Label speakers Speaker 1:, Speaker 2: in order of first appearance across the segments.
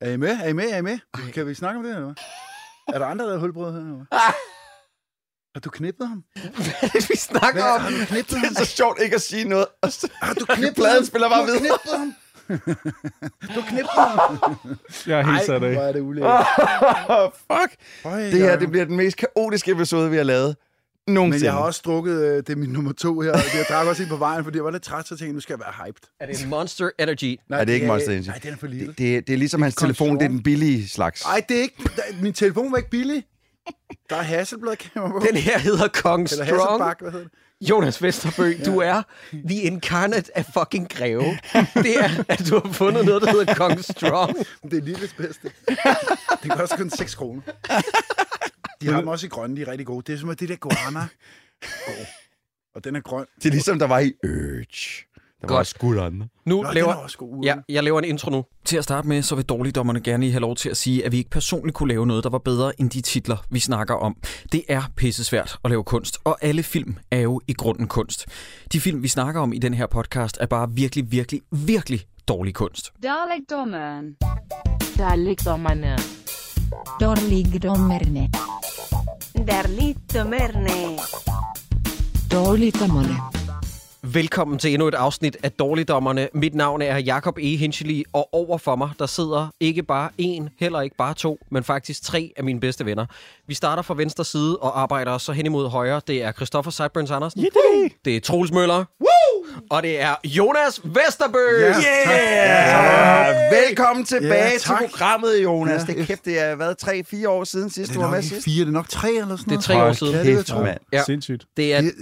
Speaker 1: Er I med? Er I med? Er I med? Kan vi snakke om det, eller hvad? Er der andre, der har hulbrød her? Eller? hvad?
Speaker 2: Ah.
Speaker 1: Har du knippet ham?
Speaker 2: Hvad er det, vi snakker
Speaker 1: Hvad?
Speaker 2: om?
Speaker 1: Har du knippet
Speaker 2: Det er så sjovt ikke at sige noget. Og så...
Speaker 1: Har du knippet
Speaker 2: Pladen
Speaker 1: ham?
Speaker 2: spiller bare
Speaker 1: Du har
Speaker 2: videre.
Speaker 1: knippet ham. du har knippet ham.
Speaker 3: Jeg er helt
Speaker 1: Ej,
Speaker 3: sat af.
Speaker 1: hvor er det ulækkert.
Speaker 2: Ah. Fuck.
Speaker 1: Øj,
Speaker 2: Det her,
Speaker 1: Jacob.
Speaker 2: det bliver den mest kaotiske episode, vi har lavet nogensinde.
Speaker 1: Men jeg har også drukket, øh, det er min nummer to her, og jeg drak også en på vejen, fordi jeg var lidt træt, så tænkte jeg, nu skal jeg være hyped.
Speaker 4: Er det en Monster Energy?
Speaker 1: Nej,
Speaker 2: det er ikke Monster Energy.
Speaker 1: Nej, den er for lille.
Speaker 2: Det, det, det er ligesom hans
Speaker 1: Control.
Speaker 2: telefon, det er den billige slags.
Speaker 1: Nej, det er ikke, der- min telefon var ikke billig. Der er Hasselblad kamera på.
Speaker 4: Den her hedder Kong
Speaker 1: Eller
Speaker 4: Strong.
Speaker 1: Hasselbak, hvad hedder det?
Speaker 4: Jonas Vesterbø, du er the incarnate af fucking greve. Det er, at du har fundet noget, der hedder Kong Strong.
Speaker 1: Men Det er Lilles bedste. Det koster kun 6 kroner. De har dem også i grønne, de er rigtig gode. Det er som at det der guana. Åh. Og den er grøn.
Speaker 2: Det er ligesom, der var i Urge. Der var
Speaker 4: Godt.
Speaker 2: skulderen.
Speaker 4: Nu
Speaker 1: Nå, den er
Speaker 4: laver...
Speaker 1: også god.
Speaker 4: Ja, jeg laver en intro nu.
Speaker 5: Til at starte med, så vil dårligdommerne gerne lige have lov til at sige, at vi ikke personligt kunne lave noget, der var bedre end de titler, vi snakker om. Det er pissesvært at lave kunst, og alle film er jo i grunden kunst. De film, vi snakker om i den her podcast, er bare virkelig, virkelig, virkelig dårlig kunst.
Speaker 6: Dalekdommeren.
Speaker 7: Dalekdommerne.
Speaker 6: Dorligdommerne.
Speaker 8: Darlito Merne.
Speaker 7: Dårligdommerne.
Speaker 4: Velkommen til endnu et afsnit af Dårligdommerne. Mit navn er Jakob E. Hinchely, og over for mig, der sidder ikke bare en, heller ikke bare to, men faktisk tre af mine bedste venner. Vi starter fra venstre side og arbejder os så hen imod højre. Det er Christoffer Seiburns Andersen. Yippee! Det er Troels Møller. Woo! Og det er Jonas Vesterbø.
Speaker 1: Ja,
Speaker 2: Yeah! Velkommen tilbage
Speaker 1: Ja,
Speaker 2: yeah, til
Speaker 1: tak.
Speaker 2: programmet, Jonas. Det er kæft, det har været 3-4 år siden sidst,
Speaker 1: Det
Speaker 2: du
Speaker 1: er
Speaker 2: var
Speaker 1: nok
Speaker 2: med
Speaker 1: ikke
Speaker 2: sidst.
Speaker 1: fire, det er nok tre eller sådan
Speaker 4: Det er
Speaker 1: noget.
Speaker 4: tre år
Speaker 2: Hold
Speaker 4: siden.
Speaker 1: Ja, det vil jeg
Speaker 2: Kæft,
Speaker 1: tro.
Speaker 2: mand.
Speaker 4: Ja.
Speaker 3: Sindssygt.
Speaker 4: Det er
Speaker 1: Det,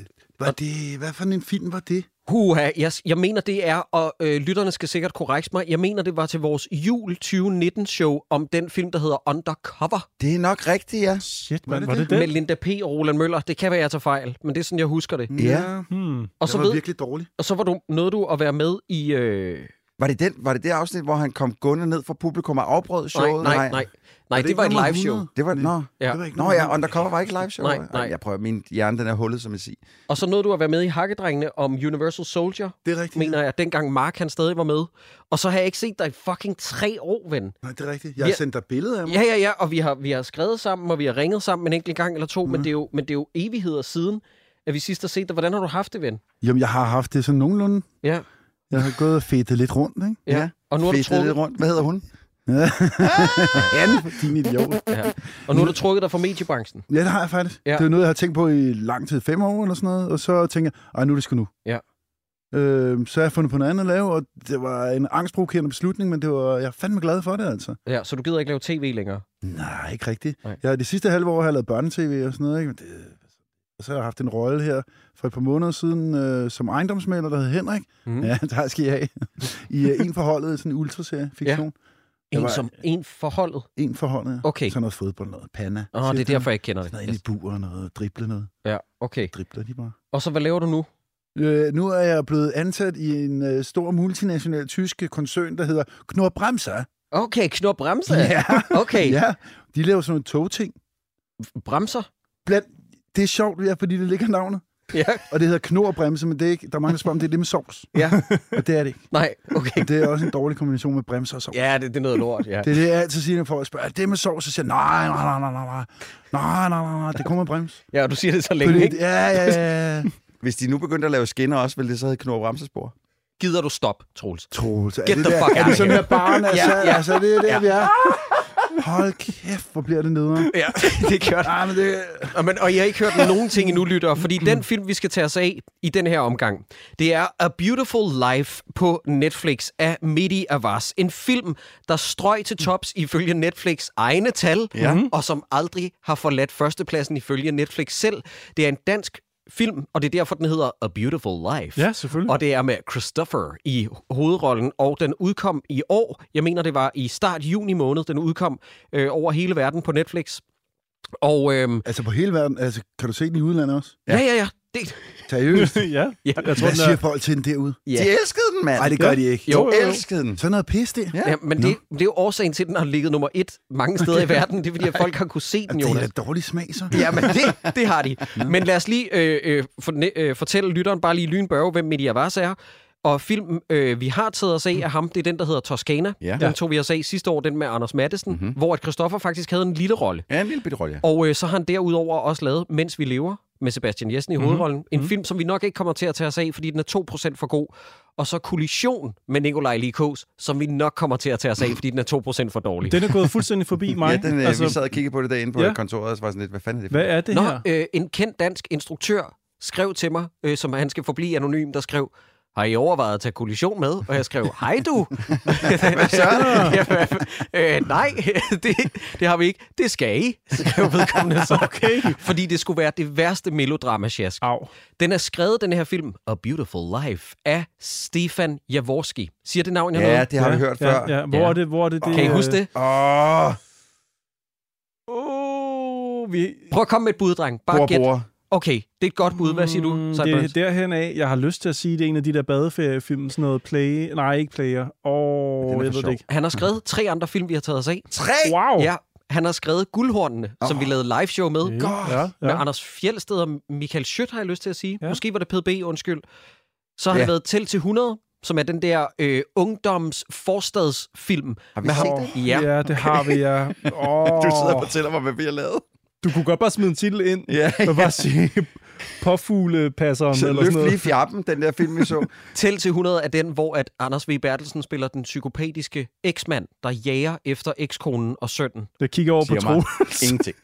Speaker 1: var det, hvad for en film var det?
Speaker 4: Huha, jeg, jeg mener det er, og øh, lytterne skal sikkert korrekte mig, jeg mener det var til vores jul 2019-show om den film, der hedder Undercover
Speaker 2: Det er nok rigtigt, ja.
Speaker 3: Shit,
Speaker 1: Var
Speaker 3: man,
Speaker 1: det
Speaker 3: var det
Speaker 4: med
Speaker 3: det?
Speaker 4: Linda P. og Roland Møller. Det kan være, jeg tager fejl, men det er sådan, jeg husker det.
Speaker 2: Ja.
Speaker 3: Hmm.
Speaker 4: Og
Speaker 1: Det
Speaker 4: så,
Speaker 1: var
Speaker 4: ved,
Speaker 1: virkelig dårligt.
Speaker 4: og så var du, nåede du at være med i... Øh...
Speaker 2: Var det, den, var det det afsnit, hvor han kom gående ned fra publikum og afbrød
Speaker 4: Nej,
Speaker 2: showet?
Speaker 4: nej, nej. Nej,
Speaker 1: Er
Speaker 4: det,
Speaker 1: ikke
Speaker 4: var et
Speaker 1: nummer
Speaker 4: live show.
Speaker 1: 100?
Speaker 2: Det var, nå.
Speaker 4: Ja.
Speaker 1: Det var ikke
Speaker 2: Nå
Speaker 1: nummer
Speaker 2: ja,
Speaker 1: 100.
Speaker 2: Undercover var ikke live show.
Speaker 4: Nej,
Speaker 2: Ej,
Speaker 4: nej.
Speaker 2: Jeg prøver, min hjerne den er hullet som en sig.
Speaker 4: Og så nåede du at være med i Hakkedrengene om Universal Soldier,
Speaker 1: Det er rigtigt.
Speaker 4: mener jeg, dengang Mark han stadig var med. Og så har jeg ikke set dig i fucking tre år, ven.
Speaker 1: Nej, det er rigtigt. Jeg har
Speaker 4: Ja.
Speaker 1: sendt dig billeder af mig.
Speaker 4: Ja, ja, ja, og vi har, vi har skrevet sammen, og vi har ringet sammen en enkelt gang eller to,
Speaker 1: Mhm.
Speaker 4: mm. men, det er jo, men det er jo evigheder siden, at vi sidst har set dig. Hvordan har du haft det, ven?
Speaker 1: Jamen, jeg har haft det sådan nogenlunde.
Speaker 4: Ja,
Speaker 1: Jeg har gået og fedtet lidt rundt, ikke?
Speaker 4: ja.
Speaker 2: Ja,
Speaker 4: Og nu har du
Speaker 2: Fedtede lidt
Speaker 4: trukket,
Speaker 2: rundt. Hvad hedder hun?
Speaker 1: Anne, din idiot.
Speaker 4: og nu har du trukket dig fra mediebranchen.
Speaker 1: Ja, det har jeg faktisk.
Speaker 4: Ja.
Speaker 1: Ja. Det er noget, jeg har tænkt på i lang tid, fem år eller sådan noget, og så tænker jeg, "Ej, nu er det sgu nu.
Speaker 4: Ja.
Speaker 1: Øh, så har jeg fundet på noget andet at lave, og det var en angstprovokerende beslutning, men det var, jeg er fandme glad for det, altså.
Speaker 4: Ja, så du gider ikke lave tv længere.
Speaker 1: Nej, ikke rigtigt.
Speaker 4: Nej.
Speaker 1: Nej. Jeg, de sidste halve år har jeg lavet børnetv og sådan noget, ikke? Men Det, og så har jeg haft en rolle her for et par måneder siden øh, som ejendomsmaler, der hed Henrik.
Speaker 4: Mhm.
Speaker 1: Mm. Ja, der skal jeg af. I øh, en forholdet, sådan en ultraserie, fiktion. Ja.
Speaker 4: En,
Speaker 1: var,
Speaker 4: som, en forholdet.
Speaker 1: En forholdet.
Speaker 4: Okay.
Speaker 1: Sådan noget fodbold, noget panna.
Speaker 4: Åh, oh, det
Speaker 1: Siger
Speaker 4: er
Speaker 1: du
Speaker 4: derfor, jeg ikke kender
Speaker 1: Sådan
Speaker 4: det.
Speaker 1: noget ind i bur, noget drible noget.
Speaker 4: Ja, okay.
Speaker 1: Dribler de bare.
Speaker 4: Og så hvad laver du nu?
Speaker 1: Øh, nu er jeg blevet ansat i en øh, stor multinational tysk koncern, der hedder Knorr Bremser.
Speaker 4: Okay, knop bremser.
Speaker 1: Ja.
Speaker 4: Okay,
Speaker 1: ja, de laver sådan nogle togting.
Speaker 4: bremser.
Speaker 1: Blandt, det er sjovt, ja, fordi det ligger i navnet.
Speaker 4: Ja,
Speaker 1: Og det hedder Knorr og Bremse, men det er ikke, der er mange, der spørger, om det er det med sovs.
Speaker 4: ja.
Speaker 1: Og det er det ikke.
Speaker 4: Nej, okay.
Speaker 1: Og det er også en dårlig kombination med bremser og sovs.
Speaker 4: Ja, det, det er noget lort, ja.
Speaker 1: Det er det, jeg altid siger, når folk spørger, er det med sovs? Så siger jeg, nej, nej, nej, nej, nej, nej, nej, nej, nej, nej, det kommer med brems.
Speaker 4: Ja, og du siger det så længe,
Speaker 1: Fordi,
Speaker 4: ikke?
Speaker 1: ja, ja, ja, ja.
Speaker 2: Hvis de nu begyndte at lave skinner også, ville det så hedde Knorre Ramsesbor.
Speaker 4: Gider du stop, Troels?
Speaker 1: Troels, er
Speaker 4: Get
Speaker 1: det
Speaker 4: the
Speaker 1: der,
Speaker 4: fuck
Speaker 1: er
Speaker 4: out of
Speaker 1: det sådan
Speaker 4: here.
Speaker 1: her barn, altså,
Speaker 4: Ja, ja.
Speaker 1: altså, det er der,
Speaker 4: Ja.
Speaker 1: vi er. Hold kæft, hvor bliver det nederen.
Speaker 4: Ja, det gør
Speaker 1: Nej, men det...
Speaker 4: Og, men, og jeg har ikke hørt nogen ting endnu, lytter, fordi den film, vi skal tage os af i den her omgang, det er A Beautiful Life på Netflix af Midi Avaz. En film, der strøg til tops ifølge Netflix egne tal, ja. Mhm. og som aldrig har forladt førstepladsen ifølge Netflix selv. Det er en dansk film, og det er derfor, den hedder A Beautiful Life.
Speaker 3: Ja,
Speaker 1: Mm.
Speaker 3: selvfølgelig.
Speaker 4: Og det er med Christopher i hovedrollen, og den udkom i år. Jeg mener, det var i start juni måned, den udkom øh, over hele verden på Netflix. Og øhm,
Speaker 1: Altså på hele verden, altså, kan du se den i udlandet også?
Speaker 4: ja, ja, ja. Det,
Speaker 1: Seriøst?
Speaker 3: ja.
Speaker 4: Ja.
Speaker 3: Jeg tror,
Speaker 1: Hvad
Speaker 3: den
Speaker 1: siger
Speaker 3: er...
Speaker 1: folk til den derude?
Speaker 4: Ja.
Speaker 2: De elskede den, mand.
Speaker 1: Nej, det gør de ikke.
Speaker 4: Jo,
Speaker 2: De
Speaker 3: jo, jo.
Speaker 2: elskede den.
Speaker 1: Sådan noget pis, det.
Speaker 4: ja, men det, det er jo årsagen til, at den har ligget nummer et mange steder i verden. Det er, fordi at folk har kunne se den,
Speaker 1: Det er
Speaker 4: Jonas.
Speaker 1: da dårlig smag, så.
Speaker 4: Ja, men det, det har de. Men lad os lige øh, øh, forne- øh, fortælle lytteren bare lige lynbørge, hvem Media Vars er. Og film, øh, vi har taget os af af ham, det er den, der hedder Toscana.
Speaker 2: Ja.
Speaker 4: Den tog vi os af sidste år, den med Anders Mattesen,
Speaker 1: Mhm.
Speaker 4: mm-hmm. hvor at Christoffer faktisk havde en lille rolle.
Speaker 2: Ja, en lille bitte rolle, ja.
Speaker 4: Og øh, så har han derudover også lavet Mens vi lever, med Sebastian Jessen i hovedrollen. Mm-hmm. En film, som vi nok ikke kommer til at tage os af, fordi den er 2% for god. Og så Kollision med Nikolaj Likos, som vi nok kommer til at tage os af, fordi den er 2% for dårlig.
Speaker 3: Den er gået fuldstændig forbi mig.
Speaker 2: Ja, den, øh, altså, vi sad og kiggede på det derinde på
Speaker 3: Ja.
Speaker 2: ja. kontoret, og så var jeg sådan lidt, hvad fanden er det for?
Speaker 3: Hvad er det
Speaker 4: Nå,
Speaker 3: her?
Speaker 4: øh, en kendt dansk instruktør skrev til mig, øh, som han skal forblive anonym, der skrev, har I overvejet at tage kollision med? Og jeg skrev, hej du! ja, øh, nej, det, det har vi ikke. Det skal I, skrev vedkommende så. Okay. Fordi det skulle være det værste melodramasjask.
Speaker 3: Au.
Speaker 4: Den er skrevet, den her film, A Beautiful Life, af Stefan Jaworski. Siger det navn, jeg
Speaker 2: Ja,
Speaker 4: noget?
Speaker 2: det har vi hørt
Speaker 3: ja,
Speaker 2: før.
Speaker 3: Ja. Hvor
Speaker 4: Ja.
Speaker 3: er det? Hvor er det, det øh,
Speaker 4: Kan I huske det?
Speaker 2: Åh,
Speaker 3: Oh, vi,
Speaker 4: Prøv at komme med et bud, dreng. Bare
Speaker 2: bror,
Speaker 4: gæt.
Speaker 2: bror.
Speaker 4: Okay, det er et godt bud. Hvad siger du,
Speaker 3: Mm,
Speaker 4: Sideburns?
Speaker 3: Det er derhen af, jeg har lyst til at sige, det er en af de der badeferiefilm, sådan noget play... Nej, ikke player.
Speaker 2: Den
Speaker 3: Åh,
Speaker 2: er
Speaker 3: oh,
Speaker 2: for
Speaker 3: jeg ved det
Speaker 2: sjov.
Speaker 3: ikke.
Speaker 4: Han har skrevet tre andre film, vi har taget os af.
Speaker 2: Tre!
Speaker 3: Wow!
Speaker 4: Ja, han har skrevet Guldhornene, oh. som vi lavede live show med. Yeah.
Speaker 2: God.
Speaker 3: Ja,
Speaker 4: Med
Speaker 3: ja.
Speaker 4: Anders Fjeldsted og Michael Schødt, har jeg lyst til at sige.
Speaker 3: Ja.
Speaker 4: Ja. Måske var det PDB, undskyld. Så har yeah.
Speaker 2: Ja.
Speaker 4: han været til til 100, som er den der øh, ungdoms forstadsfilm.
Speaker 2: Har vi
Speaker 4: med
Speaker 2: set
Speaker 4: ham.
Speaker 2: det?
Speaker 4: Ja.
Speaker 3: ja. det har vi, ja. Oh.
Speaker 2: Du sidder og fortæller mig, hvad vi har lavet.
Speaker 3: du kunne godt bare smide en titel ind.
Speaker 2: Ja,
Speaker 3: Og bare sige påfuglepasseren
Speaker 2: Så
Speaker 3: eller sådan
Speaker 2: løft lige
Speaker 3: noget.
Speaker 2: fjappen, den der film, vi så.
Speaker 4: Til til 100 er den, hvor at Anders V. Bertelsen spiller den psykopatiske eksmand, der jager efter ekskonen og sønnen.
Speaker 3: Der kigger over på
Speaker 2: Siger mig
Speaker 3: Troels.
Speaker 2: Ingenting.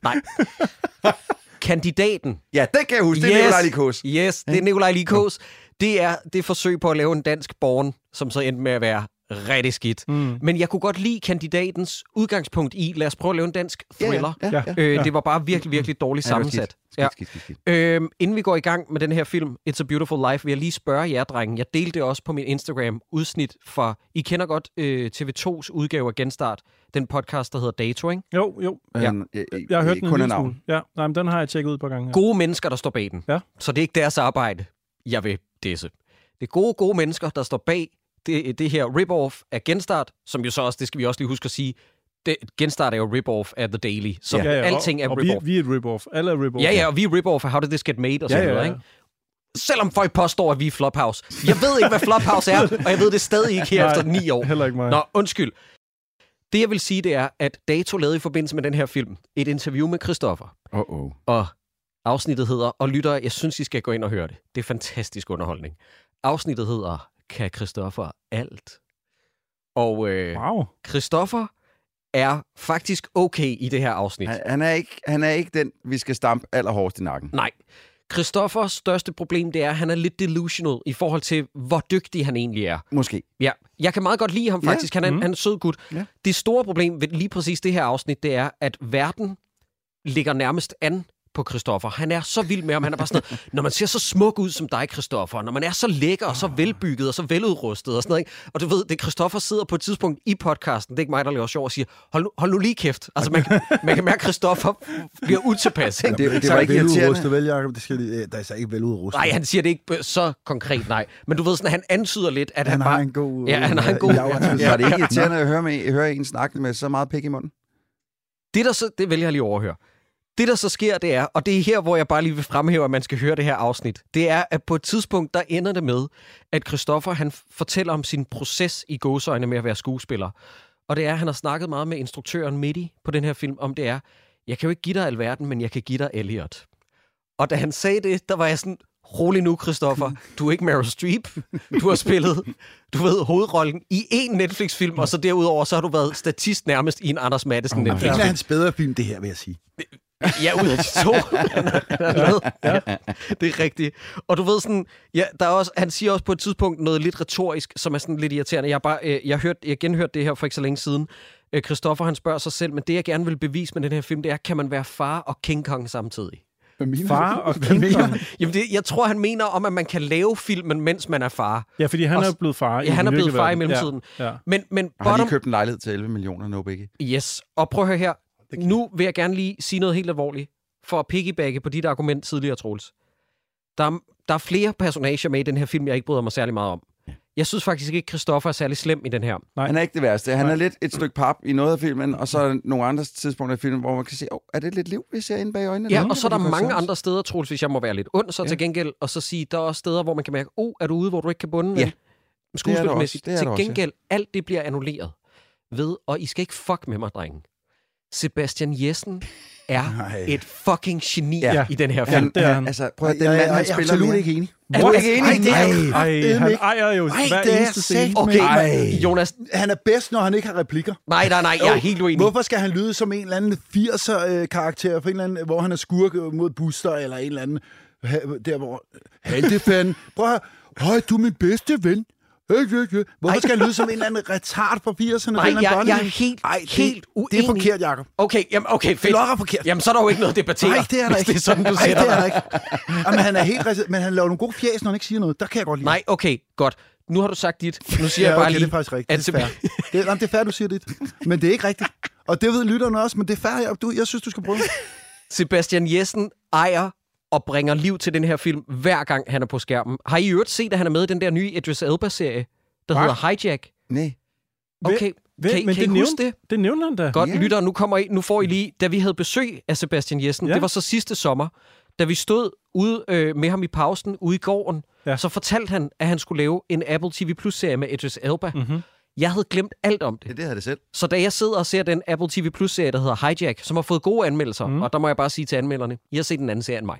Speaker 4: Kandidaten.
Speaker 2: Ja, det kan jeg huske. Det er Nicolaj Likos.
Speaker 4: Yes, det er Nikolaj Likos. Det er det forsøg på at lave en dansk born, som så endte med at være rigtig skidt.
Speaker 3: Mm.
Speaker 4: Men jeg kunne godt lide kandidatens udgangspunkt i, lad os prøve at lave en dansk thriller.
Speaker 2: Ja, ja.
Speaker 3: Ja.
Speaker 4: Øh, Det var bare virkelig, virkelig dårligt
Speaker 2: Ja, det var
Speaker 4: sammensat.
Speaker 2: skidt.
Speaker 4: Ja.
Speaker 2: Skidt, skidt, skidt, skidt.
Speaker 4: Øhm, inden vi går i gang med den her film, It's a Beautiful Life, vil jeg lige spørge jer, drenge. Jeg delte også på min Instagram udsnit fra, I kender godt øh, TV2's udgave af Genstart, den podcast, der hedder Dato, ikke?
Speaker 3: Jo, jo.
Speaker 4: Ja.
Speaker 2: Men, øh, øh,
Speaker 3: Jeg har hørt
Speaker 2: øh,
Speaker 3: den en
Speaker 2: kun af
Speaker 3: lille
Speaker 2: navn.
Speaker 3: smule. Ja, nej, men den har jeg tjekket ud på gange. Ja.
Speaker 4: Gode mennesker, der står bag den.
Speaker 3: Ja.
Speaker 4: Så det er ikke deres arbejde, jeg vil disse. Det er gode, gode mennesker, der står bag det, det her rip-off af Genstart, som jo så også, det skal vi også lige huske at sige, det, Genstart er jo rip-off af The Daily, så ja, ja, alting
Speaker 3: og,
Speaker 4: er
Speaker 3: og
Speaker 4: rip-off.
Speaker 3: Vi, vi er et rip-off. Alle er rip-off.
Speaker 4: Ja, ja, og vi er rip-off af How Did This Get Made og sådan ja, ja, ja. noget, ikke? Selvom folk påstår, at vi er Flophouse. Jeg ved ikke, hvad Flophouse er, og jeg ved det stadig ikke her
Speaker 3: Nej.
Speaker 4: efter ni år.
Speaker 3: Heller ikke mig.
Speaker 4: Nå, undskyld. Det, jeg vil sige, det er, at Dato lavede i forbindelse med den her film et interview med Christoffer,
Speaker 2: Åh, åh.
Speaker 4: og afsnittet hedder, og lytter, jeg synes, I skal gå ind og høre det. Det er fantastisk underholdning. Afsnittet hedder, kan Christoffer alt? Og øh,
Speaker 3: Wow.
Speaker 4: Christoffer er faktisk okay i det her afsnit.
Speaker 2: Han- Han er, ikke, han er ikke den, vi skal stampe allerhårdest i nakken.
Speaker 4: Nej. Christoffers største problem, det er, at han er lidt delusional i forhold til, hvor dygtig han egentlig er.
Speaker 2: Måske.
Speaker 4: Ja, jeg kan meget godt lide ham
Speaker 2: Ja.
Speaker 4: faktisk. Han er,
Speaker 3: Mhm.
Speaker 4: mm. han er en sød gut.
Speaker 2: Ja.
Speaker 4: Det store problem ved lige præcis det her afsnit, det er, at verden ligger nærmest an på Christoffer. Han er så vild med ham. Han er bare sådan noget, når man ser så smuk ud som dig, Christoffer, når man er så lækker og så
Speaker 2: Ah.
Speaker 4: velbygget og så veludrustet og sådan noget. Ikke? Og du ved, det Christoffer sidder på et tidspunkt i podcasten, det er ikke mig, der laver sjov og siger, hold nu, hold nu lige kæft. Altså, man, kan- man kan mærke, at Christoffer bliver utilpas. Ikke?
Speaker 2: Det, det,
Speaker 1: Så
Speaker 2: var ikke irriterende.
Speaker 1: veludrustet, vel, Jacob? Det skal, lige- øh, der er så ikke veludrustet.
Speaker 4: Nej, han siger det ikke øh, så konkret, nej. Men du ved sådan, at han antyder lidt, at han,
Speaker 1: han
Speaker 4: bare...
Speaker 1: har en god... øh,
Speaker 4: Ja, han har en god-
Speaker 2: Ja. Var det ikke irriterende at høre, med, høre en snakke med så meget pik i munden?
Speaker 4: Det, der så, det vælger jeg lige at overhøre. Det, der så sker, det er, og det er her, hvor jeg bare lige vil fremhæve, at man skal høre det her afsnit, det er, at på et tidspunkt, der ender det med, at Christoffer, han f- fortæller om sin proces i gåsøjne med at være skuespiller. Og det er, at han har snakket meget med instruktøren Mitty på den her film, om det er, jeg kan jo ikke give dig alverden, men jeg kan give dig Elliot. Og da han sagde det, der var jeg sådan, rolig nu, Christoffer, du er ikke Meryl Streep. Du har spillet, du ved, hovedrollen i én Netflix-film, og så derudover, så har du været statist nærmest i en Anders Madsen
Speaker 1: Det er
Speaker 4: Netflix-film.
Speaker 1: en af hans bedre film, det her, vil jeg sige.
Speaker 4: Ja, ud af de to. Han har- han har lavet. Ja, det er rigtigt. Og du ved sådan, ja, der er også, han siger også på et tidspunkt noget lidt retorisk, som er sådan lidt irriterende. Jeg, har bare, øh, jeg, hørte, jeg genhørte det her for ikke så længe siden. Øh, Christoffer, han spørger sig selv, men det, jeg gerne vil bevise med den her film, det er, kan man være far og King Kong samtidig?
Speaker 1: Hvad mener
Speaker 3: Far
Speaker 1: du?
Speaker 3: og
Speaker 1: Hvad
Speaker 3: King
Speaker 1: mener
Speaker 3: Kong.
Speaker 1: du?
Speaker 4: Jamen, det, jeg tror, han mener om, at man kan lave filmen, mens man er far.
Speaker 3: Ja, fordi han
Speaker 4: Og-
Speaker 3: er blevet far i
Speaker 4: Ja, han er
Speaker 3: den
Speaker 4: blevet
Speaker 3: virkelige
Speaker 4: far i
Speaker 3: verden.
Speaker 4: mellemtiden.
Speaker 3: Ja, ja.
Speaker 4: Men, men
Speaker 2: Jeg har
Speaker 4: bottom...
Speaker 2: lige købt en lejlighed til 11 millioner, no biggie.
Speaker 4: Yes. Og prøv at høre her. Nu vil jeg gerne lige sige noget helt alvorligt, for at piggybacke på dit argument tidligere, Troels. Der er, der er flere personager med i den her film, jeg ikke bryder mig særlig meget om. Jeg synes faktisk ikke, at Christoffer er særlig slem i den her.
Speaker 3: Nej.
Speaker 2: Han er ikke det værste. Han er lidt et stykke pap i noget af filmen, og så er der nogle andre tidspunkter i filmen, hvor man kan se, oh, er det lidt liv, vi ser inde bag øjnene?
Speaker 4: Ja,
Speaker 2: Nå,
Speaker 4: og så er der
Speaker 2: det
Speaker 4: mange
Speaker 2: faktisk-
Speaker 4: andre steder, Troels, hvis jeg må være lidt ond, så ja. til gengæld, og så sige, der er også steder, hvor man kan mærke, oh, er du ude, hvor du ikke kan bunde? vel?"
Speaker 2: Ja.
Speaker 4: skuespilmæssigt.
Speaker 2: Det er
Speaker 4: Til
Speaker 2: der også, ja.
Speaker 4: gengæld, alt det bliver annulleret ved, og I skal ikke fuck med mig, drenge. Sebastian Jessen er
Speaker 1: Nej.
Speaker 4: et fucking geni ja.
Speaker 3: Ja.
Speaker 4: i den her film.
Speaker 3: Ja, det er han.
Speaker 2: Altså, prøv at høre, den mand, han
Speaker 1: jeg er
Speaker 2: spiller nu.
Speaker 1: absolut ikke enig.
Speaker 4: Er du ikke
Speaker 1: Ej,
Speaker 4: enig?
Speaker 1: det er
Speaker 3: Ej, han ejer jo
Speaker 1: Ej,
Speaker 3: hver
Speaker 1: det er
Speaker 3: eneste scene.
Speaker 1: sæt-
Speaker 4: Okay,
Speaker 1: Ej.
Speaker 4: Jonas.
Speaker 1: Han er bedst, når han ikke har replikker.
Speaker 4: Nej, nej, nej, jeg er helt uenig.
Speaker 1: Hvorfor skal han lyde som en eller anden 80'er-karakter, på en eller anden, hvor han er skurk øh, mod Buster, eller en eller anden, ha- der hvor... Haltefanden, prøv at høre. Høj, du er min bedste ven. Øh, øh, øh. Hvorfor skal han lyde som en eller anden retard fra 80'erne?
Speaker 4: Nej, jeg, jeg er helt, Ej,
Speaker 1: det,
Speaker 4: helt uenig.
Speaker 1: Det er forkert, Jacob.
Speaker 4: Okay, jamen, okay, fedt.
Speaker 1: Lok er forkert.
Speaker 4: Jamen, så er der jo ikke noget at debattere,
Speaker 1: Nej, det er der
Speaker 4: hvis
Speaker 1: ikke.
Speaker 4: det er sådan, du
Speaker 1: Nej,
Speaker 4: sætter
Speaker 1: det er
Speaker 4: dig.
Speaker 1: der ikke. Jamen, han er helt resi- men han laver nogle gode fjæs, når han ikke siger noget. Der kan jeg godt lide.
Speaker 4: Nej, okay, godt. Nu har du sagt dit. Nu siger jeg bare
Speaker 1: okay,
Speaker 4: lige...
Speaker 1: det er faktisk rigtigt.
Speaker 4: at
Speaker 1: Det er fair. Det, er- jamen, det er fair, du siger dit. Men det er ikke rigtigt. Og det ved lytterne også, men det er fair, Jacob. Du, jeg synes, du skal prøve.
Speaker 4: Sebastian Jessen ejer og bringer liv til den her film, hver gang han er på skærmen. Har I i øvrigt set, at han er med i den der nye Idris Elba-serie, der
Speaker 3: Hvad?
Speaker 4: hedder Hijack?
Speaker 2: Nej.
Speaker 4: Okay,
Speaker 3: Hvem,
Speaker 4: kan, I-
Speaker 3: men
Speaker 4: kan I
Speaker 3: det,
Speaker 4: huske
Speaker 3: nævnte,
Speaker 4: det?
Speaker 3: det nævner han da.
Speaker 4: Godt,
Speaker 2: Ja.
Speaker 4: lytter, nu, kommer I, nu får I lige, da vi havde besøg af Sebastian Jessen, ja.
Speaker 3: Ja.
Speaker 4: det var så sidste sommer, da vi stod ude øh, med ham i pausen ude i gården, ja.
Speaker 3: Ja.
Speaker 4: så fortalte han, at han skulle lave en Apple TV Plus-serie med Idris Elba.
Speaker 3: Mhm.
Speaker 4: Jeg havde glemt alt om det.
Speaker 2: Ja, det havde det selv.
Speaker 4: Så da jeg sidder og ser den Apple TV Plus-serie, der hedder Hijack, som har fået gode anmeldelser, mm. og der må jeg bare sige til anmelderne, I har set en anden serie end mig.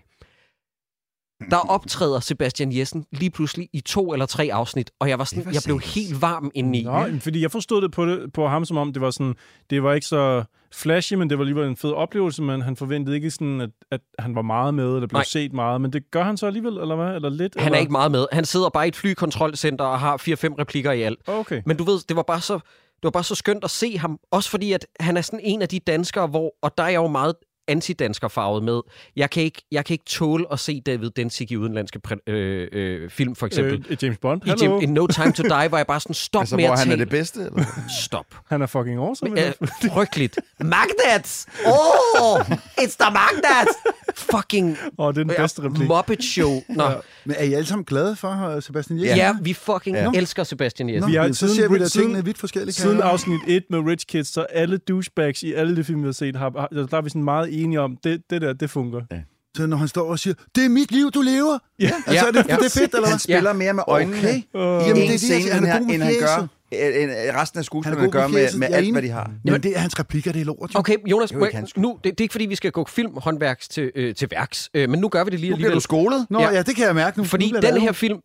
Speaker 4: Der optræder Sebastian Jessen lige pludselig i to eller tre afsnit, og jeg var sådan, jeg blev helt varm indeni.
Speaker 3: Nå, jamen, fordi jeg forstod det på, det på ham, som om det var sådan, det var ikke så flashy, men det var alligevel en fed oplevelse, men han forventede ikke sådan, at, at han var meget med, eller blev
Speaker 4: Nej.
Speaker 3: Nej. set meget, men det gør han så alligevel, eller hvad? Eller lidt?
Speaker 4: Han
Speaker 3: eller?
Speaker 4: er ikke meget med. Han sidder bare i et flykontrolcenter og har 4-5 replikker i alt.
Speaker 3: Okay.
Speaker 4: Men du ved, det var bare så, det var bare så skønt at se ham. Også fordi, at han er sådan en af de danskere, hvor, og der er jeg jo meget antidansker farvet med. Jeg kan, ikke, jeg kan ikke tåle at se David Densig i udenlandske præ- øh, øh, film, for eksempel. Øh,
Speaker 3: Øh, et James Bond,
Speaker 4: I
Speaker 3: hallo?
Speaker 4: Jim, in No Time To Die, var jeg bare sådan, stop
Speaker 2: Altså,
Speaker 4: med
Speaker 2: hvor
Speaker 4: at
Speaker 2: han er
Speaker 4: tale.
Speaker 2: det bedste, eller?
Speaker 4: Stop.
Speaker 3: Han er fucking awesome.
Speaker 4: Men,
Speaker 3: Men,
Speaker 4: øh, frygteligt. Magnets! Oh! It's the Magnets! Fucking øh,
Speaker 3: og det er den bedste replik.
Speaker 4: Muppet Show. Nå, ja,
Speaker 1: Men er I alle sammen glade for øh, Sebastian Jensen?
Speaker 4: ja vi fucking ja. elsker Sebastian Jensen.
Speaker 1: Nå,
Speaker 3: Vi har
Speaker 1: men så
Speaker 3: siden-
Speaker 1: ser vi, at
Speaker 3: siden-
Speaker 1: tingene er vidt forskellige. kan
Speaker 3: Siden
Speaker 1: jeg-
Speaker 3: afsnit 1 med Rich Kids, så alle douchebags i alle de film, vi har set, har, har, der er vi sådan meget enige om, det, det der, det fungerer. Ja.
Speaker 1: Så når han står og siger, det er mit liv, du lever.
Speaker 3: Ja.
Speaker 1: Altså, er det,
Speaker 4: Ja.
Speaker 1: det er fedt, eller
Speaker 2: Han
Speaker 1: hvad?
Speaker 2: spiller mere med øjnene
Speaker 1: Okay.
Speaker 2: i
Speaker 3: Øh,
Speaker 1: Jamen, det er det,
Speaker 2: en
Speaker 1: jeg
Speaker 2: scene,
Speaker 1: siger. Han er god med
Speaker 2: end han gør
Speaker 1: fjæset.
Speaker 2: øh, end resten af
Speaker 1: Han er
Speaker 2: skuespillerne
Speaker 1: god
Speaker 2: gør
Speaker 1: på
Speaker 2: med,
Speaker 1: fjæset,
Speaker 2: med
Speaker 1: jeg er
Speaker 2: alt,
Speaker 1: enig.
Speaker 2: hvad de har.
Speaker 1: Jamen, det er hans replikker, det er lort. jo.
Speaker 4: Okay, Jonas,
Speaker 2: Det er jo ikke
Speaker 4: må jeg-
Speaker 2: hans skyld.
Speaker 4: nu, det, det er ikke, fordi vi skal gå filmhåndværks til, øh, til værks, øh, men nu gør vi det lige
Speaker 2: Nu bliver du
Speaker 4: alligevel.
Speaker 2: skolet.
Speaker 1: Nå,
Speaker 4: Ja.
Speaker 1: ja. det kan jeg mærke nu.
Speaker 4: Fordi
Speaker 1: nu bliver det
Speaker 4: den her
Speaker 1: alvor.
Speaker 4: film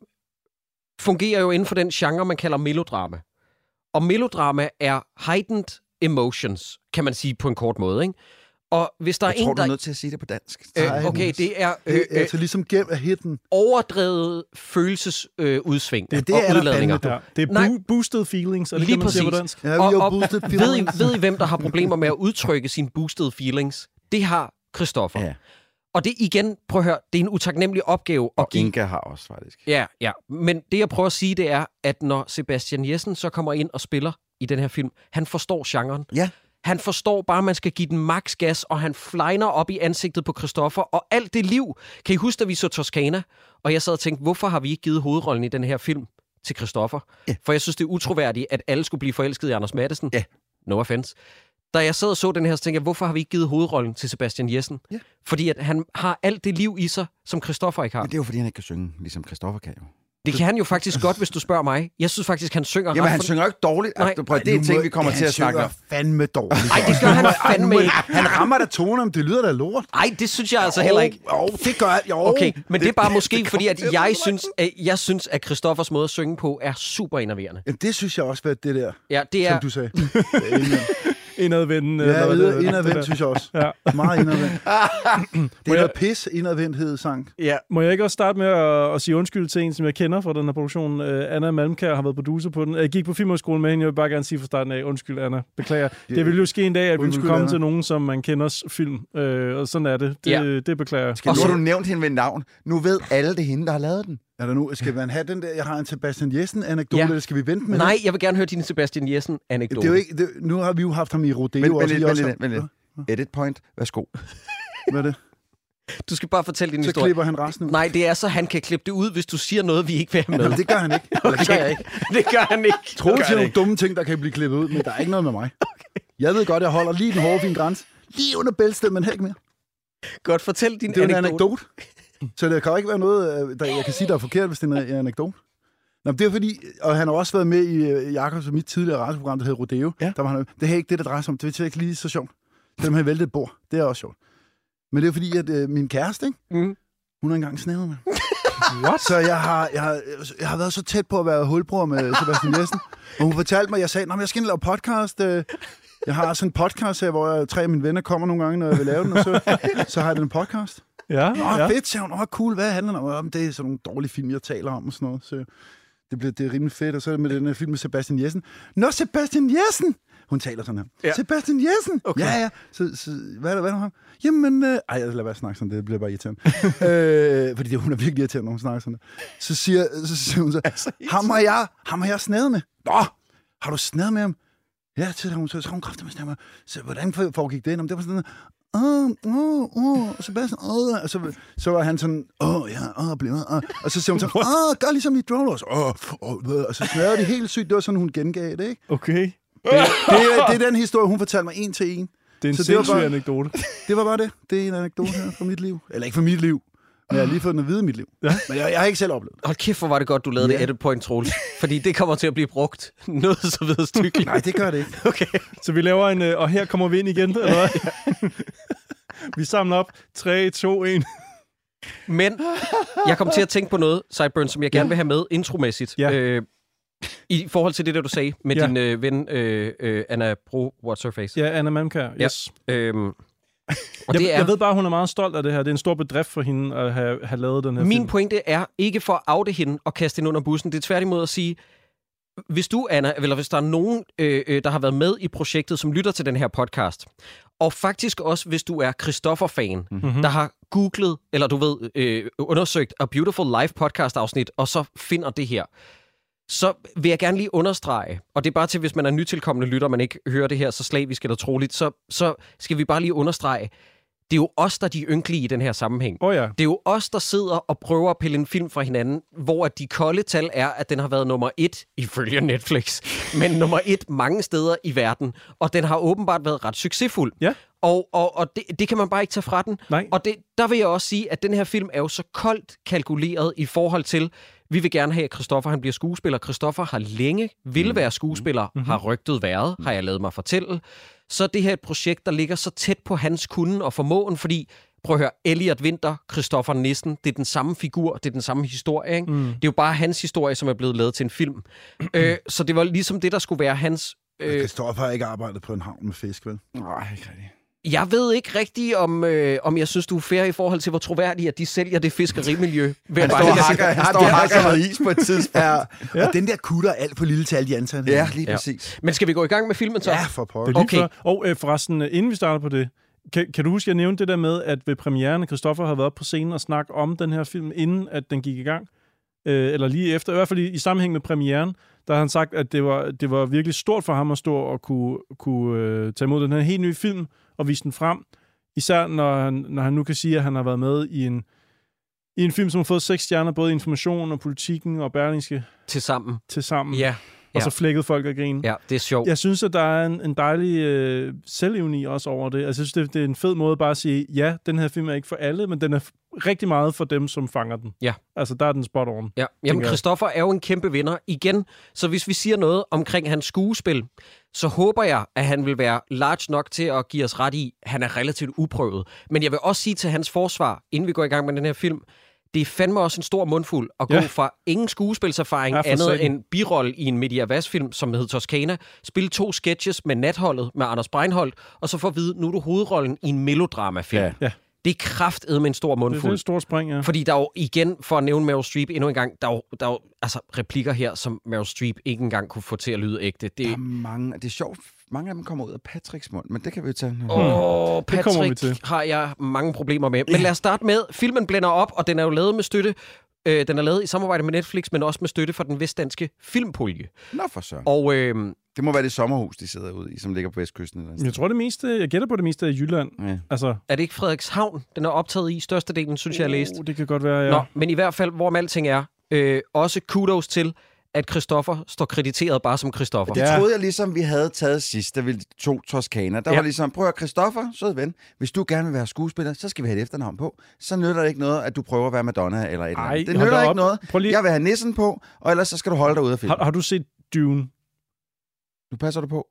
Speaker 4: fungerer jo inden for den genre, man kalder melodrama. Og melodrama er heightened emotions, kan man sige på en kort måde. Ikke? Og hvis der
Speaker 2: Jeg
Speaker 4: er
Speaker 2: tror,
Speaker 4: en,
Speaker 2: du
Speaker 4: der...
Speaker 2: er nødt til at sige det på dansk.
Speaker 4: Øh, okay, det er øh,
Speaker 1: Det er
Speaker 4: øh,
Speaker 1: altså ligesom gem af hitten.
Speaker 4: overdrevet følelsesudsving øh,
Speaker 1: det
Speaker 4: og
Speaker 1: er der
Speaker 4: udladninger.
Speaker 1: fandme,
Speaker 3: Ja. Det er
Speaker 4: Nej.
Speaker 3: bo- boosted feelings, og det
Speaker 4: Lige
Speaker 3: kan man sige på
Speaker 4: præcis.
Speaker 3: dansk.
Speaker 1: Ja,
Speaker 4: Og-
Speaker 1: vi har
Speaker 4: og-
Speaker 1: boostet
Speaker 4: Ved I,
Speaker 1: filmen.
Speaker 4: ved I, hvem der har problemer med at udtrykke sine boosted feelings? Det har Christoffer.
Speaker 2: Ja.
Speaker 4: Og det igen, prøv at høre, det er en utaknemmelig opgave at
Speaker 2: Og
Speaker 4: give
Speaker 2: Inga har også, faktisk.
Speaker 4: Ja, ja. Men det, jeg prøver at sige, det er, at når Sebastian Jessen så kommer ind og spiller i den her film, han forstår genren.
Speaker 2: Ja.
Speaker 4: Han forstår bare, at man skal give den max gas, og han flyner op i ansigtet på Christoffer, og alt det liv. Kan I huske, da vi så Toscana? Og jeg sad og tænkte, hvorfor har vi ikke givet hovedrollen i den her film til Christoffer?
Speaker 2: Ja.
Speaker 4: For jeg synes, det er utroværdigt, at alle skulle blive forelsket i Anders Madsen.
Speaker 2: Ja.
Speaker 4: No offense. Da jeg sad og så den her, så tænkte jeg, hvorfor har vi ikke givet hovedrollen til Sebastian Jessen?
Speaker 2: Ja.
Speaker 4: Fordi at han har alt det liv i sig, som Christoffer ikke har.
Speaker 2: Men det er jo, fordi han ikke kan synge, ligesom Christoffer kan jo.
Speaker 4: Det kan han jo faktisk godt, hvis du spørger mig. Jeg synes faktisk, han synger
Speaker 2: Jamen,
Speaker 4: ret
Speaker 2: han
Speaker 4: for-
Speaker 2: synger jo ikke dårligt.
Speaker 4: Nej.
Speaker 2: Nej, prøv, det er en
Speaker 1: Nu
Speaker 2: ting,
Speaker 1: må-
Speaker 2: vi kommer
Speaker 1: han
Speaker 2: til at snakke om.
Speaker 1: synger fandme dårligt.
Speaker 4: Ej, det gør han fandme ikke.
Speaker 1: Han rammer da toner, men det lyder da lort.
Speaker 4: Ej, det synes jeg altså heller ikke.
Speaker 1: Jo, det gør jeg. Jo.
Speaker 4: Okay, men det, det er bare måske fordi, at jeg synes, at jeg synes, at Christoffers måde at synge på er super enerverende.
Speaker 1: Jamen, det synes jeg også, hvad det der,
Speaker 4: Ja, det er...
Speaker 1: som du sagde.
Speaker 3: Indadvendende.
Speaker 1: Ja,
Speaker 3: hvad
Speaker 1: ja
Speaker 3: det-
Speaker 1: indadvendt,
Speaker 3: det der.
Speaker 1: synes jeg også.
Speaker 3: Ja.
Speaker 1: Meget indadvendt. Det
Speaker 3: Må
Speaker 1: er
Speaker 3: jeg-
Speaker 1: noget pis indadvendthed sang.
Speaker 3: Ja. Må jeg ikke også starte med at, at sige undskyld til en, som jeg kender fra den her produktion? Øh, Anna Malmkær har været producer på den. Jeg gik på Filmhøjskolen med hende, jeg vil bare gerne sige fra starten af, undskyld Anna, beklager. Det ville jo ske en dag, at vi
Speaker 1: Undskyld,
Speaker 3: ville komme
Speaker 1: Anna.
Speaker 3: til nogen, som man kenders film, øh, og sådan er det. Det,
Speaker 4: Ja.
Speaker 3: det beklager jeg.
Speaker 2: Og
Speaker 4: Og
Speaker 2: så
Speaker 4: så-
Speaker 2: har du nævnt hende ved navn. Nu ved alle det er hende, der har lavet den.
Speaker 1: Er der nu, skal man have den der, jeg har en Sebastian Jessen-anekdote,
Speaker 4: Ja.
Speaker 1: ja. eller skal vi vente med
Speaker 4: Nej,
Speaker 1: den?
Speaker 4: jeg vil gerne høre din Sebastian Jessen-anekdote.
Speaker 1: Det er jo ikke, det, nu har vi jo haft ham i Rodeo
Speaker 2: Men, men,
Speaker 1: også. I
Speaker 2: lidt, men,
Speaker 1: også
Speaker 2: lidt,
Speaker 1: har-
Speaker 2: men lidt. Edit point. Værsgo.
Speaker 1: Hvad er det?
Speaker 4: Du skal bare fortælle din
Speaker 1: Så
Speaker 4: historie.
Speaker 1: klipper han resten ud.
Speaker 4: Nej, det er så, han kan klippe det ud, hvis du siger noget, vi ikke vil have med.
Speaker 1: Jamen, det gør han ikke. Okay. Det gør jeg ikke.
Speaker 4: det gør han ikke.
Speaker 1: Troels siger nogle dumme ting, der kan blive klippet ud, men der er ikke noget med mig. Jeg ved godt, jeg holder lige den hårde fine grænse. Lige under bælstedet, men heller ikke mere.
Speaker 4: Godt, fortæl din
Speaker 1: Det er jo en
Speaker 4: anekdote.
Speaker 1: øh, anekdote. Så der kan jo ikke være noget, øh, der, jeg kan sige, der er forkert, hvis det er en anekdote. Nå, men det er fordi, og han har også været med i øh, Jakobs og mit tidligere radioprogram, der hed Rodeo.
Speaker 3: Ja.
Speaker 1: Der var han, det her er ikke det, der drejer sig om. Det er ikke lige så sjovt. Selvom han væltede et bord. Det er også sjovt. Men det er fordi, at øh, min kæreste, ikke?
Speaker 4: Mhm.
Speaker 1: hun har engang snedet mig.
Speaker 3: What?
Speaker 1: Så jeg har, jeg, har, jeg har været så tæt på at være hulbror med Sebastian Jessen. Og hun fortalte mig, jeg sagde, at jeg skal ind og lave podcast. øh. Jeg har sådan en podcast her, hvor jeg, tre af mine venner kommer nogle gange, når jeg vil lave den. Og så, så har jeg den podcast.
Speaker 3: Ja,
Speaker 1: Nå,
Speaker 3: ja.
Speaker 1: ja. fedt, sagde hun. Åh, cool, hvad handler det om? om? Det er sådan nogle dårlige film, jeg taler om og sådan noget. Så det, bliver, det er rimelig fedt. Og så er det med den her film med Sebastian Jessen. Nå, Sebastian Jessen! Hun taler sådan her. Ja. Sebastian Jessen! Okay. Ja, ja. Så, så hvad er der, hvad er der om ham? Jamen, øh... ej, lad være snakke sådan, det bliver bare irriterende. øh, fordi det, hun er virkelig irriterende, når hun snakker sådan. der. Så siger, så siger hun så, altså, ham har jeg, ham har jeg snadet med. Nå, har du snadet med ham? Ja, til hun, så, så har hun kraftigt med stemmer. Så hvordan for- foregik det? Jamen, det var sådan, åh, åh, åh, og Sebastian, åh, og så, så var han sådan, åh, ja, åh, blev åh, og så siger hun sådan, åh, gør ligesom i Drone Wars, åh, åh, øh," og så snørede det helt sygt, det var sådan, hun gengav det, ikke?
Speaker 3: Okay.
Speaker 1: Det, er- det er den historie, hun fortalte mig en til en.
Speaker 3: Det er en
Speaker 1: Så det var
Speaker 3: sindssyg
Speaker 1: bare-
Speaker 3: anekdote.
Speaker 1: Det var bare det. Det er en anekdote her fra mit liv. Eller ikke fra mit liv, men jeg har lige fået den at vide i mit liv. Ja. Men jeg, jeg har ikke selv oplevet det.
Speaker 4: Hold kæft, hvor var det godt, du lavede yeah. det
Speaker 1: Ja.
Speaker 4: edit point, Troels. Fordi det kommer til at blive brugt noget så videre stykkeligt.
Speaker 1: Nej, det gør det ikke.
Speaker 4: Okay.
Speaker 3: Så vi laver en, øh, og her kommer vi ind igen, eller hvad? vi samler op. 3, 2, 1.
Speaker 4: Men jeg kom til at tænke på noget, Sideburn, som jeg gerne vil have med intromæssigt.
Speaker 3: Ja.
Speaker 4: Øh, I forhold til det, der du sagde med
Speaker 3: Ja.
Speaker 4: din øh, ven, øh, øh, Anna Bro, What's Her Face.
Speaker 3: Ja, Anna Mamka. Yes.
Speaker 4: Øhm, og
Speaker 3: Og jeg,
Speaker 4: det er,
Speaker 3: jeg ved bare, hun er meget stolt af det her. Det er en stor bedrift for hende at have, have lavet den her
Speaker 4: min
Speaker 3: film.
Speaker 4: pointe er ikke for at oute hende og kaste hende under bussen. Det er tværtimod at sige, hvis du, Anna, eller hvis der er nogen, øh, øh, der har været med i projektet, som lytter til den her podcast, og faktisk også, hvis du er Christoffer-fan, mm-hmm. der har googlet, eller du ved, øh, undersøgt A Beautiful Life podcast-afsnit, og så finder det her, så vil jeg gerne lige understrege, og det er bare til, hvis man er nytilkommende lytter, og man ikke hører det her så slavisk eller troligt, så, så skal vi bare lige understrege, det er jo os, der er de ynkelige i den her sammenhæng.
Speaker 3: Åh oh, ja.
Speaker 4: Det er jo os, der sidder og prøver at pille en film fra hinanden, hvor at de kolde tal er, at den har været nummer et, ifølge Netflix, men nummer et mange steder i verden. Og den har åbenbart været ret succesfuld.
Speaker 3: Ja.
Speaker 4: Og, og, og det, det kan man bare ikke tage fra den.
Speaker 3: Nej.
Speaker 4: Og det, der vil jeg også sige, at den her film er jo så koldt kalkuleret i forhold til, vi vil gerne have, at Christoffer han bliver skuespiller. Christoffer har længe vil være skuespiller, har rygtet været, har jeg lavet mig fortælle. Så er det her er et projekt, der ligger så tæt på hans kunden og formåen, fordi, prøv at høre, Elliot Winter, Christoffer Nissen, det er den samme figur, det er den samme historie. Ikke? Mm. Det er jo bare hans historie, som er blevet lavet til en film. øh, så det var ligesom det, der skulle være hans... Øh,
Speaker 1: Kristoffer har ikke arbejdet på en havn med fisk, vel?
Speaker 2: Nej, ikke rigtigt.
Speaker 4: jeg ved ikke rigtigt, om, øh, om jeg synes, du er fair i forhold til, hvor troværdig, at de sælger det fiskerimiljø. Vil jeg
Speaker 2: Han
Speaker 4: bare
Speaker 2: står
Speaker 4: lige
Speaker 2: og
Speaker 4: sige.
Speaker 2: hakker, han
Speaker 1: Ja,
Speaker 2: står
Speaker 1: det
Speaker 2: og
Speaker 1: har
Speaker 2: hakker
Speaker 1: jeg
Speaker 2: noget is på et tidspunkt.
Speaker 1: Ja. ja. Og den der kutter er alt for lille til alle de ansatte.
Speaker 2: Ja, lige
Speaker 4: Ja.
Speaker 2: præcis.
Speaker 4: Men skal vi gå i gang med filmen så?
Speaker 1: Ja, for pokker.
Speaker 3: Det er lige
Speaker 4: Okay.
Speaker 3: okay. før. Og øh, forresten, øh, inden vi starter på det, kan, kan du huske, at jeg nævnte det der med, at ved premieren, Christoffer havde været på scenen og snakket om den her film, inden at den gik i gang? Øh, eller lige efter, i hvert fald i, i sammenhæng med premieren, der har han sagt, at det var, det var virkelig stort for ham at stå og kunne, kunne øh, tage imod den her helt nye film og vise den frem. Især når han, når han nu kan sige, at han har været med i en, i en film, som har fået seks stjerner, både i information og politikken og Berlingske
Speaker 4: Til sammen.
Speaker 3: til
Speaker 2: Mm.
Speaker 3: sammen.
Speaker 4: Ja, ja.
Speaker 3: Og så flækkede folk af grin.
Speaker 4: ja, det er sjovt.
Speaker 3: Jeg synes, at der er en, en dejlig øh, selvevni også over det. Altså, jeg synes, det, det er en fed måde bare at sige, ja, den her film er ikke for alle, men den er f- rigtig meget for dem, som fanger den.
Speaker 4: Ja.
Speaker 3: Altså, der er den spot on.
Speaker 4: Ja, jamen
Speaker 3: jeg.
Speaker 4: Christoffer er jo en kæmpe vinder igen, så hvis vi siger noget omkring hans skuespil, så håber jeg, at han vil være large nok til at give os ret i, at han er relativt uprøvet. Men jeg vil også sige til hans forsvar, inden vi går i gang med den her film, det er fandme også en stor mundfuld at gå
Speaker 3: Ja.
Speaker 4: fra ingen skuespilserfaring
Speaker 3: Ja,
Speaker 4: ja,
Speaker 3: for
Speaker 4: andet
Speaker 3: satan.
Speaker 4: end birolle i en Media Vas-film, som hedder Toscana, spille to sketches med Natholdet med Anders Breinholt, og så få at vide, nu er du hovedrollen i en melodramafilm.
Speaker 2: Ja.
Speaker 3: Ja.
Speaker 4: Det er kraftedme en stor
Speaker 3: Det, det
Speaker 4: mundfuld.
Speaker 3: er et stort spring, ja.
Speaker 4: Fordi der er jo igen, for at nævne Meryl Streep endnu en gang, der er jo, der er jo altså, replikker her, som Meryl Streep ikke engang kunne få til at lyde ægte. Det
Speaker 2: Der
Speaker 4: er
Speaker 2: er mange, det er sjovt, mange af dem kommer ud af Patricks mund, men det kan vi jo tage nu.
Speaker 4: Åh,
Speaker 3: hmm. Det kommer vi
Speaker 4: Patrick
Speaker 3: til.
Speaker 4: har jeg mange problemer med. Men lad os starte med, filmen blænder op, og den er jo lavet med støtte. Øh, den er lavet i samarbejde med Netflix, men også med støtte fra den vestdanske filmpulje.
Speaker 2: Nå for søren.
Speaker 4: Og øh,
Speaker 2: Det må være det sommerhus, de sidder ude i, som ligger på Vestkysten. Eller sådan.
Speaker 3: Jeg tror det meste, jeg gætter på det meste er i Jylland.
Speaker 2: Ja.
Speaker 3: Altså,
Speaker 4: er det ikke Frederikshavn, den er optaget i
Speaker 3: oh,
Speaker 4: størstedelen, synes jeg, jeg har læst?
Speaker 3: Uh, det kan godt være, ja.
Speaker 4: Nå, men i hvert fald, hvorom alting er, øh, også kudos til, at Christoffer står krediteret bare som Christoffer.
Speaker 2: Det
Speaker 3: Ja.
Speaker 2: ja. troede jeg ligesom, vi havde taget sidst, da vi tog Toskana. Der
Speaker 4: Ja.
Speaker 2: ja. var ligesom, prøv at høre, Christoffer, sød ven, hvis du gerne vil være skuespiller, så skal vi have et efternavn på. Så nytter det ikke noget, at du prøver at være Madonna eller et eller
Speaker 3: Ej,
Speaker 2: andet. Det
Speaker 3: hold
Speaker 2: nytter
Speaker 3: da
Speaker 2: ikke
Speaker 3: op.
Speaker 2: noget.
Speaker 3: Prøv lige,
Speaker 2: Jeg vil have nissen på, og ellers så skal du holde dig ude af filmen.
Speaker 3: har, har du set Dune?
Speaker 2: Nu passer du på.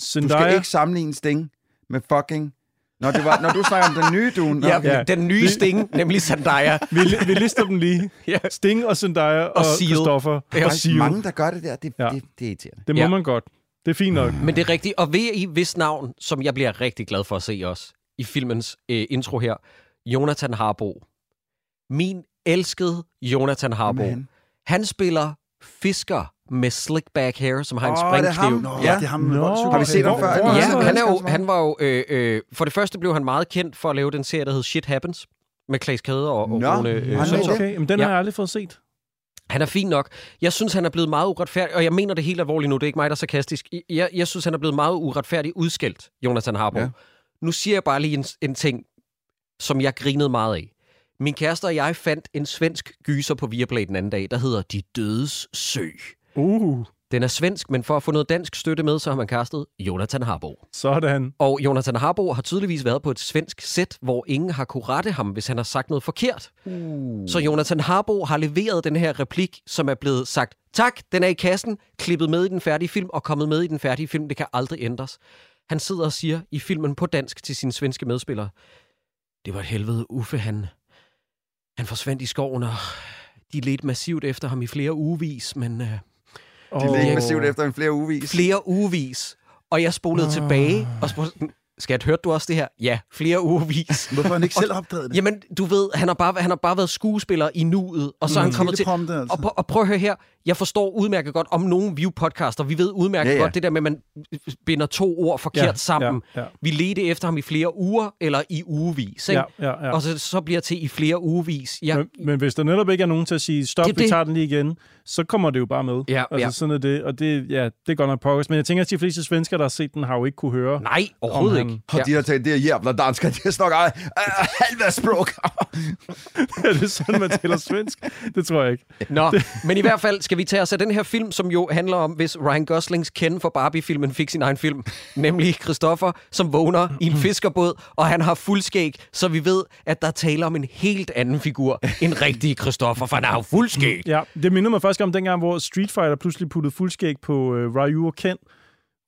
Speaker 2: Du skal
Speaker 3: Zendaya?
Speaker 2: ikke sammenligne Sting med fucking... Når, det var, når du snakker om den nye Dune. Nå,
Speaker 4: Ja,
Speaker 2: okay.
Speaker 4: okay. den nye sting, nemlig Zendaya.
Speaker 3: Vi, li- vi lister dem lige.
Speaker 4: Ja.
Speaker 3: Sting og Zendaya og, og
Speaker 4: Seal.
Speaker 3: Christoffer
Speaker 4: Ja.
Speaker 3: og
Speaker 2: Der er
Speaker 3: Seal.
Speaker 2: mange, der gør det der. Det,
Speaker 3: Ja.
Speaker 2: ja. det, det er irriterende.
Speaker 3: Det må
Speaker 4: Ja.
Speaker 3: man godt. Det er fint nok.
Speaker 4: Men det er rigtigt. Og ved I, hvis navn, som jeg bliver rigtig glad for at se også i filmens øh, intro her, Jonathan Harbo. Min elskede Jonathan Harbo.
Speaker 2: Hvem er han?
Speaker 4: Han spiller fisker med slick back hair, som har en
Speaker 2: Åh,
Speaker 4: springkniv.
Speaker 2: det er ham.
Speaker 1: Nå,
Speaker 2: Ja.
Speaker 1: ja. det er ham. med
Speaker 3: Nå.
Speaker 1: voldspsykopaten.
Speaker 2: Har vi set ham
Speaker 3: Hvor-
Speaker 2: før?
Speaker 3: hvor
Speaker 4: Ja,
Speaker 3: er
Speaker 4: han, er jo,
Speaker 2: Ganske
Speaker 4: han var jo... Øh, øh, for det første blev han meget kendt for at lave den serie, der hed Shit Happens, med Claes Kæde og, og
Speaker 2: Nå,
Speaker 4: Rune
Speaker 2: han
Speaker 4: øh,
Speaker 2: er
Speaker 4: Søndergaard.
Speaker 2: med.
Speaker 3: Okay, men den
Speaker 4: Ja.
Speaker 3: har jeg aldrig fået set.
Speaker 4: Han er fin nok. Jeg synes, han er blevet meget uretfærdig, og jeg mener det helt alvorligt nu, det er ikke mig, der er sarkastisk. I- Jeg, jeg synes, han er blevet meget uretfærdigt udskældt, Jonathan Harbo. Ja.
Speaker 2: Ja.
Speaker 4: Nu siger jeg bare lige en, en ting, som jeg grinede meget af. Min kæreste og jeg fandt en svensk gyser på Viaplay den anden dag, der hedder De Dødes Sø.
Speaker 3: Uh,
Speaker 4: Den er svensk, men for at få noget dansk støtte med, så har man kastet Jonathan Harbo.
Speaker 3: sådan.
Speaker 4: Og Jonathan Harbo har tydeligvis været på et svensk sæt, hvor ingen har kunne rette ham, hvis han har sagt noget forkert. Uh. Så Jonathan Harbo har leveret den her replik, som er blevet sagt, tak, den er i kassen, klippet med i den færdige film og kommet med i den færdige film. Det kan aldrig ændres. Han sidder og siger i filmen på dansk til sine svenske medspillere, det var et helvede, Uffe han, han forsvandt i skoven, og de ledte massivt efter ham i flere ugevis, men... Øh,
Speaker 3: Oh.
Speaker 2: De ligger massivt efter en flere ugevis.
Speaker 4: flere ugevis. Og jeg spolede
Speaker 3: Ah.
Speaker 4: oh. tilbage og spurgte, sådan, skat, hørte du også det her? Ja, flere ugevis.
Speaker 1: Hvorfor har han ikke selv opdaget det?
Speaker 4: Jamen, du ved, han har bare, han har bare været skuespiller i nuet, og så er han kommet til...
Speaker 1: Prompte, altså.
Speaker 4: Og, pr- og prøv at høre her, jeg forstår udmærket godt om nogle view-podcaster, vi ved udmærket ja,
Speaker 2: Ja,
Speaker 4: ja.
Speaker 2: ja.
Speaker 4: godt det der med, at man binder to ord forkert ja, sammen. Ja,
Speaker 3: Ja,
Speaker 4: ja.
Speaker 3: ja,
Speaker 4: Vi ledte efter ham i flere uger, eller i ugevis, ikke?
Speaker 3: ja,
Speaker 4: Ja,
Speaker 3: ja,
Speaker 4: ja.
Speaker 3: ja.
Speaker 4: Og så, så bliver til i flere ugevis. Jeg,
Speaker 3: Men, men hvis der netop ikke er nogen til at sige, stop,
Speaker 4: Det er
Speaker 3: vi
Speaker 4: det.
Speaker 3: tager den lige igen, så kommer det jo bare med.
Speaker 4: Ja,
Speaker 3: altså,
Speaker 4: ja.
Speaker 3: sådan er det, og det, ja, det er godt nok pokkers. Men jeg tænker, at de fleste svensker, der har set den, har jo ikke kunne høre.
Speaker 4: nej, overhovedet
Speaker 3: Om han-
Speaker 4: ikke.
Speaker 2: Og de der tænkt, det er jævla dansker, de snakker ej, øh, halva språk.
Speaker 3: er det sådan, man taler svensk? Det tror jeg ikke.
Speaker 4: Nå, men i hvert fald skal vi tage os af den her film, som jo handler om, hvis Ryan Goslings kende for Barbie-filmen fik sin egen film, nemlig Christoffer, som vågner i en fiskerbåd, og han har fuldskæg, så vi ved, at der taler om en helt anden figur end rigtige Christoffer, for han har jo fuldskæg.
Speaker 3: Ja, det minder mig faktisk om dengang, hvor Street Fighter pludselig puttede fuldskæg på øh, Ryu og Ken,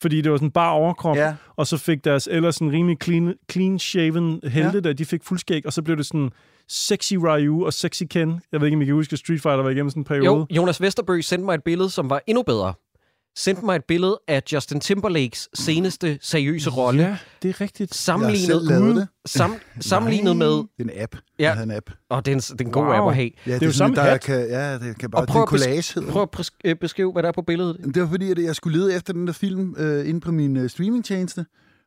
Speaker 3: fordi det var sådan bare overkrop,
Speaker 2: Ja.
Speaker 3: og så fik deres ellers sådan rimelig clean, clean-shaven helte, ja. der de fik fuldskæg, og så blev det sådan sexy Ryu og sexy Ken. Jeg ved ikke, om I kan huske, at Street Fighter var igennem sådan en periode.
Speaker 4: Jo, Jonas Vesterbø sendte mig et billede, som var endnu bedre. Sendte mig et billede af Justin Timberlakes seneste seriøse rolle,
Speaker 3: Ja, det er rigtigt.
Speaker 4: sammenlignet,
Speaker 1: Jeg har selv lavet det.
Speaker 4: Sam, sammenlignet
Speaker 1: Nej.
Speaker 4: med...
Speaker 1: Det er en app. Ja.
Speaker 4: Ja.
Speaker 1: Jeg havde en app. Ja,
Speaker 4: Og det er en, det er en god
Speaker 3: Wow.
Speaker 4: wow. app at have.
Speaker 1: det,
Speaker 3: jo
Speaker 1: er sådan,
Speaker 3: samme
Speaker 1: en, der
Speaker 3: hat.
Speaker 1: kan, ja, det kan bare...
Speaker 4: Og
Speaker 1: det er en
Speaker 4: prøv at,
Speaker 1: collage,
Speaker 4: besk-
Speaker 1: hedder
Speaker 4: prøv at pres- øh, beskrive, hvad der er på billedet.
Speaker 1: det. det var fordi, at jeg skulle lede efter den der film øh, inde på min øh, streamingtjeneste.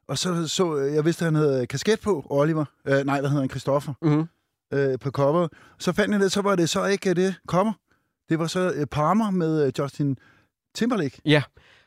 Speaker 1: Og så så øh, jeg, vidste, at han havde øh, kasket på, Oliver. Øh, nej, hvad hedder han? Christoffer.
Speaker 4: Mhm.
Speaker 1: Øh, på cover. Så fandt jeg det, så var det så ikke øh, det cover. Det var så øh, Palmer med øh, Justin Timberlake.
Speaker 4: Ja.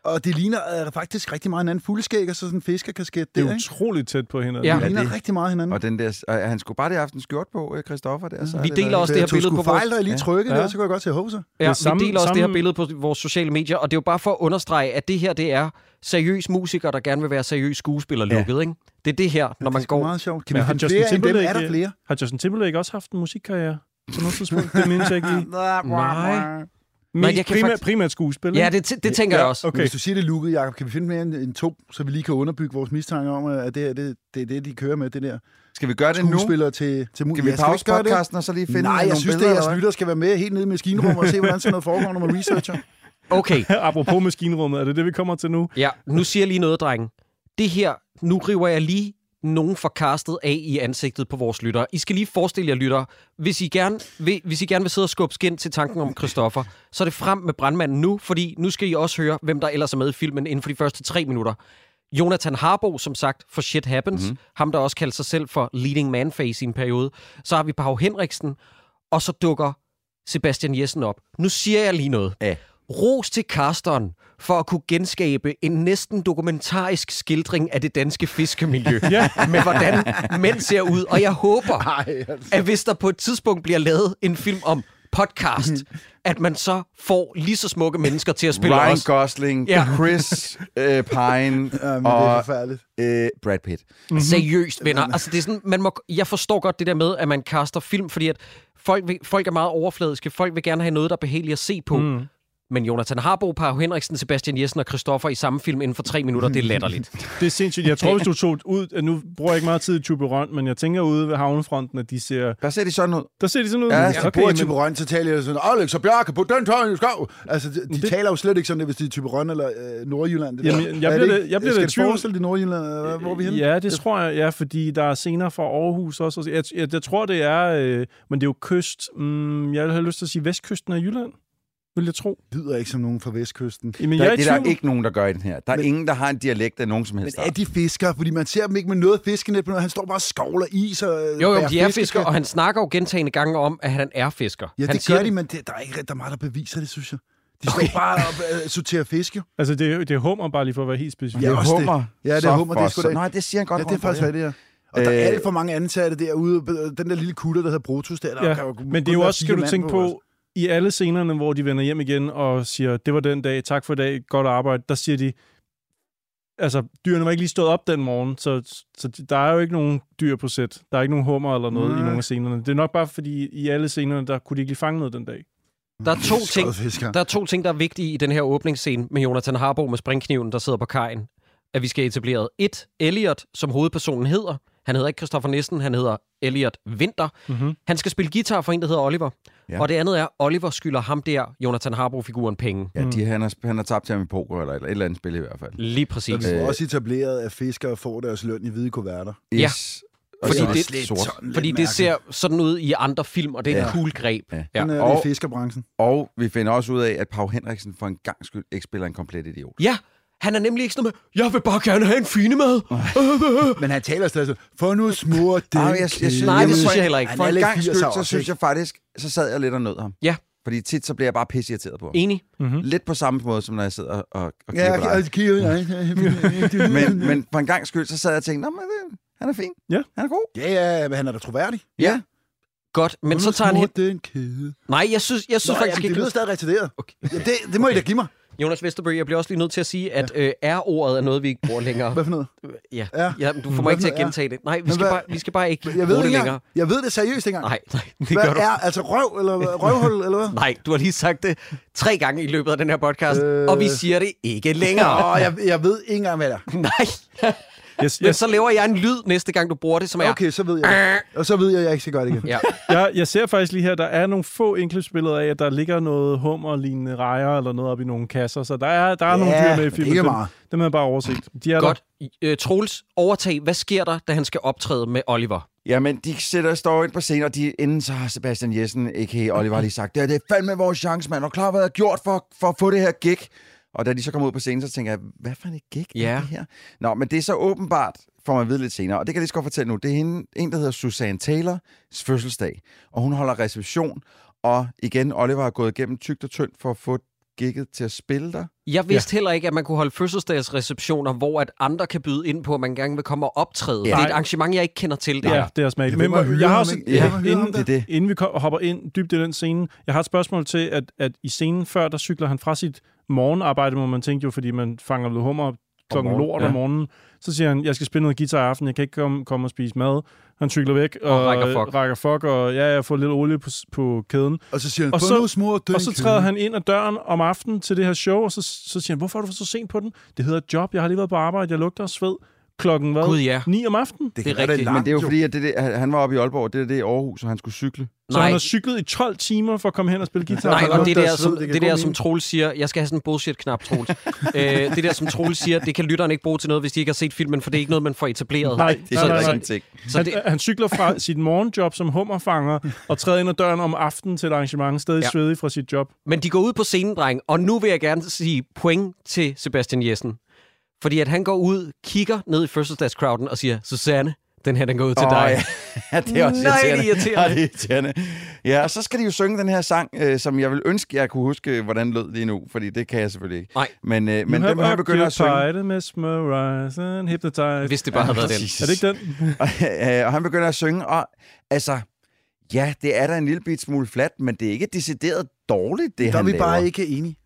Speaker 1: Og det ligner øh, faktisk rigtig meget hinanden. Fuldskæg og så sådan en fiskerkasket.
Speaker 3: Det
Speaker 1: der,
Speaker 3: er
Speaker 1: ikke?
Speaker 3: utroligt tæt på hinanden.
Speaker 4: Ja.
Speaker 1: Det ligner
Speaker 2: det-
Speaker 1: rigtig meget hinanden.
Speaker 2: og den der, og han skulle bare det aften skjort på, øh, Christoffer
Speaker 1: Mm.
Speaker 2: der. Så
Speaker 4: Vi
Speaker 2: er
Speaker 4: deler
Speaker 2: været-
Speaker 4: også det her
Speaker 1: jeg tog
Speaker 4: billede
Speaker 1: sgu
Speaker 4: på vores-
Speaker 1: fejl, da jeg lige trykkede
Speaker 3: Ja.
Speaker 1: der, så kunne jeg godt se hovedet.
Speaker 4: Ja, samme,
Speaker 3: samme-
Speaker 4: vi deler også det her
Speaker 3: samme-
Speaker 4: billede på vores sociale medier, og det er jo bare for at understrege, at det her det er seriøs musiker, der gerne vil være seriøs skuespiller lukket, ikke? Det er det her, når man
Speaker 1: Det er
Speaker 4: går...
Speaker 1: meget sjovt. Kan
Speaker 3: Men
Speaker 1: vi
Speaker 3: har
Speaker 1: finde
Speaker 3: Justin
Speaker 1: flere end dem? Er der
Speaker 3: Timberlake-
Speaker 1: flere?
Speaker 3: Har Justin Timberlake også haft en musikkarriere? På noget tidspunkt, det mindes jeg ikke lige.
Speaker 1: Ah,
Speaker 4: Nej.
Speaker 3: Men
Speaker 4: jeg kan
Speaker 3: primært,
Speaker 4: faktisk-
Speaker 3: primært skuespil,
Speaker 4: Ja,
Speaker 3: ikke?
Speaker 4: det, t- det tænker ja, jeg også.
Speaker 1: Okay.
Speaker 3: Okay.
Speaker 1: Hvis du siger det er lukket, Jacob, kan vi finde mere end, end to, så vi lige kan underbygge vores mistanke om, at det her, det, det er det, de kører med, det der
Speaker 2: Skal vi gøre det nu?
Speaker 1: skuespiller til, til
Speaker 2: Skal vi pause podcasten og så lige finde
Speaker 1: Finde Nej, jeg
Speaker 2: nogle
Speaker 1: synes, det
Speaker 2: billeder,
Speaker 1: er jeres
Speaker 2: eller hvad?
Speaker 1: lytter skal være med helt nede i maskinrummet og se, hvordan sådan noget foregår, når man researcher.
Speaker 4: Okay,
Speaker 3: Apropos maskinrummet, er det det, vi kommer til nu?
Speaker 4: ja, nu siger jeg lige noget, drenge. Det her, nu river jeg lige nogen fra castet af i ansigtet på vores lyttere. I skal lige forestille jer, lyttere, hvis I gerne vil, hvis I gerne vil sidde og skubbe skin til tanken om Christoffer, så er det frem med brandmanden nu, fordi nu skal I også høre, hvem der ellers er med i filmen inden for de første tre minutter. Jonathan Harbo, som sagt, for Shit Happens. Mm-hmm. Ham, der også kaldte sig selv for Leading Man Face i en periode. Så har vi Pau Henriksen, og så dukker Sebastian Jessen op. Nu siger jeg lige noget.
Speaker 2: Ja.
Speaker 4: Ros til Carsten for at kunne genskabe en næsten dokumentarisk skildring af det danske fiskemiljø.
Speaker 3: Ja.
Speaker 4: Med hvordan mænd ser ud. Og jeg håber,
Speaker 1: Nej, altså.
Speaker 4: at hvis der på et tidspunkt bliver lavet en film om podcast, at man så får lige så smukke mennesker til at spille
Speaker 2: Ryan
Speaker 4: os.
Speaker 2: Gosling,
Speaker 4: Ja.
Speaker 2: Chris øh, Pine
Speaker 1: Jamen, det er
Speaker 2: og
Speaker 1: forfærdeligt.
Speaker 2: øh, Brad Pitt.
Speaker 1: Mm-hmm.
Speaker 4: Seriøst, venner. Altså, det er sådan, man må, jeg forstår godt det der med, at man kaster film, fordi at folk, vil, folk er meget overfladiske. Folk vil gerne have noget, der er behageligt at se på. Mm. Men Jonathan Harbo, Pau Henriksen, Sebastian Jessen og Christoffer i samme film inden for tre minutter, det er latterligt.
Speaker 3: Det er sindssygt. Jeg tror, hvis du tog ud... Nu bruger jeg ikke meget tid i Tuberont, men jeg tænker ude ved havnefronten, at de ser...
Speaker 2: Hvad ser de sådan ud?
Speaker 3: Der ser de sådan ud.
Speaker 2: Ja,
Speaker 1: Hvis de okay, bor i type Røn, så taler de sådan, Alex og Bjarke på den tøj, skov. Altså, de, de
Speaker 3: det-
Speaker 1: det... taler jo slet ikke sådan, det, hvis de er type Røn eller øh, Nordjylland. Det
Speaker 3: Jamen,
Speaker 1: der.
Speaker 3: jeg
Speaker 1: Er
Speaker 3: bliver
Speaker 1: det
Speaker 3: lidt- jeg
Speaker 1: Skal
Speaker 3: bliver lidt i
Speaker 1: det
Speaker 3: tvivl.
Speaker 1: forestille det Nordjylland, eller hvad- hvor er vi henne?
Speaker 3: Ja, det tror jeg, ja, fordi der er scener fra Aarhus også. og- Jeg, jeg, jeg tror, det er, øh, men det er jo kyst. Mm, jeg har lyst til at sige vestkysten af Jylland, vil jeg tro.
Speaker 1: Det lyder ikke som nogen fra Vestkysten.
Speaker 3: Jamen,
Speaker 2: Der,
Speaker 3: jeg er i
Speaker 2: det er
Speaker 3: tvivl.
Speaker 2: der ikke nogen, der gør i den her. Der er
Speaker 1: Men-
Speaker 2: ingen, der har en dialekt af nogen som
Speaker 1: Men
Speaker 2: helst.
Speaker 1: er de fiskere? Fordi man ser dem ikke med noget fiskenet på noget. Han står bare og skovler is og øh,
Speaker 4: Jo, jo,
Speaker 1: bærer
Speaker 4: de er
Speaker 1: fiskeskab.
Speaker 4: fisker, og han snakker jo gentagende gange om, at han er fisker.
Speaker 1: Ja,
Speaker 4: han
Speaker 1: det gør de, men det, der er ikke rigtig der er meget, der beviser det, synes jeg. De står okay. bare og øh, sorterer fisk, jo.
Speaker 3: Altså, det er, det er hummer, bare lige for at være helt specifik.
Speaker 1: Ja,
Speaker 2: det er
Speaker 1: også det.
Speaker 2: hummer.
Speaker 1: Ja, det er
Speaker 2: Så
Speaker 1: hummer, det er
Speaker 2: for
Speaker 1: sgu
Speaker 2: så-
Speaker 1: da-
Speaker 2: Nej, det siger han godt.
Speaker 1: Ja, det er
Speaker 2: hummer,
Speaker 1: faktisk
Speaker 2: ja.
Speaker 1: rigtigt, ja. Og der er
Speaker 2: Øh,
Speaker 1: alt for mange ansatte derude. Øh, Den der lille kutter, der hedder Brutus, der, der kan jo
Speaker 3: Ja,
Speaker 1: kun
Speaker 3: men det er jo
Speaker 1: være
Speaker 3: også,
Speaker 1: fire
Speaker 3: skal du
Speaker 1: mand
Speaker 3: tænke
Speaker 1: altså.
Speaker 3: på, i alle scenerne, hvor de vender hjem igen og siger, det var den dag, tak for i dag, godt arbejde, der siger de, altså, dyrene var ikke lige stået op den morgen, så, så de- der er jo ikke nogen dyr på sæt. Der er ikke nogen hummer eller noget Nej. i
Speaker 1: Nej.
Speaker 3: nogle af scenerne. Det er nok bare, fordi i alle scenerne, der kunne de ikke lige fange noget den dag.
Speaker 1: altså.
Speaker 4: Der er to ting,
Speaker 1: Skodfiskere.
Speaker 4: Der er to ting, der er vigtige i den her åbningsscene med Jonathan Harbo med springkniven, der sidder på kajen, at vi skal etablere et Elliot, som hovedpersonen hedder. Han hedder ikke Christoffer Nissen, han hedder Elliot Winter.
Speaker 3: Mhm.
Speaker 4: Mm-hmm. Han skal spille guitar for en, der hedder Oliver.
Speaker 2: Ja.
Speaker 4: Ja. Og det andet er, Oliver skylder ham der, Jonathan Harbo-figuren, penge.
Speaker 2: Ja,
Speaker 1: Mm.
Speaker 2: de, han, har, han har tabt til ham i poker, eller et, et eller andet spil i hvert fald.
Speaker 4: Lige
Speaker 1: Så vi
Speaker 4: præcis.
Speaker 1: får
Speaker 2: Øh.
Speaker 1: også etableret, at fiskere får deres løn i hvide kuverter.
Speaker 4: Ja.
Speaker 2: Yes. Og
Speaker 4: Fordi
Speaker 2: så
Speaker 4: det-
Speaker 2: også sort.
Speaker 1: Sådan lidt
Speaker 4: Fordi det
Speaker 1: mærkeligt.
Speaker 4: ser sådan ud i andre film, og det er ja.
Speaker 2: Ja.
Speaker 4: en cool greb.
Speaker 2: Ja.
Speaker 4: Ja.
Speaker 1: Sådan er det
Speaker 2: Og,
Speaker 1: i fiskerbranchen.
Speaker 2: og vi finder også ud af, at Pau Henriksen for en gang skyld ikke spiller en komplet idiot.
Speaker 4: ja, han er nemlig ikke sådan noget med, jeg vil bare gerne have en fine mad.
Speaker 1: Men han taler stadig sådan, for nu smur det.
Speaker 2: Ej, jeg- jeg synes-
Speaker 4: Nej, det synes jeg heller ikke.
Speaker 1: Han
Speaker 2: For
Speaker 1: er
Speaker 2: en
Speaker 1: lidt
Speaker 2: gang skyld,
Speaker 1: 80'er
Speaker 2: så
Speaker 1: også,
Speaker 2: synes
Speaker 1: ikke?
Speaker 2: jeg faktisk, så sad jeg lidt og nød ham.
Speaker 4: Ja.
Speaker 2: Fordi tit, så bliver jeg bare pisseirriteret på ham.
Speaker 4: Enig.
Speaker 1: Mhm.
Speaker 2: Lidt på samme måde, som når jeg sidder og, og kigger
Speaker 1: Ja,
Speaker 2: ja, på dig.
Speaker 1: jeg
Speaker 3: altså,
Speaker 1: kigger ud.
Speaker 2: Men, men for en gang skyld, så sad jeg og tænkte, "Nå, men det- han er fin.
Speaker 3: Ja.
Speaker 2: Han er god.
Speaker 1: Ja, ja, men han er da troværdig.
Speaker 2: Ja.
Speaker 4: Godt, men
Speaker 1: For
Speaker 4: så
Speaker 1: nu
Speaker 4: tager han
Speaker 1: smurt
Speaker 4: hen...
Speaker 1: den kæde.
Speaker 4: Nej, jeg synes, jeg
Speaker 1: Nå,
Speaker 4: synes
Speaker 1: ja,
Speaker 4: faktisk
Speaker 1: men det
Speaker 4: ikke...
Speaker 1: lyder stadig retarderet.
Speaker 4: Okay.
Speaker 1: Ja, det, det må I da give mig.
Speaker 4: Jonas Vesterbø, jeg bliver også lige nødt til at sige, at ja. øh, R-ordet er noget, vi ikke bruger længere.
Speaker 1: Hvad for noget?
Speaker 4: Ja,
Speaker 1: Ja.
Speaker 4: ja men du får mig ikke til at
Speaker 1: hvad- ja.
Speaker 4: gentage det. Nej, vi
Speaker 1: Men
Speaker 4: skal,
Speaker 1: hvad-
Speaker 4: bare, vi skal bare ikke
Speaker 1: Jeg ved
Speaker 4: bruge
Speaker 1: det ikke
Speaker 4: det længere.
Speaker 1: engang. Jeg ved det seriøst ikke engang.
Speaker 4: Nej, nej, det
Speaker 1: Hvad
Speaker 4: gør du.
Speaker 1: er, altså røv eller hvad? røvhul, eller hvad?
Speaker 4: Nej, du har lige sagt det tre gange i løbet af den her podcast, øh...
Speaker 1: Øh.
Speaker 4: og vi siger det ikke længere.
Speaker 1: Åh, jeg, jeg ved ikke engang, hvad det er.
Speaker 4: nej,
Speaker 3: Yes,
Speaker 4: men
Speaker 3: yes.
Speaker 4: så laver jeg en lyd næste gang, du bruger det, som er...
Speaker 1: Okay, så ved jeg det. Og så ved jeg, at jeg ikke skal gøre det igen.
Speaker 4: Ja.
Speaker 3: jeg, jeg ser faktisk lige her, der er nogle få indklipsbilleder af, at der ligger noget hummer-lignende rejer eller noget op i nogle kasser, så der er, der er nogle
Speaker 1: Ja,
Speaker 3: dyr med i
Speaker 1: men
Speaker 3: filmen.
Speaker 1: ikke
Speaker 3: Dem-
Speaker 1: meget.
Speaker 3: Dem har jeg bare overset. De er
Speaker 4: Godt. Øh, Troels, overtag. Hvad sker der, da han skal optræde med Oliver?
Speaker 2: Jamen, de sætter står ind på scenen, og de, inden så har Sebastian Jessen, a.k.a. Oliver, lige sagt, det er, det er fandme vores chance, mand, og klar, hvad jeg har gjort for, for at få det her gig. Og da de så kommer ud på scenen, så tænker jeg, hvad for en gig
Speaker 4: Ja.
Speaker 2: er det her? Nå, men det er så åbenbart, får man at vide lidt senere, og det kan jeg lige så godt fortælle nu. Det er hende, en, der hedder Susanne Taylors fødselsdag, og hun holder reception, og igen, Oliver har gået igennem tygt og tyndt for at få gigget til at spille der.
Speaker 4: Jeg vidste ja. heller ikke, at man kunne holde fødselsdagsreceptioner, hvor at andre kan byde ind på, at man gerne vil komme og optræde. Ja. Det er et arrangement, jeg ikke kender til. Det
Speaker 3: der.
Speaker 4: her.
Speaker 3: Ja, det er smag.
Speaker 1: Ja,
Speaker 3: Men
Speaker 1: hvem har hyret
Speaker 3: jeg har
Speaker 1: ham,
Speaker 3: også,
Speaker 1: ikke? Hvem
Speaker 3: ja,
Speaker 1: har hyret
Speaker 3: inden,
Speaker 1: ham der?
Speaker 2: Det er det.
Speaker 3: inden vi kom- hopper ind dybt i den scene, jeg har et spørgsmål til, at, at i scenen før, der cykler han fra sit morgenarbejde, må man tænke jo, fordi man fanger noget hummer klokken
Speaker 2: morgenen,
Speaker 3: lort
Speaker 2: ja.
Speaker 3: om morgenen. Så siger han, jeg skal spille noget guitar i aften, jeg kan ikke komme, komme og spise mad. Han cykler væk og,
Speaker 4: rækker fuck.
Speaker 3: rækker fuck, og ja, jeg får lidt olie på, s- på kæden.
Speaker 1: Og så siger han,
Speaker 3: Og
Speaker 1: få
Speaker 3: så-
Speaker 1: nu smur den
Speaker 3: Og så
Speaker 1: kæde.
Speaker 3: træder han ind ad døren om aftenen til det her show, og så, så siger han, hvorfor er du så sent på den? Det hedder et job, jeg har lige været på arbejde, jeg lugter af sved. Klokken hvad?
Speaker 4: Gud, ja.
Speaker 3: 9 om aftenen.
Speaker 1: Det,
Speaker 4: Det er
Speaker 1: kan være,
Speaker 4: rigtigt,
Speaker 1: langt,
Speaker 2: Men det er jo fordi, at det, det, han var oppe i Aalborg, og det er det i Aarhus, og han skulle cykle.
Speaker 3: Så
Speaker 4: Nej.
Speaker 3: han har cyklet i 12 timer for at komme hen og spille guitar.
Speaker 4: Nej,
Speaker 1: Der er
Speaker 4: og det
Speaker 1: nogen, der
Speaker 4: der, som,
Speaker 1: sidder, det
Speaker 4: det
Speaker 1: kan
Speaker 4: der,
Speaker 1: kun
Speaker 4: som
Speaker 1: en.
Speaker 4: Troels siger, jeg skal have sådan en bullshit-knap, Troels. øh, det der, som Troels siger, det kan lytterne ikke bruge til noget, hvis de ikke har set filmen, for det er ikke noget, man får etableret.
Speaker 3: Nej, det er
Speaker 4: så,
Speaker 3: der
Speaker 4: så,
Speaker 3: ikke
Speaker 2: en ting.
Speaker 4: så
Speaker 3: Han,
Speaker 4: det,
Speaker 3: han cykler fra sit morgenjob som hummerfanger og træder ind ad døren om aftenen til et arrangement, stadig
Speaker 4: Ja.
Speaker 3: ja. svedig fra sit job.
Speaker 4: men de går ud på scenen, dreng, og nu vil jeg gerne sige point til Sebastian Jessen. Fordi at han går ud, kigger ned i fødselsdagscrowden og siger, Susanne, den her, den går ud til
Speaker 2: Åh,
Speaker 4: dig.
Speaker 2: Ja, det er også
Speaker 4: Nej, det er
Speaker 2: irriterende.
Speaker 4: irriterende.
Speaker 2: Ja, det er irriterende. Ja, og så skal de jo synge den her sang, øh, som jeg vil ønske, jeg kunne huske, hvordan lød lige nu, fordi det kan jeg selvfølgelig ikke.
Speaker 4: Nej.
Speaker 2: Men, øh, men dem her begynder at synge.
Speaker 3: Hypnotize, mesmerize and hypnotize.
Speaker 4: Hvis det bare havde været den.
Speaker 3: Er det ikke den?
Speaker 2: og han begynder at synge, og altså, Ja, det er da en lille bit smule flat, men det er ikke decideret dårligt, det
Speaker 1: Der er
Speaker 2: han
Speaker 1: vi
Speaker 2: laver.
Speaker 1: bare ikke enige.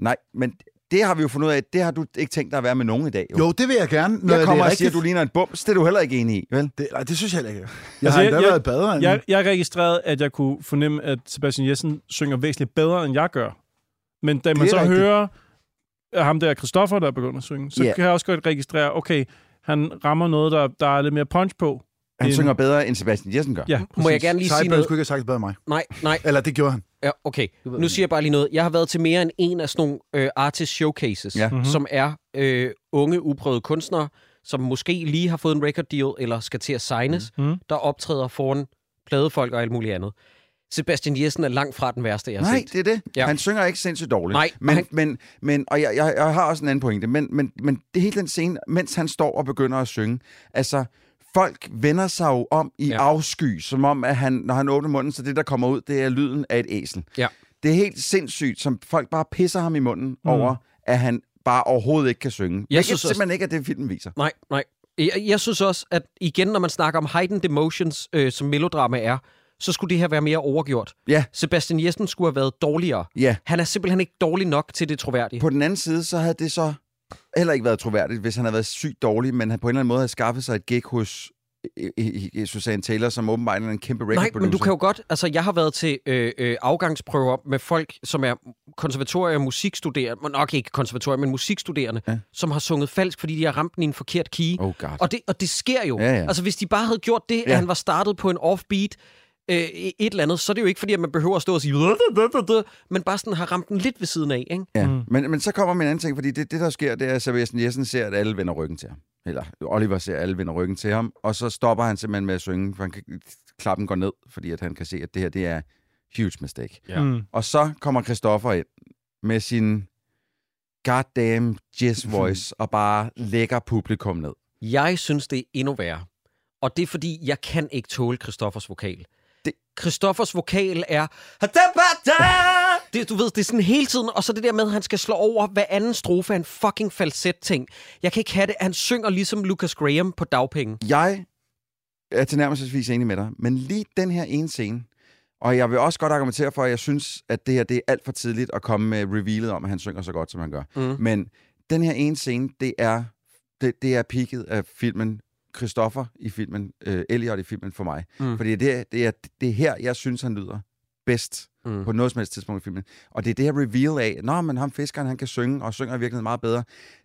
Speaker 2: Nej, men det har vi jo fundet ud af, det har du ikke tænkt dig at være med nogen i dag. Jo.
Speaker 1: Jo, det vil jeg gerne. Når
Speaker 2: jeg kommer
Speaker 1: det
Speaker 2: og
Speaker 1: er
Speaker 2: siger, at
Speaker 1: rigtigt.
Speaker 2: du ligner en bums, det er du heller ikke enig i, vel?
Speaker 1: Det, nej, det synes jeg heller ikke. Jeg
Speaker 3: Altså,
Speaker 1: altså, har
Speaker 3: jeg-
Speaker 1: endda
Speaker 3: jeg-
Speaker 1: været bedre end...
Speaker 3: Jeg, jeg registrerede, at jeg kunne fornemme, at Sebastian Jessen synger væsentligt bedre, end jeg gør. Men da man
Speaker 1: er
Speaker 3: så
Speaker 1: rigtigt.
Speaker 3: rigtigt. hører øh, ham der, Christoffer, der er begyndt at synge, så
Speaker 2: Ja.
Speaker 3: yeah. kan jeg også godt registrere, okay, han rammer noget, der, der er lidt mere punch på.
Speaker 2: Han
Speaker 3: end-
Speaker 2: synger bedre, end Sebastian Jessen gør.
Speaker 3: Ja,
Speaker 4: Må jeg
Speaker 3: præcis.
Speaker 4: gerne lige sige
Speaker 1: Sejbøl
Speaker 4: noget?
Speaker 1: skulle ikke have sagt det bedre end mig.
Speaker 4: Nej, nej.
Speaker 1: Eller det gjorde han.
Speaker 4: Ja, okay. Nu siger jeg bare lige noget. Jeg har været til mere end en af sådan nogle øh, artist showcases,
Speaker 2: Ja.
Speaker 4: ja.
Speaker 3: Mhm.
Speaker 4: mm-hmm. som er øh, unge, uprøvede kunstnere, som måske lige har fået en record deal, eller skal til at signes,
Speaker 3: Mhm.
Speaker 4: mm-hmm. der optræder foran pladefolk og alt muligt andet. Sebastian Jessen er langt fra den værste, jeg har
Speaker 2: Nej,
Speaker 4: set.
Speaker 2: det er det. Ja.
Speaker 4: Ja.
Speaker 2: Han synger ikke sindssygt dårligt.
Speaker 4: Nej,
Speaker 2: men,
Speaker 4: han-
Speaker 2: men, men og jeg, jeg, jeg har også en anden pointe, men, men, men det hele den scene, mens han står og begynder at synge, altså folk vender sig jo om i ja.
Speaker 4: Ja.
Speaker 2: afsky, som om, at han, når han åbner munden, så det, der kommer ud, det er lyden af et æsel.
Speaker 4: Ja.
Speaker 2: Det er helt sindssygt, som folk bare pisser ham i munden mm. over, at han bare overhovedet ikke kan synge. Jeg
Speaker 4: synes
Speaker 2: synes
Speaker 4: også-
Speaker 2: simpelthen ikke, at det filmen viser.
Speaker 4: Nej, nej. Jeg, jeg synes også, at igen, når man snakker om heightened emotions, øh, som melodrama er, så skulle det her være mere overgjort.
Speaker 2: Ja.
Speaker 4: Sebastian Jessen skulle have været dårligere.
Speaker 2: Ja.
Speaker 4: Han er simpelthen ikke dårlig nok til det troværdige.
Speaker 2: På den anden side, så havde det så heller ikke været troværdigt, hvis han havde været sygt dårlig, men han på en eller anden måde havde skaffet sig et gig hos øh, øh, Susanne Taylor, som åbenbart er en kæmpe record
Speaker 4: Nej, men du kan jo godt... Altså, jeg har været til øh, øh, afgangsprøver med folk, som er konservatorier og musikstuderende, men nok ikke konservatorier, men musikstuderende,
Speaker 2: Ja.
Speaker 4: ja. som har sunget falsk, fordi de har ramt den i en forkert key.
Speaker 2: Oh god.
Speaker 4: Og, det, og det sker jo.
Speaker 2: Ja, ja.
Speaker 4: Altså, hvis de bare havde gjort det,
Speaker 2: Ja.
Speaker 4: at han var startet på en offbeat, øh, et eller andet, så er det jo ikke fordi, at man behøver at stå og sige, "Dadadadada", men bare sådan har ramt den lidt ved siden af, ikke?
Speaker 2: Ja. Mm.
Speaker 3: Mm.
Speaker 2: Men, men så kommer min anden ting, fordi det, det der sker, det er, at Sebastian Jessen ser, at alle vender ryggen til ham. Eller Oliver ser, at alle vender ryggen til ham, og så stopper han simpelthen med at synge, for han kan, klappen går ned, fordi at han kan se, at det her, det er huge mistake.
Speaker 4: Ja.
Speaker 3: Mm.
Speaker 2: Og så kommer Christoffer ind med sin goddamn jazz voice og bare lægger publikum ned.
Speaker 4: Jeg synes, det er endnu værre. Og det er fordi, jeg kan ikke tåle Christoffers vokal.
Speaker 2: Det-
Speaker 4: Christoffers vokal er... Det, du ved, det er sådan hele tiden, og så det der med, at han skal slå over hver anden strofe af en fucking falset-ting. Jeg kan ikke have det. Han synger ligesom Lucas Graham på dagpenge.
Speaker 2: Jeg er tilnærmelsesvis enig med dig, men lige den her ene scene, og jeg vil også godt argumentere for, at jeg synes, at det her det er alt for tidligt at komme med revealet om, at han synger så godt, som han gør.
Speaker 4: Mm.
Speaker 2: Men den her ene scene, det er, det, det er peaket af filmen Christoffer i filmen, øh, Elliot i filmen for mig. Mm.
Speaker 4: Mm.
Speaker 2: Fordi det, er- det, er, det er her, jeg synes, han lyder bedst
Speaker 4: Mm.
Speaker 2: på noget som helst tidspunkt i filmen. Og det er det her reveal af, nå, men ham fiskeren, han kan synge, og synger i virkeligheden meget bedre.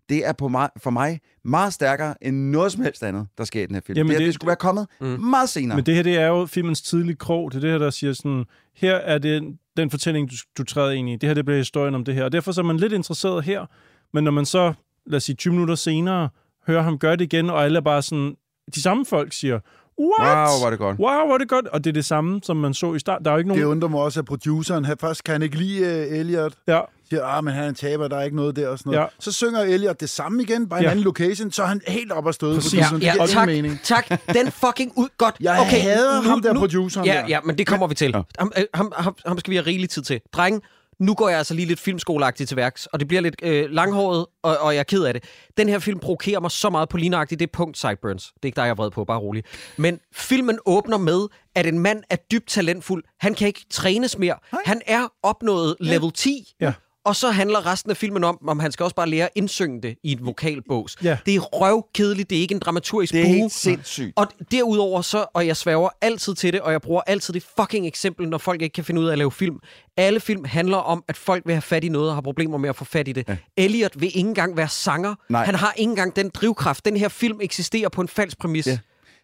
Speaker 2: Det er på mig, for mig meget stærkere end noget som helst andet, der sker i den her film. Jamen,
Speaker 3: Jamen,
Speaker 2: det, her,
Speaker 3: det-
Speaker 2: det skulle være kommet mm.
Speaker 4: Mm.
Speaker 2: meget senere.
Speaker 3: Men det her, det er jo filmens tidlige krog. Det er det her, der siger sådan, her er det, den fortælling, du, du træder ind i. Det her, det bliver historien om det her. Og derfor så er man lidt interesseret her. Men når man så, lad os sige, 20 minutter senere, hører ham gøre det igen, og alle er bare sådan, de samme folk siger, What?
Speaker 2: wow, var det godt.
Speaker 3: Wow, hvor er det godt. Og det er det samme, som man så i start. Der er jo ikke
Speaker 1: Det
Speaker 4: Mm.
Speaker 3: nogen...
Speaker 1: undrer mig også, at produceren her først kan han ikke lide uh, Elliot.
Speaker 3: Ja,
Speaker 1: Siger, ah, men han er en taber, der er ikke noget der og sådan noget. Ja.
Speaker 3: Ja.
Speaker 1: Så synger Elliot det samme igen, bare i en
Speaker 3: Ja.
Speaker 1: anden location, så er han helt op og støde.
Speaker 3: Præcis.
Speaker 1: produceren.
Speaker 4: Ja,
Speaker 1: det
Speaker 4: ja
Speaker 1: giver
Speaker 4: tak,
Speaker 1: ingen mening.
Speaker 4: tak. Den fucking ud... Godt.
Speaker 1: Jeg
Speaker 4: okay,
Speaker 1: hader
Speaker 4: nu,
Speaker 1: ham der
Speaker 4: nu,
Speaker 1: produceren
Speaker 4: Ja,
Speaker 1: der.
Speaker 4: ja, men det kommer vi til. Ham, øh, ham, ham, ham skal vi have rigelig tid til. Dreng, nu går jeg altså lige lidt filmskoleagtigt til værks, og det bliver lidt øh, langhåret, og, og jeg er ked af det. Den her film provokerer mig så meget på lignagtigt det punkt, Sideburns. Det er ikke dig, jeg er vred på, bare rolig. Men filmen åbner med, at en mand er dybt talentfuld. Han kan ikke trænes mere. Han er opnået level 10.
Speaker 3: Ja.
Speaker 4: Og så handler resten af filmen om, om han skal også bare lære at indsynge det i en vokalbås.
Speaker 3: Ja.
Speaker 4: Det er røvkedeligt, det er ikke en dramaturgisk
Speaker 2: Det er
Speaker 4: bue.
Speaker 2: helt sindssygt.
Speaker 4: Og derudover så, og jeg sværger altid til det, og jeg bruger altid det fucking eksempel, når folk ikke kan finde ud af at lave film. Alle film handler om, at folk vil have fat i noget og har problemer med at få fat i det. Ja. Elliot vil ikke engang være sanger.
Speaker 2: Nej.
Speaker 4: Han har ikke engang den drivkraft. Den her film eksisterer på en falsk præmis.
Speaker 2: Ja.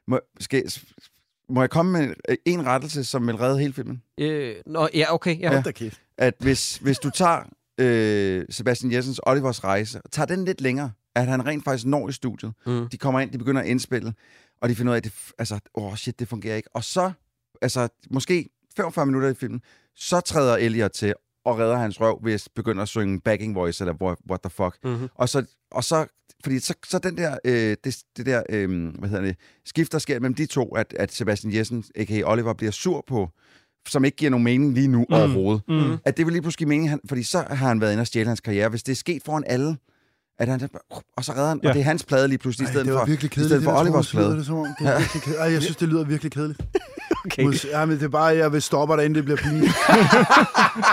Speaker 2: Må, skal, må jeg komme med en- en rettelse, som vil redde hele filmen?
Speaker 4: Øh, nå, ja, okay. Ja.
Speaker 1: Hold
Speaker 4: Ja.
Speaker 1: da kæft.
Speaker 2: At hvis, hvis du tager øh, Sebastian Jessens Olivers rejse, og tager den lidt længere, at han rent faktisk når i studiet. Mm.
Speaker 4: Mm.
Speaker 2: De kommer ind, de begynder at indspille, og de finder ud af, at det, f- altså, oh shit, det fungerer ikke. Og så, altså, måske 45 minutter i filmen, så træder Elliot til og redder hans røv, hvis begynder at synge backing voice, eller what, what the fuck.
Speaker 4: Mm-hmm.
Speaker 2: Og så, og så fordi så, så den der, øh, det, det der øh, hvad hedder det, skift, der sker mellem de to, at, at Sebastian Jessen, a.k.a. Oliver, bliver sur på, som ikke giver nogen mening lige nu mm. overhovedet.
Speaker 3: Mm.
Speaker 2: At det vil lige pludselig give mening, han, fordi så har han været inde og stjæle hans karriere. Hvis det er sket foran alle, at han, og så redder han, ja.
Speaker 3: Ja.
Speaker 2: og det er hans plade lige pludselig, i
Speaker 1: Ej,
Speaker 2: stedet
Speaker 1: det var
Speaker 2: for,
Speaker 1: virkelig
Speaker 2: i
Speaker 1: kedeligt.
Speaker 2: stedet for
Speaker 1: det der,
Speaker 2: Olivers
Speaker 1: Troels, lyder
Speaker 2: plade.
Speaker 1: Det, som om, det var virkelig kedeligt. Ej, jeg synes, det lyder virkelig kedeligt.
Speaker 4: Okay.
Speaker 1: Mus- Jamen, det er bare, jeg vil stoppe dig, inden det bliver pinligt.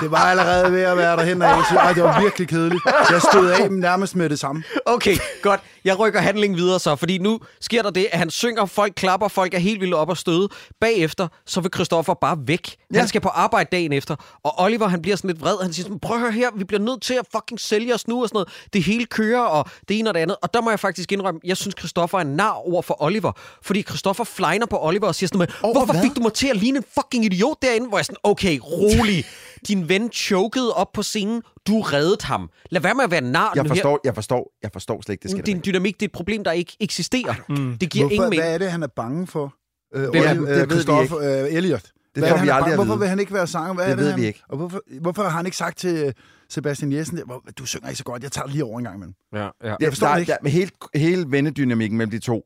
Speaker 1: det var allerede ved at være derhen, og jeg siger, "Ej, det var virkelig kedeligt. Jeg stod af dem nærmest med det samme.
Speaker 4: Okay, godt. Jeg rykker handlingen videre så, fordi nu sker der det, at han synger, folk klapper, folk er helt vildt op og støde. Bagefter, så vil Christoffer bare væk. Ja. Han skal på arbejde dagen efter, og Oliver, han bliver sådan lidt vred. Han siger sådan, prøv at høre her, vi bliver nødt til at fucking sælge os nu og sådan noget. Det hele kører, og det ene og det andet. Og der må jeg faktisk indrømme, jeg synes, Christoffer er en nar over for Oliver. Fordi Christoffer flyner på Oliver og siger sådan noget, med, hvorfor fik du mig til at ligne en fucking idiot derinde? Hvor jeg sådan, okay, rolig. Din ven chokede op på scenen. Du reddede ham. Lad være med at være nar.
Speaker 2: Jeg
Speaker 4: nu her.
Speaker 2: forstår, jeg forstår, jeg forstår slet ikke, det skal
Speaker 4: Det er en dynamik, det er et problem, der ikke eksisterer. Mm. Det giver
Speaker 1: Hvorfor,
Speaker 4: ingen mening.
Speaker 1: hvad er det, han er bange for? Øh,
Speaker 2: vi-
Speaker 1: Oliver-
Speaker 2: det
Speaker 1: øh,
Speaker 2: ved vi
Speaker 1: Christoffer, øh, Elliot. Hvad er
Speaker 2: får
Speaker 1: han
Speaker 2: vi
Speaker 1: er
Speaker 2: aldrig
Speaker 1: bange-
Speaker 2: at
Speaker 1: Hvorfor
Speaker 2: vide.
Speaker 1: vil han ikke være sanger? Hvad
Speaker 2: Det
Speaker 1: er det,
Speaker 2: ved
Speaker 1: han?
Speaker 2: vi ikke.
Speaker 1: Og hvorfor, hvorfor har han ikke sagt til øh, Sebastian Jessen, "Hvor- du synger ikke så godt, jeg tager det lige over en gang imellem.
Speaker 4: Ja, ja.
Speaker 1: Jeg forstår
Speaker 2: der,
Speaker 1: det ikke.
Speaker 2: Der, hele, hele vennedynamikken mellem de to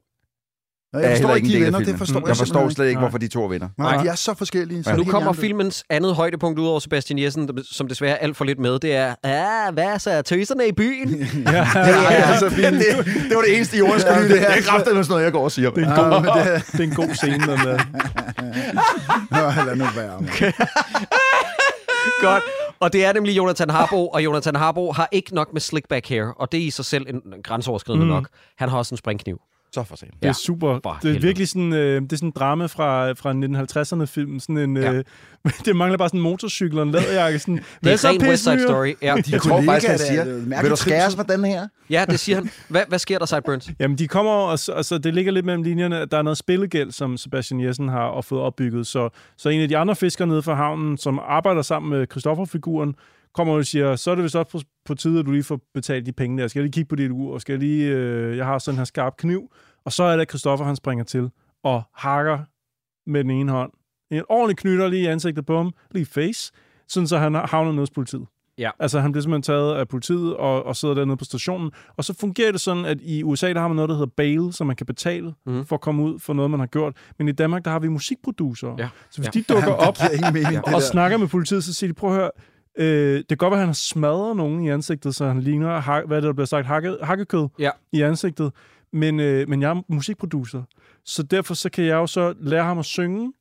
Speaker 1: Nå,
Speaker 2: er
Speaker 1: Jeg forstår
Speaker 2: heller
Speaker 1: ikke,
Speaker 2: ikke en
Speaker 1: de
Speaker 2: del
Speaker 1: venner,
Speaker 2: af
Speaker 1: det
Speaker 2: filmen.
Speaker 1: forstår
Speaker 2: jeg forstår
Speaker 1: simpelthen
Speaker 2: slet ikke,
Speaker 3: Nej.
Speaker 2: hvorfor de to er venner.
Speaker 1: ikke. Nej, de er så forskellige. Så
Speaker 2: Ja.
Speaker 1: det
Speaker 4: Nu
Speaker 1: er helt
Speaker 4: kommer
Speaker 1: andre.
Speaker 4: filmens andet højdepunkt ud over Sebastian Jessen, som desværre er alt for lidt med. Det er, ah, hvad så er tøserne i byen?
Speaker 3: Ja,
Speaker 2: Ja, ja, så fint. Det, det var det eneste, Jonas skulle lyde. Det er kraftigt med sådan noget, jeg går og siger.
Speaker 3: Det er, en
Speaker 1: Ah,
Speaker 3: god,
Speaker 1: men det-
Speaker 3: det er en god scene, den der.
Speaker 1: Nå, lad nu være. mand.
Speaker 4: Godt. Og det er nemlig Jonathan Harbo, og Jonathan Harbo har ikke nok med slickback hair, og det er i sig selv en grænseoverskridende mm. nok. Han har også en springkniv.
Speaker 2: Så for sent.
Speaker 3: Det
Speaker 4: Ja.
Speaker 3: er super.
Speaker 4: For
Speaker 3: det er
Speaker 4: helvede.
Speaker 3: virkelig sådan, øh, det er sådan en drama fra, fra 1950'erne film. Sådan en,
Speaker 4: Ja.
Speaker 3: øh, det mangler bare sådan en motorcykel og en læderjakke. Sådan,
Speaker 4: Det
Speaker 3: hvad
Speaker 4: er
Speaker 3: så,
Speaker 4: ren West Side
Speaker 3: pissenyre?
Speaker 4: Story. Ja,
Speaker 2: Jeg
Speaker 1: De
Speaker 2: tror faktisk, han
Speaker 1: kollegaer,
Speaker 2: siger,
Speaker 1: der er mærkeligt
Speaker 2: vil du skæres
Speaker 1: trivsel."
Speaker 2: med den her?
Speaker 4: ja det siger han. Hvad, hvad sker der, Sideburns?
Speaker 3: Jamen, de kommer, og så, og så det ligger lidt mellem linjerne, at der er noget spillegæld, som Sebastian Jessen har og fået opbygget. Så, så en af de andre fiskere nede fra havnen, som arbejder sammen med Christoffer-figuren, kommer og siger, så er det vist også på, på tide, at du lige får betalt de penge der. Skal jeg lige kigge på dit ur? Skal jeg lige... Øh, jeg har sådan her skarp kniv. Og så er det, at Christoffer han springer til og hakker med den ene hånd. En ordentlig knytter lige i ansigtet på ham, lige i face, sådan så han havner nede hos politiet.
Speaker 4: Ja.
Speaker 3: Altså, han bliver simpelthen taget af politiet og, og sidder dernede på stationen. Og så fungerer det sådan, at i USA, der har man noget, der hedder bail, som man kan betale
Speaker 4: Mhm.
Speaker 3: mm. for at komme ud for noget, man har gjort. Men i Danmark, der har vi musikproducere.
Speaker 4: Ja.
Speaker 3: Så hvis de dukker op
Speaker 1: Det giver ingen mening, det
Speaker 3: og
Speaker 1: der.
Speaker 3: snakker med politiet, så siger de, prøv at høre, øh, det kan godt være, at han har smadret nogen i ansigtet, så han ligner, hak, hvad er det, der bliver sagt, hakket, hakkekød
Speaker 4: Ja.
Speaker 3: i ansigtet. Men, øh, men jeg er musikproducer, så derfor så kan jeg jo så lære ham at synge.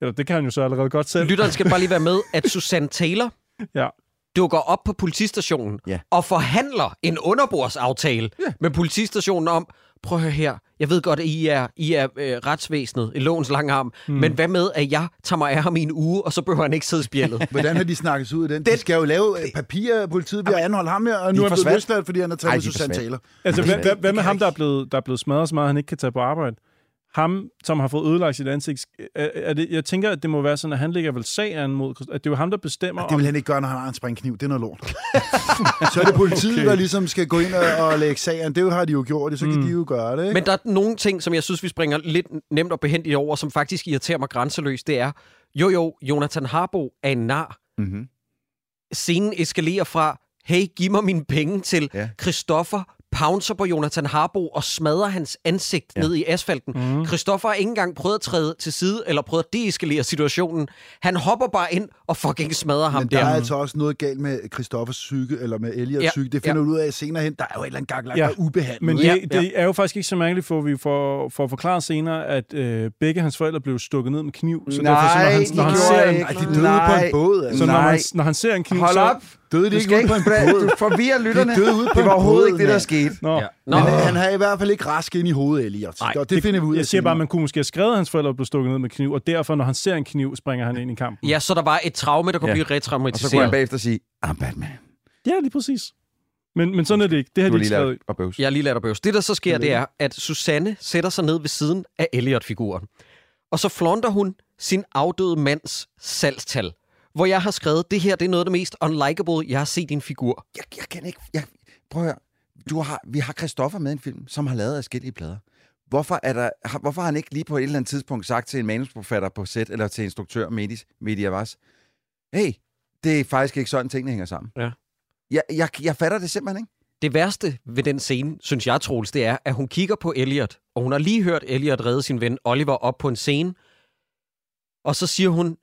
Speaker 3: Eller det kan han jo så allerede godt selv.
Speaker 4: Lytteren skal bare lige være med, at Susanne Taylor
Speaker 3: Ja.
Speaker 4: dukker op på politistationen
Speaker 2: Ja.
Speaker 4: og forhandler en underbordsaftale med politistationen om, prøv at høre her, jeg ved godt, at I er, I er øh, retsvæsenet i lovens lange arm, mm. men hvad med, at jeg tager mig af ham i en uge, og så behøver han ikke sidde i spjældet?
Speaker 1: Hvordan har de snakket sig ud af den? De skal jo lave øh, papirer, politiet bliver anholdt ham her, og nu
Speaker 2: de
Speaker 1: er han blevet
Speaker 2: forsvandt.
Speaker 1: løsladt, fordi han har taget
Speaker 2: Ej,
Speaker 1: med
Speaker 2: de
Speaker 1: Susanne
Speaker 2: forsvandt.
Speaker 1: Taylor.
Speaker 3: Altså,
Speaker 2: Det
Speaker 3: hvad,
Speaker 2: kan
Speaker 3: hvad, hvad med ham, der er, blevet, der er blevet smadret så meget, at han ikke kan tage på arbejde? Ham, som har fået ødelagt sit ansigt, er, er det, jeg tænker, at det må være sådan, at han ligger vel sag an mod... Christ- At det er jo ham, der bestemmer,
Speaker 1: Det
Speaker 3: om
Speaker 1: vil han ikke gøre, når han har en springkniv. Det er noget lort. så er det politiet, okay. der ligesom skal gå ind og, og lægge sagen. Det har de jo gjort, og så kan mm. de jo gøre det. Ikke?
Speaker 4: Men der er nogle ting, som jeg synes, vi springer lidt nemt og behendigt over, som faktisk irriterer mig grænseløst, det er, jo jo, Jonathan Harbo er en nar.
Speaker 2: Mm-hmm.
Speaker 4: Scenen eskalerer fra, hey, giv mig mine penge til
Speaker 2: Ja.
Speaker 4: Christoffer pouncer på Jonathan Harbo og smadrer hans ansigt ja. ned i asfalten.
Speaker 3: Mhm.
Speaker 4: Mm. Christoffer har ikke engang prøvet at træde til side eller prøvet at deeskalere situationen. Han hopper bare ind og fucking smadrer ham
Speaker 1: Men der
Speaker 4: der.
Speaker 1: er altså også noget galt med Christoffers psyke, eller med Elias
Speaker 4: Ja,
Speaker 1: ja. psyke. Det finder du ud af senere hen. Der er jo et eller andet gang, der
Speaker 3: Ja.
Speaker 1: er ubehandlet.
Speaker 3: Men
Speaker 1: Men
Speaker 3: det,
Speaker 4: Ja,
Speaker 3: ja, det er jo faktisk ikke så mærkeligt, for vi får, får forklaret senere, at øh, begge hans forældre blev stukket ned med kniv. Så
Speaker 2: Nej,
Speaker 3: derfor, så når han,
Speaker 2: de
Speaker 3: når han
Speaker 2: gjorde
Speaker 3: ser en,
Speaker 2: ikke.
Speaker 1: Ej, de døde på en
Speaker 2: Nej.
Speaker 1: båd, altså.
Speaker 3: så når,
Speaker 2: Nej.
Speaker 3: man, når han ser en kniv,
Speaker 2: Hold
Speaker 3: så...
Speaker 2: op!
Speaker 1: Døde de
Speaker 2: Du
Speaker 1: ikke
Speaker 2: skal
Speaker 1: ude på
Speaker 2: ikke
Speaker 1: en
Speaker 2: bla-
Speaker 1: båd?
Speaker 2: du forvirrer lytterne.
Speaker 1: døde ude på
Speaker 2: Det var
Speaker 1: en
Speaker 2: overhovedet
Speaker 1: båd,
Speaker 2: ikke det, der
Speaker 1: mand.
Speaker 2: skete.
Speaker 3: Nå,
Speaker 4: Ja.
Speaker 3: ja.
Speaker 4: Nå,
Speaker 1: Men øh, han har i hvert fald ikke rask ind i hovedet, Elias.
Speaker 4: Nej,
Speaker 1: Og det finder vi ud af
Speaker 3: Jeg siger
Speaker 1: senere.
Speaker 3: bare, at man kunne måske have skrevet, at hans forældre blev stukket ned med kniv, og derfor, når han ser en kniv, springer han ind i kampen.
Speaker 4: ja, så der var et traume, der kunne ja.
Speaker 2: Ja.
Speaker 4: blive
Speaker 2: Og så kunne han
Speaker 4: retraumatiseret.
Speaker 2: bagefter sige, I'm Batman.
Speaker 3: Ja, lige præcis. Men, men sådan er det ikke. Det har
Speaker 2: Du har
Speaker 3: de ikke
Speaker 2: lige
Speaker 3: skrevet.
Speaker 2: lavet og bøvs.
Speaker 4: Jeg er lige ladt at bøvse. Det, der så sker, det er, at Susanne sætter sig ned ved siden af Elliot-figuren. Og så flonter hun sin afdøde mands salgstal, hvor jeg har skrevet, det her det er noget af det mest unlikable, jeg har set i en figur.
Speaker 2: jeg, jeg kan ikke... Jeg, prøv at høre. Du har, vi har Christoffer med i en film, som har lavet forskellige plader. Hvorfor, er der, har, hvorfor har han ikke lige på et eller andet tidspunkt sagt til en manusforfatter på set, eller til instruktør Medis, Mediavars, hey, det er faktisk ikke sådan, tingene hænger sammen.
Speaker 4: Ja.
Speaker 2: Jeg, jeg, jeg fatter det simpelthen ikke.
Speaker 4: Det værste ved den scene, synes jeg, Troels, det er, at hun kigger på Elliot, og hun har lige hørt Elliot redde sin ven Oliver op på en scene, og så siger hun,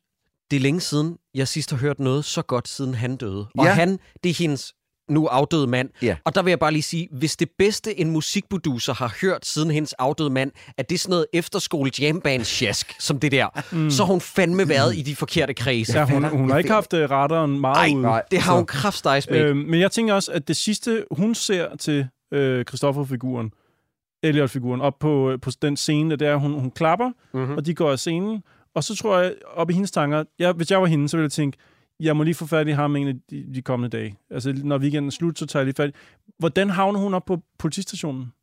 Speaker 4: det er længe siden, jeg sidst har hørt noget så godt, siden han døde. Og ja.
Speaker 2: Ja.
Speaker 4: han, det er hendes nu afdøde mand.
Speaker 2: Ja.
Speaker 4: Og der vil jeg bare lige sige, hvis det bedste en musikproducer har hørt siden hendes afdøde mand, at det er sådan noget efterskole jambands sjask som det der, mm. så har hun fandme været i de forkerte kredse.
Speaker 3: Ja, hun, hun har ikke haft øh, retteren meget
Speaker 4: Nej,
Speaker 3: ude.
Speaker 4: nej, det har
Speaker 3: Så-
Speaker 4: hun kraftstejs med.
Speaker 3: Øh, men jeg tænker også, at det sidste, hun ser til øh, Christoffer-figuren, Elliot-figuren, op på, øh, på den scene, det er, at hun, hun klapper, mm-hmm. og de går af scenen. Og så tror jeg, op i hendes tanker, jeg, hvis jeg var hende, så ville jeg tænke, jeg må lige få fat i ham en af de, de kommende dage. Altså, når weekenden er slut, så tager jeg lige fat i. Hvordan havner hun op på politistationen?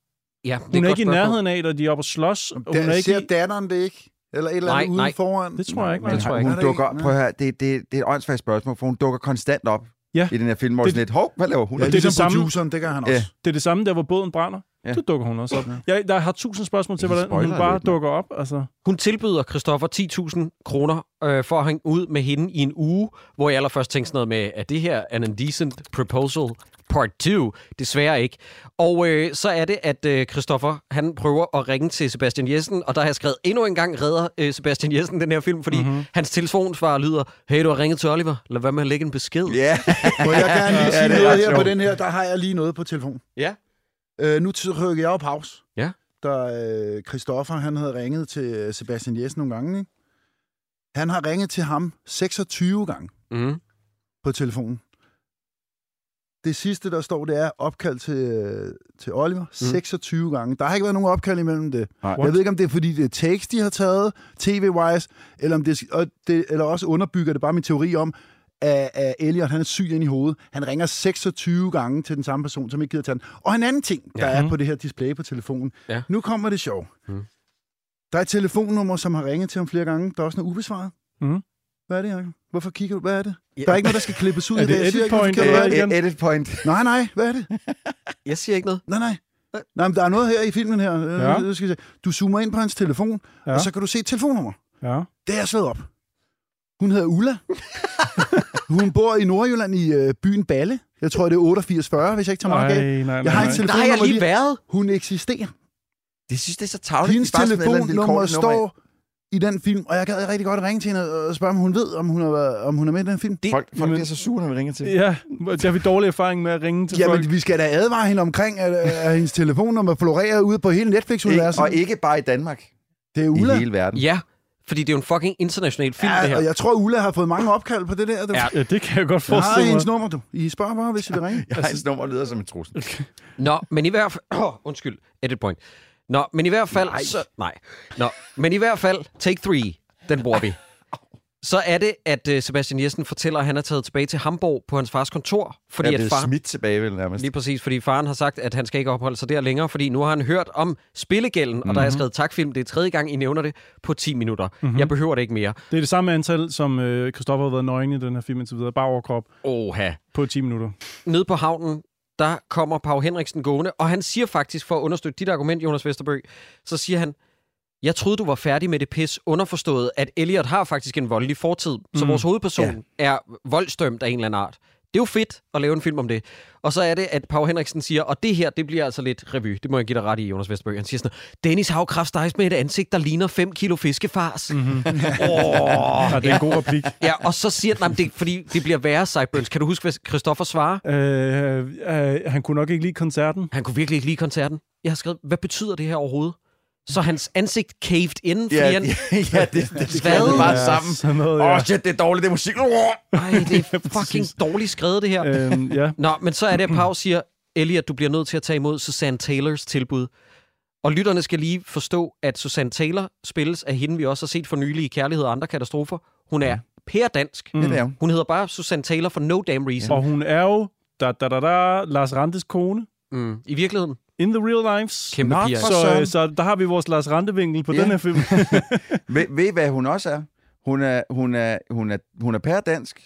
Speaker 4: Ja, det
Speaker 3: Hun er,
Speaker 4: et
Speaker 3: er
Speaker 4: godt
Speaker 3: ikke i
Speaker 4: spørgsmål.
Speaker 3: nærheden af, når de er oppe og slås. Og hun
Speaker 1: Der,
Speaker 3: er
Speaker 1: ser
Speaker 3: ikke i...
Speaker 1: i... datteren det ikke? Eller et eller
Speaker 4: Nej,
Speaker 1: andet ude
Speaker 4: nej.
Speaker 1: foran?
Speaker 3: Det tror jeg ikke,
Speaker 2: Men
Speaker 3: man.
Speaker 2: tror
Speaker 1: jeg
Speaker 2: hun
Speaker 1: ikke.
Speaker 2: dukker,
Speaker 1: Nej, det er
Speaker 2: prøv at høre, det, det, det er et åndssvagt spørgsmål, for hun dukker konstant op
Speaker 3: Ja.
Speaker 2: i den her film, hvor
Speaker 3: Det-
Speaker 2: sådan lidt, hov, hvad laver hun?
Speaker 1: Ja,
Speaker 3: det er
Speaker 1: ligesom
Speaker 3: det samme.
Speaker 1: produceren, det gør han også.
Speaker 2: Ja.
Speaker 3: Det er det samme der, hvor båden brænder.
Speaker 2: Ja.
Speaker 3: Ja. Det dukker hun også op. Jeg, der har tusind spørgsmål til,
Speaker 2: I
Speaker 3: hvordan hun
Speaker 2: spoiler
Speaker 3: bare
Speaker 2: lidt nu.
Speaker 3: dukker op. Altså.
Speaker 4: Hun tilbyder Christoffer 10.000 kroner øh, for at hænge ud med hende i en uge, hvor jeg allerførst tænkte sådan noget med, at det her an indecent proposal part 2? Desværre ikke. Og øh, så er det, at øh, Christoffer han prøver at ringe til Sebastian Jessen, og der har jeg skrevet endnu en gang redder øh, Sebastian Jessen den her film, fordi
Speaker 2: Mhm.
Speaker 4: mm-hmm. hans telefonsvar lyder, hey, du har ringet til Oliver, lad være med at lægge en besked.
Speaker 2: Ja,
Speaker 1: Må jeg gerne lige
Speaker 2: Ja,
Speaker 1: sige
Speaker 2: det er
Speaker 1: noget
Speaker 2: ret
Speaker 1: her på
Speaker 2: sjovt.
Speaker 1: den her? Der har jeg lige noget på telefon.
Speaker 4: Ja.
Speaker 1: Øh, nu trykker jeg op pause.
Speaker 4: Ja.
Speaker 1: Der øh, Christoffer, han havde ringet til øh, Sebastian Jessen nogle gange. Ikke? Han har ringet til ham 26 gange
Speaker 4: Mm.
Speaker 1: på telefonen. Det sidste, der står, det er opkald til, øh, til Oliver. Mm. 26 gange. Der har ikke været nogen opkald imellem det.
Speaker 2: Nej.
Speaker 1: Jeg ved ikke, om det er, fordi det er tekst, de har taget, tv-wise, eller, om det, og det, eller også underbygger det bare min teori om, at, at Elliot han er syg ind i hovedet. Han ringer 26 gange til den samme person, som ikke gider tage den. Og en anden ting, der ja. er på det her display på telefonen.
Speaker 4: Ja.
Speaker 1: Nu kommer det sjov. Mm. Der er et telefonnummer, som har ringet til ham flere gange. Der er også noget ubesvaret.
Speaker 3: Mhm.
Speaker 1: Hvad er det, Jacob? Hvorfor kigger du? Hvad er det? Der er ikke noget, der skal klippes ud
Speaker 3: Er
Speaker 1: i
Speaker 3: det
Speaker 1: dag. Jeg siger
Speaker 3: edit
Speaker 1: ikke, hvad
Speaker 3: point,
Speaker 1: forkert,
Speaker 3: eller
Speaker 1: hvad er det?
Speaker 3: igen.
Speaker 2: et- edit point.
Speaker 1: Nej, nej. Hvad er det?
Speaker 4: Jeg siger ikke noget.
Speaker 1: Nej, nej. Nej, men der er noget her i filmen her. Øh,
Speaker 3: Ja.
Speaker 1: det skal jeg sige. Du zoomer ind på hans telefon, ja.
Speaker 3: Ja.
Speaker 1: og så kan du se et telefonnummer.
Speaker 3: Ja.
Speaker 1: Det er jeg slået op. Hun hedder Ulla. Hun bor i Nordjylland i øh, byen Balle. Jeg tror, det er 8840, hvis jeg ikke tager meget galt.
Speaker 3: nej, nej,
Speaker 1: Jeg har et
Speaker 4: Der har
Speaker 1: telefonnummer
Speaker 4: jeg lige været.
Speaker 1: Hun eksisterer.
Speaker 2: Det synes det er så tavligt.
Speaker 1: Hendes
Speaker 2: Det er bare sådan et eller andet lille
Speaker 1: telefonnummer
Speaker 2: kort nummer.
Speaker 1: står i den film, og jeg gad rigtig godt ringe til hende og spørge, om hun ved, om hun er, om hun er med i den film. Det,
Speaker 2: Folk, folk
Speaker 3: Jamen-
Speaker 2: bliver så sure, når vi ringer til.
Speaker 3: Ja, der har vi dårlig erfaring med at ringe til folk.
Speaker 1: Jamen, vi skal da advare hende omkring, at, at hendes telefonnummer florerer ude på hele
Speaker 2: Ikke,
Speaker 1: Netflix-universet.
Speaker 2: og ikke bare i Danmark.
Speaker 1: det er
Speaker 2: I
Speaker 1: Ulla.
Speaker 2: hele verden.
Speaker 4: Ja, fordi det er jo en fucking international film, det
Speaker 1: Ja,
Speaker 4: her.
Speaker 1: og jeg tror, Ulla har fået mange opkald på det der. Du.
Speaker 4: Ja,
Speaker 3: Ja, det kan jeg godt
Speaker 1: jeg har
Speaker 3: forestille mig.
Speaker 1: hendes nummer, du. I spørger bare, hvis I vil ringe. Altså,
Speaker 2: Jeg har hans nummer lyder som en trussel.
Speaker 4: Nå, men i hvert fald... Oh, undskyld, edit point. Nå, men i hvert fald... Nej. Så, nej. Nå, men i hvert fald, take three, den bruger vi. Så er det, at uh, Sebastian Jessen fortæller, at han er taget tilbage til Hamburg på hans fars kontor,
Speaker 2: Jeg
Speaker 4: fordi
Speaker 2: er
Speaker 4: at
Speaker 2: blevet
Speaker 4: far...
Speaker 2: smidt tilbage, vel nærmest.
Speaker 4: Lige præcis, fordi faren har sagt, at han skal ikke opholde sig der længere, fordi nu har han hørt om spillegælden, mm-hmm. og der har jeg skrevet takfilm, det er tredje gang, I nævner det, på 10 minutter. Mm-hmm. Jeg behøver det ikke mere.
Speaker 3: Det er det samme antal, som øh, Christoffer har været nøgen i den her film indtil videre. Bare overkrop
Speaker 4: Oha.
Speaker 3: på 10 minutter.
Speaker 4: nede på havnen, der kommer Pau Henriksen gående, og han siger faktisk, for at understøtte dit argument, Jonas Vesterbø, så siger han, jeg troede, du var færdig med det pis, underforstået, at Elliot har faktisk en voldelig fortid,
Speaker 3: Mm.
Speaker 4: så vores hovedperson er voldsdømt af en eller anden art. Det er jo fedt at lave en film om det. Og så er det, at Pau Henriksen siger, og det her, det bliver altså lidt revy. Det må jeg give dig ret i, Jonas Vesterbø. Han siger sådan, Dennis har jo kraftstejs med et ansigt, der ligner 5 kilo fiskefars. Mm-hmm.
Speaker 3: Oh, Mhm. ja, det er en god replik.
Speaker 4: Ja, og så siger han, "Nej, men det, er fordi det bliver værre, Sideburns. Kan du huske, hvad Christoffer svarer?
Speaker 3: Øh, øh, han kunne nok ikke lide koncerten.
Speaker 4: Han kunne virkelig ikke lide koncerten. Jeg har skrevet, hvad betyder det her overhovedet? Så hans ansigt caved in, fordi
Speaker 2: Ja,
Speaker 4: han...
Speaker 2: ja, det, det, det
Speaker 4: Hvad?
Speaker 2: kaldte bare sammen.
Speaker 3: Sådan noget,
Speaker 2: Åh,
Speaker 3: ja.
Speaker 2: oh, shit, det er dårligt, det er musik.
Speaker 4: Ej, det er fucking dårligt skrevet, det her.
Speaker 3: Øhm, ja.
Speaker 4: Nå, men så er det, at Pau siger, Elliot, du bliver nødt til at tage imod Susanne Taylors tilbud. Og lytterne skal lige forstå, at Susanne Taylor spilles af hende, vi også har set for nylig i Kærlighed og andre katastrofer. Hun er pærdansk.
Speaker 2: Ja, det er hun.
Speaker 4: Hun hedder bare Susanne Taylor for no damn reason.
Speaker 3: Og hun er jo da, da, da, da, Lars Randes kone.
Speaker 4: Mm. I virkeligheden,
Speaker 3: In the real lives.
Speaker 4: kæmpe
Speaker 2: Nå,
Speaker 4: piger.
Speaker 2: for-
Speaker 3: Så,
Speaker 2: søren.
Speaker 3: øh, så der har vi vores Lars Rante-vinkel på
Speaker 2: Ja.
Speaker 3: den her film.
Speaker 2: Ved, ved I, hvad hun også er? Hun er, hun er, hun er, hun er pærdansk.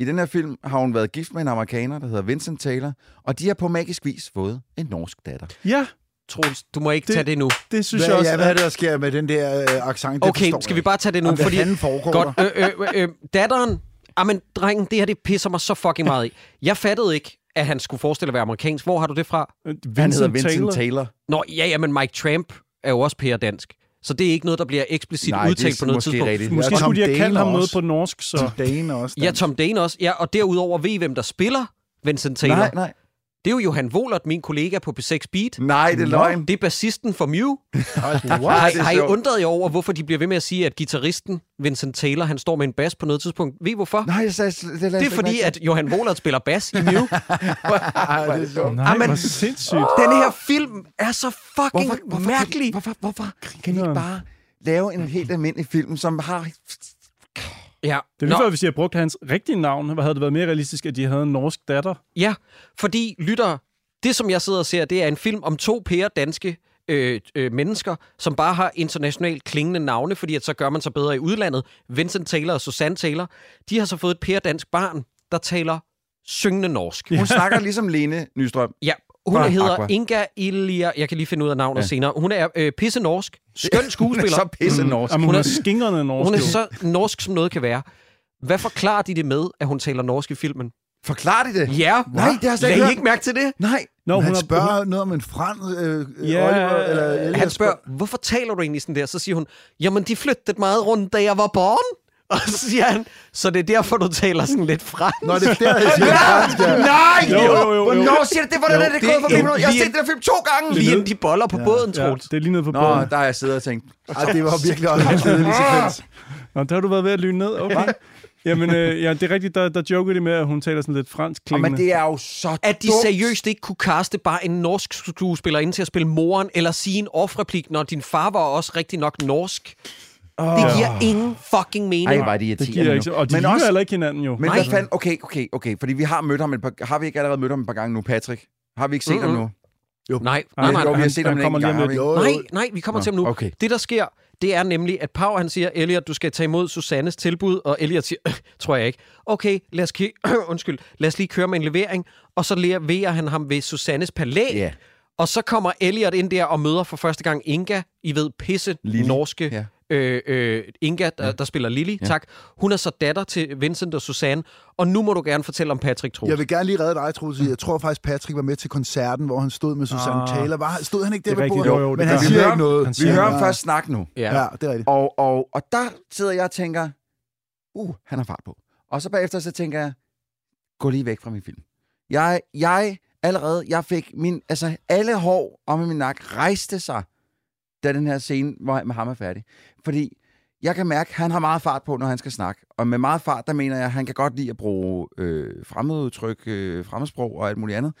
Speaker 2: I den her film har hun været gift med en amerikaner, der hedder Vincent Taylor, og de har på magisk vis fået en norsk datter.
Speaker 3: ja,
Speaker 4: Troels, du må ikke
Speaker 3: Det-
Speaker 4: tage det nu.
Speaker 3: det synes jeg
Speaker 1: Hvad,
Speaker 3: også.
Speaker 1: ja, hvad er det, der sker med den der øh, accent? Det
Speaker 4: Okay,
Speaker 1: forstår
Speaker 4: skal
Speaker 1: jeg
Speaker 4: vi bare tage det nu?
Speaker 1: ikke. Hvad
Speaker 4: Fordi
Speaker 1: fanden foregår
Speaker 4: Godt.
Speaker 1: der?
Speaker 4: Øh, øh, øh, datteren. Jamen, drengen, det her det pisser mig så fucking meget i. Jeg fattede ikke, at han skulle forestille at være amerikansk. Hvor har du det fra?
Speaker 3: Øh, Vincent,
Speaker 2: Han hedder Vincent Taylor. Taylor.
Speaker 4: Nå, ja, ja, men Mike Tramp er jo også pære dansk. Så det er ikke noget, der bliver eksplicit
Speaker 2: Nej, det er
Speaker 4: udtalt på noget
Speaker 2: måske
Speaker 4: tidspunkt.
Speaker 2: rigtigt.
Speaker 3: Måske
Speaker 1: Ja, Tom
Speaker 3: skulle de have
Speaker 1: Dane
Speaker 3: kaldt ham noget
Speaker 1: også.
Speaker 3: på norsk, så...
Speaker 1: Dane også.
Speaker 4: Ja, Tom Dane også. Ja, og derudover ved I, hvem der spiller Vincent Taylor. Nej,
Speaker 2: Nej,
Speaker 4: nej.
Speaker 2: nej.
Speaker 4: Det er jo Johan Wohlert, min kollega på B6 Beat.
Speaker 2: Nej, det er løgn.
Speaker 4: Det er bassisten for Mew.
Speaker 2: Ej,
Speaker 4: Har,
Speaker 2: det er
Speaker 4: har I
Speaker 2: sjovt.
Speaker 4: undret jer over, hvorfor de bliver ved med at sige, at gitarristen Vincent Taylor, han står med en bas på noget tidspunkt? Ved I hvorfor?
Speaker 2: Nej, jeg sagde, det, lagde jeg
Speaker 4: det
Speaker 2: slet
Speaker 4: er
Speaker 2: ikke
Speaker 4: fordi,
Speaker 2: mærke til.
Speaker 4: at Johan Wohlert spiller bas i Mew.
Speaker 2: Ej, det er sjovt.
Speaker 3: Nej,
Speaker 4: Amen.
Speaker 3: hvor sindssygt.
Speaker 4: Den her film er så fucking
Speaker 2: Hvorfor, hvorfor, Kan,
Speaker 4: mærkelig.
Speaker 2: hvorfor, hvorfor kan de ikke
Speaker 3: Grineren.
Speaker 2: bare lave en helt almindelig film, som har...
Speaker 4: Ja.
Speaker 3: Det er lige
Speaker 4: Nå.
Speaker 3: før, hvis de havde brugt hans rigtige navn, hvad havde det været mere realistisk, at de havde en norsk datter?
Speaker 4: Ja, fordi lytter, det som jeg sidder og ser, det er en film om to pære danske øh, øh, mennesker, som bare har internationalt klingende navne, fordi at så gør man sig bedre i udlandet. Vincent Taylor og Susanne Taylor, de har så fået et pære dansk barn, der taler syngende norsk.
Speaker 2: Hun snakker ligesom Lene Nystrøm.
Speaker 4: Ja, hun
Speaker 2: Fra
Speaker 4: hedder
Speaker 2: Aqua.
Speaker 4: Inga Ilia. Jeg kan lige finde ud af navnet ja. senere. Hun er øh, pisse norsk, skøn
Speaker 2: Hun er
Speaker 4: skuespiller.
Speaker 2: så pisse norsk.
Speaker 3: Jamen,
Speaker 4: Hun
Speaker 3: hun
Speaker 4: er-
Speaker 3: er skingrende norsk.
Speaker 4: Hun er
Speaker 3: jo.
Speaker 4: så norsk, som noget kan være. Hvad forklarer de det med, at hun taler norsk i filmen?
Speaker 2: Forklarer de det?
Speaker 4: Ja,
Speaker 2: Nej, det har jeg slet ikke
Speaker 4: Lagde I
Speaker 2: hørt.
Speaker 4: ikke mærke til det?
Speaker 2: Nej.
Speaker 3: Nå,
Speaker 1: han
Speaker 3: har-
Speaker 1: spørger noget om en fransk... Øh,
Speaker 3: Ja,
Speaker 1: ja, Oliver, eller Elias.
Speaker 4: Han spørger, hvorfor taler du egentlig sådan der? Så siger hun, jamen de flyttede meget rundt, da jeg var barn. Og så siger han, så det er derfor, du taler sådan lidt fransk.
Speaker 1: Nå, det er der, jeg siger fransk, ja.
Speaker 2: Nej!
Speaker 3: Jo, jo, jo, jo.
Speaker 2: Hvornår siger du det? Hvordan er det
Speaker 4: det
Speaker 2: gået for
Speaker 4: er-
Speaker 2: mig? Jeg har
Speaker 4: vi er-
Speaker 2: set den her film to gange!
Speaker 4: Lige inden de boller på ja, båden,
Speaker 3: Ja,
Speaker 4: Troels.
Speaker 3: det er lige nede på
Speaker 2: Nå,
Speaker 3: båden.
Speaker 2: der har jeg siddet og tænkt,
Speaker 1: Ej, det var virkelig også en kedelig sekvens.
Speaker 3: Nå, der har du været ved at lyne ned, okay. Jamen, øh, ja, det er rigtigt, der, der joker de med, at hun taler sådan lidt fransk
Speaker 2: "Åh,
Speaker 3: klingende.
Speaker 2: men det er jo så
Speaker 4: At de
Speaker 2: dumt."
Speaker 4: seriøst ikke kunne kaste bare en norsk skuespiller ind til at spille moren, eller sige en off-replik, når din far var også rigtig nok norsk. Oh. Det giver ingen fucking mening.
Speaker 2: Ej, var de
Speaker 3: det giver
Speaker 2: irriterende.
Speaker 3: ikke, så-
Speaker 2: nu.
Speaker 3: og de
Speaker 2: men
Speaker 3: ligner
Speaker 2: også,
Speaker 3: heller ikke hinanden jo.
Speaker 2: men
Speaker 4: Nej.
Speaker 2: hvad fanden, okay, okay, okay, fordi vi har mødt ham et par, har vi ikke allerede mødt ham et par gange nu, Patrick? Har vi ikke set
Speaker 4: Mm-mm.
Speaker 2: ham nu?
Speaker 4: Nej,
Speaker 3: Nej,
Speaker 4: nej, nej.
Speaker 2: jo, vi
Speaker 3: han-
Speaker 2: har set
Speaker 3: han
Speaker 2: ham en
Speaker 3: kommer
Speaker 2: enkelt
Speaker 3: lige om
Speaker 2: gang, har vi
Speaker 1: Jo,
Speaker 2: ikke?
Speaker 1: jo.
Speaker 4: Nej, nej, vi kommer
Speaker 2: Nå,
Speaker 4: til ham nu.
Speaker 2: okay.
Speaker 4: Det, der sker, det er nemlig, at Pau han siger, Elliot, du skal tage imod Susannes tilbud, og Elliot siger, "Øh, tror jeg ikke. Okay, lad os, ki- undskyld, lad os lige køre med en levering, og så leverer han ham ved Susannes palæ.
Speaker 2: Ja.
Speaker 4: Og så kommer Elliot ind der og møder for første gang Inga, I ved, pisse
Speaker 2: Lili.
Speaker 4: Lili. norske
Speaker 2: Ja.
Speaker 4: øh, øh, Inga, der, der spiller Lili, ja. tak. Hun er så datter til Vincent og Susanne, og nu må du gerne fortælle om Patrick Troels.
Speaker 1: Jeg vil gerne lige redde dig, Troels. Jeg tror faktisk, Patrick var med til koncerten, hvor han stod med Susanne
Speaker 3: Ah.
Speaker 1: Taylor. Var, stod han ikke der
Speaker 3: Det er
Speaker 1: ved
Speaker 3: rigtigt,
Speaker 1: bordet?
Speaker 3: jo, jo, det
Speaker 1: Men
Speaker 3: gør
Speaker 1: han
Speaker 3: han.
Speaker 1: siger
Speaker 2: Vi
Speaker 1: ikke noget.
Speaker 3: Han
Speaker 2: Vi
Speaker 3: siger
Speaker 2: hører ham
Speaker 1: Ja.
Speaker 2: først snakke nu.
Speaker 1: Ja, det er rigtigt.
Speaker 2: Og, og, og der sidder jeg og tænker, uh, han har fart på. Og så bagefter så tænker jeg, gå lige væk fra min film. Jeg, jeg allerede, jeg fik min, altså alle hår om i min nakke rejste sig, da den her scene hvor med ham er færdig. Fordi jeg kan mærke, at han har meget fart på, når han skal snakke. Og med meget fart, der mener jeg, at han kan godt lide at bruge øh, fremmedudtryk, øh, fremmedsprog og alt muligt andet,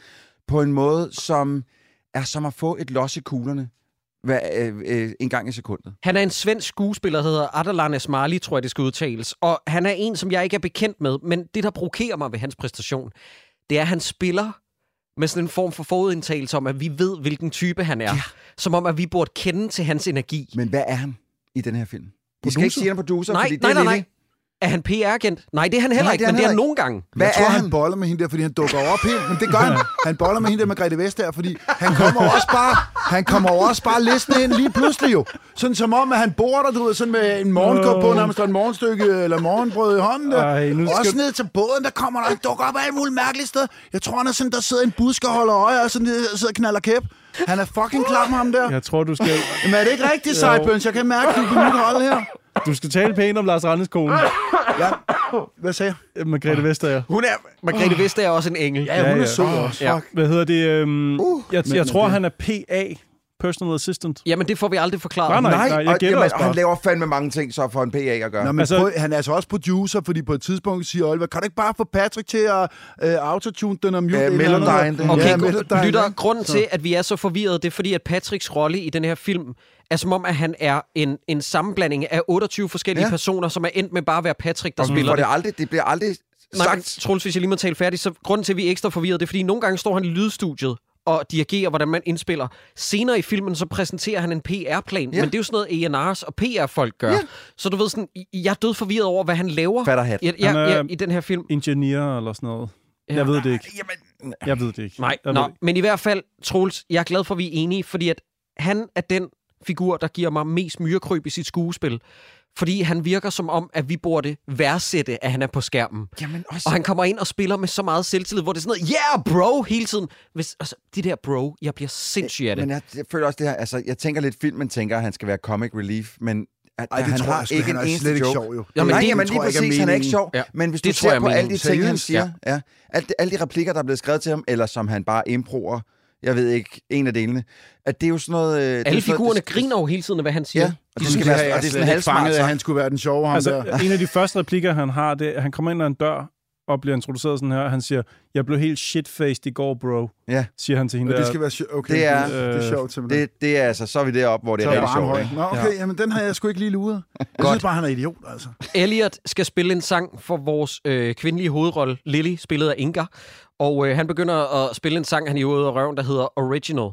Speaker 2: på en måde, som er som at få et los i kuglerne hver, øh, øh, en gang i sekundet.
Speaker 4: Han er en svensk skuespiller, der hedder Adalan Esmali, tror jeg, det skal udtales. Og han er en, som jeg ikke er bekendt med, men det, der provokerer mig ved hans præstation, det er, at han spiller med sådan en form for forudindtagelse om, at vi ved, hvilken type han er. Ja. Som om, at vi burde kende til hans energi.
Speaker 2: Men hvad er han i den her film? I skal ikke sige, han er producer,
Speaker 4: nej,
Speaker 2: fordi det
Speaker 4: nej,
Speaker 2: er
Speaker 4: nej, nej.
Speaker 2: Lille.
Speaker 4: Er han PR-agent? Nej, det er han heller
Speaker 2: Nej,
Speaker 4: ikke,
Speaker 2: det er han
Speaker 4: men det er han
Speaker 2: heller
Speaker 4: nogle gange.
Speaker 2: Hvad
Speaker 1: jeg tror,
Speaker 2: er
Speaker 1: han?
Speaker 2: han?
Speaker 1: boller med hende der, fordi han dukker op helt. Men det gør han. Han boller med hende der med Grete Vestager, fordi han kommer jo også bare, han kommer jo også bare listende ind lige pludselig jo. Sådan som om, at han bor der, du ved, sådan med en morgenkåb på, nærmest og en morgenstykke eller morgenbrød i hånden der.
Speaker 3: Ej, nu skal
Speaker 1: også
Speaker 3: du-
Speaker 1: ned til båden, der kommer der, han dukker op af alt muligt mærkeligt sted. Jeg tror, han er sådan, der sidder en busk og holder øje, og sådan der sidder og knaller kæp. Han er fucking klam ham der.
Speaker 3: Jeg tror, du skal,
Speaker 1: Jamen er det ikke rigtigt, Sideburns? Jeg kan mærke, at du er på mit hold her.
Speaker 3: du skal tale pænt om Lars Randes kone,
Speaker 1: Ja. Hvad sagde jeg?
Speaker 4: Ah.
Speaker 3: øh, Margrethe Vestager.
Speaker 4: Hun er... Margrethe Vestager er også en engel.
Speaker 1: Ja, hun
Speaker 3: ja.
Speaker 1: er sød også.
Speaker 4: Ja.
Speaker 1: Fuck.
Speaker 3: Hvad hedder det? Øhm, uh, jeg, jeg
Speaker 1: men-
Speaker 3: tror, han er PA, Personal Assistant.
Speaker 4: Jamen, det får vi aldrig forklaret.
Speaker 3: Nej, nej. jeg
Speaker 2: og,
Speaker 3: gætter
Speaker 2: jamen,
Speaker 3: også
Speaker 2: og
Speaker 3: bare.
Speaker 2: han laver fandme mange ting, så for en PA at gøre.
Speaker 1: Nå, men
Speaker 3: Altså-
Speaker 1: altså, prøv, han er altså også producer, fordi på et tidspunkt siger Oliver, kan du ikke bare få Patrick til at øh, autotune den og mute
Speaker 2: Ja,
Speaker 1: den eller
Speaker 2: Melodyne,
Speaker 1: noget?"
Speaker 2: den.
Speaker 4: Okay,
Speaker 1: Mm. ja,
Speaker 4: ja,
Speaker 1: Melodyne,
Speaker 4: lytter,
Speaker 1: ikke?
Speaker 4: grunden til, at vi er så forvirrede, det er fordi, at Patricks rolle i den her film er som om, at han er en, en sammenblanding af 28 forskellige
Speaker 2: Ja.
Speaker 4: ja. personer, som er endt med bare at være Patrick, der
Speaker 2: og
Speaker 4: spiller
Speaker 2: for det,
Speaker 4: det.
Speaker 2: aldrig, det bliver aldrig
Speaker 4: Nej, men
Speaker 2: sagt.
Speaker 4: Troels, hvis jeg lige må tale færdigt, så grunden til, at vi er ekstra forvirrede, det er fordi, nogle gange står han i lydstudiet og dirigerer, hvordan man indspiller. Senere i filmen, så præsenterer han en PR-plan,
Speaker 2: Ja.
Speaker 4: men det er jo sådan noget, A&R's og PR-folk gør.
Speaker 2: Ja.
Speaker 4: Så du ved sådan, I- jeg er død forvirret over, hvad han laver
Speaker 2: Fatter hat.
Speaker 4: i, ja,
Speaker 3: Han er-
Speaker 2: øh,
Speaker 4: ja, i den her film.
Speaker 3: Ingeniør eller sådan noget.
Speaker 4: Ja.
Speaker 3: Jeg ved det ikke.
Speaker 2: Jamen,
Speaker 3: Jeg ved det ikke.
Speaker 4: Nej,
Speaker 3: jeg
Speaker 4: nå,
Speaker 3: Ved, det
Speaker 4: men i hvert fald, Troels, jeg er glad for, at vi er enige, fordi at han er den figur, der giver mig mest myrekryb i sit skuespil. Fordi han virker som om, at vi burde værdsætte, at han er på skærmen.
Speaker 2: jamen også.
Speaker 4: Og han kommer ind og spiller med så meget selvtillid, hvor det er sådan noget, yeah, bro, hele tiden. Hvis, altså, de der bro, jeg bliver sindssyg af det.
Speaker 2: Men jeg, jeg føler også det her, altså jeg tænker lidt, filmen tænker, at han skal være comic relief, men at
Speaker 1: Ej, det
Speaker 2: han
Speaker 1: tror
Speaker 2: har
Speaker 1: jeg sgu,
Speaker 2: ikke
Speaker 1: han
Speaker 2: en
Speaker 1: er
Speaker 2: eneste
Speaker 1: slet ikke
Speaker 2: joke.
Speaker 1: sjov, jo.
Speaker 2: Jamen,
Speaker 4: Jamen,
Speaker 2: Nej,
Speaker 4: det
Speaker 2: det, jamen
Speaker 1: tror
Speaker 2: lige
Speaker 1: jeg ikke er
Speaker 2: præcis, han er ikke
Speaker 1: meningen.
Speaker 2: sjov.
Speaker 4: Ja.
Speaker 2: Ja. Men hvis
Speaker 4: Det
Speaker 2: du
Speaker 4: tror
Speaker 2: ser
Speaker 4: jeg
Speaker 2: på
Speaker 4: er
Speaker 2: alle de
Speaker 4: meningen.
Speaker 2: ting, han
Speaker 4: Seriøst?
Speaker 2: siger, ja. Ja, alt, det- alle de replikker, der er blevet skrevet til ham, eller som han bare improer, jeg ved ikke, en af delene, at det er jo sådan noget... øh, det er sådan
Speaker 4: Alle
Speaker 2: noget-
Speaker 4: figurerne griner jo hele tiden af, hvad han siger.
Speaker 2: Ja,
Speaker 4: Ja.
Speaker 2: og det skal være og det er sådan en halvsmart
Speaker 1: fanget, at
Speaker 2: sang.
Speaker 1: han skulle være den sjove, ham altså, der.
Speaker 3: Altså, en af de første replikker, han har, det er, at han kommer ind ad en dør og bliver introduceret sådan her, og han siger, jeg blev helt shitfaced i går, bro,
Speaker 2: Ja,
Speaker 3: siger han til hende.
Speaker 1: Og det
Speaker 3: der.
Speaker 1: skal være sjovt. Okay,
Speaker 2: Det er- øh,
Speaker 1: det er sjovt simpelthen.
Speaker 2: det, det er altså, så er vi deroppe, hvor det
Speaker 1: så
Speaker 2: er
Speaker 1: er
Speaker 2: helt
Speaker 1: varm
Speaker 2: sjovt.
Speaker 1: høj.
Speaker 2: ikke?
Speaker 1: Nå, okay, jamen den har jeg sgu ikke lige luret. Jeg synes bare, han er idiot, altså.
Speaker 4: Elliot skal spille en sang for vores øh, kvindelige hovedrolle, Lily, spillet af Inga. Og øh, han begynder at spille en sang, han i ude af røven, der hedder Original.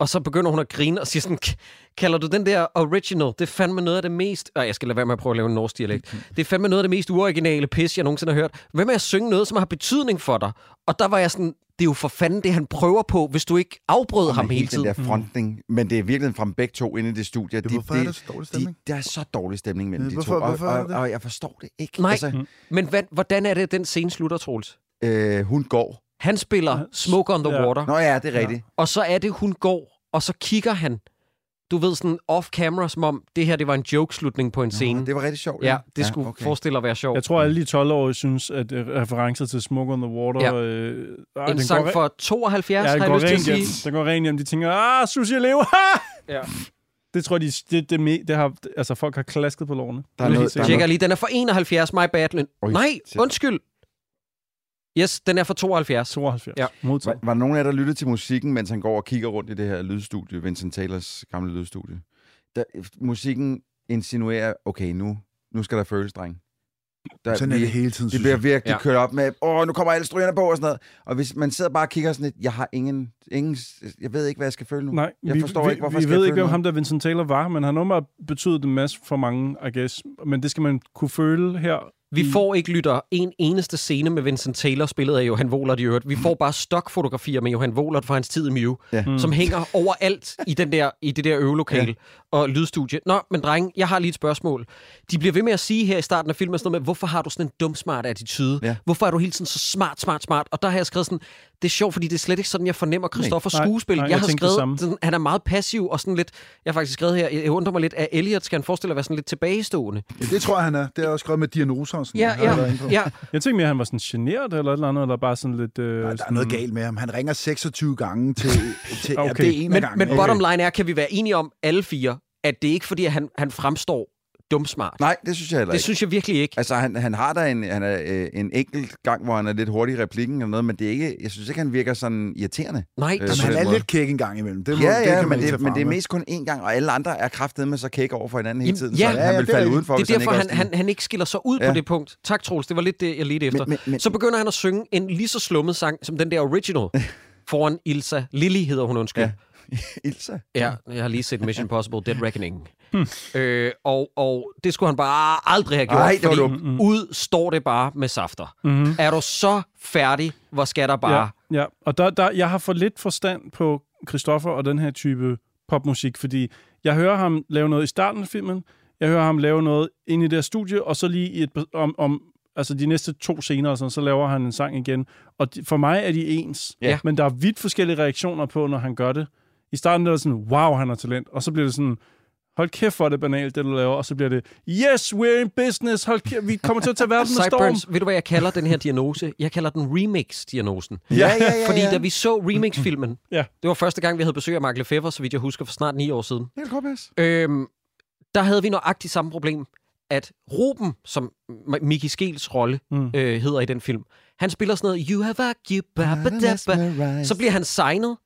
Speaker 4: Og så begynder hun at grine og siger sådan, "K- kalder du den der original? Det er fandme noget af det mest... Ej, jeg skal lade være med at prøve at lave en norsk dialekt. Det er fandme noget af det mest uoriginale pis, jeg nogensinde har hørt. Hvad med at synge noget, som har betydning for dig? Og der var jeg sådan, det er jo for fanden det, han prøver på, hvis du ikke afbrød ham
Speaker 2: Men
Speaker 4: hele
Speaker 2: hele den
Speaker 4: tiden. Mm.
Speaker 2: der frontning, men det er virkelig fra dem begge to inde i det studie.
Speaker 1: Men
Speaker 2: de-
Speaker 1: hvorfor er
Speaker 2: de-
Speaker 1: der så dårlig
Speaker 2: de-
Speaker 1: stemning?
Speaker 2: Der er så dårlig stemning mellem
Speaker 1: Ja,
Speaker 2: de
Speaker 1: hvorfor-
Speaker 2: to, og-
Speaker 1: hvorfor er der
Speaker 2: og,
Speaker 1: det?
Speaker 2: og, og jeg forstår det ikke.
Speaker 4: Nej. Mm.
Speaker 2: Altså,
Speaker 4: Men hvad, hvordan er det, at den scene slutter, Troels?
Speaker 2: øh, hun går.
Speaker 4: Han spiller Smoke on the
Speaker 3: Ja.
Speaker 4: Water.
Speaker 2: Nå ja, det er rigtigt.
Speaker 4: Og så er det, hun går, og så kigger han, du ved, sådan off-camera, som om det her det var en joke-slutning på en scene.
Speaker 2: Nå, det var rigtig sjovt.
Speaker 4: ja, det skulle forestille at være sjovt.
Speaker 3: Jeg tror, alle de 12-årige synes, at øh, referencer til Smoke on the Water...
Speaker 4: Ja.
Speaker 3: Øh, ej,
Speaker 4: en
Speaker 3: den
Speaker 4: sang
Speaker 3: går re-
Speaker 4: fra 72,
Speaker 3: ja,
Speaker 4: har
Speaker 3: den
Speaker 4: jeg
Speaker 3: går
Speaker 4: lyst til at
Speaker 3: rent hjem.
Speaker 4: sige.
Speaker 3: Den går rent hjem. De tænker, ah, Susie Leo, ah!
Speaker 4: Ja.
Speaker 3: Det tror jeg, de, det, det, me- det har, altså folk har klasket på lårene.
Speaker 2: Der er noget, der
Speaker 4: Jeg
Speaker 2: er
Speaker 4: tjekker
Speaker 2: noget.
Speaker 4: lige, den er fra 71, My Bad. Lyn.
Speaker 2: Oj,
Speaker 4: Nej,
Speaker 2: shit.
Speaker 4: undskyld. Yes, den er fra 72.
Speaker 3: 72.
Speaker 4: Ja.
Speaker 3: Modtaget.
Speaker 2: Var, var der nogen af jer, der lyttede til musikken, mens han går og kigger rundt i det her lydstudie, Vincent Taylors gamle lydstudie? Der, musikken insinuerer, okay, nu, nu skal der føles, dreng. Der,
Speaker 1: Sådan er
Speaker 2: vi-
Speaker 1: det hele tiden,
Speaker 2: Det
Speaker 1: synes
Speaker 2: bliver
Speaker 1: jeg.
Speaker 2: virkelig
Speaker 4: Ja.
Speaker 2: ja. kørt op med, åh, nu kommer alle strygerne på og sådan noget. Og hvis man sidder bare og kigger sådan lidt, jeg har ingen, ingen jeg ved ikke, hvad jeg skal føle nu.
Speaker 3: Nej,
Speaker 2: Jeg forstår
Speaker 3: vi,
Speaker 2: ikke, hvorfor
Speaker 3: vi
Speaker 2: skal jeg
Speaker 3: ved ikke,
Speaker 2: føle
Speaker 3: hvem
Speaker 2: noget?
Speaker 3: ham der Vincent Taylor var, men han har åbenbart betydet en masse for mange, I guess. Men det skal man kunne føle her.
Speaker 4: Vi får ikke, lytter, en eneste scene med Vincent Taylor, spillet af Johan Wohlert i øvrigt. Vi
Speaker 3: Mm.
Speaker 4: får bare stokfotografier med Johan Wohlert fra hans tid i Mew, ja.
Speaker 2: Ja.
Speaker 3: Mm.
Speaker 4: som hænger overalt i, den der, i det der øvelokale ja. og lydstudie. Nå, men dreng, jeg har lige et spørgsmål. De bliver ved med at sige her i starten af filmen, sådan noget med, hvorfor har du sådan en dum smart attitude?
Speaker 2: Ja.
Speaker 4: Hvorfor er du hele tiden så smart, smart, smart? Og der har jeg skrevet sådan, det er sjovt, fordi det er slet ikke sådan, jeg fornemmer Christoffers
Speaker 3: Nej, nej,
Speaker 4: skuespil.
Speaker 3: nej,
Speaker 4: jeg,
Speaker 3: jeg
Speaker 4: har
Speaker 3: tænkte det
Speaker 4: skrevet,
Speaker 3: samme.
Speaker 4: sådan, han er meget passiv og sådan lidt, jeg har faktisk skrevet her, jeg undrer mig lidt, at Elliot skal han forestille at være sådan lidt tilbagestående.
Speaker 1: Ja, det tror jeg, han er. Det er også skrevet med diagnoser og sådan
Speaker 4: Ja,
Speaker 1: noget, har jeg været
Speaker 4: ja,
Speaker 1: inde på.
Speaker 4: ja.
Speaker 3: Jeg tænkte mere, at han var sådan generet eller et eller andet, eller bare sådan lidt... Øh,
Speaker 1: Nej, der er
Speaker 3: sådan,
Speaker 1: noget galt med ham. Han ringer 26 gange til... til
Speaker 3: Okay.
Speaker 1: okay. ja, det er en af
Speaker 4: Men,
Speaker 1: gangen.
Speaker 4: men bottom line er, kan vi være enige om, alle fire, at det er ikke fordi, at han, han fremstår dumsmart.
Speaker 2: Nej, det synes jeg heller
Speaker 4: det
Speaker 2: ikke.
Speaker 4: synes jeg virkelig ikke.
Speaker 2: Altså, han, han har da en, han er, øh, en enkelt gang, hvor han er lidt hurtig i replikken eller noget, men det er ikke, jeg synes ikke, han virker sådan irriterende.
Speaker 4: Nej, det
Speaker 2: øh,
Speaker 1: Jamen,
Speaker 2: på
Speaker 1: han
Speaker 2: den
Speaker 1: er
Speaker 2: måde.
Speaker 1: lidt kæk en gang imellem. Det, må,
Speaker 2: Ja,
Speaker 1: det kan
Speaker 2: ja,
Speaker 1: man
Speaker 2: men,
Speaker 1: ikke
Speaker 2: det,
Speaker 1: tage
Speaker 2: men
Speaker 1: fra
Speaker 2: det er
Speaker 1: ham.
Speaker 2: mest kun én gang, og alle andre er kraftet med så kække over for hinanden hele
Speaker 4: Jamen,
Speaker 2: tiden,
Speaker 4: ja.
Speaker 2: ja, så
Speaker 1: Ja,
Speaker 2: han
Speaker 1: ja,
Speaker 2: vil
Speaker 1: det er
Speaker 2: falde
Speaker 1: rigtigt.
Speaker 2: udenfor,
Speaker 4: er
Speaker 2: hvis han
Speaker 4: derfor,
Speaker 2: ikke
Speaker 4: han,
Speaker 2: også
Speaker 4: han, han ikke skiller sig ud ja.
Speaker 2: Ja.
Speaker 4: på det punkt. Tak, Troels. Det var lidt det, jeg ledte efter. Men,
Speaker 2: Men- men- men-
Speaker 4: så begynder han at synge en lige så slummet sang, som den der original foran Ilsa. Lily hedder hun, undskyld. Ja.
Speaker 2: Ja. Ilse.
Speaker 4: Ja, jeg har lige set Mission Impossible Dead Reckoning.
Speaker 2: Hmm.
Speaker 4: øh, og, og det skulle han bare aldrig have gjort,
Speaker 2: Ej, det var
Speaker 4: fordi
Speaker 2: dumt. Mm-hmm.
Speaker 4: ud står det bare med safter.
Speaker 3: Mhm.
Speaker 4: Er du så færdig, hvor skal der bare... Ja.
Speaker 3: Ja, ja. og der, der, jeg har for lidt forstand på Christoffer og den her type popmusik, fordi jeg hører ham lave noget i starten af filmen, jeg hører ham lave noget inde i det her studie, og så lige i et, om, om altså de næste to scener, og sådan, så laver han en sang igen. Og de, for mig er de ens,
Speaker 4: Ja.
Speaker 3: men der er vidt forskellige reaktioner på, når han gør det. I starten er det sådan, wow, han har talent, og så bliver det sådan, hold kæft for det er banalt, det du laver, og så bliver det, yes, we're in business, hold kæft, vi kommer til at tage verden med storm.
Speaker 4: Sideburns, ved du hvad jeg kalder den her diagnose? Jeg kalder den remix-diagnosen.
Speaker 2: Ja, ja, ja. ja.
Speaker 4: Fordi da vi så remix-filmen,
Speaker 3: Ja.
Speaker 4: det var første gang, vi havde besøg af Mark Lefebvre, så vidt jeg husker, for snart ni år siden.
Speaker 2: Det kan godt passe.
Speaker 4: Øhm, der havde vi nøjagtigt samme problem, at Ruben, som M- Mickey Skels rolle mm.
Speaker 3: Mm.
Speaker 4: øh, hedder i den film, han spiller sådan noget, you have a gibabadabba. Så bliver han signet,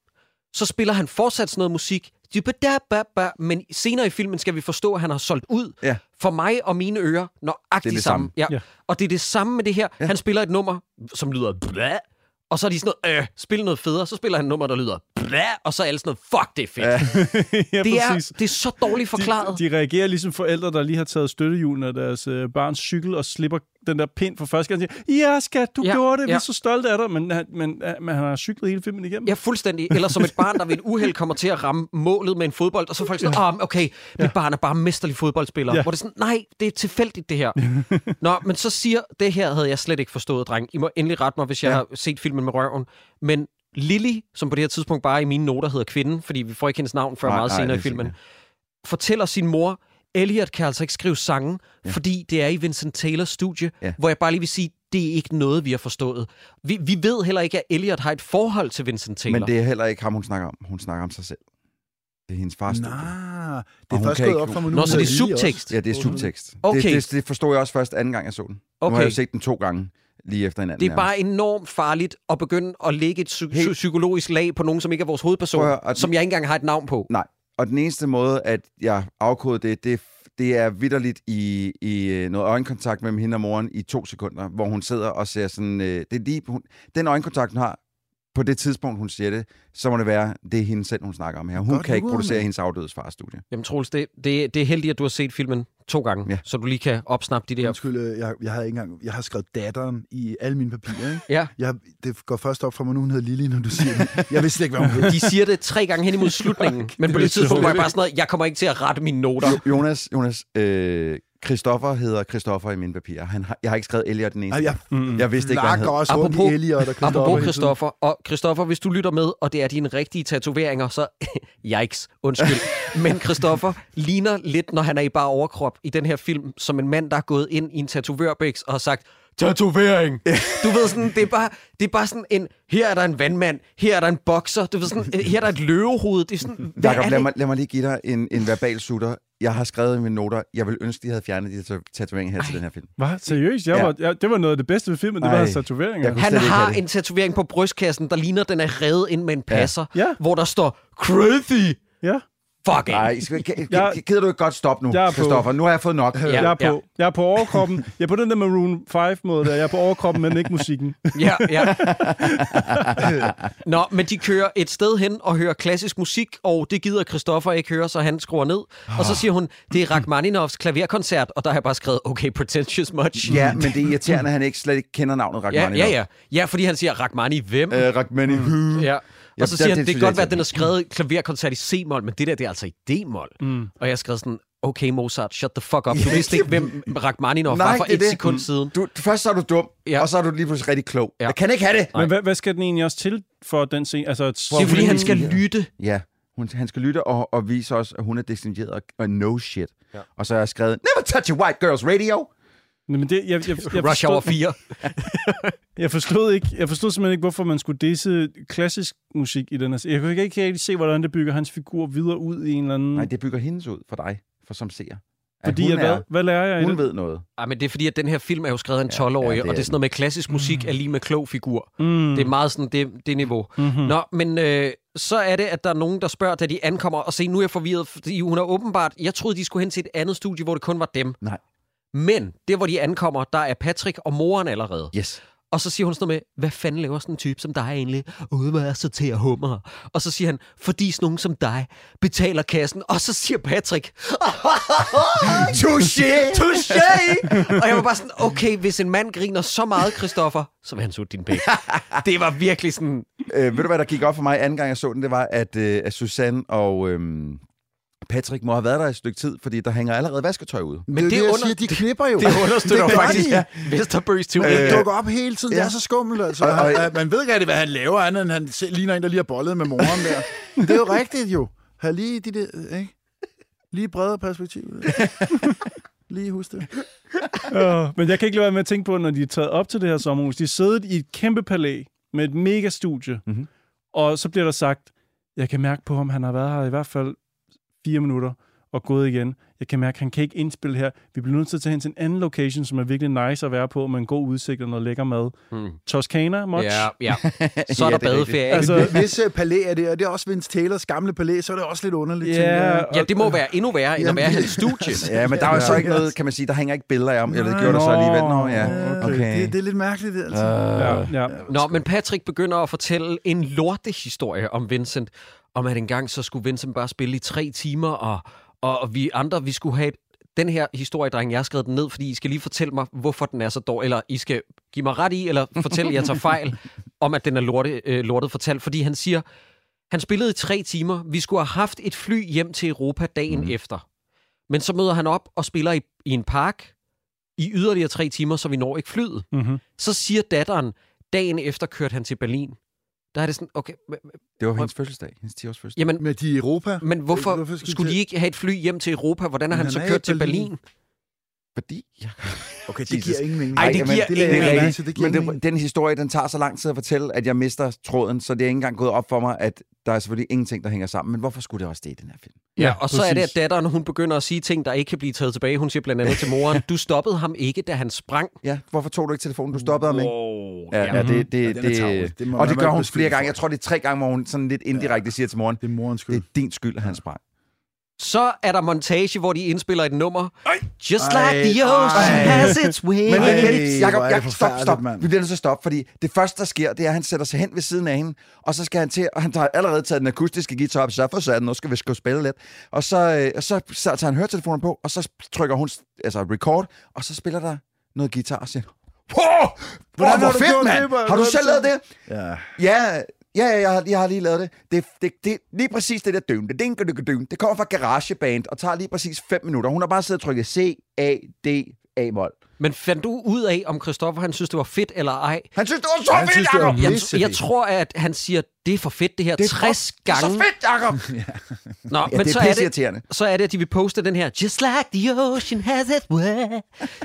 Speaker 4: så spiller han fortsat sådan noget musik, gibadababa, men senere i filmen skal vi forstå, at han har solgt ud.
Speaker 2: Ja.
Speaker 4: For mig og mine ører, nøjagtigt
Speaker 2: Det er det
Speaker 4: samme.
Speaker 2: samme.
Speaker 4: Ja.
Speaker 3: Ja.
Speaker 4: Og det er det samme med det her. Ja. Han spiller et nummer, som lyder blæ, og så er de sådan noget, øh, spil noget federe. Så spiller han et nummer, der lyder blæ, og så er alle sådan noget, fuck, det er fedt. Ja.
Speaker 3: ja,
Speaker 4: Det
Speaker 3: præcis.
Speaker 4: er, det er så dårligt forklaret.
Speaker 3: De, de reagerer ligesom forældre, der lige har taget støttehjulen af deres øh, barns cykel og slipper den der pind for første gang. Og siger, ja skat, du
Speaker 4: Ja,
Speaker 3: ja, gjorde det, vi
Speaker 4: ja.
Speaker 3: er så stolte af dig. Men, han- men, øh, men han har cyklet hele filmen igennem.
Speaker 4: Ja, fuldstændig. Eller som et barn, der ved et uheld kommer til at ramme målet med en fodbold, og så er folk sådan, ah, okay, mit barn er bare en mesterlig fodboldspiller. Ja.
Speaker 3: Ja.
Speaker 4: Hvor det er sådan, nej, det er tilfældigt det her. Nå, men så siger, det her havde jeg slet ikke forstået, dreng. I må endelig rette mig, hvis jeg ja. har set filmen med røven. Men Lily, som på det her tidspunkt bare i mine noter hedder kvinden, fordi vi får ikke hendes navn før
Speaker 2: Nej,
Speaker 4: meget
Speaker 2: nej,
Speaker 4: senere i
Speaker 2: det er
Speaker 4: filmen,
Speaker 2: sikkert.
Speaker 4: fortæller sin mor, Elliot kan altså ikke skrive sange, ja. fordi det er i Vincent Taylors studie, ja.
Speaker 2: Ja.
Speaker 4: hvor jeg bare lige vil sige, det er ikke noget, vi har forstået. Vi, vi ved heller ikke, at Elliot har et forhold til Vincent Taylor.
Speaker 2: Men det er heller ikke ham, hun snakker om. Hun snakker om sig selv. Det er hendes fars
Speaker 1: Nej,
Speaker 2: studie.
Speaker 1: det
Speaker 2: Og
Speaker 1: er
Speaker 2: hun
Speaker 1: først
Speaker 2: kan
Speaker 1: gået
Speaker 2: ikke-
Speaker 1: op for mig nu.
Speaker 4: Nå, så det er
Speaker 1: Lige også.
Speaker 4: subtekst.
Speaker 2: Ja, det er subtekst.
Speaker 4: Okay.
Speaker 2: Det, det, det forstod jeg også først anden gang, jeg så den. Okay. Nu har
Speaker 4: Okay.
Speaker 2: jeg jo set den to gange lige efter hinanden.
Speaker 4: Det er
Speaker 2: nærmest.
Speaker 4: bare enormt farligt at begynde at lægge et psy-
Speaker 2: Helt-
Speaker 4: psy- psykologisk lag på nogen, som ikke er vores hovedperson,
Speaker 2: Prøv at høre, og-
Speaker 4: som jeg ikke engang har et navn på.
Speaker 2: Nej. Og den eneste måde, at jeg afkodede det, det, det er vidderligt i, i øh, noget øjenkontakt mellem hende og moren i to sekunder, hvor hun sidder og ser sådan... Øh, det er lige, hun, den øjenkontakt, hun har på det tidspunkt, hun siger det, så må det være, det er hende selv, hun snakker om her. Hun
Speaker 1: Godt
Speaker 2: kan ikke
Speaker 1: luret,
Speaker 2: producere
Speaker 1: mand.
Speaker 2: hendes afdødes fars studie.
Speaker 4: Jamen Troels, det, det, det er heldigt, at du har set filmen to gange, ja.
Speaker 2: Ja.
Speaker 4: så du lige kan opsnappe de der...
Speaker 1: Undskyld, øh, jeg, jeg, havde ikke engang, jeg har skrevet datteren i alle mine papirer. Ikke?
Speaker 4: Ja.
Speaker 1: Jeg, det går først op for mig nu, hun hedder Lili, når du siger det. Jeg vidste ikke, hvad hun hed.
Speaker 4: De siger det tre gange hen imod slutningen, men på det tidspunkt var jeg bare sådan noget, jeg kommer ikke til at rette mine noter.
Speaker 2: Jo, Jonas, Jonas øh, Christoffer hedder Christoffer i mine papirer. Han har, jeg har ikke skrevet Elliot den eneste.
Speaker 1: Ej, jeg
Speaker 3: Mm.
Speaker 2: jeg vidste ikke, hvad han
Speaker 1: lakker
Speaker 2: hed.
Speaker 1: også rundt
Speaker 4: Apropos-
Speaker 1: i Elliot og Christoffer.
Speaker 4: Apropos
Speaker 1: hele tiden.
Speaker 4: Christoffer, og Christoffer, hvis du lytter med, og det er dine rigtige tatoveringer, så yikes, undskyld. Men Christoffer ligner lidt, når han er i bare overkrop i den her film, som en mand, der er gået ind i en tatovørbæks og har sagt, tatovering! Du ved sådan, det er, bare, det er bare sådan en, her er der en vandmand, her er der en bokser, du ved sådan, her er der et løvehoved, det er sådan, hvad
Speaker 2: Jakob,
Speaker 4: er
Speaker 2: lad
Speaker 4: det?
Speaker 2: mig, lad mig lige give dig en, en verbal sutter. Jeg har skrevet i mine noter, jeg vil ønske, de havde fjernet de her tatu- tatoveringer her Ej. til den her film.
Speaker 3: Hvad? Seriøst? Jeg
Speaker 2: Ja.
Speaker 3: var, jeg, det var noget af det bedste ved filmen, det var
Speaker 2: Ej.
Speaker 3: hans tatoveringer.
Speaker 2: Jeg kunne
Speaker 4: Han
Speaker 2: slet ikke
Speaker 4: har
Speaker 2: have det.
Speaker 4: en tatovering på brystkassen, der ligner, den er reddet ind med en passer,
Speaker 3: Ja.
Speaker 4: hvor der står, crazy!
Speaker 3: Ja,
Speaker 4: Fucking!
Speaker 2: Nej, skal- kan-
Speaker 3: Jeg-
Speaker 2: kan- gider du ikke godt stoppe nu,
Speaker 3: Jeg er på.
Speaker 2: Kristoffer? Nu har jeg fået nok.
Speaker 4: Ja,
Speaker 3: jeg, er på,
Speaker 4: ja.
Speaker 3: jeg er på overkroppen. Jeg er på den der Maroon 5-måde der. Jeg er på overkroppen, men ikke musikken.
Speaker 4: Ja, ja. Nå, men de kører et sted hen og hører klassisk musik, og det gider Christoffer ikke høre, så han skruer ned. Og så siger hun, det er Rachmaninoffs klaverkoncert, og der har jeg bare skrevet, okay, pretentious much.
Speaker 2: Ja, men det er irriterende, at han ikke slet ikke kender navnet
Speaker 4: ja,
Speaker 2: Rachmaninoff.
Speaker 4: ja, Mm. ja. Ja, fordi han siger, Rachmani hvem?
Speaker 2: Øh, Rachmaninoff.
Speaker 4: Ja.
Speaker 2: Ja,
Speaker 4: Og så
Speaker 2: det-
Speaker 4: siger han,
Speaker 2: det
Speaker 4: det kan
Speaker 2: synes jeg
Speaker 4: godt være,
Speaker 2: ikke.
Speaker 4: at den er skrevet i klaverkoncert i C-mol, men det der, det er altså i D-mol. Mm. Og jeg skrev sådan, okay Mozart, shut the fuck up. Du vidste ikke, hvem Rachmaninoff var
Speaker 2: Nej,
Speaker 4: for
Speaker 2: det er
Speaker 4: et
Speaker 2: det.
Speaker 4: sekund siden.
Speaker 2: Du, først så er du dum,
Speaker 4: Ja.
Speaker 2: og så er du lige pludselig rigtig klog.
Speaker 4: Ja.
Speaker 2: Jeg kan ikke have det!
Speaker 3: Men hvad, hvad skal den egentlig også til for den scene? Altså, et
Speaker 4: Det er fordi, han skal lytte.
Speaker 2: Ja, hun, han skal lytte og, og vise os, at hun er distingueret og, og no shit. Ja. Og så har jeg skrevet, never touch a white girls radio!
Speaker 3: Men det, jeg, jeg, jeg, jeg,
Speaker 4: Rush Hour
Speaker 3: forstod,
Speaker 4: 4.
Speaker 3: jeg, forstod ikke, jeg forstod simpelthen ikke, hvorfor man skulle disse klassisk musik i den her Jeg kunne ikke, ikke rigtig se, hvordan det bygger hans figur videre ud i en eller anden...
Speaker 2: Nej, det bygger hendes ud for dig, for som seer. At
Speaker 3: fordi
Speaker 2: hun,
Speaker 3: at, hvad, hvad lærer jeg
Speaker 2: er,
Speaker 3: i
Speaker 2: hun
Speaker 3: det?
Speaker 2: ved noget.
Speaker 4: Ej, men det er fordi, at den her film er jo skrevet af en 12-årig, ja,
Speaker 2: ja, det
Speaker 4: og
Speaker 2: er
Speaker 4: det
Speaker 2: den.
Speaker 4: er sådan
Speaker 2: Mhm.
Speaker 4: noget med klassisk musik er lige med klog figur.
Speaker 3: Mm.
Speaker 4: Mm. Det er meget sådan det, det niveau.
Speaker 2: Mhm.
Speaker 4: Mm-hmm. Nå, men øh, så er det, at der er nogen, der spørger, da de ankommer, og se, nu er jeg forvirret, fordi hun er åbenbart... Jeg troede, de skulle hen til et andet studie, hvor det kun var dem.
Speaker 2: Nej.
Speaker 4: Men det, hvor de ankommer, der er Patrick og moren allerede.
Speaker 2: Yes.
Speaker 4: Og så siger hun sådan noget med, hvad fanden laver sådan en type som dig egentlig? Ude med at sortere hummer. Og så siger han, fordi sådan nogen som dig betaler kassen. Og så siger Patrick, touché, touché. og jeg var bare sådan, okay, hvis en mand griner så meget, Christoffer, så vil han sutte din pæk. det var virkelig sådan,
Speaker 2: Øh, ved du, hvad der gik op for mig anden gang, jeg så den? Det var, at, øh, at Susanne og øh, Patrick må have været der et stykke tid, fordi der hænger allerede vasketøj ude.
Speaker 1: Men det, det,
Speaker 4: det
Speaker 1: det jeg
Speaker 4: under-
Speaker 1: siger, de klipper jo.
Speaker 4: det understøtter
Speaker 1: gør
Speaker 4: faktisk
Speaker 1: de.
Speaker 4: Vesterbøs teori.
Speaker 1: Det dukker op hele tiden. Det er
Speaker 2: Øh, Ja.
Speaker 1: så skummelt, altså.
Speaker 2: Og- og-
Speaker 1: Han, øh, man ved ikke rigtig, hvad han laver, andet end han selv ligner en, der lige har bollet med moren der. Det er jo rigtigt, jo. Har lige de der, øh, ikke? Lige bredere perspektiv. Lige husk det.
Speaker 3: Åh, men jeg kan ikke lade være med at tænke på, når de er taget op til det her sommerhus. De sidder i et kæmpe palæ med et mega studie,
Speaker 2: Mhm.
Speaker 3: mm-hmm. og så bliver der sagt, jeg kan mærke på ham, han har været her i hvert fald fire minutter og gået igen. Jeg kan mærke, han kan ikke indspille her. Vi bliver nødt til at tage hen til en anden location, som er virkelig nice at være på, med en god udsigt og noget lækker mad.
Speaker 4: Mm.
Speaker 3: Toscana, much?
Speaker 4: Ja, ja. Så er
Speaker 2: Ja,
Speaker 4: der
Speaker 2: det er
Speaker 4: badeferie.
Speaker 3: rigtigt. Altså-
Speaker 4: Altså,
Speaker 1: Hvis øh, palæ er det, og det er også Vince Taylors gamle palæ, så er det også lidt underligt. tænker jeg.
Speaker 3: og-
Speaker 4: ja, det må være endnu værre, end at
Speaker 1: Jamen,
Speaker 4: være
Speaker 1: det-
Speaker 4: i hans studie.
Speaker 2: Ja, men der er jo
Speaker 1: Ja.
Speaker 2: så ikke noget, kan man sige, der hænger ikke billeder af om, eller det
Speaker 3: Nej.
Speaker 2: gjorde der så alligevel. Nå, ja,
Speaker 1: Ja,
Speaker 2: okay. Øh.
Speaker 1: Det, det er lidt mærkeligt, det, altså.
Speaker 3: Ja, ja.
Speaker 4: Nå, men Patrick begynder at fortælle en lortehistorie om Vincent. Om at engang så skulle Vincent bare spille i tre timer, og, og, og vi andre, vi skulle have et, den her historie, dreng, jeg har skrevet den ned, fordi I skal lige fortælle mig, hvorfor den er så dårlig, eller I skal give mig ret i, eller fortælle, at jeg tager fejl, om at den er lorte, øh, lortet fortalt, fordi han siger, han spillede i tre timer, vi skulle have haft et fly hjem til Europa dagen mm. efter. Men så møder han op og spiller i, i en park i yderligere tre timer, så vi når ikke flyet.
Speaker 3: Mm-hmm.
Speaker 4: Så siger datteren, dagen efter kørte han til Berlin. Der er det sådan, okay, men-
Speaker 2: Det var hendes fødselsdag, hendes 10-års fødselsdag.
Speaker 4: jamen,
Speaker 1: Med de i Europa.
Speaker 4: men hvorfor,
Speaker 1: Hvorfor skal de
Speaker 4: skulle de
Speaker 1: til-
Speaker 4: ikke have et fly hjem til Europa? Hvordan har
Speaker 1: Men
Speaker 4: han så
Speaker 1: han er
Speaker 4: kørt
Speaker 1: i
Speaker 4: til Berlin?
Speaker 1: Berlin.
Speaker 2: Fordi... Ja.
Speaker 1: Okay, det
Speaker 2: Jesus.
Speaker 1: giver ingen mening.
Speaker 4: Ej, det
Speaker 2: jamen,
Speaker 4: giver
Speaker 2: det, det,
Speaker 4: ingen
Speaker 2: er
Speaker 1: mening.
Speaker 2: rigtigt.
Speaker 1: Det giver
Speaker 2: men
Speaker 1: ingen
Speaker 2: det, den historie, den tager så lang tid at fortælle, at jeg mister tråden, så det er ikke engang gået op for mig, at der er selvfølgelig ingenting, der hænger sammen. Men hvorfor skulle det også det i den her film?
Speaker 4: Ja, og så er det, at datteren, hun begynder at sige ting, der ikke kan blive taget tilbage. Hun siger blandt andet til moren, du stoppede ham ikke, da han sprang.
Speaker 2: Ja, hvorfor tog du ikke telefonen? Du stoppede ham, ikke?
Speaker 4: Wow.
Speaker 2: Ja, ja, det,
Speaker 1: Ja,
Speaker 2: det,
Speaker 1: den
Speaker 2: det,
Speaker 1: er tavlig.
Speaker 2: det,
Speaker 1: Det må
Speaker 2: og
Speaker 1: man
Speaker 2: det
Speaker 1: være
Speaker 2: gør hun
Speaker 1: beskyldt
Speaker 2: flere
Speaker 1: for.
Speaker 2: gange. Jeg tror, det er tre gange, hvor hun sådan lidt indirekte siger til moren,
Speaker 1: Det er morens skyld.
Speaker 2: det er din skyld, at han sprang.
Speaker 4: Så er der montage, hvor de indspiller et nummer. Just
Speaker 1: Ej,
Speaker 4: like the ocean
Speaker 1: ej.
Speaker 4: has its way.
Speaker 2: Men, men, men
Speaker 1: Ej,
Speaker 2: Jacob,
Speaker 1: hvor er det
Speaker 2: Jacob, stop,
Speaker 1: forfærdeligt,
Speaker 2: stop.
Speaker 1: mand.
Speaker 2: Vi bliver nødt til at stoppe, fordi det første, der sker, det er, at han sætter sig hen ved siden af hende, og så skal han til, og han har allerede taget den akustiske guitar op, så for sådan, nu skal vi skulle spille lidt. Og så, øh, og så, så tager han høretelefonen på, og så trykker hun altså record, og så spiller der noget guitar og siger, Wow! Hvordan
Speaker 1: har
Speaker 2: hvor
Speaker 1: du
Speaker 2: fedt,
Speaker 1: gjort
Speaker 2: mand!
Speaker 1: det, mand?
Speaker 2: Har du
Speaker 1: Hvordan
Speaker 2: selv
Speaker 1: så?"
Speaker 2: lavet det?
Speaker 1: Ja.
Speaker 2: Ja, ja, ja jeg, har, jeg har lige lavet det. Det, det, det lige præcis det der døm, det, ding, ding, ding, det kommer fra garageband og tager lige præcis 5 minutter. Hun har bare siddet og trykket C, A, D, A-mol.
Speaker 4: Men fandt du ud af, om Christoffer han synes, det var fedt eller ej?
Speaker 2: Han synes, det var så
Speaker 1: Han
Speaker 2: fedt,
Speaker 1: synes, det var
Speaker 2: Jacob!
Speaker 4: Jeg,
Speaker 1: Pisse
Speaker 4: jeg
Speaker 1: fedt.
Speaker 4: tror, at han siger, det er for fedt det her,
Speaker 2: Det er
Speaker 4: 60
Speaker 2: Det er
Speaker 4: gange.
Speaker 2: så fedt, Jacob!
Speaker 4: Nå,
Speaker 2: Ja,
Speaker 4: men
Speaker 2: det
Speaker 4: så
Speaker 2: er
Speaker 4: er det,
Speaker 2: pisseirriterende.
Speaker 4: så er det, at de vil poste den her, Just like the ocean has its way.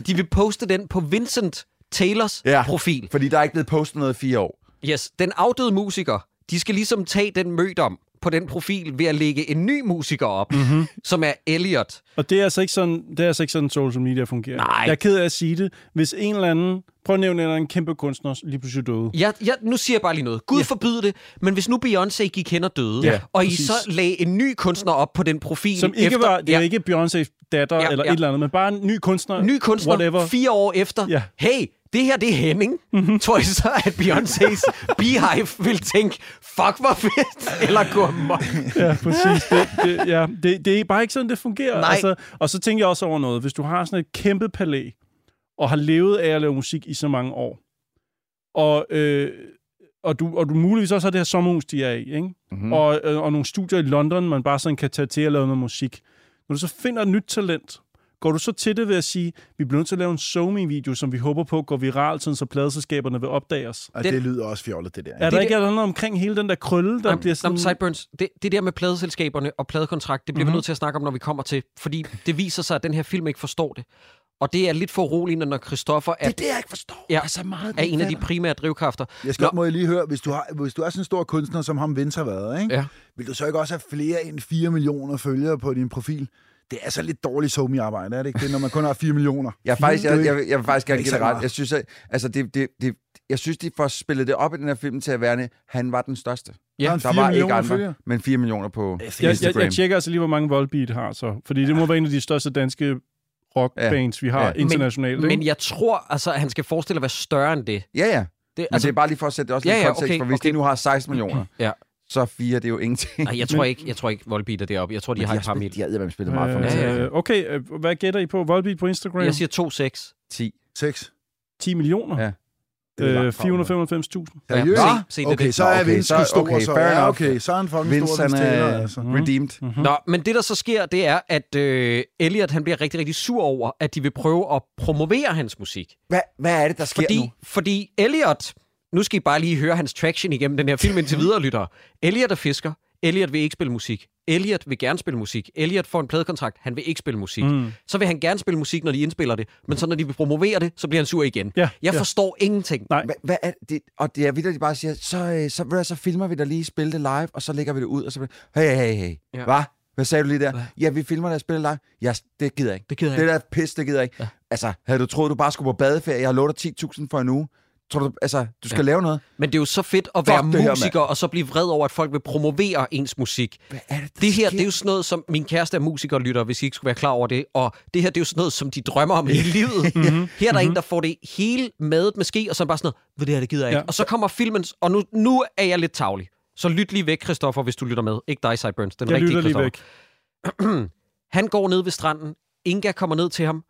Speaker 4: De vil poste den på Vincent Taylors ja.
Speaker 2: Ja.
Speaker 4: profil.
Speaker 2: Fordi der er ikke blevet postet noget i fire år.
Speaker 4: Yes, den afdøde musiker, de skal ligesom tage den mødom på den profil ved at lægge en ny musiker op,
Speaker 2: Mhm.
Speaker 4: mm-hmm. som er Elliot.
Speaker 3: Og det er, altså ikke sådan, det er altså ikke sådan, social media fungerer.
Speaker 4: Nej.
Speaker 3: Jeg er ked af at sige det. Hvis en eller anden, prøv at nævne en eller anden kæmpe kunstner, lige pludselig døde.
Speaker 4: Jeg, jeg, nu siger jeg bare lige noget. Gud ja. forbyde det, men hvis nu Beyoncé gik hen og døde,
Speaker 3: Ja,
Speaker 4: og I
Speaker 3: præcis.
Speaker 4: så lagde en ny kunstner op på den profil
Speaker 3: Som ikke
Speaker 4: efter,
Speaker 3: var, det er
Speaker 4: ja,
Speaker 3: ja. ikke Beyoncé's datter
Speaker 4: Ja,
Speaker 3: ja, eller
Speaker 4: ja.
Speaker 3: ja. et eller andet, men bare en ny kunstner.
Speaker 4: ny kunstner
Speaker 3: Whatever.
Speaker 4: fire år efter,
Speaker 3: Ja.
Speaker 4: hey, det her det er Henning.
Speaker 2: Mhm.
Speaker 4: Mm-hmm. Tror I så, at Beyoncé's Beehive vil tænke, fuck hvor fedt, eller gå amok?
Speaker 3: Ja, præcis. Det, det, ja. det, det er bare ikke sådan, det fungerer. Altså,
Speaker 4: Nej.
Speaker 3: og så tænker jeg også over noget. Hvis du har sådan et kæmpe palæ, og har levet af at lave musik i så mange år, og, øh, og, du, og du muligvis også har det her sommerhus, de er i, ikke? Mm-hmm. Og, øh, og nogle studier i London, man bare sådan kan tage til at lave noget musik. Når du så finder et nyt talent, går du så til det ved at sige, vi bliver nødt til at lave en SoMe-video, som vi håber på går viral, sådan så pladeselskaberne vil opdage os.
Speaker 1: Og
Speaker 4: Den-
Speaker 1: det lyder også fjollet, det der.
Speaker 3: Er der
Speaker 4: det-
Speaker 3: ikke noget omkring hele den der krølle, der
Speaker 4: Nå,
Speaker 3: bliver
Speaker 4: nå, men
Speaker 3: sådan...
Speaker 4: Sideburns, det, det der med pladeselskaberne og pladekontrakt, det
Speaker 2: Mhm.
Speaker 4: bliver mm-hmm. vi nødt til at snakke om, når vi kommer til, fordi det viser sig, at den her film ikke forstår det. Og det er lidt for roligende, når Christoffer er,
Speaker 2: Det er det, jeg ikke forstår.
Speaker 4: Ja.
Speaker 2: Ja. Altså meget
Speaker 4: er en af de primære drivkræfter.
Speaker 1: Jeg skal må jeg lige høre, hvis du, har, hvis du er sådan en stor kunstner, som ham Vince har været, ikke?
Speaker 4: Ja.
Speaker 1: vil du så ikke også have flere end 4 millioner følgere på din profil? Det er så lidt dårligt somi-arbejde, er det ikke det, når man kun har 4 millioner?
Speaker 2: Jeg, er faktisk, jeg,
Speaker 1: Det er
Speaker 2: jeg, jeg vil faktisk gerne
Speaker 1: Ikke
Speaker 2: give
Speaker 1: så
Speaker 2: det ret.
Speaker 1: meget.
Speaker 2: Jeg synes, at, altså, det, det, det, jeg synes, de får spillet det op i den her film til at være, han var den største.
Speaker 1: Der
Speaker 4: Ja,
Speaker 1: er en 4
Speaker 2: Der var ikke
Speaker 1: millioner
Speaker 2: andre,
Speaker 1: følgere.
Speaker 2: men 4 millioner på
Speaker 3: Jeg, jeg,
Speaker 2: Instagram.
Speaker 3: jeg tjekker altså lige, hvor mange Volbeat har så. Fordi det må være en af de største danske rockbands, vi har
Speaker 2: Ja.
Speaker 3: ja. internationalt.
Speaker 4: Men,
Speaker 3: ikke?
Speaker 4: men jeg tror, altså, at han skal forestille at være større end det.
Speaker 2: Ja, ja.
Speaker 4: det
Speaker 2: Men altså, det er bare lige for at sætte det også
Speaker 4: Ja,
Speaker 2: ja, lidt i
Speaker 4: ja,
Speaker 2: kontekst,
Speaker 4: okay,
Speaker 2: for hvis
Speaker 4: okay.
Speaker 2: de nu har 16 millioner,
Speaker 4: Ja.
Speaker 2: så er 4, det er jo ingenting.
Speaker 4: nej, jeg tror ikke, jeg tror ikke, Volbeat er deroppe. Jeg tror, de
Speaker 2: Men
Speaker 4: har et par
Speaker 2: spillet, de
Speaker 4: mil.
Speaker 2: har eddermame spillet meget for mig.
Speaker 4: ja,
Speaker 2: Ja,
Speaker 4: ja.
Speaker 2: ja.
Speaker 3: Øh, okay, øh, hvad gætter I på? Volbeat på Instagram?
Speaker 4: Jeg siger 2-6.
Speaker 2: 10.
Speaker 1: 6.
Speaker 3: 10 millioner.
Speaker 2: Ja.
Speaker 1: er
Speaker 3: Øh,
Speaker 1: langt fra,
Speaker 3: 495.000.
Speaker 4: Ja,
Speaker 1: Seriøst?
Speaker 4: se- se det,
Speaker 1: okay,
Speaker 4: det.
Speaker 1: så
Speaker 2: Nå,
Speaker 1: er
Speaker 2: okay,
Speaker 1: Vince
Speaker 2: så-
Speaker 1: sgu stor,
Speaker 2: okay,
Speaker 1: så,
Speaker 2: fair
Speaker 1: ja,
Speaker 2: enough.
Speaker 1: okay, så er han fucking
Speaker 2: Vince,
Speaker 1: stor,
Speaker 2: han
Speaker 1: Vince Taylor,
Speaker 2: er Mm.
Speaker 1: altså.
Speaker 2: øh, redeemed.
Speaker 4: Nå, men det, der så sker, det er, at øh, Elliot han bliver rigtig, rigtig sur over, at de vil prøve at promovere hans musik.
Speaker 2: Hvad, hvad er det, der sker
Speaker 4: Fordi,
Speaker 2: nu?
Speaker 4: fordi Elliot, nu skal I bare lige høre hans traction igennem den her film indtil videre, lytter. Elliot er fisker. Elliot vil ikke spille musik. Elliot vil gerne spille musik. Elliot får en pladekontrakt. Han vil ikke spille musik. Mm. Så vil han gerne spille musik, når de indspiller det. Men så når de vil promovere det, så bliver han sur igen.
Speaker 3: Ja,
Speaker 4: jeg
Speaker 3: ja.
Speaker 4: forstår ingenting.
Speaker 3: Nej.
Speaker 2: Hva, hvad er det? Og det er vildt, at de bare siger, så, øh, så, ved du hvad, så filmer vi dig lige spille det live, og så lægger vi det ud, og så hey, hey, hey, hey.
Speaker 4: Ja.
Speaker 2: Ja. Hvad? Hvad sagde du lige der? Ja, vi filmer dig og spiller live. Ja, det gider jeg ikke.
Speaker 4: Det gider jeg
Speaker 2: Det der pis, det gider jeg ikke. Ja. Altså, havde du troet, du bare skulle på badeferie? Jeg har lovet dig 10.000 for en uge. Tror du, altså, du skal ja. lave noget?
Speaker 4: Men det er jo så fedt at
Speaker 2: Fuck
Speaker 4: være
Speaker 2: det her,
Speaker 4: musiker, og så blive vred over, at folk vil promovere ens musik.
Speaker 2: Hvad er det, der
Speaker 4: Det her,
Speaker 2: sker?
Speaker 4: det er jo sådan noget, som min kæreste er musiker og lytter, hvis I ikke skulle være klar over det. Og det her, det er jo sådan noget, som de drømmer om i livet.
Speaker 2: Mm-hmm.
Speaker 4: Her er der en, der får det hele madet med ske, og så er bare sådan noget, ved det her, det gider jeg ikke.
Speaker 3: Ja.
Speaker 4: Og så kommer filmen, og nu, nu er jeg lidt tavlig. Så lyt lige væk, Christoffer, hvis du lytter med. Ikke dig, Cyburns. Den
Speaker 3: Jeg
Speaker 4: rigtige
Speaker 3: lytter lige
Speaker 4: Christoffer.
Speaker 3: væk.
Speaker 4: Han går ned ved stranden. Inga kommer ned til ham.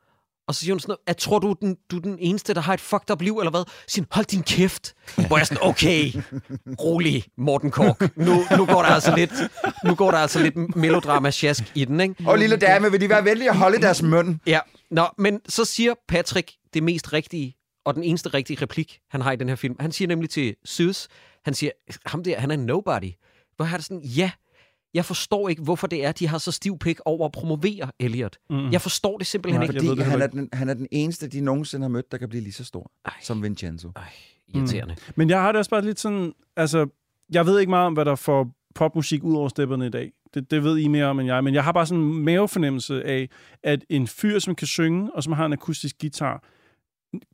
Speaker 4: Og så siger hun sådan noget, at tror du, den, du er den eneste, der har et fucked up liv, eller hvad? Så siger hun, hold din kæft. Hvor jeg er sådan, okay, rolig, Morten Kork. Nu, nu, går der altså lidt, nu går der altså lidt melodrama-sjask i den, ikke?
Speaker 2: Og lille dame, vil de være venlige at holde deres møn?
Speaker 4: Ja, nå, men så siger Patrick det mest rigtige, og den eneste rigtige replik, han har i den her film. Han siger nemlig til Seuss, Han siger, ham der, han er en nobody. Hvor har det sådan, ja, jeg forstår ikke, hvorfor det er, de har så stiv pik over at promovere Elliot.
Speaker 3: Mm.
Speaker 4: Jeg forstår det simpelthen
Speaker 3: Nej,
Speaker 4: ikke.
Speaker 3: jeg ved
Speaker 2: Fordi
Speaker 3: det
Speaker 2: han
Speaker 3: heller
Speaker 2: er, den, han er den eneste, de nogensinde har mødt, der kan blive lige så stor
Speaker 4: Ej.
Speaker 2: som Vincenzo.
Speaker 4: Ej, irriterende. Mm.
Speaker 3: Men jeg har det også bare lidt sådan, altså, jeg ved ikke meget om, hvad der får popmusik ud over stepperne i dag. Det, det ved I mere om end jeg, men jeg har bare sådan en mavefornemmelse af, at en fyr, som kan synge, og som har en akustisk guitar,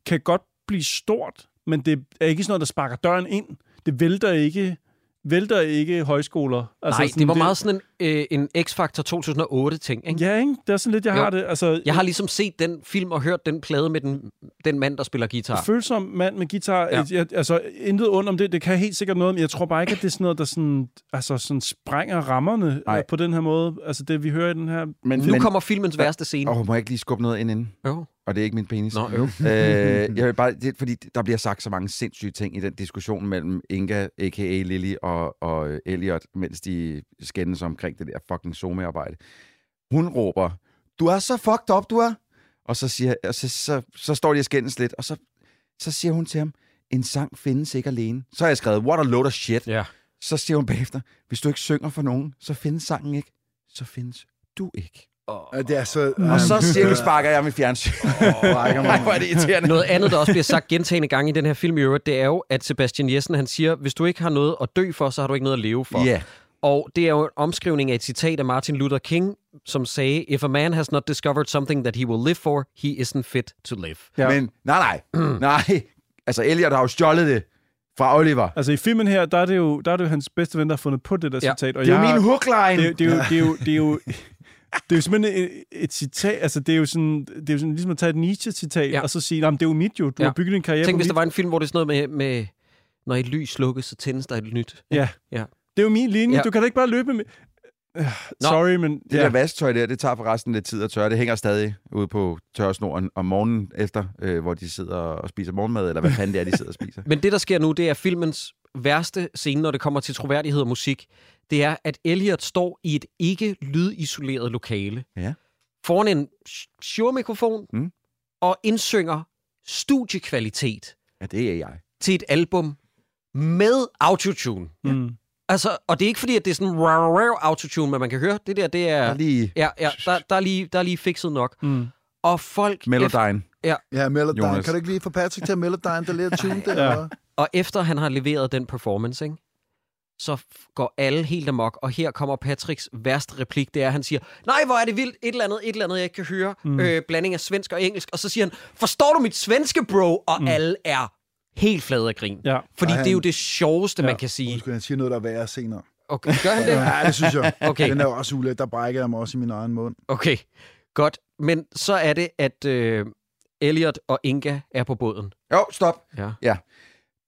Speaker 3: kan godt blive stort, men det er ikke sådan noget, der sparker døren ind. Det vælter ikke, vælter ikke højskoler.
Speaker 4: Altså, Nej, det var
Speaker 3: sådan,
Speaker 4: meget sådan en, øh, en X-Factor 2008-ting, ikke?
Speaker 3: Ja, ikke? Det er sådan lidt, jeg
Speaker 4: Jo.
Speaker 3: har det. Altså,
Speaker 4: Jeg har ligesom set den film og hørt den plade med den, den mand, der spiller guitar.
Speaker 3: følsom mand med guitar.
Speaker 4: Ja.
Speaker 3: Ja. Jeg, altså, intet ondt om det. Det kan helt sikkert noget, men jeg tror bare ikke, at det er sådan noget, der sådan, altså, sådan sprænger rammerne
Speaker 2: Nej.
Speaker 3: Nej. på den her måde. Altså det, vi hører i den her...
Speaker 2: Men,
Speaker 4: Nu kommer filmens værste scene.
Speaker 2: Åh, må jeg ikke lige skubbe noget ind inden?
Speaker 4: Jo.
Speaker 2: Og det er ikke min penis.
Speaker 4: Nå, øv.
Speaker 2: øh, jeg vil bare, det, er fordi der bliver sagt så mange sindssyge ting i den diskussion mellem Inga, a.k.a. Lily og, og øh, Elliot, mens de skændes omkring det der fucking somearbejde. Hun råber, du er så fucked up, du er. Og så, siger, og så, så, så står de og skændes lidt, og så, så siger hun til ham, en sang findes ikke alene. Så har jeg skrevet, what a load of shit.
Speaker 4: Ja.
Speaker 2: Så siger hun bagefter, hvis du ikke synger for nogen, så findes sangen ikke. Så findes du ikke.
Speaker 1: Ja, det er så...
Speaker 2: Og så cirkelsparker jeg med fjernsyn. Oh, Nej, hvor er det irriterende.
Speaker 4: Noget andet, der også bliver sagt gentagende gange i den her film i øvrigt, det er jo, at Sebastian Jessen, han siger, hvis du ikke har noget at dø for, så har du ikke noget at leve for.
Speaker 2: Ja.
Speaker 4: Og det er jo en omskrivning af et citat af Martin Luther King, som sagde, If a man has not discovered something that he will live for, he isn't fit to live.
Speaker 2: Ja. Men nej, nej, nej. Altså, Elliot har jo stjålet det fra Oliver.
Speaker 3: Altså i filmen her, der er det jo, der er det jo hans bedste ven, der har fundet på det der
Speaker 4: Ja.
Speaker 3: ja. citat. Og
Speaker 2: Det er
Speaker 3: jeg
Speaker 2: jo
Speaker 3: har-
Speaker 2: min hookline.
Speaker 3: det, det, er jo, det, er jo, det er jo... Det er jo simpelthen et, et citat, altså det er jo sådan, det er jo sådan ligesom at tage et Nietzsche-citat,
Speaker 4: Ja.
Speaker 3: ja. og så sige, "Nå, men det er jo mit jo, du
Speaker 4: Ja.
Speaker 3: ja. har bygget en karriere
Speaker 4: Tænk,
Speaker 3: på
Speaker 4: hvis der
Speaker 3: mit.
Speaker 4: var en film, hvor det er sådan noget med, med når et lys slukkes, så tændes der et nyt.
Speaker 3: Ja.
Speaker 4: Ja.
Speaker 3: Det er jo min linje,
Speaker 4: Ja.
Speaker 3: ja. du kan da ikke bare løbe med... Øh, Sorry, men...
Speaker 2: Det der vasktøj der, det tager forresten lidt tid at tørre. Det hænger stadig ude på tørresnoren om morgenen efter, øh, hvor de sidder og spiser morgenmad, eller hvad fanden det er, de sidder og spiser.
Speaker 4: Men det, der sker nu, det er filmens værste scene, når det kommer til troværdighed og musik. Det er, at Elliot står i et ikke lydisoleret lokale.
Speaker 2: Ja.
Speaker 4: Foran en sure-mikrofon
Speaker 2: Mm.
Speaker 4: og indsynger studiekvalitet
Speaker 2: Ja, det er jeg.
Speaker 4: til et album med autotune.
Speaker 3: Mm.
Speaker 4: Altså, og det er ikke fordi, at det er sådan rah, rah, autotune, men man kan høre, det der, det
Speaker 2: Ja.
Speaker 4: er...
Speaker 2: Lige
Speaker 4: Ja, ja, der, der, er lige, der er lige fikset nok.
Speaker 3: Mm.
Speaker 4: Og folk...
Speaker 2: Melodyne.
Speaker 1: Ja, Melodyne.
Speaker 2: Jonas.
Speaker 1: Kan du ikke lige få Patrick til at Melodyne, der lige er tune der?
Speaker 3: Ja.
Speaker 1: Ja.
Speaker 4: Og efter han har leveret den performance, ikke? så f- går alle helt amok, og her kommer Patricks værste replik, det er, at han siger, nej, hvor er det vildt, et eller andet, et eller andet, jeg ikke kan høre, mm. øh, blanding af svensk og engelsk, og så siger han, forstår du mit svenske, bro? Og mm. alle er helt flade af grin.
Speaker 3: Ja.
Speaker 4: Fordi
Speaker 1: Ej,
Speaker 4: det er jo
Speaker 1: han-
Speaker 4: det sjoveste, ja. man kan sige.
Speaker 1: Undskyld, jeg siger noget, der er værre senere.
Speaker 4: Okay, gør han det?
Speaker 1: Ja, det synes jeg.
Speaker 4: Okay.
Speaker 1: Den er jo også ulækker. Der brækker jeg mig også i min egen mund.
Speaker 4: Okay, godt. Men så er det, at øh, Elliot og Inga er på båden.
Speaker 2: Jo, stop.
Speaker 4: Ja.
Speaker 2: ja.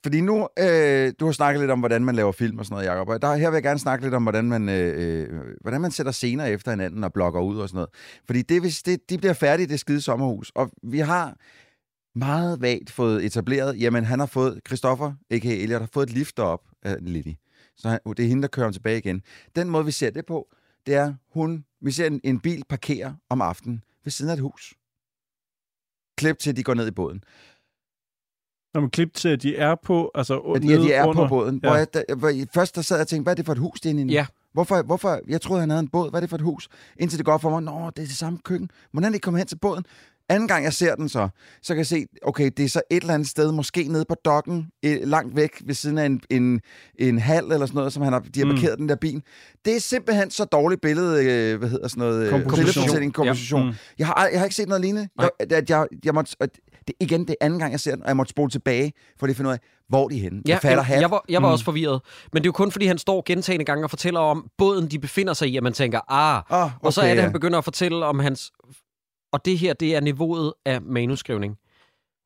Speaker 2: Fordi nu, øh, du har snakket lidt om, hvordan man laver film og sådan noget, Jacob. Og der, her vil jeg gerne snakke lidt om, hvordan man, øh, øh, hvordan man sætter scener efter hinanden og blokker ud og sådan noget. Fordi det, hvis det, de bliver færdige i det skide sommerhus. Og vi har meget vagt fået etableret, jamen han har fået, Christoffer, a.k.a. Elliot, har fået et lift op af Lily. Så han, det er hende, der kører ham tilbage igen. Den måde, vi ser det på, det er, hun, vi ser en, en bil parkere om aftenen ved siden af et hus. Klip til, de går ned i båden.
Speaker 3: Når man klip til, at de er på, altså
Speaker 2: At ja, de er
Speaker 3: under,
Speaker 2: på båden. Ja.
Speaker 3: Ja.
Speaker 2: Hvor jeg, der, hvor jeg, først der sad jeg og tænkte, hvad er det for et hus, det er inde i nu?
Speaker 4: Ja.
Speaker 2: Hvorfor, hvorfor? Jeg troede, han havde en båd. Hvad er det for et hus? Indtil det går op for mig, nå, det er det samme køkken. Hvordan det komme hen til båden? Anden gang, jeg ser den så, så kan jeg se, okay, det er så et eller andet sted, måske nede på dokken, eh, langt væk ved siden af en, en, en hal eller sådan noget, som han har, de har parkeret mm. den der bil. Det er simpelthen så dårligt billede, øh, hvad hedder sådan noget? øh,
Speaker 3: Komposition.
Speaker 2: billedfortælling, komposition.
Speaker 3: Ja. Mm.
Speaker 2: Jeg har, ald- jeg har ikke set noget lignende.
Speaker 4: Nej.
Speaker 2: Jeg, at jeg, jeg måtte, og det, igen, det er anden gang, jeg ser den, og jeg måtte spole tilbage, for lige at finde ud af, hvor er de er henne. jeg fatter
Speaker 4: jeg,
Speaker 2: hat.
Speaker 4: jeg var, jeg var mm. også forvirret. Men det er jo kun, fordi han står gentagende gange og fortæller om båden, de befinder sig i, at man tænker, ah. Okay,
Speaker 2: Ah, okay,
Speaker 4: og så er det,
Speaker 2: ja.
Speaker 4: han begynder at fortælle om hans... Og det her, det er niveauet af manuskrivning.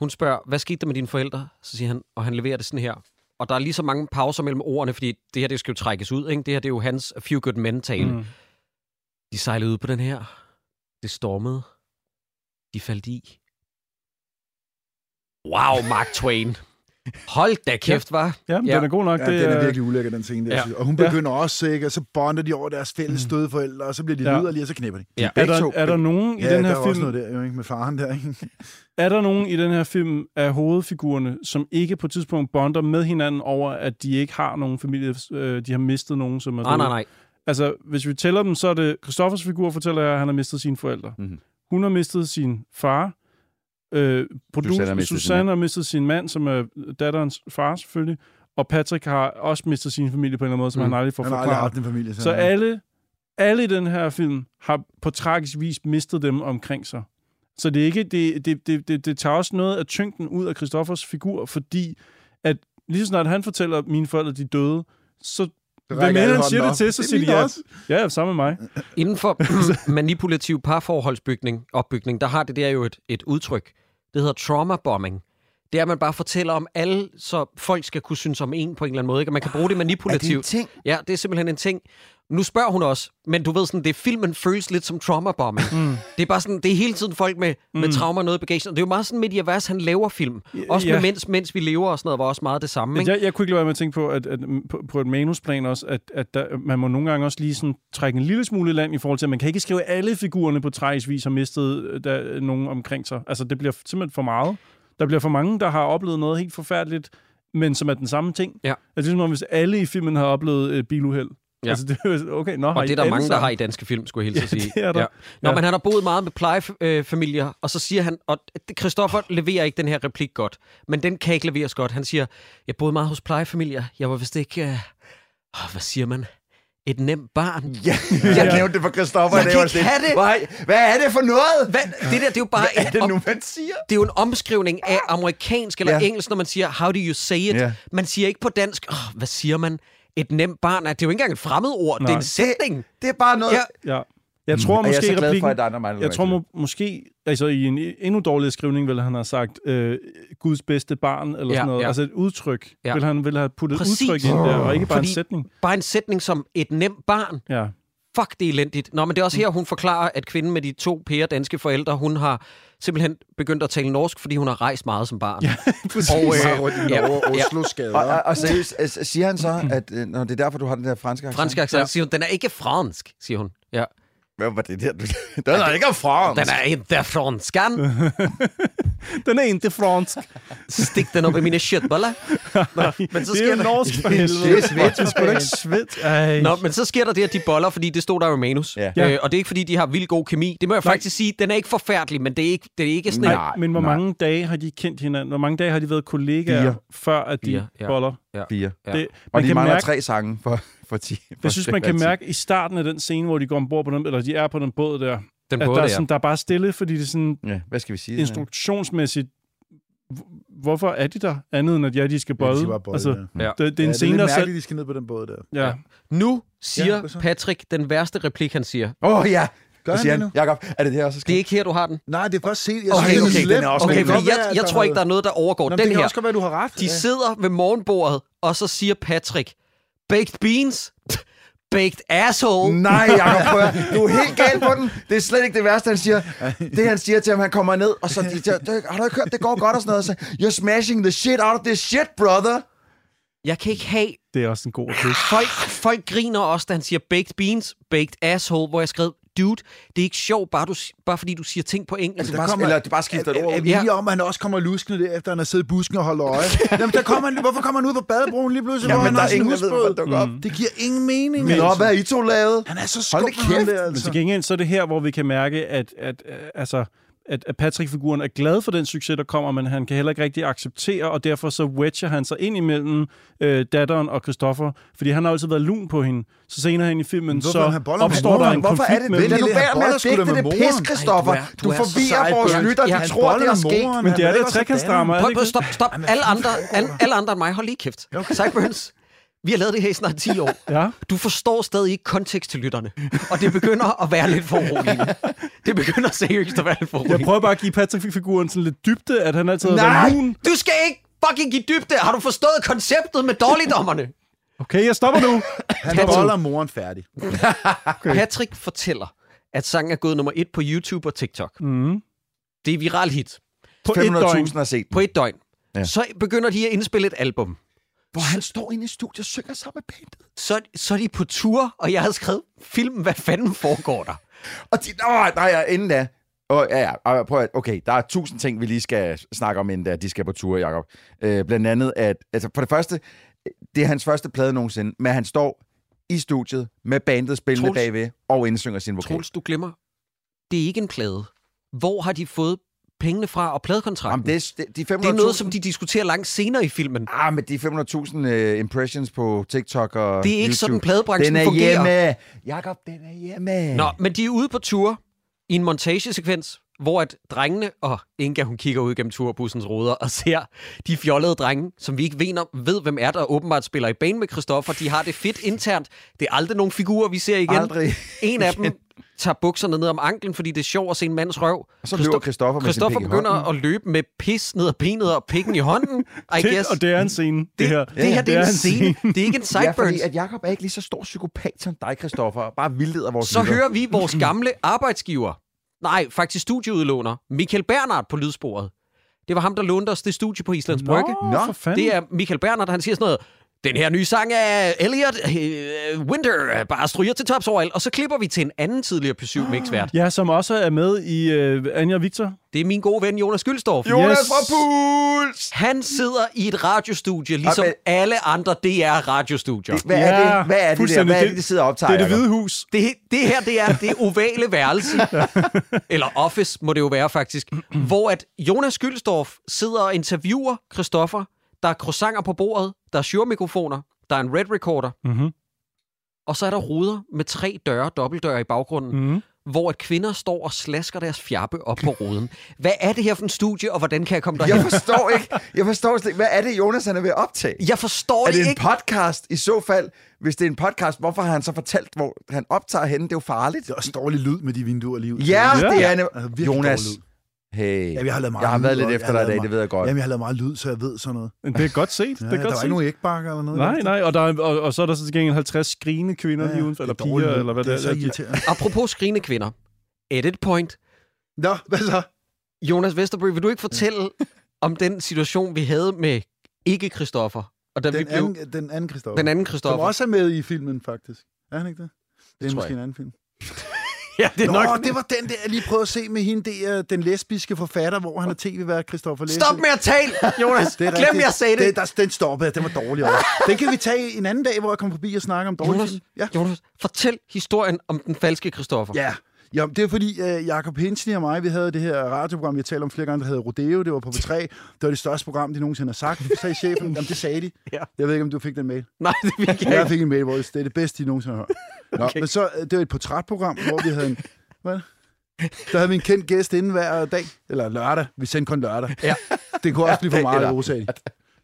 Speaker 4: Hun spørger, hvad skete der med dine forældre? Så siger han, og han leverer det sådan her. Og der er lige så mange pauser mellem ordene, fordi det her, det skal jo trækkes ud, ikke? Det her, det er jo hans A Few Good Men-tale. Mm.
Speaker 3: Mm.
Speaker 4: De sejlede ud på den her. Det stormede. De faldt i. Wow, Mark Twain. Hold da kæft, var.
Speaker 3: Ja, men
Speaker 4: Ja.
Speaker 3: ja. den er god nok.
Speaker 1: Ja,
Speaker 3: det,
Speaker 1: den er virkelig ulækker, den scene der.
Speaker 4: Ja.
Speaker 1: Ja. Og hun
Speaker 3: Ja.
Speaker 1: begynder også, ikke? Og så bonder de over deres fælles døde forældre, og så bliver de
Speaker 3: Ja.
Speaker 1: ja. liderlige, og så knipper de.
Speaker 4: Ja.
Speaker 3: Er
Speaker 2: Begge to.
Speaker 3: der, er der nogen
Speaker 1: Ja,
Speaker 3: i den
Speaker 1: der
Speaker 3: her
Speaker 1: er
Speaker 3: film,
Speaker 1: også noget der, jo, ikke? Med faren der, ikke?
Speaker 3: Er der nogen i den her film af hovedfigurerne, som ikke på et tidspunkt bonder med hinanden over, at de ikke har nogen familie, øh, de har mistet nogen, som er
Speaker 4: Ah, Nej,
Speaker 3: døde?
Speaker 4: nej, nej.
Speaker 3: Altså, hvis vi tæller dem, så er det Christoffers figur fortæller jer, at han har mistet sine forældre.
Speaker 2: Mhm.
Speaker 3: Mm-hmm. Hun har mistet sin far. Øh, producer,
Speaker 2: Susanne har
Speaker 3: Susanne,
Speaker 2: mistet sin
Speaker 3: Susanne har mistet sin mand, som er datterens far selvfølgelig. Og Patrick har også mistet sin familie på en eller anden måde, som
Speaker 4: Mm.
Speaker 3: han aldrig får
Speaker 1: Mhm. Han har aldrig
Speaker 3: forklaret.
Speaker 1: haft en familie.
Speaker 3: Så alle, alle i den her film har på tragisk vis mistet dem omkring sig. Så det, er ikke, det, det, det, det, det tager også noget af tyngden ud af Christoffers figur, fordi at lige så snart han fortæller, at mine forældre de er døde, så hvem end han siger det til, så siger de ja. Ja, ja, sammen med mig.
Speaker 4: Inden for manipulativ parforholdsbygning, opbygning, der har det der jo et, et udtryk. Det hedder trauma bombing. Det er, at man bare fortæller om alle, så folk skal kunne synes om en på en eller anden måde. Ikke? Og man kan bruge det
Speaker 2: Er det en
Speaker 4: manipulativt.
Speaker 2: ting?
Speaker 4: Ja, det er simpelthen en ting. Nu spørger hun også, men du ved sådan, det filmen føles lidt som trauma bombing. Mm. Det er bare sådan, det er hele tiden folk med, mm. med trauma og noget i bagagen. Og det er jo meget sådan, Mediavers, han laver film. Også med
Speaker 3: ja.
Speaker 4: mens, mens vi lever og sådan noget, var også meget det samme. Ikke?
Speaker 3: Jeg, jeg kunne ikke lade være med at tænke på, at, at på, på et manusplan også, at, at der, man må nogle gange også lige sådan trække en lille smule i land i forhold til, at man kan ikke skrive at alle figurerne på tragisk vis har mistet øh, der, nogen omkring sig. Altså, det bliver simpelthen for meget. Der bliver for mange, der har oplevet noget helt forfærdeligt, men som er den samme ting.
Speaker 4: Ja.
Speaker 3: Altså, det er som om, hvis alle i filmen har oplevet øh, biluheld.
Speaker 4: Ja.
Speaker 3: Ja. Altså, det er jo- okay, nå, har
Speaker 4: Og
Speaker 3: I
Speaker 4: det er der
Speaker 3: alle
Speaker 4: mange, der
Speaker 3: sammen?
Speaker 4: har i danske film, skulle jeg hilse
Speaker 3: Ja,
Speaker 4: at sige.
Speaker 3: det er der.
Speaker 4: Nå,
Speaker 3: Ja.
Speaker 4: men han har boet meget med plejefamilier, og så siger han, og Christoffer leverer ikke den her replik godt, men den kan ikke leveres godt. Han siger, jeg boede meget hos plejefamilier, jeg var vist ikke, øh, åh, hvad siger man, et nemt barn.
Speaker 2: Ja, jeg nævnte det for Christoffer. i
Speaker 4: Jeg
Speaker 2: dag,
Speaker 4: kan
Speaker 2: og
Speaker 4: ikke have det.
Speaker 2: Nej, hvad er det for noget?
Speaker 4: Hvad? Det der, det er jo bare
Speaker 2: Hvad er
Speaker 4: en,
Speaker 2: det
Speaker 4: om,
Speaker 2: nu, man siger?
Speaker 4: det er jo en omskrivning af amerikansk eller
Speaker 2: Ja.
Speaker 4: engelsk, når man siger, how do you say it?
Speaker 2: Ja.
Speaker 4: Man siger ikke på dansk, åh, hvad siger man, et nemt barn. Er. Det er jo ikke engang et fremmed ord, det er
Speaker 3: Nej.
Speaker 4: en sætning.
Speaker 2: Det er bare noget...
Speaker 4: Ja.
Speaker 3: Ja. Jeg tror måske,
Speaker 2: Mm. jeg er så glad for,
Speaker 3: replikken-
Speaker 2: at der er andre mig, der
Speaker 3: Jeg tror må, måske, altså i en endnu dårligere skrivning, ville han have sagt, øh, Guds bedste barn, eller
Speaker 4: Ja,
Speaker 3: ja, sådan noget.
Speaker 4: ja.
Speaker 3: Ja. Altså et udtryk.
Speaker 4: Ja.
Speaker 3: Ja. Vil han ville have puttet
Speaker 4: Præcis.
Speaker 3: Præcis. udtryk ind der, og ikke bare
Speaker 4: Fordi-
Speaker 3: en sætning.
Speaker 4: Bare en sætning som et nemt barn.
Speaker 3: Ja.
Speaker 4: fuck, det er elendigt. Nå, men det er også her, hun forklarer, at kvinden med de to pære danske forældre, hun har simpelthen begyndt at tale norsk, fordi hun har rejst meget som barn. Ja,
Speaker 1: Og øh, rundt i
Speaker 4: ja,
Speaker 1: Norge,
Speaker 4: ja.
Speaker 1: Oslo-skader.
Speaker 2: Og, og, og seriøst, altså, siger han så, at øh, når det er derfor, du har den der franske accent?
Speaker 4: fransk accent, ja. siger hun. Den er ikke fransk, siger hun. Ja.
Speaker 2: Hvad var det der? Den er ikke fransk.
Speaker 4: Den er ikke fransk.
Speaker 3: Den er ikke fransk.
Speaker 4: Stik den op i mine shitboller. men så
Speaker 3: det
Speaker 4: sker
Speaker 3: er jo
Speaker 4: der-
Speaker 3: norsk for
Speaker 2: Det er
Speaker 3: helvede.
Speaker 2: svensk.
Speaker 3: Det er sgu da ikke svensk. Ej.
Speaker 4: Nå, men så sker der det, at de boller, fordi det stod der jo i manus.
Speaker 2: Ja.
Speaker 4: Øh, og det er ikke, fordi de har vildt god kemi. Det må jeg
Speaker 3: Nej.
Speaker 4: faktisk sige, den er ikke forfærdelig, men det er ikke, det er ikke sådan en-
Speaker 3: Nej, men hvor
Speaker 2: nej.
Speaker 3: mange dage har de kendt hinanden? Hvor mange dage har de været kollegaer,
Speaker 2: Fire.
Speaker 3: før at de
Speaker 4: Fire, ja.
Speaker 3: ja. boller?
Speaker 2: Fire.
Speaker 4: Ja.
Speaker 3: Det,
Speaker 2: Og
Speaker 3: man
Speaker 2: de
Speaker 3: kan
Speaker 2: mangler
Speaker 3: mærke,
Speaker 2: tre sange for, for 10. For
Speaker 3: jeg synes, man kan mærke i starten af den scene, hvor de går ombord på den, eller de er på den båd der,
Speaker 4: den
Speaker 3: at
Speaker 4: både
Speaker 3: der, er
Speaker 4: der.
Speaker 3: sådan, der er bare stille, fordi det er sådan,
Speaker 2: Ja, hvad skal vi sige?
Speaker 3: instruktionsmæssigt, hv- hvorfor er de der, andet end at ja, de skal
Speaker 1: Ja, de
Speaker 3: bolle?
Speaker 1: skal bare bolle,
Speaker 3: altså,
Speaker 1: ja.
Speaker 4: Ja.
Speaker 3: det, det er en
Speaker 1: ja,
Speaker 3: scene,
Speaker 1: det
Speaker 3: der
Speaker 1: er
Speaker 3: er
Speaker 1: lidt
Speaker 3: sat...
Speaker 1: mærkeligt, de skal ned på den båd der.
Speaker 3: Ja.
Speaker 4: Nu
Speaker 1: Ja,
Speaker 4: siger
Speaker 1: hvad så?
Speaker 4: Patrick den værste replik, han siger.
Speaker 2: Åh, oh, ja.
Speaker 1: Gør
Speaker 2: Hvad
Speaker 1: han
Speaker 2: siger
Speaker 1: det
Speaker 2: han?
Speaker 1: nu?
Speaker 2: Jakob, er det det her også?
Speaker 4: Det er ikke her, du har den.
Speaker 1: Nej, det er først sent. Jeg
Speaker 2: Okay,
Speaker 1: synes,
Speaker 2: okay,
Speaker 1: er slemt,
Speaker 2: den er også
Speaker 1: men
Speaker 4: Okay,
Speaker 1: det kan
Speaker 4: fordi
Speaker 1: godt
Speaker 4: jeg,
Speaker 1: være, at
Speaker 4: jeg tror ikke, der er noget, der overgår
Speaker 1: Nå, men
Speaker 4: den
Speaker 1: det kan
Speaker 4: her.
Speaker 1: også godt være, du har ret.
Speaker 4: De sidder ved morgenbordet, og så siger Patrick, baked beans, baked asshole.
Speaker 2: Nej, Jacob, prøv at- du er helt gal på den. Det er slet ikke det værste, han siger. Det, han siger til ham, han kommer ned, og så de der, "Du, har du ikke hørt, det går godt og sådan noget. Så, You're smashing the shit out of this shit, brother.
Speaker 4: Jeg kan ikke have...
Speaker 3: Det er også en god replik.
Speaker 4: Folk, folk griner også, da han siger baked beans, baked asshole, hvor jeg skrev, dude, det er ikke sjovt, bare, du, si- bare fordi du siger ting på engelsk.
Speaker 1: Altså, Der
Speaker 2: Bare-
Speaker 1: kommer-
Speaker 2: eller det bare skifter et ord
Speaker 1: Er- er
Speaker 2: ud.
Speaker 1: vi
Speaker 4: Ja.
Speaker 1: Lige om, at han også kommer luskende der, efter han har siddet i busken og holdt øje. Jamen, der kommer han, hvorfor kommer han ud på badebroen lige pludselig, hvor han har sådan en husbåd?
Speaker 2: dukker op.
Speaker 1: Det giver ingen mening,
Speaker 2: Men op,
Speaker 1: altså.
Speaker 2: hvad har I to lavet?
Speaker 1: Han er så
Speaker 2: Hold da
Speaker 1: skuffet, ham
Speaker 2: kæft,
Speaker 1: der,
Speaker 3: Men
Speaker 1: altså.
Speaker 3: til gengæld, så er det her, hvor vi kan mærke, at, at, øh, altså, at, at Patrick-figuren er glad for den succes, der kommer, men han kan heller ikke rigtig acceptere, og derfor så wedger han sig ind imellem øh, datteren og Christoffer, fordi han har altid været lun på hende. Så senere hen i filmen,
Speaker 1: hvorfor
Speaker 3: så
Speaker 1: er han boller med
Speaker 3: opstår
Speaker 1: moren?
Speaker 3: der en
Speaker 2: Hvorfor er det
Speaker 3: konflikt
Speaker 2: det?
Speaker 3: mellem...
Speaker 2: Lad nu
Speaker 1: Lille her
Speaker 2: være med at
Speaker 1: boller skulle
Speaker 2: digte
Speaker 1: da
Speaker 2: det
Speaker 1: med
Speaker 2: pis,
Speaker 1: moren.
Speaker 2: Christoffer.
Speaker 4: Ej, du er-
Speaker 2: Du
Speaker 4: du er så
Speaker 2: forvirrer
Speaker 4: sej,
Speaker 2: vores
Speaker 4: Bjørn.
Speaker 2: lytter. De
Speaker 4: Ja, han
Speaker 2: tror, det er sket.
Speaker 1: Men
Speaker 3: Men det er da trekantsdrama, er det
Speaker 4: Prøv,
Speaker 3: ikke
Speaker 4: prøv,
Speaker 3: det?
Speaker 4: stop, stop. Alle andre, alle, alle andre end mig, hold lige kæft. Sideburns, vi har lavet det her i snart 10 år.
Speaker 3: Ja.
Speaker 4: Du forstår stadig ikke kontekst til lytterne, og det begynder at være lidt for roligt. Det begynder seriøst at være lidt for
Speaker 3: Jeg
Speaker 4: roligt.
Speaker 3: prøver bare at give Patrick-figuren sådan lidt dybde, at han altid har
Speaker 2: Nej!
Speaker 3: været lun.
Speaker 4: Du skal ikke fucking give dybde. Har du forstået konceptet med dårligdommerne?
Speaker 3: Okay, jeg stopper nu.
Speaker 1: Han
Speaker 4: Patrick.
Speaker 1: boller moren færdig.
Speaker 4: Patrick fortæller, at sangen er gået nummer et på YouTube og TikTok. Mm. Det er viral hit.
Speaker 3: På et døgn.
Speaker 2: 500.000 har set.
Speaker 4: På et døgn.
Speaker 2: Ja.
Speaker 4: Ja. Så begynder de at indspille et album.
Speaker 2: Hvor han står inde i studiet og synger sammen med bandet.
Speaker 4: Så, så er de på tur, og jeg har skrevet, film, hvad fanden foregår der?
Speaker 2: Og de, åh, nej, ja, inden da. Og, ja, ja, og prøv at, okay, der er tusind ting, vi lige skal snakke om, inden da de skal på tur, Jacob. Øh, blandt andet, at altså, for det første, det er hans første plade nogensinde, men han står i studiet med bandet spillende
Speaker 4: Troels.
Speaker 2: bagved og indsynger sin vokal.
Speaker 4: Troels, du glemmer, det er ikke en plade. Hvor har de fået pengene fra og pladekontrakten?
Speaker 2: Jamen, det, er, det, de 500.000
Speaker 4: det er noget, som de diskuterer langt senere i filmen.
Speaker 2: Ah, men de 500.000 øh, impressions på TikTok og
Speaker 4: Det er ikke
Speaker 2: YouTube.
Speaker 4: sådan, pladebranchen
Speaker 2: Den er
Speaker 4: fungerer.
Speaker 2: hjemme. Jakob, den er hjemme.
Speaker 4: Nå, men de er ude på tur i en montagesekvens, hvor at drengene og Inga, hun kigger ud gennem turbussens ruder og ser de fjollede drenge, som vi ikke ved, om- ved hvem er, der åbenbart spiller i bane med Christoffer. De har det fedt internt. Det er aldrig nogen figurer, vi ser igen.
Speaker 2: Aldrig.
Speaker 4: En af dem tager bukserne ned om anklen, fordi det er sjovt at se en mands røv.
Speaker 2: Så løber Christoffer med sin
Speaker 4: Christoffer
Speaker 2: pik i
Speaker 4: begynder
Speaker 2: hånden.
Speaker 4: at løbe med pis ned ad benet og pikken i hånden. I
Speaker 3: Det,
Speaker 4: guess.
Speaker 3: og det er en scene, det, her.
Speaker 4: Det, det her, det er en scene. Det er ikke en
Speaker 2: Ja,
Speaker 4: sideburns.
Speaker 2: fordi at Jakob er ikke lige så stor psykopat som dig, Christoffer, og bare vildleder vores
Speaker 4: Så
Speaker 2: lytter.
Speaker 4: hører vi vores gamle arbejdsgiver. Nej, faktisk studieudlåner. Michael Bernard på lydsporet. Det var ham, der lånte os det studie på Islands Brygge.
Speaker 2: Nå,
Speaker 3: Nå, for fanden.
Speaker 4: Det er Michael Bernard, han siger sådan noget. Den her nye sang af Elliot øh, Winter øh, bare stryger til tops overalt. Og så klipper vi til en anden tidligere p 7 vært
Speaker 3: Ja, som også er med i øh, Anja og Victor.
Speaker 4: Det er min gode ven Jonas Gyldstorff.
Speaker 2: Jonas
Speaker 3: Yes.
Speaker 2: fra Puls!
Speaker 4: Han sidder i et radiostudie, ligesom
Speaker 2: men-
Speaker 4: alle andre DR-radiostudier.
Speaker 2: Hvad er det, hvad er det der?
Speaker 3: fuldstændig.
Speaker 2: Hvad er det, de sidder og optager,
Speaker 3: Det er det
Speaker 2: Jacob?
Speaker 3: hvide hus.
Speaker 4: Det, det her, det er det ovale værelse. Eller office, må det jo være faktisk. Hvor at Jonas Gyldstorff sidder og interviewer Christoffer. Der er croissanter på bordet. Der er Shure-mikrofoner. Der er en Red Recorder.
Speaker 3: Mhm.
Speaker 4: Og så er der ruder med tre døre, dobbeltdøre i baggrunden.
Speaker 3: Mhm.
Speaker 4: Hvor at kvinder står og slasker deres fjappe op på ruden. Hvad er det her for en studie, og hvordan kan jeg komme derhen?
Speaker 2: Jeg forstår ikke. Jeg forstår slet ikke. Hvad er det, Jonas han er ved at optage?
Speaker 4: Jeg forstår
Speaker 2: Er det en
Speaker 4: ikke.
Speaker 2: podcast? I så fald, hvis det er en podcast, hvorfor har han så fortalt, hvor han optager henne? Det er jo farligt.
Speaker 1: Det er også dårlig lyd med de vinduer lige ud.
Speaker 2: Ja,
Speaker 3: Ja.
Speaker 2: det er en...
Speaker 1: Altså, virkelig
Speaker 2: Jonas,
Speaker 1: dårlig lyd.
Speaker 2: hey.
Speaker 1: Ja, jeg har lavet meget
Speaker 2: Jeg har været
Speaker 1: lyd,
Speaker 2: lidt
Speaker 1: og
Speaker 2: efter
Speaker 1: jeg
Speaker 2: dig
Speaker 1: har
Speaker 2: i dag,
Speaker 1: lavet
Speaker 2: det ved jeg godt.
Speaker 1: Jamen, jeg har lavet meget lyd, så jeg ved sådan noget.
Speaker 3: Det er godt set.
Speaker 1: Ja,
Speaker 3: det er
Speaker 1: der
Speaker 3: godt
Speaker 1: var
Speaker 3: set.
Speaker 1: ikke nogen ægbakker eller noget.
Speaker 3: Nej, nej, og, der er, og, og så er der så til gengæld 50 skrigende kvinder
Speaker 1: Ja,
Speaker 3: ja, lige udenfor,
Speaker 1: det
Speaker 3: eller
Speaker 1: er dårlig
Speaker 3: piger,
Speaker 1: lyd.
Speaker 3: eller hvad
Speaker 1: det er. så
Speaker 3: det er.
Speaker 1: irriterende.
Speaker 4: Apropos skrigende kvinder. Edit point.
Speaker 1: Nå, hvad så?
Speaker 4: Jonas Vesterbø, vil du ikke fortælle om den situation, vi havde med ikke Christoffer? Og da vi
Speaker 1: Den
Speaker 4: blev
Speaker 1: anden, den anden Christoffer.
Speaker 4: den anden
Speaker 1: Som
Speaker 4: Christoffer.
Speaker 1: også er med i filmen, faktisk. Er han ikke det? Det er
Speaker 4: tror
Speaker 1: måske
Speaker 4: jeg.
Speaker 1: en anden film.
Speaker 4: Ja, det
Speaker 1: Nå, det var den der, jeg lige prøvede at se med hende, det er den lesbiske forfatter, hvor han er tv-vært, Christoffer Læsø.
Speaker 4: Stop med at tale, Jonas.
Speaker 1: Det er
Speaker 4: Glem,
Speaker 1: rigtigt.
Speaker 4: jeg sagde det.
Speaker 1: det der, den stoppede, den var dårlig også. Den kan vi tage en anden dag, hvor jeg kommer forbi og snakker om dårlig
Speaker 4: Jonas,
Speaker 1: film. Ja.
Speaker 4: Jonas, fortæl historien om den falske Christoffer.
Speaker 1: Ja. Ja, det er fordi, uh, Jakob Hensley og mig, vi havde det her radioprogram, vi talte om flere gange, der hedder Rodeo, det var på P3. Det var det største program, de nogensinde har sagt. Så sagde chefen, jamen det sagde de.
Speaker 4: Ja.
Speaker 1: Jeg ved ikke, om du fik den mail.
Speaker 4: Nej, det vil jeg
Speaker 1: Ja. Jeg
Speaker 4: ikke.
Speaker 1: fik en mail, hvor det det er det bedste, de nogensinde har hørt. Nå, okay. men så, øh, det var et portrætprogram, hvor vi havde en... Hvad? Der havde vi en kendt gæst inden hver dag, eller lørdag. Vi sendte kun lørdag.
Speaker 4: Ja.
Speaker 1: Det kunne også blive for meget rosaligt.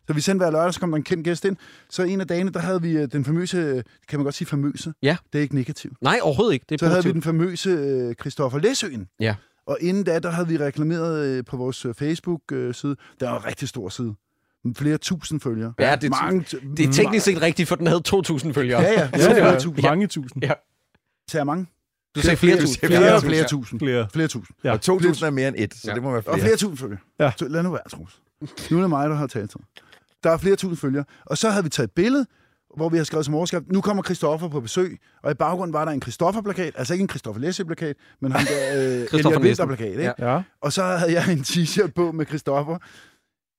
Speaker 1: Så vi sendte hver lørdag, så kom der en kendt gæst ind. Så en af dagene, der havde vi øh, den famøse, øh, kan man godt sige famøse?
Speaker 4: Ja.
Speaker 1: Det er ikke negativt.
Speaker 4: Nej, overhovedet ikke. Det er
Speaker 1: Så havde vi
Speaker 4: positivt.
Speaker 1: den famøse øh, Christoffer Læsøen.
Speaker 4: Ja.
Speaker 1: Og inden da, der havde vi reklameret øh, på vores øh, Facebook-side. Der var en rigtig stor side. Flere tusind følgere.
Speaker 4: Ja, det er-
Speaker 1: Mange t-
Speaker 4: Det er teknisk set rigtigt, for den havde 2.000 følgere.
Speaker 1: Mm. Ja, ja.
Speaker 3: Ja,
Speaker 1: Flere
Speaker 3: ja,
Speaker 1: tusind.
Speaker 3: ja. Mange tusind
Speaker 4: Ja.
Speaker 1: Tager jeg mange?
Speaker 4: Du sagde flere tusind.
Speaker 1: Flere, flere, flere tusind.
Speaker 3: flere.
Speaker 1: Flere tusind.
Speaker 3: Ja.
Speaker 2: Og 2.000 er mere end et, så
Speaker 4: Ja.
Speaker 2: det må være flere.
Speaker 1: Og flere tusind følgere.
Speaker 3: Ja.
Speaker 1: Så Lad nu være, Troels. Nu er det mig, der har talt. Der er flere tusind følgere. Og så havde vi taget et billede, hvor vi har skrevet som overskrift, nu kommer Christoffer på besøg. Og i baggrunden var der en Christoffer-plakat. Altså ikke en Christoffer Læsø-plakat, men han der øh,
Speaker 4: Christoffer
Speaker 1: Elia
Speaker 4: Nielsen.
Speaker 1: Vinter-plakat. Ikke?
Speaker 4: Ja.
Speaker 3: Ja.
Speaker 1: Og så havde jeg en t-shirt på med Christoffer.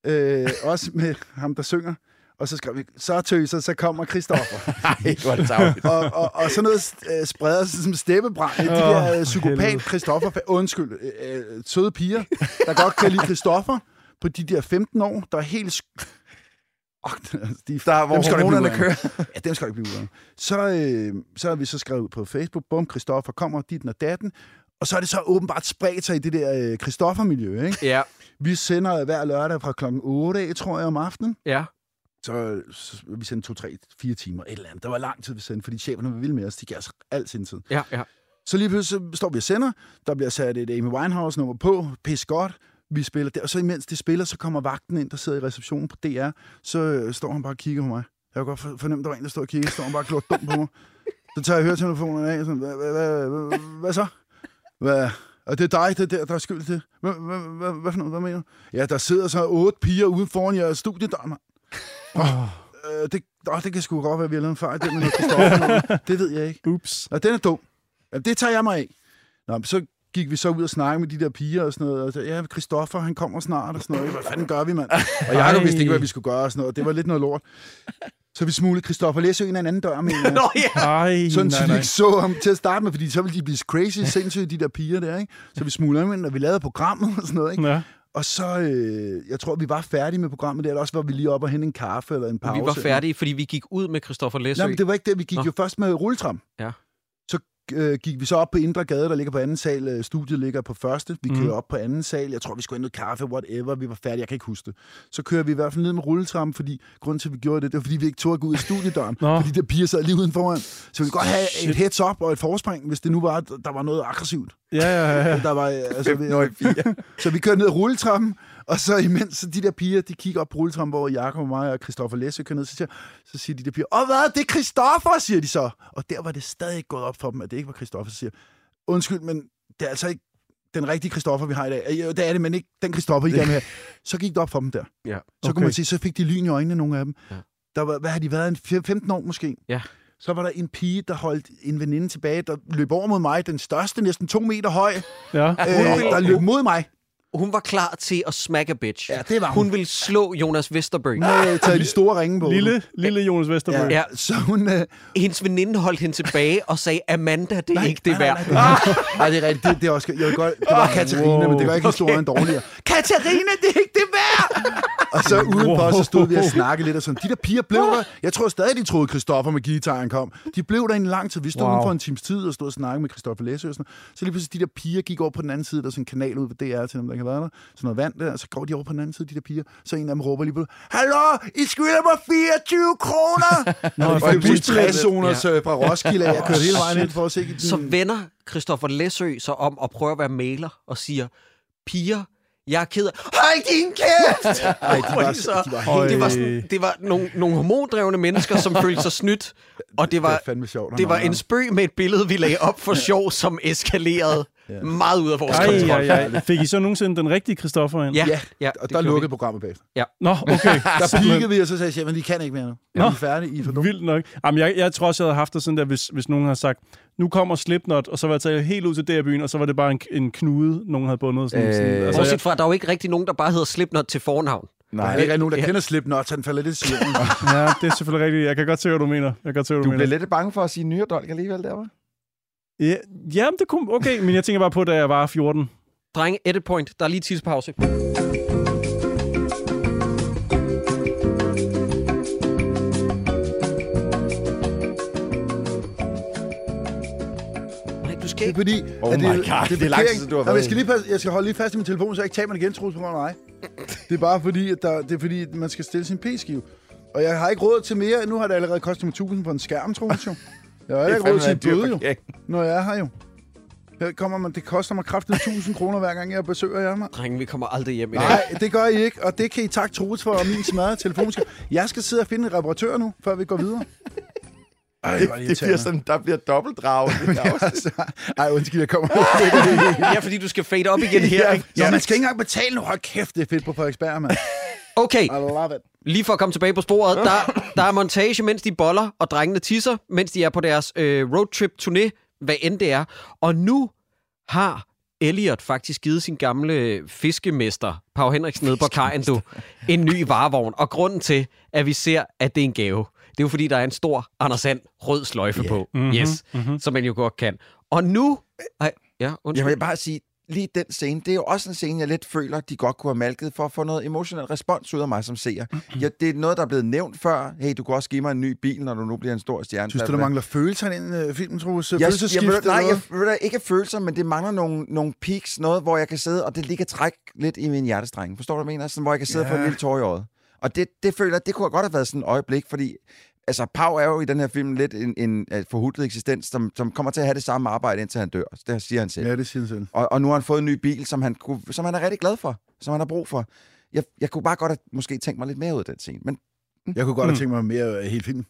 Speaker 1: Øh, også med ham, der synger. Og så skrev vi, så tøser, så kommer Christoffer.
Speaker 2: Ej, hvor er det tarveligt.
Speaker 1: og, og, og sådan noget øh, spreder sig som steppebrand. De
Speaker 3: Åh, for
Speaker 1: der øh,
Speaker 3: helvede.
Speaker 1: psykopat Christoffer, undskyld, øh, øh, søde piger, der godt kan lide Christoffer på de der 15 år, der er helt... Sk- Oh, de,
Speaker 2: Der, hvor
Speaker 1: dem skal du ikke
Speaker 2: hormonerne
Speaker 1: blive
Speaker 2: kører.
Speaker 1: uvenner. Ja, dem skal du ikke blive uvenner. Så, øh, så har vi så skrevet ud på Facebook, bum, Christoffer kommer, dit og datten. Og så er det så åbenbart spredt sig i det der øh, Christoffer-miljø, ikke?
Speaker 4: Ja,
Speaker 1: Vi sender hver lørdag fra klokken 8, af, tror jeg, om aftenen
Speaker 4: ja.
Speaker 1: så, så vi sendte to, tre, fire timer, et eller andet. Der var lang tid, vi sendte, fordi cheferne var vilde med os. De gav os alt sin tid.
Speaker 4: Ja, ja.
Speaker 1: Så lige pludselig så står vi og sender. Der bliver sat et Amy Winehouse-nummer på. Pis godt. Vi spiller der. Og så imens de spiller, så kommer vagten ind, der sidder i receptionen på DR. Så øh, står han bare og kigger på mig. Jeg kan godt for- fornemme, der var en, der stod og kiggede. Så Står han bare og dumt på mig. Så tager jeg høretelefonerne af. Sådan, hvad, hvad, hvad, hvad, hvad så? Hvad, Og det er dig, der, der, der er skyld til. Hvad, hvad, hvad, hvad, for noget? hvad mener du? Ja, der sidder så otte piger ude foran jeres studie, der, mand. Oh. Øh, det, oh, det kan sgu godt være, at vi har lavet en fejl. Det, med noget Christoffer. det ved jeg ikke.
Speaker 3: Ups.
Speaker 1: Og den er dum. Ja, det tager jeg mig af. Nå, men så gik vi så ud og snakkede med de der piger og sådan noget. Og så, ja, Christoffer, han kommer snart og sådan noget. Hvad fanden gør vi, mand? Og Jacob
Speaker 3: Ej.
Speaker 1: vidste ikke, hvad vi skulle gøre og sådan noget. Det var lidt noget lort. Så vi smuglede Christoffer Læsø ind ad en anden dør med. en-
Speaker 4: Nå ja,
Speaker 3: Ej,
Speaker 1: Sådan,
Speaker 3: Mm, nej,
Speaker 1: så vi
Speaker 3: nej.
Speaker 1: ikke så ham til at starte med, fordi så ville de blive crazy sindssygt, de der piger der, ikke? Så vi smuglede ham ind, og vi lavede programmet og sådan noget, ikke?
Speaker 3: Ja.
Speaker 1: Og så, øh, jeg tror, vi var færdige med programmet der, eller også var vi lige op og hente en kaffe eller en pause.
Speaker 4: vi var færdige, fordi vi gik ud med Christoffer Læsø.
Speaker 1: Nej, men det var ikke det. Vi gik
Speaker 4: Nå.
Speaker 1: Nå. jo først med rulletram.
Speaker 4: Ja.
Speaker 1: Så øh, gik vi så op på Indre Gade, der ligger på anden sal. Øh, Studiet ligger på første. Vi
Speaker 3: Mhm.
Speaker 1: kører op på anden sal. Jeg tror, vi skulle have noget kaffe, whatever. Vi var færdige. Jeg kan ikke huske det. Så kører vi i hvert fald ned med rulletram, fordi grunden til, at vi gjorde det, det var, fordi vi ikke tog at gå ud af studiedøren.
Speaker 3: Nå.
Speaker 1: fordi der piger sad lige uden foran. Så vi ville godt have
Speaker 3: Shit.
Speaker 1: et heads up og et forspring, hvis det nu var, at der var noget aggressivt.
Speaker 3: Ja, ja, ja.
Speaker 1: Der var, øh, altså, vi,
Speaker 2: Nå, i fire.
Speaker 1: så vi kører ned ad rulletrappen, og så imens så de der piger, de kigger op på rulletrappen, hvor Jakob og mig og Christoffer Læsø kører ned, så siger, så siger de der piger, åh hvad, det er Christoffer, siger de så. Og der var det stadig ikke gået op for dem, at det ikke var Christoffer, så siger undskyld, men det er altså ikke den rigtige Christoffer, vi har i dag. Øh, Jo, det er det, men ikke den Christoffer, I gerne vil have. Så gik det op for dem der.
Speaker 4: Ja.
Speaker 1: Så
Speaker 3: Okay.
Speaker 1: kunne man se, så fik de lyn i øjnene, nogle af dem.
Speaker 4: Ja.
Speaker 1: Ja. Der var, hvad har de været, en fir- 15 år måske?
Speaker 4: Ja.
Speaker 1: Så var der en pige, der holdt en veninde tilbage, der løb over mod mig, den største, næsten to meter høj,
Speaker 3: ja.
Speaker 1: øh, der løb mod mig.
Speaker 4: Hun var klar til at smack a bitch.
Speaker 1: Ja, det var hun.
Speaker 4: Hun ville slå Jonas Vesterbøg.
Speaker 1: Hun havde øh, taget de store ringe på.
Speaker 3: Lille, lille Jonas Vesterbøg.
Speaker 1: Ja,
Speaker 3: Ja.
Speaker 1: ja, så hun... Øh,
Speaker 4: Hendes veninde holdt hende tilbage og sagde, Amanda, det er ikke det værd. Ah!
Speaker 1: Nej, nej, nej, nej, det er rigtigt. Det, det, er også, jeg vil godt, det var Katarina, men det gør ikke historien dårligere. Katarina, det er ikke det værd! og så udenfor, så stod vi og snakkede lidt og sådan. De der piger blev der. Jeg tror stadig, de troede, Christoffer med gitaren kom. De blev der i en lang tid. Vi stod
Speaker 3: Wow.
Speaker 1: wow. udenfor en times tid og stod og snakkede med Christoffer Læsø og sådan noget. Så lige pludselig, de der piger gik over på den anden side. Der er sådan en kanal ud på DR til dem, der kan være der. Sådan noget vand der. Så går de over på den anden side, de der piger. Så en af dem råber lige på, Hallo, I skylder mig 24 kroner! Nå,
Speaker 3: for
Speaker 1: det var
Speaker 3: en
Speaker 1: en bus
Speaker 3: busbillet.
Speaker 1: 60 ja. øh, fra Roskilde. af. Jeg kørte hele vejen ind for at se. de-
Speaker 4: Så vender Christoffer Læsø sig om og prøver at være maler og siger, piger, jeg er ked af... Hej din kæft!
Speaker 1: Ej, de
Speaker 4: Hvor
Speaker 1: var,
Speaker 4: de så-
Speaker 1: de var
Speaker 3: Øj.
Speaker 1: helt...
Speaker 4: Det var, sådan, det var nogle, nogle hormondrevne mennesker, som følte sig snydt, og det
Speaker 1: Det var
Speaker 4: var,
Speaker 1: fandme sjovt.
Speaker 4: det var en spøg med et billede, vi lagde op for sjov, som eskalerede meget ud af vores
Speaker 3: Ej,
Speaker 4: kontrol.
Speaker 3: ej, ej. Fik I så nogensinde den rigtige Christoffer ind?
Speaker 4: Ja,
Speaker 1: Ja,
Speaker 4: ja,
Speaker 1: Og
Speaker 4: det
Speaker 1: der
Speaker 4: gjorde
Speaker 1: lukkede programmet bagefter.
Speaker 3: Nå, okay.
Speaker 1: Der
Speaker 3: Simpelthen.
Speaker 1: pikkede vi, og så sagde jeg, men vi kan ikke mere nu.
Speaker 3: Altså, Nå.
Speaker 1: Vi er færdige, I er for dumme.
Speaker 3: Vildt nok. Jamen, jeg, jeg tror også, jeg havde haft det sådan der, hvis, hvis nogen havde sagt, nu kommer Slipknot, og så var jeg taget helt ud til der byen, og så var det bare en, en knude, nogen havde bundet. Sådan, øh,
Speaker 2: Øh,
Speaker 3: sådan,
Speaker 4: vi.
Speaker 3: altså, jeg,
Speaker 4: Bortset fra, at der er jo ikke rigtig nogen, der bare hedder Slipknot til fornavn.
Speaker 1: Der
Speaker 2: Nej,
Speaker 1: er ikke rigtig nogen, der kender Slipknot, så han falder lidt i søvn.
Speaker 3: ja, det er selvfølgelig rigtigt. Jeg kan godt se, hvad du mener. Jeg kan godt se, hvad du,
Speaker 2: du
Speaker 3: mener.
Speaker 2: blev lidt bange for at sige nyredolk alligevel, der var.
Speaker 3: Ja, jamen, det kunne... Okay, men jeg tænker bare på, da jeg var 14.
Speaker 4: Drenge, edit point. Der er lige tidspause. Nej, du skal
Speaker 1: Det er
Speaker 4: ikke.
Speaker 1: fordi...
Speaker 2: Oh
Speaker 1: at
Speaker 2: my God, det er lang tid, siden du
Speaker 1: Nå,
Speaker 2: har
Speaker 1: men
Speaker 2: været
Speaker 1: jeg skal, lige passe, jeg skal holde lige fast i min telefon, så jeg ikke taber den igen, Troels, på grund af dig. Det er bare fordi, at der, det er fordi, at man skal stille sin p-skive. Og jeg har ikke råd til mere. Nu har det allerede kostet mig 1000 på en skærm, Troels, jo. Jeg har heller ikke råd til en bøde, jo, når jeg er her, jo. Her kommer man, det koster mig kraftigt 1000 kroner, hver gang jeg besøger jer, mand.
Speaker 4: Drenge, vi kommer aldrig hjem i dag.
Speaker 1: Nej, det gør I ikke, og det kan I takke Troels for, og min smadrede telefon. Jeg skal sidde og finde en reparatør nu, før vi går videre. Ej, det,
Speaker 2: Det bliver sådan, der bliver dobbeltdrag.
Speaker 1: Ej, undskyld, jeg kommer.
Speaker 4: Ja, fordi du skal fade op igen her. ikke?
Speaker 1: ja, man skal ikke engang betale nu. Hold kæft, det er fedt på Frederiksberg, mand.
Speaker 4: Okay,
Speaker 1: I love it.
Speaker 4: lige for at komme tilbage på sporet. Der, der er montage, mens de boller, og drengene tisser, mens de er på deres øh, roadtrip-turné, hvad end det er. Og nu har Elliot faktisk givet sin gamle øh, fiskemester, Pau Henriksen, nede på kajen, du, en ny varevogn. Og grunden til, at vi ser, at det er en gave, det er jo fordi, der er en stor Anders Sand rød sløjfe yeah. på.
Speaker 1: Mhm.
Speaker 4: Mm-hmm, yes, mm-hmm. som man jo godt kan. Og nu... Ej, ja,
Speaker 2: Jeg
Speaker 4: undskyld.
Speaker 2: vil bare sige, lige den scene, det er jo også en scene, jeg lidt føler, de godt kunne have malket for at få noget emotionel respons ud af mig som seer. Ja, det er noget, der er blevet nævnt før. Hey, du kan også give mig en ny bil, når du nu bliver en stor stjerne.
Speaker 1: Synes du, der mangler følelser ind i øh, filmen, Troels?
Speaker 2: jeg, jeg,
Speaker 1: Følelsesskift
Speaker 2: jeg,
Speaker 1: eller
Speaker 2: nej,
Speaker 1: noget?
Speaker 2: jeg føler ikke følelser, men det mangler nogle, nogle peaks, noget, hvor jeg kan sidde, og det ligger træk lidt i min hjertestreng. Forstår du, hvad jeg mener? Sådan, hvor jeg kan sidde ja. og få en
Speaker 1: Ja.
Speaker 2: lille tår i øjet. Og det, det føler jeg, det kunne godt have været sådan et øjeblik, fordi altså, Pau er jo i den her film lidt en, en, en forhudlet eksistens, som, som kommer til at have det samme arbejde, indtil han dør. Det siger han selv.
Speaker 1: Ja, det siger han selv.
Speaker 2: Og, og nu har han fået en ny bil, som han, kunne, som han er rigtig glad for, som han har brug for. Jeg, jeg kunne bare godt have måske tænkt mig lidt mere ud af den scene. Men
Speaker 1: Jeg kunne godt have tænkt mig mere af øh, hele filmen.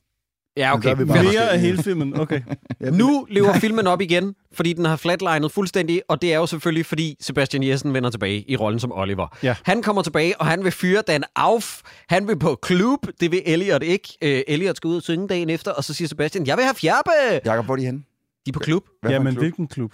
Speaker 4: Ja,
Speaker 1: Men
Speaker 4: okay.
Speaker 1: der er vi bare-
Speaker 4: Fair nok.
Speaker 3: Mere af hele filmen, okay.
Speaker 4: Nu lever filmen op igen, fordi den har flatlinet fuldstændig, og det er jo selvfølgelig, fordi Sebastian Jessen vender tilbage i rollen som Oliver.
Speaker 3: Ja.
Speaker 4: Han kommer tilbage, og han vil fyre Dan Auf. Han vil på klub. Det vil Elliot ikke. Øh, Elliot skal ud og synge dagen efter, og så siger Sebastian, jeg vil have fjerpe. Ja.
Speaker 2: Jakob, hvor er de henne?
Speaker 4: De er på klub.
Speaker 2: Hvad for en
Speaker 3: Jamen,
Speaker 2: klub?
Speaker 3: hvilken klub?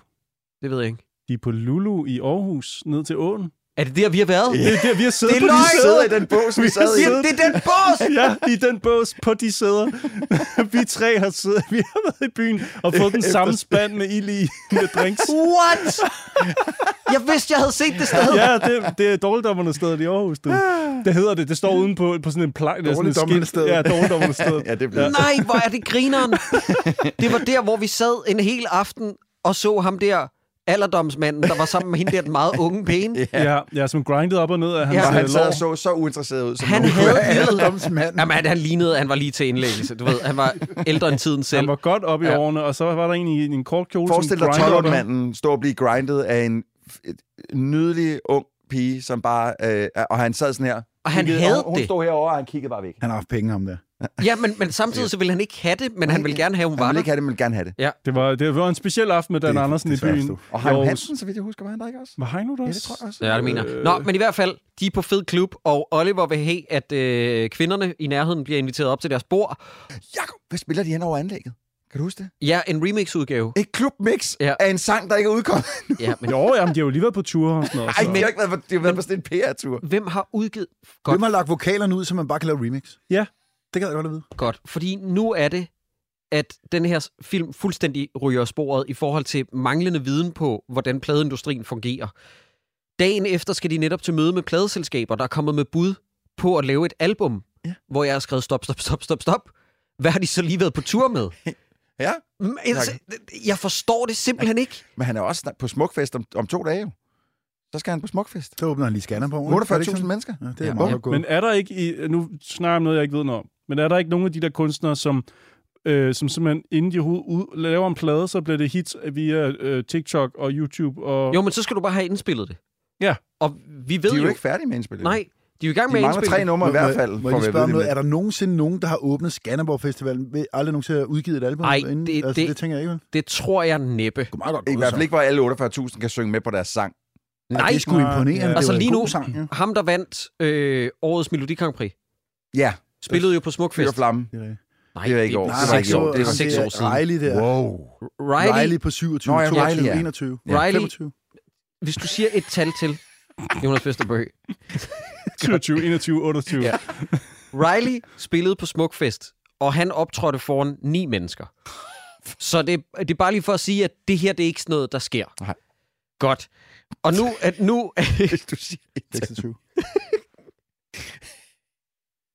Speaker 4: Det ved jeg ikke.
Speaker 3: De er på Lulu i Aarhus, ned til åen.
Speaker 4: Er det der, vi har været?
Speaker 3: Det er der, vi har siddet
Speaker 4: Det er
Speaker 3: på de
Speaker 4: løgn!
Speaker 2: sidder
Speaker 3: sæder.
Speaker 2: i den bås, vi sad i.
Speaker 4: Det, er- det er den bås!
Speaker 3: Ja, i den bås på de sæder. vi tre har siddet, vi har været i byen og fået den samme spand med ild i med drinks.
Speaker 4: What? Jeg vidste, jeg havde set det sted.
Speaker 3: Ja, det, det er dårligdommernes sted i Aarhus. Det,
Speaker 2: Ah.
Speaker 3: det hedder det. Det står uden på, på sådan en plej. eller sådan et skilt.
Speaker 1: Dårligdommernes sted.
Speaker 3: Ja, dårligdommernes sted.
Speaker 2: Ja, det blev
Speaker 4: Nej, hvor er det grineren. Det var der, hvor vi sad en hel aften og så ham der alderdomsmanden, der var sammen med hende der, den meget unge pæne.
Speaker 3: Ja, ja, som grindede op og ned af hans
Speaker 4: Ja.
Speaker 3: ja,
Speaker 2: Og han
Speaker 3: han
Speaker 2: sad og
Speaker 3: lår.
Speaker 2: så så uinteresseret ud. Som
Speaker 4: Han
Speaker 2: nogen.
Speaker 4: havde givet...
Speaker 1: Alderdomsmand.
Speaker 4: Jamen, han, han lignede, han var lige til indlæggelse. Du ved, han var ældre end tiden selv.
Speaker 3: Han var godt oppe i
Speaker 4: Ja.
Speaker 3: årene, og så var der en i en kort kjole,
Speaker 2: Forestil dig
Speaker 3: som grindede op. ad-
Speaker 2: 12-manden stå og blive grindet af en f- et nydelig ung pige, som bare... Øh, er- og han sad sådan her.
Speaker 4: Og han
Speaker 2: Kiggede-
Speaker 4: havde
Speaker 2: hun, Hun
Speaker 4: det.
Speaker 2: stod herovre, og han kiggede bare væk.
Speaker 1: Han har haft penge om det.
Speaker 4: Ja, men, men samtidig så ville han ikke have det, men han ville gerne have, hun
Speaker 2: Han
Speaker 4: var
Speaker 2: ville
Speaker 4: der.
Speaker 2: ikke have det, men ville gerne have det.
Speaker 3: Det var, det var en speciel aften med Dan
Speaker 1: Det-
Speaker 3: Andersen i
Speaker 1: desværre
Speaker 3: byen.
Speaker 1: stod.
Speaker 2: Og
Speaker 3: i
Speaker 2: Heino
Speaker 3: Aarhus.
Speaker 2: Hansen, så vidt jeg husker, var han der ikke også?
Speaker 3: Var Heino der
Speaker 2: Ja,
Speaker 3: også?
Speaker 2: det tror jeg også.
Speaker 4: Ja, det mener
Speaker 2: Øh.
Speaker 4: jeg. Nå, men i hvert fald, de er på fed klub, og Oliver vil have, at øh, kvinderne i nærheden bliver inviteret op til deres bord.
Speaker 2: Jakob, Øh, hvad spiller de hen over anlægget? Kan du huske det?
Speaker 4: Ja, en remix-udgave.
Speaker 2: Et klubmix
Speaker 4: Ja.
Speaker 2: ja. af en sang, der ikke er udkommet.
Speaker 4: Ja, men
Speaker 3: Jo, jamen, de har jo lige været på tur og sådan noget.
Speaker 2: Nej,
Speaker 3: så-
Speaker 2: det Altså, har ikke været på, det har været på sådan en PR-tur.
Speaker 4: hvem har udgivet... Godt,
Speaker 1: Hvem har lagt vokalerne ud, så man bare kan lave remix?
Speaker 3: Ja.
Speaker 1: Det kan jeg godt vide.
Speaker 4: godt. Fordi nu er det, at den her film fuldstændig ryger af sporet i forhold til manglende viden på, hvordan pladeindustrien fungerer. Dagen efter skal de netop til møde med pladeselskaber, der er kommet med bud på at lave et album, ja. hvor jeg har skrevet stop, stop, stop, stop, stop. Hvad har de så lige været på tur med?
Speaker 2: Ja,
Speaker 4: Men altså, Jeg forstår det simpelthen ikke.
Speaker 2: men han er også snart på smukfest om, om to dage jo. Så skal han på smukfest.
Speaker 1: Så åbner han lige scanner på ordentligt. Er det ikke
Speaker 2: 48.000
Speaker 1: sådan?
Speaker 2: mennesker.
Speaker 1: Ja, det er
Speaker 4: Ja.
Speaker 1: meget
Speaker 2: Ja,
Speaker 1: godt gået.
Speaker 3: Men er der ikke, i, nu snakker jeg om noget, jeg ikke ved noget om, men er der ikke nogen af de der kunstnere, som, øh, som simpelthen inden de overhovedet ud, laver en plade, så bliver det hits via øh, TikTok og YouTube og...
Speaker 4: Jo, men så skal du bare have indspillet det.
Speaker 3: Ja.
Speaker 4: Og vi ved
Speaker 2: De er jo
Speaker 4: jo
Speaker 2: ikke færdige med indspillet.
Speaker 4: Nej, de er jo i gang
Speaker 2: de
Speaker 4: med at
Speaker 2: mangler
Speaker 4: indspille.
Speaker 2: tre numre i
Speaker 1: Må-
Speaker 2: hvert fald.
Speaker 1: Må, må jeg
Speaker 2: for at
Speaker 1: lige
Speaker 2: være
Speaker 1: spørge om
Speaker 2: ved
Speaker 1: noget?
Speaker 2: det
Speaker 1: Er der nogensinde nogen, der har åbnet Skanderborg Festivalen, ved aldrig nogensinde har udgivet et album?
Speaker 4: Nej,
Speaker 1: inden?
Speaker 4: det-
Speaker 1: altså,
Speaker 4: det-
Speaker 1: det, tænker jeg ikke. vel? Det
Speaker 4: Det tror jeg næppe.
Speaker 1: kunne meget godt
Speaker 2: med. I
Speaker 1: gå,
Speaker 2: hvert
Speaker 1: så.
Speaker 2: fald ikke, hvor alle 48.000 kan synge med på deres sang.
Speaker 1: Ja,
Speaker 4: Nej,
Speaker 1: det er sgu imponerende.
Speaker 3: Ja.
Speaker 1: Det
Speaker 4: Altså,
Speaker 1: var en
Speaker 4: lige
Speaker 1: god
Speaker 4: nu-
Speaker 1: Sang, ja.
Speaker 4: ham der vandt øh, årets Melodi Grand Prix,
Speaker 2: Ja,
Speaker 4: spillede jo på
Speaker 2: Fyr og
Speaker 4: Smukfest.
Speaker 2: Flamme.
Speaker 1: Det er rigtigt.
Speaker 4: Nej,
Speaker 2: Det var ikke i år.
Speaker 1: Nej,
Speaker 2: Det var
Speaker 1: man
Speaker 4: seks
Speaker 2: ikke i år.
Speaker 1: så
Speaker 4: Det er
Speaker 1: ham
Speaker 4: seks
Speaker 1: der
Speaker 4: år siden.
Speaker 1: Riley der.
Speaker 2: Wow.
Speaker 4: Riley,
Speaker 1: Riley på 27,
Speaker 2: Nå, ja,
Speaker 1: 22,
Speaker 2: Riley, ja.
Speaker 1: 21,
Speaker 4: Riley.
Speaker 1: 25.
Speaker 4: hvis du siger et tal til, Jonas Vesterbøg.
Speaker 3: 27, 21, 28. Ja.
Speaker 4: Riley spillede på Smukfest, og han optrådte foran ni mennesker. Så det, det er bare lige for at sige, at det her, det er ikke sådan noget, der sker.
Speaker 2: Nej.
Speaker 4: Godt. Og nu, at nu
Speaker 2: Hvis du siger et tal.
Speaker 1: 26.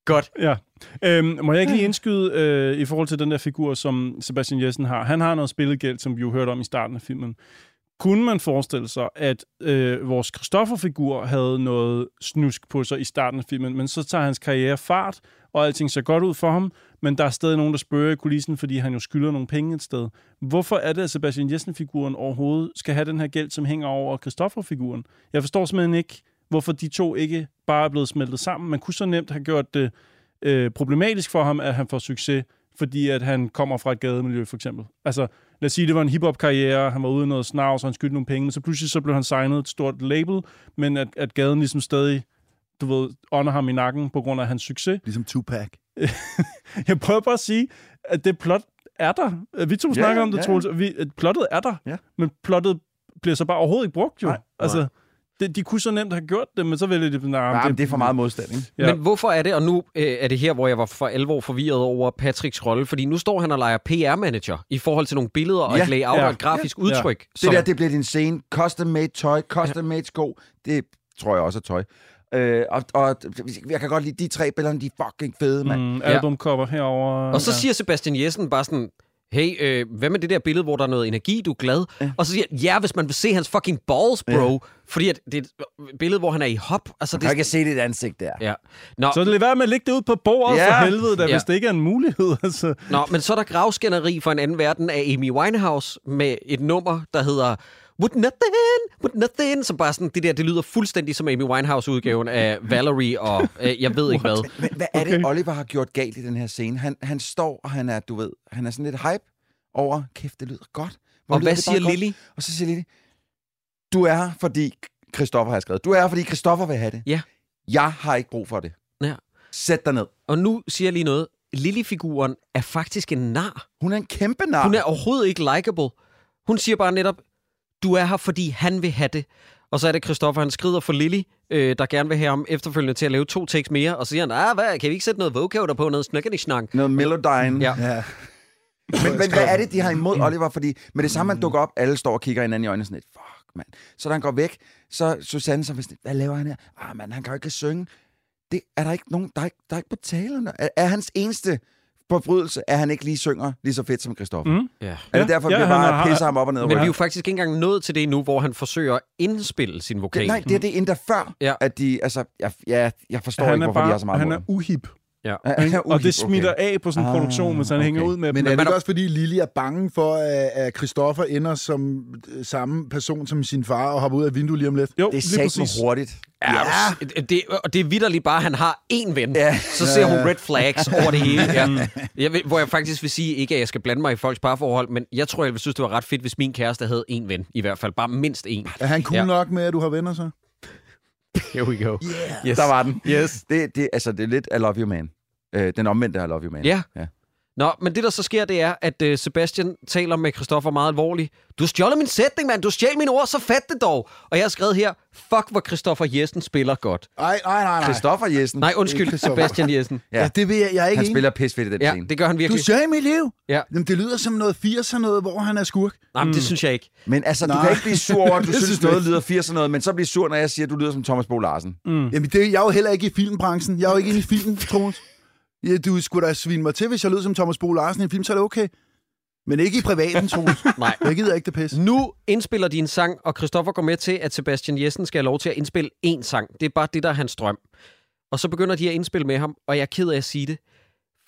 Speaker 4: godt.
Speaker 3: ja. Øhm, må jeg ikke lige indskyde øh, i forhold til den der figur, som Sebastian Jessen har? Han har noget spillegæld, som vi jo hørte om i starten af filmen. Kunne man forestille sig, at øh, vores Christoffer-figur havde noget snusk på sig i starten af filmen, men så tager hans karriere fart, og alting ser godt ud for ham, men der er stadig nogen, der spørger i kulissen, fordi han jo skylder nogle penge et sted. Hvorfor er det, at Sebastian Jessen-figuren overhovedet skal have den her gæld, som hænger over Christoffer-figuren? Jeg forstår simpelthen ikke, hvorfor de to ikke bare er blevet smeltet sammen. Man kunne så nemt have gjort det øh, problematisk for ham, at han får succes, fordi at han kommer fra et gademiljø, for eksempel. Altså, lad os sige, det var en hiphop-karriere, han var ude i noget snavs, og han skyldte nogle penge, men så pludselig så blev han signet et stort label, men at, at gaden ligesom stadig du ved, ånder ham i nakken på grund af hans succes.
Speaker 1: Ligesom Tupac.
Speaker 3: Jeg prøver bare at sige, at det plot er der. Vi to
Speaker 2: Ja,
Speaker 3: snakker om det,
Speaker 2: ja,
Speaker 3: ja,
Speaker 2: ja.
Speaker 3: Troels. Vi, at plottet er der,
Speaker 2: Ja.
Speaker 3: men plottet bliver så bare overhovedet ikke brugt, jo.
Speaker 2: Nej.
Speaker 3: Altså, det, de kunne så nemt have gjort det, men så vælger de... Nah,
Speaker 2: Nej, men det er for meget modstand, ikke?
Speaker 3: Ja.
Speaker 4: Ja. Men hvorfor er det, og nu øh, er det her, hvor jeg var for alvor forvirret over Patricks rolle, fordi nu står han og leger PR-manager i forhold til nogle billeder og
Speaker 2: Ja,
Speaker 4: et layout
Speaker 3: ja,
Speaker 4: og et grafisk
Speaker 3: ja.
Speaker 4: udtryk.
Speaker 2: Det der, det bliver din scene. Custom-made tøj, custom-made sko. Det tror jeg også er tøj. Øh, og, og jeg kan godt lide de tre billeder, de er fucking fede, mand.
Speaker 3: Mm, albumcover herover.
Speaker 4: Og så siger Sebastian Jessen bare sådan, hey, øh, hvad med det der billede, hvor der er noget energi, du er glad? Ja. Og så siger han, ja, hvis man vil se hans fucking balls, bro. Ja. Fordi at det er et billede, hvor han er i hop. Altså,
Speaker 2: Jeg
Speaker 4: det,
Speaker 2: kan se dit ansigt der.
Speaker 4: ja. Nå,
Speaker 3: Så lad være med at lægge det ud på bordet
Speaker 2: Ja.
Speaker 3: for helvede, da,
Speaker 4: Ja.
Speaker 3: hvis det ikke er en mulighed. Altså.
Speaker 4: nå, men så er der gravskænderi for en anden verden af Amy Winehouse med et nummer, der hedder With nothing, with nothing, som bare sådan, det der, det lyder fuldstændig som Amy Winehouse-udgaven af Valerie og øh, jeg ved ikke hvad.
Speaker 2: Men hvad er okay. det, Oliver har gjort galt i den her scene? Han, han står, og han er, du ved, han er sådan lidt hype over, kæft, det lyder godt. Hvor
Speaker 4: Og
Speaker 2: lyder
Speaker 4: hvad
Speaker 2: det bare
Speaker 4: siger
Speaker 2: godt."
Speaker 4: Lily?
Speaker 2: Og så siger Lili, du er her, fordi Christoffer har skrevet. Du er her, fordi Christoffer vil have det.
Speaker 4: Ja.
Speaker 2: Jeg har ikke brug for det.
Speaker 4: Ja.
Speaker 2: Sæt dig ned.
Speaker 4: Og nu siger jeg lige noget. Lily-figuren er faktisk en nar.
Speaker 2: Hun er en kæmpe nar.
Speaker 4: Hun er overhovedet ikke likable. Hun siger bare netop, du er her, fordi han vil have det. Og så er det Christoffer, han skrider for Lily, øh, der gerne vil have ham efterfølgende til at lave to takes mere. Og så siger han, ah, hvad, kan vi ikke sætte noget vocoder på, noget snakkende snak?
Speaker 2: Noget Melodyne.
Speaker 4: Ja.
Speaker 1: Ja.
Speaker 2: Men, men hvad er det, Mm. de har imod Oliver? Fordi med det samme, han dukker op, alle står og kigger hinanden i øjnene sådan lidt, fuck, mand. Så da han går væk, så Susanne som er sådan lidt, hvad laver han her? Ah, mand, han kan jo ikke synge. Det er der ikke nogen, der er ikke, der er ikke på talerne. Er, er hans eneste forbrydelse, at han ikke lige synger lige så fedt som Christoffer? Mm.
Speaker 3: Mm.
Speaker 4: Ja.
Speaker 2: Er det
Speaker 3: Ja,
Speaker 2: derfor,
Speaker 3: ja,
Speaker 2: vi
Speaker 3: han
Speaker 2: bare
Speaker 3: har-
Speaker 2: pisser ham op og ned?
Speaker 4: Men vi er
Speaker 2: vi
Speaker 4: jo faktisk ikke engang nået til det endnu, hvor han forsøger at indspille sin vokal.
Speaker 2: Nej, det er det endda før,
Speaker 4: Ja.
Speaker 2: ja. at de, altså, jeg, ja, jeg forstår
Speaker 3: han
Speaker 2: ikke,
Speaker 3: er
Speaker 2: hvorfor de har så
Speaker 3: bare,
Speaker 2: meget
Speaker 3: han
Speaker 2: imod
Speaker 3: er uhip.
Speaker 2: ham.
Speaker 3: Ikke? og det smitter
Speaker 2: okay.
Speaker 3: af på sådan en
Speaker 2: Ah,
Speaker 3: produktion, mens han
Speaker 2: okay.
Speaker 3: hænger ud med
Speaker 1: Men er
Speaker 3: dem.
Speaker 1: det ikke også, fordi Lili er bange for, at at Christoffer ender som øh, samme person som sin far og hopper ud af vinduet lige om lidt?
Speaker 3: Jo,
Speaker 2: Det
Speaker 3: lige
Speaker 2: er
Speaker 3: præcis.
Speaker 2: satme hurtigt.
Speaker 4: Ja, det, og det er vidderligt bare, at han har én ven. Ja. Så ser hun red flags over det hele. Ja. Jeg vil, hvor jeg faktisk vil sige, ikke at jeg skal blande mig i folks parforhold, men jeg tror, jeg ville synes, det var ret fedt, hvis min kæreste havde én ven. I hvert fald bare mindst én.
Speaker 1: Er han cool
Speaker 4: Ja.
Speaker 1: ja. nok med, at du har venner så?
Speaker 4: Here we go.
Speaker 2: Yes. Der var den. Yes. Det, det, altså, det er lidt I Love You Man. Øh, den omvendte I Love You Man.
Speaker 4: Ja.
Speaker 2: ja.
Speaker 4: Nå, men det der så sker, det er, at øh, Sebastian taler med Christoffer meget alvorligt. Du stjåler min sætning, mand! Du stjal mine ord, så fat det dog! Og jeg har skrevet her, fuck hvor Christoffer Jessen spiller godt.
Speaker 1: Ej, nej, nej, nej.
Speaker 2: Christoffer Jessen.
Speaker 4: Nej, undskyld, Sebastian Jessen.
Speaker 2: Ja.
Speaker 1: Ja, det ved jeg, jeg er ikke
Speaker 2: Han
Speaker 1: enig.
Speaker 2: spiller pis fedt i den
Speaker 4: Ja,
Speaker 2: scene.
Speaker 4: det gør han
Speaker 1: Du
Speaker 4: virkelig.
Speaker 1: sagde i mit liv.
Speaker 4: Ja.
Speaker 1: Jamen, det lyder som noget 80'er noget, hvor han er skurk.
Speaker 4: Nej, men det synes jeg ikke.
Speaker 2: Men altså, Nej. du
Speaker 1: Nej.
Speaker 2: kan ikke blive sur over, at du
Speaker 1: Det
Speaker 2: synes,
Speaker 1: synes jeg
Speaker 2: noget
Speaker 1: ikke.
Speaker 2: lyder 80 og noget, men så bliver sur, når jeg siger, at du lyder som Thomas Bo Larsen. Mm.
Speaker 1: Mm. Jamen, det, jeg er jo heller ikke i filmbranchen. Jeg er jo ikke inde i filmen, Troels. Ja, du skulle da svine mig til, hvis jeg lød som Thomas Bo Larsen i en film, så er det okay. Men ikke i privaten, Troels.
Speaker 4: Nej.
Speaker 1: Jeg gider ikke det pis.
Speaker 4: Nu indspiller de en sang, og Christoffer går med til, at Sebastian Jessen skal have lov til at indspille én sang. Det er bare det, der er hans drøm. Og så begynder de at indspille med ham, og jeg er ked af at sige det.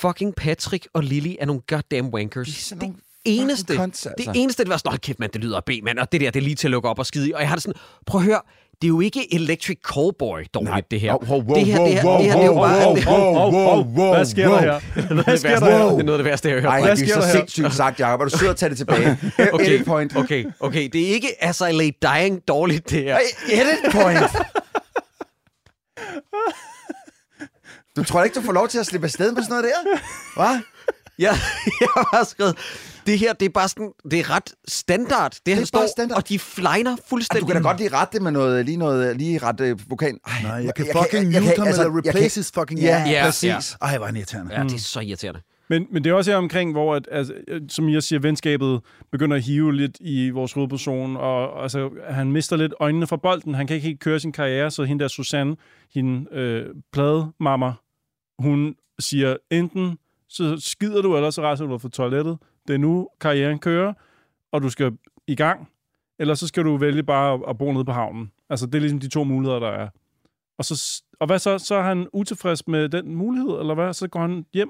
Speaker 4: Fucking Patrick og Lily er nogle goddamn wankers.
Speaker 2: er sådan
Speaker 4: det
Speaker 2: nogle
Speaker 4: eneste,
Speaker 2: fucking cunts, altså.
Speaker 4: det eneste, det var sådan, "Nå, kæft mand, det lyder af B, mand, og det der, det er lige til at lukke op og skide i." Og jeg har det sådan, prøv at høre, det er jo ikke Electric Cowboy dårligt, det her.
Speaker 2: Wow, wow, wow,
Speaker 4: det her, det her,
Speaker 2: wow,
Speaker 4: det her, det er jo
Speaker 2: wow,
Speaker 4: bare...
Speaker 2: wow,
Speaker 4: det-
Speaker 2: wow, wow, wow, wow,
Speaker 3: Hvad sker der her? Hvad
Speaker 4: Det,
Speaker 3: sker
Speaker 4: værste,
Speaker 3: der her?
Speaker 4: det er noget af det værste, jeg har hørt.
Speaker 2: Ej,
Speaker 3: Hvad
Speaker 2: det er
Speaker 3: sker
Speaker 2: så
Speaker 3: der her?
Speaker 2: sindssygt sagt, Jacob. Er du sød at tage det tilbage? okay. Edit point. Okay.
Speaker 4: Okay, okay, det er ikke altså late dying dårligt, det her.
Speaker 2: Edit point. Du tror ikke, du får lov til at slippe afsted med sådan noget der? Hvad?
Speaker 4: Jeg, jeg har bare skrevet, det her, det er bare sådan, det er ret standard. Det, det
Speaker 2: bare
Speaker 4: han står,
Speaker 2: standard.
Speaker 4: og de flyner
Speaker 2: Ej,
Speaker 4: fuldstændig.
Speaker 2: du kan da godt lige rette det med noget, lige noget, lige rette øh, vokalen. Ej,
Speaker 1: Nej, jeg kan altså, fucking mute ham eller
Speaker 2: jeg
Speaker 1: replace
Speaker 2: kan-
Speaker 1: his fucking
Speaker 2: Ja,
Speaker 1: ass.
Speaker 4: Ja,
Speaker 2: præcis.
Speaker 1: Ej, hvor er han irriterende. Mm.
Speaker 4: Ja, det er så irriterende.
Speaker 3: Men, men det er også her omkring, hvor, at, altså, øh, som jeg siger, venskabet begynder at hive lidt i vores hovedperson, og og altså, han mister lidt øjnene fra bolden. Han kan ikke helt køre sin karriere, så hende der Susanne, hende øh, plademamma, hun siger, enten så skider du, eller så rejser du dig fra toilettet. Det er nu, karrieren kører, og du skal i gang. Eller så skal du vælge bare at, at bo nede på havnen. Altså, det er ligesom de to muligheder, der er. Og, så, s- og hvad så? Så er han utilfreds med den mulighed, eller hvad? Så går han hjem?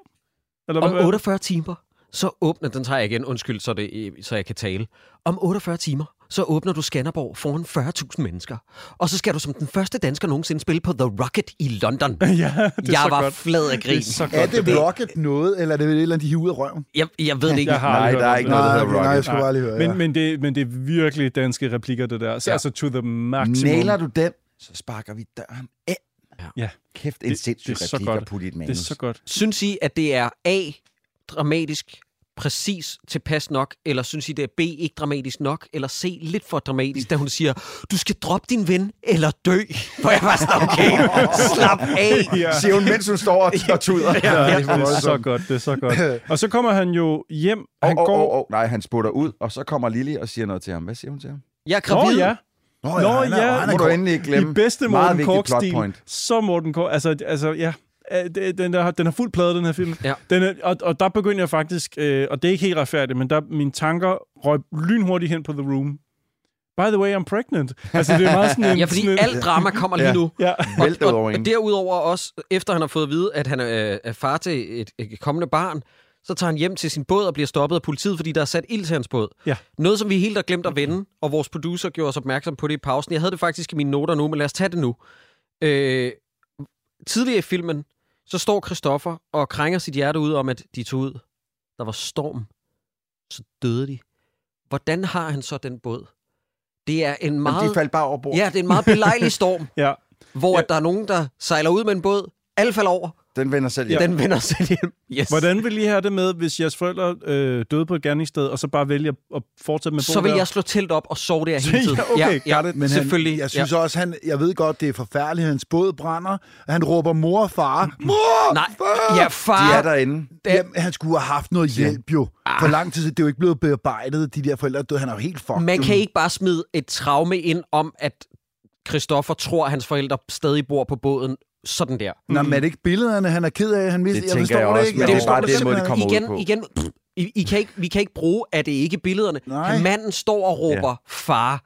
Speaker 3: Eller hvad?
Speaker 4: Om 48 timer, så åbner... Den tager jeg igen, undskyld, så, det, øh, så jeg kan tale. Om 48 timer, så åbner du Skanderborg foran 40.000 mennesker. Og så skal du som den første dansker nogensinde spille på The Rocket i London.
Speaker 3: ja, det er
Speaker 4: jeg
Speaker 3: så
Speaker 4: var
Speaker 3: godt.
Speaker 4: flad af
Speaker 3: Det er
Speaker 4: grin.
Speaker 3: så godt.
Speaker 1: Er det rocket noget, eller er det et eller andet, de hiver ud af røven?
Speaker 4: Jeg, jeg ved det ikke.
Speaker 3: Jeg har
Speaker 2: Nej,
Speaker 3: aldrig
Speaker 2: der
Speaker 3: hørt
Speaker 2: er
Speaker 3: om
Speaker 2: ikke
Speaker 3: det.
Speaker 2: noget, der
Speaker 1: Nej,
Speaker 2: hedder
Speaker 1: okay, nej,
Speaker 2: rocket.
Speaker 1: jeg skulle bare lige høre.
Speaker 3: Men,
Speaker 1: ja.
Speaker 3: men, det, men det er virkelig danske replikker, det der. Så,
Speaker 4: Ja.
Speaker 3: ja. Altså to the maximum.
Speaker 2: Nailer du den, så sparker vi døren ind.
Speaker 3: Ja.
Speaker 2: Kæft, en
Speaker 3: Det-
Speaker 2: sindssyg
Speaker 3: det er så
Speaker 2: replik
Speaker 3: godt.
Speaker 2: at putte i et manus.
Speaker 3: Det er så godt.
Speaker 4: Synes I, at det er A, dramatisk, præcis tilpas nok, eller synes I, det er B, ikke dramatisk nok, eller C, lidt for dramatisk, da hun siger, du skal droppe din ven, eller dø. Hvor jeg var sådan, okay, slap af.
Speaker 3: Ja.
Speaker 2: Siger hun, mens hun står og, og tuder.
Speaker 3: Ja, ja, det er så
Speaker 1: voldsomt.
Speaker 3: godt, det er så godt. Og så kommer han jo hjem.
Speaker 2: Og,
Speaker 3: Han
Speaker 2: og, og,
Speaker 3: går...
Speaker 2: og, nej, han sputter ud, og så kommer Lili og siger noget til ham. Hvad siger hun til ham?
Speaker 4: Jeg er gravid.
Speaker 3: Nå ja,
Speaker 1: Nå,
Speaker 3: Nå,
Speaker 1: han er-
Speaker 3: ja.
Speaker 1: han er
Speaker 2: Må du
Speaker 1: grå.
Speaker 2: endelig ikke glemme.
Speaker 3: i bedste
Speaker 2: Meget
Speaker 3: Morten
Speaker 2: vigtig plot
Speaker 3: Kork-stil.
Speaker 2: point.
Speaker 3: Så Morten Kork. Altså, altså ja. Øh, det- Den, der, den har fuld plade, den her film.
Speaker 4: Ja.
Speaker 3: Den er, og, og der begynder jeg faktisk, øh, og det er ikke helt retfærdigt, men der mine tanker røg lynhurtigt hen på The Room. By the way, I'm pregnant. Altså, det er meget sådan en...
Speaker 4: Ja, fordi
Speaker 3: sådan en-
Speaker 4: alt drama kommer lige
Speaker 2: Ja.
Speaker 4: nu.
Speaker 3: Ja.
Speaker 2: Vælter
Speaker 4: og,
Speaker 2: ud over
Speaker 4: og,
Speaker 2: en.
Speaker 4: og derudover også, efter han har fået at vide, at han er, øh, er far til et, et kommende barn, Så tager han hjem til sin båd og bliver stoppet af politiet, fordi der er sat ild til hans båd.
Speaker 3: Ja.
Speaker 4: Noget, som vi helt har glemt at vende, og vores producer gjorde os opmærksom på det i pausen. Jeg havde det faktisk i mine noter nu, men lad os tage det nu. Øh, tidligere i filmen, så står Christoffer og krænger sit hjerte ud om, at de tog ud. Der var storm. Så døde de. Hvordan har han så den båd? Det er en meget...
Speaker 2: Jamen, de faldt bare over bord.
Speaker 4: Ja, det er en meget belejlig storm,
Speaker 3: Ja.
Speaker 4: hvor
Speaker 3: Ja.
Speaker 4: ja. at der er nogen, der sejler ud med en båd, alle falder over,
Speaker 2: Den vender selv
Speaker 4: ja.
Speaker 2: hjem.
Speaker 4: den vender selv hjem. Yes.
Speaker 3: Hvordan vil I have det med, hvis jeres forældre øh, døde på et gerningssted, og så bare vælger at fortsætte med at bo
Speaker 4: Så vil
Speaker 3: der?
Speaker 4: jeg slå telt op og sove der hele tiden.
Speaker 3: Ja, okay,
Speaker 4: ja,
Speaker 3: got it.
Speaker 4: Men
Speaker 1: han,
Speaker 4: selvfølgelig.
Speaker 1: jeg synes ja. også, han, jeg ved godt, det er forfærdeligt, hans båd brænder. Han råber mor og far. Mm. Mor!
Speaker 4: ja. Nej,
Speaker 1: Far!
Speaker 4: ja,
Speaker 2: De
Speaker 4: far.
Speaker 2: er derinde.
Speaker 4: Ah. det-
Speaker 1: Jamen, han skulle have haft noget hjælp jo. For lang tid siden, det er jo ikke blevet bearbejdet, de der forældre døde. Han er jo helt fucked.
Speaker 4: Man
Speaker 1: jo.
Speaker 4: kan ikke bare smide et traume ind om, at Christoffer tror, at hans forældre stadig bor på båden. Sådan der.
Speaker 1: Nå, men er det ikke billederne, han er ked af? Han mister,
Speaker 2: Det tænker
Speaker 1: forstår
Speaker 2: jeg også,
Speaker 1: ikke.
Speaker 2: men
Speaker 1: Jeg
Speaker 2: det er
Speaker 1: forstår
Speaker 2: bare den måde, de
Speaker 1: simpelthen
Speaker 2: kommer ud
Speaker 4: igen,
Speaker 2: på.
Speaker 4: igen, I, I kan ikke, vi kan ikke bruge, at det ikke er billederne.
Speaker 1: Nej.
Speaker 4: Manden står og råber, far.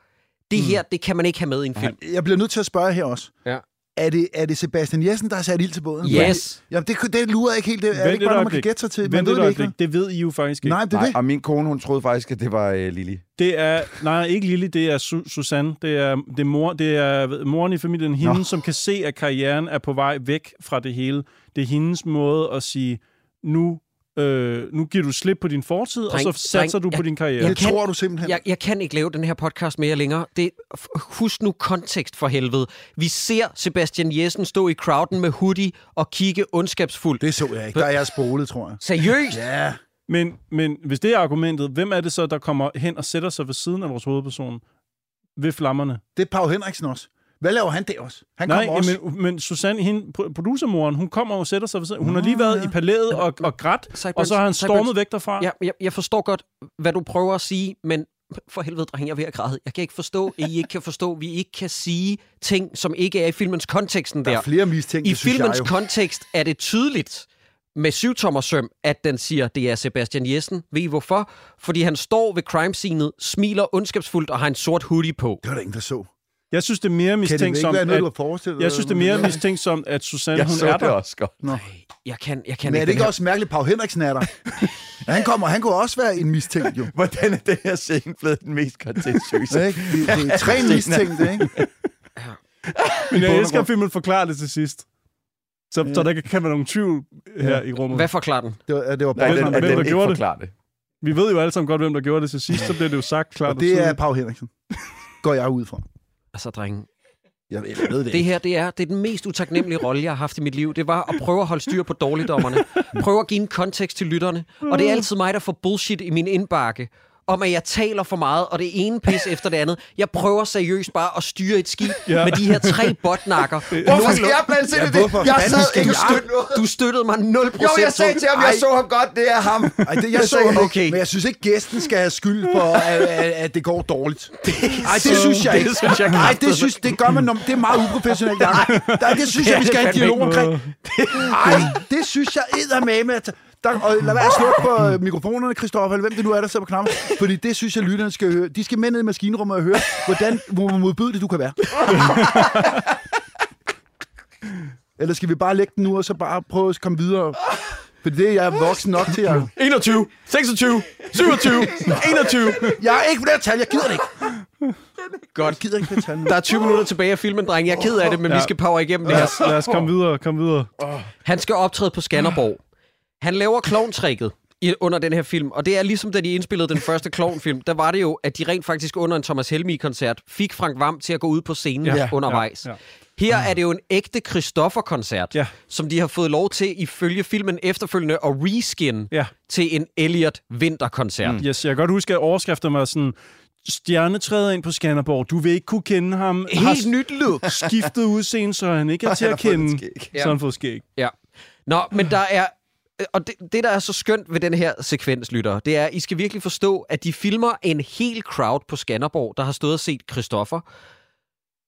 Speaker 4: Det her, det kan man ikke have med i en film.
Speaker 1: ikke. Jeg bliver nødt til at spørge her også.
Speaker 4: Ja.
Speaker 1: Er det, er det Sebastian Jessen, der har sat ild til båden?
Speaker 4: Yes.
Speaker 1: Jamen, det, kunne- det lurer jeg ikke helt. Det, er det
Speaker 3: Vent
Speaker 1: ikke
Speaker 3: et
Speaker 1: bare, noget, man kan
Speaker 3: øjeblik.
Speaker 1: gætte sig til? Man
Speaker 3: Vent
Speaker 1: ved
Speaker 3: et
Speaker 1: det ikke.
Speaker 3: øjeblik. Det ved I jo faktisk ikke.
Speaker 1: Nej, det er
Speaker 2: Nej,
Speaker 1: det.
Speaker 2: og min kone, hun troede faktisk, at det var øh, Lili.
Speaker 3: Det er, nej, ikke Lille, det er Su- Susanne. Det er, det, er mor, det er moren i familien, hende,
Speaker 1: Nå.
Speaker 3: som kan se, at karrieren er på vej væk fra det hele. Det er hendes måde at sige, nu, øh, nu giver du slip på din fortid, dreng, og
Speaker 4: Dreng,
Speaker 3: så satser
Speaker 4: dreng,
Speaker 3: du på
Speaker 4: jeg-
Speaker 3: din karriere.
Speaker 1: Det
Speaker 4: Jeg kan-
Speaker 1: tror du simpelthen.
Speaker 4: Jeg, jeg kan ikke lave den her podcast mere længere. Det, f- husk nu kontekst for helvede. Vi ser Sebastian Jessen stå i crowden med hoodie og kigge ondskabsfuldt.
Speaker 1: Det så jeg ikke. Der er jeg spolet, tror jeg.
Speaker 4: Seriøst?
Speaker 1: Ja.
Speaker 3: Men, men hvis det er argumentet, hvem er det så, der kommer hen og sætter sig ved siden af vores hovedperson? Ved flammerne.
Speaker 1: Det er Pau Henriksen også. Hvad laver han der også? Han
Speaker 3: Nej,
Speaker 1: kommer også.
Speaker 3: men, men Susanne, hende, pro- producermoren, hun kommer og sætter sig ved siden. Hun har lige været i palæet og, og grædt,
Speaker 4: Sideburns,
Speaker 3: og så har han stormet
Speaker 4: sideburns.
Speaker 3: væk derfra.
Speaker 4: Ja, jeg, jeg forstår godt, hvad du prøver at sige, men for helvede, dreng, jeg er ved at græde. Jeg kan ikke forstå, at I ikke kan forstå, at vi ikke kan sige ting, som ikke er i filmens konteksten der.
Speaker 1: Der er flere mistænkte,
Speaker 4: I
Speaker 1: synes jeg
Speaker 4: filmens
Speaker 1: jo.
Speaker 4: kontekst er det tydeligt med syvtommersøm, at den siger, det er Sebastian Jessen. Ved I hvorfor? Fordi han står ved crime scenet, smiler ondskabsfuldt og har en sort hoodie på.
Speaker 1: Det var der ingen, der så.
Speaker 3: Jeg synes, det er mere
Speaker 1: Kan det
Speaker 3: mistænkt
Speaker 1: ikke
Speaker 3: som...
Speaker 1: være noget, du
Speaker 3: At,
Speaker 1: har forestillet
Speaker 3: jeg synes, det er mere mistænkt som, at Susanne,
Speaker 2: Jeg
Speaker 3: hun
Speaker 2: så
Speaker 3: er
Speaker 2: det
Speaker 3: der.
Speaker 2: også godt.
Speaker 4: Jeg kan, jeg kan
Speaker 1: Men er det
Speaker 4: den her-
Speaker 1: ikke også mærkeligt, at Pau Henriksen er der? ja, han kommer, han kunne også være en mistænkt, jo.
Speaker 2: Hvordan er det her scene blevet den mest kontentiøse?
Speaker 1: Ikke? Det, det er tre mistænkte, ikke?
Speaker 3: Men
Speaker 1: bund
Speaker 3: jeg
Speaker 1: og
Speaker 3: elsker, at
Speaker 1: grund.
Speaker 3: filmen forklarer det til sidst. Så, så der ikke kan være nogen tvivl her i rummet.
Speaker 4: Hvad forklarer den?
Speaker 1: Det var, det var
Speaker 2: Nej,
Speaker 1: Pau
Speaker 2: den,
Speaker 1: Henriksen.
Speaker 2: at
Speaker 3: hvem- hvem
Speaker 2: den
Speaker 3: der
Speaker 2: ikke
Speaker 3: gjorde det?
Speaker 2: forklarer det.
Speaker 3: Vi ved jo alle sammen godt, hvem der gjorde det til sidst, så bliver det jo sagt klart
Speaker 1: Og det er
Speaker 3: tydeligt.
Speaker 1: Pau Henriksen. Går jeg ud fra.
Speaker 4: Altså, drenge,
Speaker 1: Jeg, jeg ved det,
Speaker 4: det
Speaker 1: ikke.
Speaker 4: her det er, det er den mest utaknemmelige rolle, jeg har haft i mit liv. Det var at prøve at holde styr på dårligdommerne. Prøve at give en kontekst til lytterne. Og det er altid mig, der får bullshit i min indbakke om, at jeg taler for meget, og det ene pis efter det andet. Jeg prøver seriøst bare at styre et skib
Speaker 3: Ja.
Speaker 4: ja. med de her tre botnakker.
Speaker 2: Hvorfor skal jeg blande sig ind i det?
Speaker 1: hvorfor
Speaker 2: Jeg
Speaker 1: fanden
Speaker 2: sad
Speaker 1: skal
Speaker 2: ikke og
Speaker 1: jeg?
Speaker 2: støttede noget.
Speaker 4: Du støttede mig 0%.
Speaker 2: Jo, jeg sagde til ham, jeg
Speaker 4: Ej,
Speaker 2: så ham godt, det er ham.
Speaker 1: Ej, det, jeg,
Speaker 2: Jeg
Speaker 1: så
Speaker 2: sagde,
Speaker 1: ham ikke,
Speaker 4: okay.
Speaker 1: men jeg synes ikke, gæsten skal have skyld for, at, at, at det går dårligt. Nej, det
Speaker 4: så-
Speaker 1: synes jeg
Speaker 4: det
Speaker 1: ikke.
Speaker 4: synes jeg
Speaker 1: Nej, det
Speaker 4: kraftedeme.
Speaker 1: synes det gør man, når, det er meget uprofessionelt. Nej, der, det synes jeg, vi skal have en dialog omkring. Nej, det synes jeg eddermame. At, der, og lad være at slukke på øh, mikrofonerne, Christoffer, eller hvem det nu er, der sidder på knappen. Fordi det synes jeg, lytterne skal høre. De skal med ned i maskinrummet og høre, hvordan hvor modbydeligt du kan være. Eller skal vi bare lægge den nu, og så bare prøve at komme videre? Fordi det er jeg voksen nok til at...
Speaker 5: 21, 26, 27, 21.
Speaker 1: Jeg er ikke flere tal, jeg gider det ikke. Godt. Jeg gider ikke flere tal nu.
Speaker 4: Der er 20 minutter tilbage af filmen, dreng. Jeg er ked af det, men ja. vi skal power igennem det
Speaker 3: Lad
Speaker 4: her.
Speaker 3: os, lad os komme videre, komme videre.
Speaker 4: Han skal optræde på Skanderborg. Han laver klovntrækket i- under den her film, og det er ligesom da de indspillede den første klovnfilm, der var det jo, at de rent faktisk under en Thomas Helmi-koncert fik Frank Vam til at gå ud på scenen ja, undervejs. Ja,
Speaker 3: ja,
Speaker 4: ja.
Speaker 3: ja.
Speaker 4: Her er det jo en ægte Christoffer-koncert,
Speaker 3: Ja.
Speaker 4: ja. som de har fået lov til ifølge filmen efterfølgende at reskin ja.
Speaker 3: Ja.
Speaker 4: til en Elliot Winter-koncert. Mm.
Speaker 3: Yes, jeg kan godt huske, at overskriften var sådan, stjerne træder ind på Skanderborg, du vil ikke kunne kende ham.
Speaker 4: Helt nyt look.
Speaker 3: skiftet udseende, så han ikke er til at kende. Så har han fået skæg.
Speaker 4: Ja. Nå, men der er... Og det, det, der er så skønt ved den her sekvens, lyttere, det er, at I skal virkelig forstå, at de filmer en hel crowd på Skanderborg, der har stået og set Christoffer.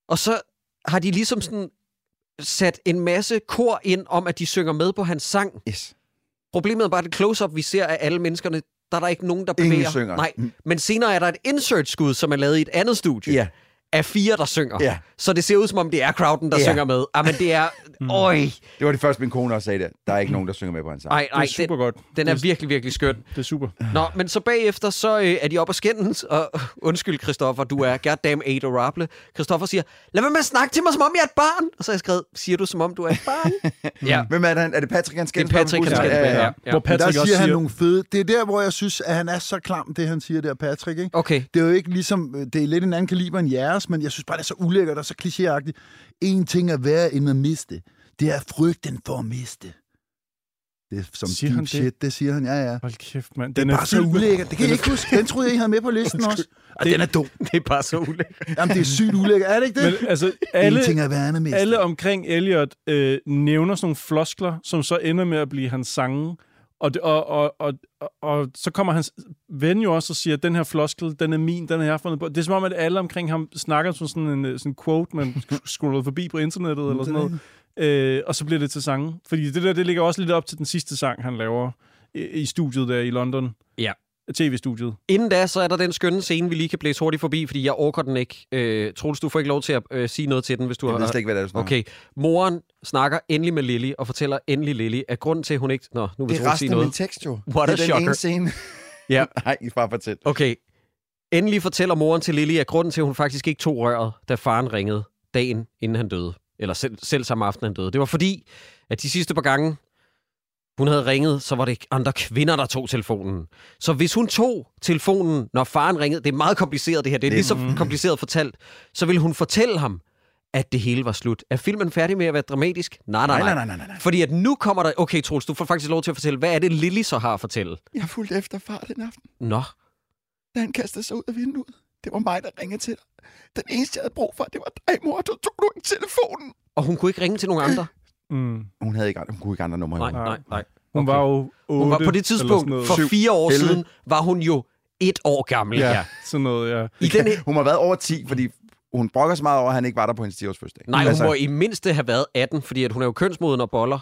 Speaker 4: Og så har de ligesom sådan sat en masse kor ind om, at de synger med på hans sang.
Speaker 2: Yes.
Speaker 4: Problemet er bare det close-up, vi ser af alle menneskerne. Der er der ikke nogen, der bevæger.
Speaker 2: Ingen synger. Mm.
Speaker 4: Nej, men senere er der et insert-skud, som er lavet i et andet studie
Speaker 2: Ja.
Speaker 4: af fire, der synger.
Speaker 2: Ja.
Speaker 4: Så det ser ud, som om det er crowden, der
Speaker 2: Ja.
Speaker 4: synger med. Ah, men det er Mm. Øj,
Speaker 2: Det var det første, min kone også sagde der. Der er ikke nogen, der synger med på hans sang.
Speaker 4: ej,
Speaker 3: Det
Speaker 4: ej,
Speaker 3: er
Speaker 4: den,
Speaker 3: super godt.
Speaker 4: den er virkelig, virkelig skøn.
Speaker 3: Det er super.
Speaker 4: Nå, men så bagefter, så øh, er de op og skændes, og øh, undskyld, Christoffer, du er goddamn adorable. Christoffer siger, lad være med at snakke til mig, som om jeg er et barn. Og så har jeg skrevet, siger du, som om du er et barn? ja,
Speaker 2: Hvem er det, han? Er det Patrick, han
Speaker 4: det
Speaker 2: skændes
Speaker 4: er Patrick, han
Speaker 2: med på bussen?
Speaker 4: skændes med. Ja, ja.
Speaker 3: Hvor
Speaker 1: Men der
Speaker 3: Patrick
Speaker 1: siger
Speaker 3: også
Speaker 1: han
Speaker 3: siger,
Speaker 1: nogle fede... Det er der, hvor jeg synes, at han er så klam, det han siger der, Patrick. Ikke?
Speaker 4: Okay.
Speaker 1: Det er jo ikke ligesom... øh, Det er lidt en anden kaliber end jeres, men jeg synes bare, det er så ulækkert og så klichéagtigt. En ting er værre end at miste. Det er frygten for at miste. Det er som
Speaker 3: Siger
Speaker 1: siger deep
Speaker 3: han det?
Speaker 1: shit, det siger han, ja, ja.
Speaker 3: hold kæft, mand.
Speaker 1: Det er,
Speaker 3: Den
Speaker 1: er bare så
Speaker 3: fyldt med-
Speaker 1: ulækkert. Det kan
Speaker 3: Den
Speaker 1: jeg
Speaker 3: er
Speaker 1: ikke huske. Den troede jeg, I havde med på listen også. Og
Speaker 3: Det-
Speaker 1: den er dum.
Speaker 4: det er bare så ulækkert.
Speaker 1: Jamen, det er sygt ulækkert. Er det ikke det?
Speaker 3: Men altså,
Speaker 1: Alle,
Speaker 3: alle,
Speaker 1: en ting er værre end at miste.
Speaker 3: alle omkring Elliot øh, nævner sådan nogle floskler, som så ender med at blive hans sange. Og, det, og, og, og, og, og så kommer hans ven jo også og siger, at den her floskel, den er min, den har jeg fundet på. Det er som om, at alle omkring ham snakker som sådan en øh, sådan en quote, man sk- scroller forbi på internettet eller sådan noget. Øh, og så bliver det til sange. Fordi det der, det ligger også lidt op til den sidste sang, han laver i, i studiet der i London.
Speaker 4: Ja.
Speaker 3: TV-studiet.
Speaker 4: Inden da, så er der den skønne scene, vi lige kan blæse hurtigt forbi, fordi jeg overgår den ikke. Øh, Troels, du får ikke lov til at øh, sige noget til den, hvis du
Speaker 2: Jeg ved
Speaker 4: har...
Speaker 2: slet ikke, hvad det er, du snakker
Speaker 4: Okay, moren snakker endelig med Lily og fortæller endelig Lily, at grunden til, at hun ikke... Nå, nu
Speaker 2: om.
Speaker 4: vil
Speaker 2: Det er
Speaker 4: Troels
Speaker 2: resten
Speaker 4: sige
Speaker 2: af min
Speaker 4: noget.
Speaker 2: tekst, jo. det
Speaker 4: What a
Speaker 2: er den
Speaker 4: shocker.
Speaker 2: ene scene.
Speaker 4: Ja.
Speaker 2: Nej, I bare fortæl.
Speaker 4: Okay. Endelig fortæller moren til Lily, at grunden til, at hun faktisk ikke tog røret, da faren ringede dagen, inden han døde. Eller selv, selv samme aften, han døde. Det var fordi, at de sidste par gange, hun havde ringet, så var det ikke andre kvinder, der tog telefonen. Så hvis hun tog telefonen, når faren ringede, det er meget kompliceret det her, det er lige så
Speaker 2: Mhm.
Speaker 4: kompliceret fortalt, så ville hun fortælle ham, at det hele var slut. Er filmen færdig med at være dramatisk? Nej, nej, nej.
Speaker 2: Nej, nej, nej, nej, nej.
Speaker 4: Fordi at nu kommer der... Okay, Troels, du får faktisk lov til at fortælle, hvad er det, Lily så har at fortælle?
Speaker 2: Jeg fulgte efter far den aften,
Speaker 4: Nå.
Speaker 2: da han kastede sig ud af vinduet. Det var mig, der ringede til dig. Den eneste, jeg havde brug for, det var dig, mor. Du tog du ikke telefonen.
Speaker 4: Og hun kunne ikke ringe til nogen andre.
Speaker 3: Mm.
Speaker 2: Hun, havde ikke, hun kunne ikke andre numre.
Speaker 4: Nej,
Speaker 2: Nej.
Speaker 4: nej, nej.
Speaker 3: Hun
Speaker 4: Okay.
Speaker 3: var jo 8,
Speaker 4: Hun var på det tidspunkt, for fire år
Speaker 2: 11.
Speaker 4: siden, var hun jo et år gammel. Ja.
Speaker 3: ja. Sådan noget, ja.
Speaker 4: I den,
Speaker 2: Hun må have været over 10, fordi hun brokker sig meget over, at han ikke var der på hendes 10-års fødselsdag.
Speaker 4: nej, hun må i mindste have været 18, fordi at hun er jo kønsmoden og boller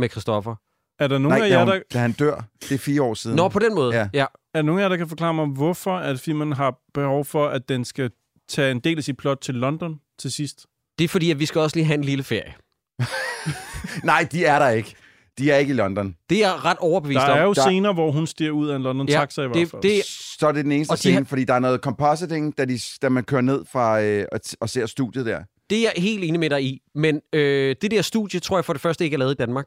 Speaker 4: med Christoffer.
Speaker 3: Er der nogen
Speaker 2: Nej,
Speaker 3: af
Speaker 2: da,
Speaker 3: jer,
Speaker 2: hun,
Speaker 3: der...
Speaker 2: da han dør, det er fire år siden.
Speaker 4: Nå, på den måde. Ja.
Speaker 2: Ja.
Speaker 4: ja.
Speaker 3: Er der nogen af jer, der kan forklare mig, hvorfor at filmen har behov for, at den skal tage en del af sit plot til London til sidst?
Speaker 4: Det er fordi, at vi skal også lige have en lille ferie.
Speaker 2: Nej, de er der ikke. De er ikke i London.
Speaker 4: Det er jeg ret overbevist
Speaker 3: Der er
Speaker 4: om.
Speaker 3: jo
Speaker 2: der-
Speaker 3: scener, hvor hun stiger ud af en London
Speaker 4: Ja,
Speaker 3: taxa i hvert
Speaker 4: det,
Speaker 3: fald.
Speaker 4: det,
Speaker 2: Så er det den eneste
Speaker 4: Og
Speaker 2: de
Speaker 4: de
Speaker 2: scene,
Speaker 4: har-
Speaker 2: har... fordi der er noget compositing, da, de, da man kører ned fra øh, og, t- og ser studiet der.
Speaker 4: det er jeg helt enig med dig i. Men øh, det der studie, tror jeg for det første ikke er lavet i Danmark.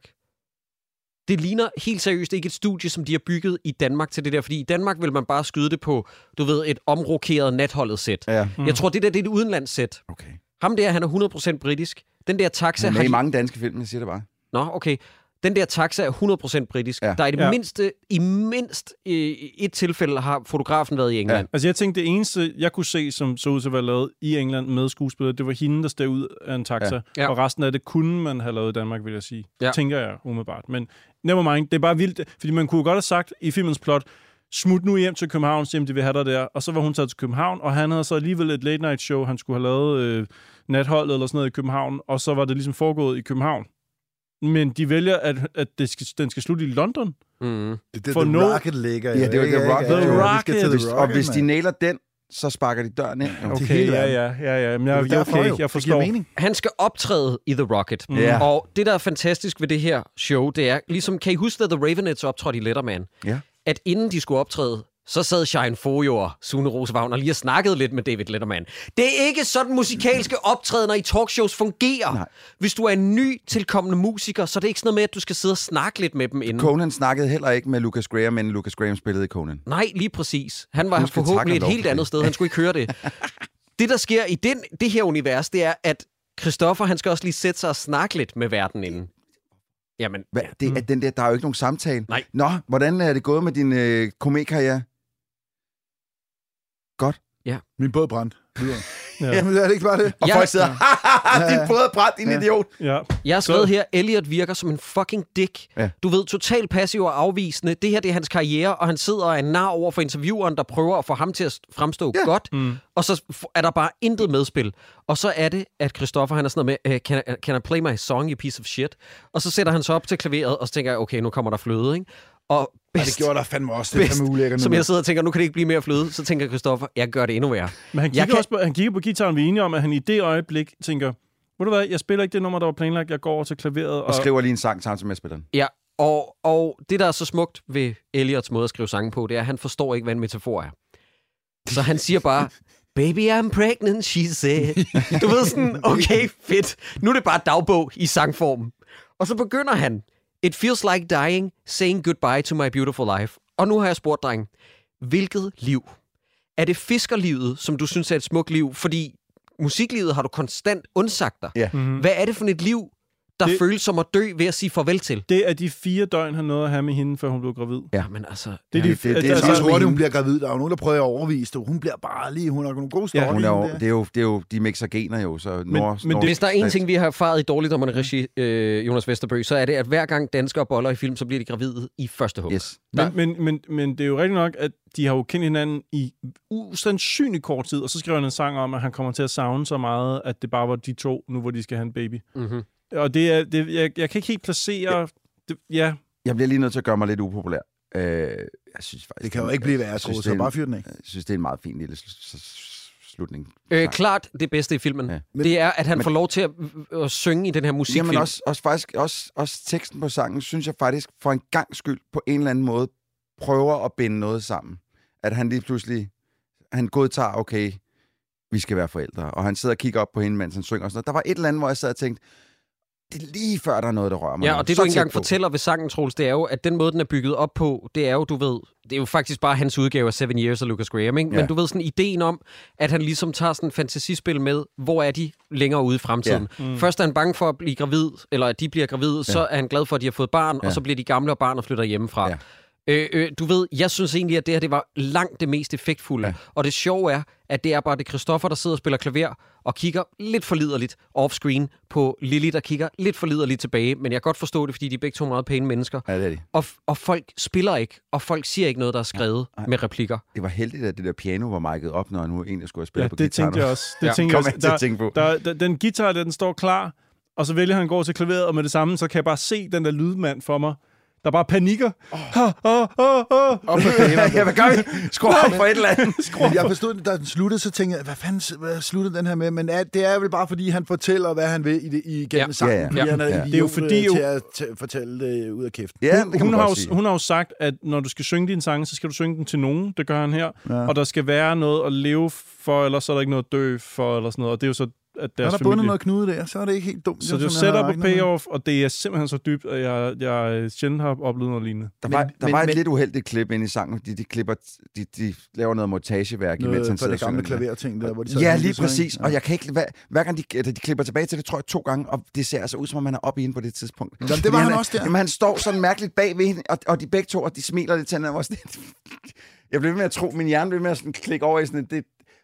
Speaker 4: Det ligner helt seriøst ikke et studie, som de har bygget i Danmark til det der. Fordi i Danmark vil man bare skyde det på, du ved, et omrokeret natholdet sæt.
Speaker 2: Ja,
Speaker 4: Mm. Jeg tror, det der det er et udenlandssæt.
Speaker 2: okay.
Speaker 4: Ham der, han er 100% britisk. Den der taxa...
Speaker 2: Så har
Speaker 4: Har...
Speaker 2: i mange danske film, jeg siger det bare.
Speaker 4: Nå, okay. Den der taxa er 100% britisk. Ja.
Speaker 2: Ja.
Speaker 4: Der er i det ja.
Speaker 3: Ja.
Speaker 4: mindste, i mindst øh, et tilfælde har fotografen været i England.
Speaker 3: Altså, jeg tænkte, det eneste, jeg kunne se, som så ud til at være lavet i England med skuespillere, det var hende, der steg ud af en taxa. Ja.
Speaker 4: Ja.
Speaker 3: Ja. Og resten af det kunne man have lavet i Danmark, vil jeg sige.
Speaker 4: Ja.
Speaker 3: Ja. Tænker jeg umiddelbart. Men never mind, det er bare vildt. Fordi man kunne jo godt have sagt i filmens plot, smut nu hjem til København, se om de vil have dig der. Og så var hun taget til København, og han havde så alligevel et late night show, han skulle have lavet øh, natholdet eller sådan noget i København. Og så var det ligesom foregået i København. Men de vælger, at, at det skal, den skal slutte i London.
Speaker 4: Ja. Mm.
Speaker 1: Det, det,
Speaker 3: For
Speaker 1: The
Speaker 3: nu-
Speaker 1: Rocket ligger
Speaker 2: Ja, det var The Rocket.
Speaker 3: The Rocket.
Speaker 1: The
Speaker 2: Og hvis de nailer den, så sparker de døren ind.
Speaker 1: Okay.
Speaker 3: Okay,
Speaker 1: hele
Speaker 3: ja,
Speaker 1: verden.
Speaker 3: ja, ja, ja. Men jeg, jeg, okay, jeg forstår.
Speaker 1: Det giver mening.
Speaker 4: Han skal optræde i The Rocket.
Speaker 3: Mm.
Speaker 2: Ja.
Speaker 4: Og det, der er fantastisk ved det her show, det er, ligesom, kan I huske, da The Ravenets optrådte i Letterman?
Speaker 2: Ja.
Speaker 4: At inden de skulle optræde, så sad Shine Fojo og Sune Rose Wagner lige og snakkede lidt med David Letterman. Det er ikke sådan musikalske optrædener i talkshows fungerer.
Speaker 2: Nej.
Speaker 4: Hvis du er en ny tilkommende musiker, så er det ikke sådan noget med, at du skal sidde og snakke lidt med dem inden.
Speaker 2: Conan snakkede heller ikke med Lucas Graham, men Lucas Graham spillede i Conan.
Speaker 4: Nej, lige præcis. Han var
Speaker 2: Husk at takke
Speaker 4: forhåbentlig et
Speaker 2: lov
Speaker 4: helt
Speaker 2: for
Speaker 4: andet
Speaker 2: det.
Speaker 4: sted. Han skulle ikke høre det. det, der sker i den, det her univers, det er, at Christoffer, han skal også lige sætte sig og snakke lidt med verden inden. Jamen,
Speaker 2: Hvad, det, mm. den der, der er jo ikke nogen samtale.
Speaker 4: Nej.
Speaker 2: Nå, hvordan er det gået med din øh, komikarriere?
Speaker 1: Min båd brændt. Lyder.
Speaker 3: Ja.
Speaker 1: Jamen, er det ikke bare det?
Speaker 2: Og
Speaker 4: Ja.
Speaker 2: ja. folk sidder, haha, din brød er brændt, din
Speaker 1: Ja.
Speaker 2: idiot.
Speaker 3: Ja.
Speaker 4: Jeg har skrevet
Speaker 3: Så-
Speaker 4: her, Elliot virker som en fucking dick. Ja.
Speaker 2: Ja.
Speaker 4: Du ved, totalt passiv og afvisende. Det her, det er hans karriere, og han sidder og er nar over for intervieweren, der prøver at få ham til at fremstå ja. godt. Mm. Og så f- er der bare intet medspil. Og så er det, at Christoffer, han er sådan noget med, "Øh, can I, can I play my song, you piece of shit? Og så sætter han sig op til klaveret, og så tænker jeg, okay, nu kommer der fløde, ikke? Og
Speaker 1: Ja, det
Speaker 4: bedst,
Speaker 1: gjorde der fandme også. Det er
Speaker 4: bedst,
Speaker 1: fandme ulækkert.
Speaker 4: som jeg sidder og tænker, nu kan det ikke blive mere fløde, så tænker Christoffer, jeg gør det endnu værre.
Speaker 3: Men han
Speaker 4: Jeg
Speaker 3: kigger,
Speaker 4: kan-
Speaker 3: kan... også på, han kigger på gitaren, vi er enige om, at han i det øjeblik tænker, Ved du hvad, jeg spiller ikke det nummer, der var planlagt. Jeg går over til klaveret og...
Speaker 2: Og skriver lige en sang samtidig med at spille den.
Speaker 4: Ja, og, og det, der er så smukt ved Elliots måde at skrive sange på, det er, at han forstår ikke, hvad en metafor er. Så han siger bare, Baby, I'm pregnant, she said. Du ved sådan, okay, fedt. Nu er det bare dagbog i sangform. Og så begynder han. It feels like dying, saying goodbye to my beautiful life. Og nu har jeg spurgt, dreng, hvilket liv? Er det fiskerlivet, som du synes er et smukt liv? Fordi musiklivet har du konstant undsagt dig.
Speaker 2: Ja.
Speaker 3: Mhm.
Speaker 4: Hvad er det for et liv, der
Speaker 3: Det-
Speaker 4: det... føles som at dø ved at sige farvel til?
Speaker 3: Det er de fire døgn, han nåede at have med hende, før hun blev gravid. Det
Speaker 4: Ja, men altså...
Speaker 3: er de,
Speaker 2: det- det er
Speaker 1: Jeg
Speaker 2: Altså,
Speaker 1: synes hurtigt, hun
Speaker 2: hende-
Speaker 1: bliver gravid. Der er jo nogen, der prøver at overvise det. Hun bliver bare lige... Hun har nogle gode story. Ja,
Speaker 2: Hun er jo, det, er jo, det er jo, de mixer gener jo, så men, nord,
Speaker 3: men
Speaker 2: nord,
Speaker 3: det-
Speaker 4: Hvis der er en ting, vi har erfaret i dårligdommerne regi, øh, Jonas Vesterbø, så er det, at hver gang danskere boller i film, så bliver de gravide i første hug.
Speaker 2: Yes.
Speaker 3: Men, men, men, men det er jo rigtigt nok, at de har jo kendt hinanden i usandsynlig kort tid, og så skriver han en sang om, at han kommer til at savne så meget, at det bare var de to, nu hvor de skal have en baby.
Speaker 4: Mm-hmm.
Speaker 3: Og det er, det, jeg, jeg kan ikke helt placere... Ja. Det, ja.
Speaker 2: Jeg bliver lige nødt til at gøre mig lidt upopulær. Øh, jeg synes faktisk,
Speaker 1: det kan jo ikke blive værre,
Speaker 2: jeg synes,
Speaker 1: Troels.
Speaker 2: det er
Speaker 1: Så
Speaker 2: en-
Speaker 1: bare fyr den af.
Speaker 2: Jeg synes, det er en meget fin lille sl- sl- sl- slutning.
Speaker 4: Øh,
Speaker 2: Tak.
Speaker 4: klart det bedste i filmen,
Speaker 2: Ja.
Speaker 4: ja.
Speaker 1: Men-
Speaker 4: Mm. det er, at han
Speaker 2: men-
Speaker 4: får lov til at, øh, at synge i den her musikfilm.
Speaker 2: Jamen også, også, faktisk, også, også teksten på sangen, synes jeg faktisk for en gang skyld på en eller anden måde prøver at binde noget sammen. At han lige pludselig, han godtager, okay, vi skal være forældre. Og han sidder og kigger op på hende, mens han synger og sådan noget. Der var et eller andet, hvor jeg sad og tænkte, det er lige før, der er noget, der rører mig.
Speaker 4: Ja,
Speaker 2: nu.
Speaker 4: og det
Speaker 2: Så
Speaker 4: du ikke
Speaker 2: tæt
Speaker 4: engang
Speaker 2: på.
Speaker 4: fortæller ved sangen, Troels, det er jo, at den måde, den er bygget op på, det er jo, du ved, det er jo faktisk bare hans udgave af Seven Years af Lucas Graham, ikke?
Speaker 2: Ja.
Speaker 4: men du ved sådan ideen om, at han ligesom tager sådan en fantasispil med, hvor er de længere ude i fremtiden. Ja. Mm. Først er han bange for at blive gravid, eller at de bliver gravide, ja. så er han glad for, at de har fået barn, ja.
Speaker 2: Ja.
Speaker 4: og så bliver de gamle, og barnet flytter hjemmefra.
Speaker 2: Ja.
Speaker 4: Ja. Øh, øh, du ved, jeg synes egentlig, at det her det var langt det mest effektfulde.
Speaker 2: Ja.
Speaker 4: Ja. Og det sjove er, at det er bare det Christoffer, der sidder og spiller klaver og kigger lidt for liderligt off-screen på Lily, der kigger lidt for liderligt tilbage. Men jeg kan godt forstå det, fordi de er begge to meget pæne mennesker.
Speaker 2: Ja, det er det.
Speaker 4: Og, f- og folk spiller ikke, og folk siger ikke noget, der er skrevet
Speaker 2: Nej.
Speaker 4: med replikker.
Speaker 2: Det var heldigt, at det der piano var mic'et op, når han nu egentlig skulle spille
Speaker 3: ja
Speaker 2: på
Speaker 3: det
Speaker 2: guitar.
Speaker 3: tænkte jeg også. Det
Speaker 4: Ja,
Speaker 3: tænkte
Speaker 2: Kom
Speaker 3: jeg
Speaker 2: jeg til at
Speaker 3: også.
Speaker 2: tænke på.
Speaker 3: Der, der, der, den guitar, der, den står klar, og så vælger han går til klaveret, og med det samme, så kan jeg bare se den der lydmand for mig, der bare panikker. Oh. Oh, oh, oh.
Speaker 2: Op på klaveret. ja, hvad gør vi? Skru op for et eller andet.
Speaker 1: Men jeg forstod, da den sluttede, så tænkte jeg, hvad fanden hvad sluttede den her med? Men er, det er vel bare, fordi han fortæller, hvad han vil i det, i gennem
Speaker 4: Ja.
Speaker 1: sangen.
Speaker 2: Ja, ja.
Speaker 1: Fordi
Speaker 4: Ja.
Speaker 1: han er
Speaker 2: Ja.
Speaker 1: idiot,
Speaker 3: Det er jo fordi
Speaker 1: øh, til
Speaker 3: jo-
Speaker 1: at t- fortælle det ud af kæften.
Speaker 2: Ja, det kan
Speaker 3: hun,
Speaker 2: man
Speaker 3: har
Speaker 2: godt
Speaker 3: jo,
Speaker 2: sige.
Speaker 3: hun har jo sagt, at når du skal synge dine sange, så skal du synge den til nogen. Det gør han her. Ja. Og der skal være noget at leve for, eller så er der ikke noget at dø for, eller sådan noget. Og det er jo så at
Speaker 1: Når
Speaker 3: deres
Speaker 1: der er bundet
Speaker 3: familie...
Speaker 1: noget knude der, så er det ikke helt dumt.
Speaker 3: Så
Speaker 1: jo,
Speaker 3: det er jo
Speaker 1: som jeg havde
Speaker 3: setup
Speaker 1: regnet
Speaker 3: og
Speaker 1: med.
Speaker 3: payoff, og det er simpelthen så dybt, at jeg, jeg sjældent har oplevet noget lignende.
Speaker 2: Der var,
Speaker 1: Men-
Speaker 2: der
Speaker 1: men-
Speaker 2: var et
Speaker 1: men-
Speaker 2: lidt uheldigt klip ind i sangen, fordi de, klipper, de, de laver noget montageværk, noget imens han
Speaker 1: Noget fra
Speaker 2: sidder
Speaker 1: det gamle
Speaker 2: og synger den her.
Speaker 1: klaverting der, hvor de sad
Speaker 2: Ja,
Speaker 1: og
Speaker 2: lige
Speaker 1: hyggede sig, ikke?
Speaker 2: præcis.
Speaker 1: ligesom Ja.
Speaker 2: Og jeg kan ikke, hver, hver gang de, eller de klipper tilbage til det, tror jeg to gange, og det ser altså ud, som om han er oppe i hende på det tidspunkt. Jamen,
Speaker 1: det var han også der.
Speaker 2: Jamen, han står sådan mærkeligt bag ved hende, og, og de begge to, og de smiler lidt til hinanden. og sådan lidt. Jeg blev ved med at tro, min hjerne blev ved med at sådan klikke over i sådan et... Det,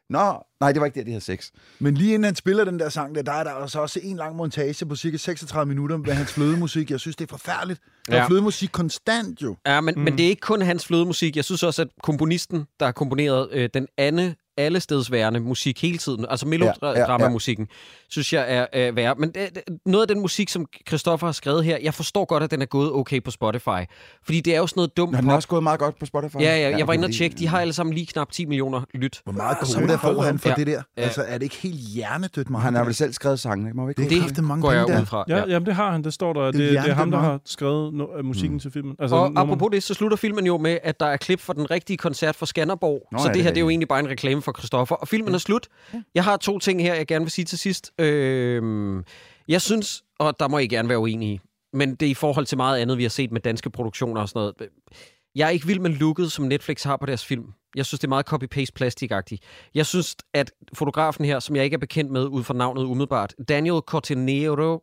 Speaker 2: Nå, nej, det var ikke der, de havde sex.
Speaker 1: Men lige inden han spiller den der sang der, der er der altså også en lang montage på cirka 36 minutter med hans flødemusik. Jeg synes, det er forfærdeligt. Der er
Speaker 4: Ja.
Speaker 1: flødemusik konstant jo.
Speaker 4: Ja, men, mm. men det er ikke kun hans flødemusik. Jeg synes også, at komponisten, der har komponeret øh, den anden allestedsværende musik hele tiden, altså melodramamusikken, ja, ja, ja. synes jeg er øh, værd. Men det, det, noget af den musik, som Christoffer har skrevet her, jeg forstår godt, at den er gået okay på Spotify. Fordi det er jo sådan noget dumt
Speaker 2: Nå, den er også gået meget godt på Spotify.
Speaker 4: Ja, ja, jeg var inde og
Speaker 2: fordi-
Speaker 4: tjekke. De har alle sammen lige knap 10 millioner lyt.
Speaker 1: Hvor meget koda får han for
Speaker 4: Ja.
Speaker 1: det der?
Speaker 4: Ja.
Speaker 1: Altså, er det ikke helt hjernedødt, man?
Speaker 2: Han har vel selv skrevet sangene, ikke? Må vi ikke?
Speaker 1: Det er kraftigt mange
Speaker 4: Går jeg
Speaker 1: penge
Speaker 4: ud
Speaker 1: der.
Speaker 4: fra.
Speaker 3: Ah, Ja, ja. Jamen, det har han. Det står der. Det, det, det er
Speaker 1: hjertet
Speaker 3: ham, der
Speaker 1: meget.
Speaker 3: har skrevet no- øh, musikken mm. til filmen. Altså,
Speaker 4: Og
Speaker 3: nummeren.
Speaker 4: apropos det, så slutter filmen jo med, at der er klip fra den rigtige koncert fra Skanderborg.
Speaker 2: Nå,
Speaker 4: så
Speaker 2: ja,
Speaker 4: det,
Speaker 2: det er
Speaker 4: her, det er jo
Speaker 2: rigtigt.
Speaker 4: egentlig bare en reklame for Christoffer. Og filmen er slut. Jeg har to ting her, jeg gerne vil sige til sidst. Øhm, jeg synes, og der må I gerne være uenige, men det er i forhold til meget andet, vi har set med danske produktioner og sådan noget. Jeg er ikke vild med looket, som Netflix har på deres film. Jeg synes, det er meget copy-paste plastikagtigt. Jeg synes, at fotografen her, som jeg ikke er bekendt med ud fra navnet umiddelbart, Daniel Cortinero,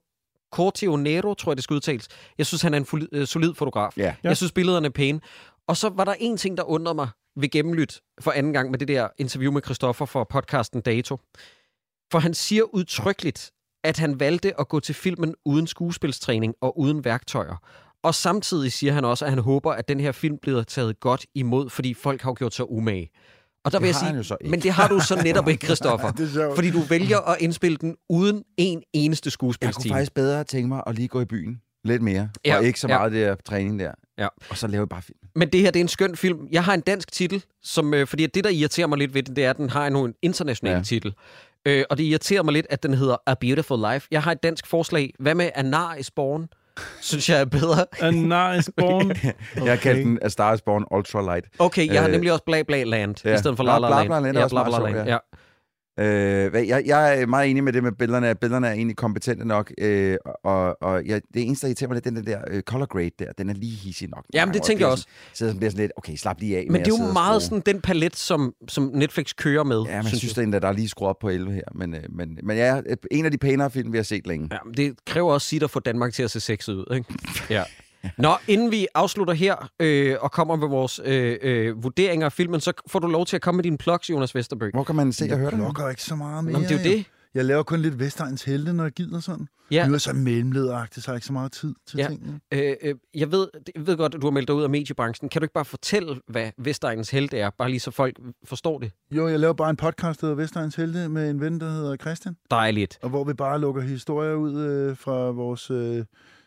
Speaker 4: Cortionero, tror jeg, det skal udtales. Jeg synes, han er en foli- øh, solid fotograf.
Speaker 2: Ja.
Speaker 3: Ja.
Speaker 4: Jeg synes, billederne er pæne. Og så var der en ting, der undrede mig ved gennemlyt for anden gang med det der interview med Christoffer for podcasten Dato. For han siger udtrykkeligt, at han valgte at gå til filmen uden skuespilstræning og uden værktøjer. Og samtidig siger han også, at han håber, at den her film bliver taget godt imod, fordi folk har jo gjort sig umage. Og der
Speaker 2: Det
Speaker 4: vil jeg
Speaker 2: har
Speaker 4: sige,
Speaker 2: han jo så ikke.
Speaker 4: men det har du så netop ikke, Christoffer.
Speaker 1: Det er sjovt.
Speaker 4: Fordi du vælger at indspille den uden en eneste
Speaker 2: Jeg kunne
Speaker 4: skuespilstime.
Speaker 2: faktisk bedre tænke mig at lige gå i byen lidt mere, ja,
Speaker 4: Ja,
Speaker 2: og ikke så
Speaker 4: ja.
Speaker 2: meget det der træning der.
Speaker 4: Ja.
Speaker 2: Og så laver jeg bare film.
Speaker 4: Men det her, det er en skøn film. Jeg har en dansk titel, som, øh, fordi at det, der irriterer mig lidt ved den, det er, at den har en, en international
Speaker 2: Ja.
Speaker 4: ja. titel. Øh, og det irriterer mig lidt, at den hedder A Beautiful Life. Jeg har et dansk forslag. Hvad med Anar is Born? Synes jeg er bedre.
Speaker 3: A nice born.
Speaker 2: Okay. Jeg kaldte den A Star is Born Ultralight.
Speaker 4: Okay, jeg har
Speaker 2: Øh,
Speaker 4: nemlig også Bla Bla Land,
Speaker 2: ja.
Speaker 4: i stedet for
Speaker 2: Bla
Speaker 4: La La
Speaker 2: Bla
Speaker 4: Land.
Speaker 2: Bla Land er
Speaker 4: ja,
Speaker 2: også
Speaker 4: Bla
Speaker 2: meget
Speaker 4: Bla
Speaker 2: sjov,
Speaker 4: Land.
Speaker 2: ja.
Speaker 4: Ja.
Speaker 2: Øh, hvad- jeg, jeg er meget enig med det med billederne. at Billederne er egentlig kompetente nok, øh, og, og jeg, det eneste, der irriterer mig lidt, den der øh, color grade der, den er lige hissig nok.
Speaker 4: Jamen, det
Speaker 2: Og
Speaker 4: tænker jeg
Speaker 2: bliver
Speaker 4: også.
Speaker 2: Sådan, sidder sådan, bliver sådan lidt, okay, slap lige af med
Speaker 4: Men det
Speaker 2: at
Speaker 4: er
Speaker 2: sidde
Speaker 4: jo
Speaker 2: og
Speaker 4: meget
Speaker 2: skrue.
Speaker 4: sådan den palet, som, som Netflix kører med,
Speaker 2: Ja, men jeg synes
Speaker 4: jeg.
Speaker 2: da egentlig, at der er lige skruet op på 11 her. Men, øh, men, men ja, en af de pænere film, vi har set længe.
Speaker 4: Ja, men det kræver også sit at få Danmark til at se sexet ud, ikke? Ja. Nå, inden vi afslutter her øh, og kommer med vores øh, øh, vurderinger af filmen, så får du lov til at komme med dine plugs, Jonas Vesterbø.
Speaker 2: Hvor kan man se og høre
Speaker 1: Jeg
Speaker 2: den?
Speaker 1: lukker ikke så meget mere.
Speaker 4: Nå, men det er jo
Speaker 1: jo.
Speaker 4: det.
Speaker 1: Jeg laver kun lidt Vestegns helte, når jeg gider sådan.
Speaker 4: Ja.
Speaker 1: Ja. Nu er jeg så mellemlederagtig, så jeg har ikke så meget tid til
Speaker 4: Ja.
Speaker 1: ja. tingene.
Speaker 4: Øh, øh, jeg, ved, jeg ved godt, at du har meldt dig ud af mediebranchen. Kan du ikke bare fortælle, hvad Vestegnens helte er, bare lige så folk forstår det?
Speaker 1: Jo, jeg laver bare en podcast, der hedder Vestegns helte, med en ven, der hedder Christian.
Speaker 4: Dejligt.
Speaker 1: Og hvor vi bare lukker historier ud øh, fra vores øh,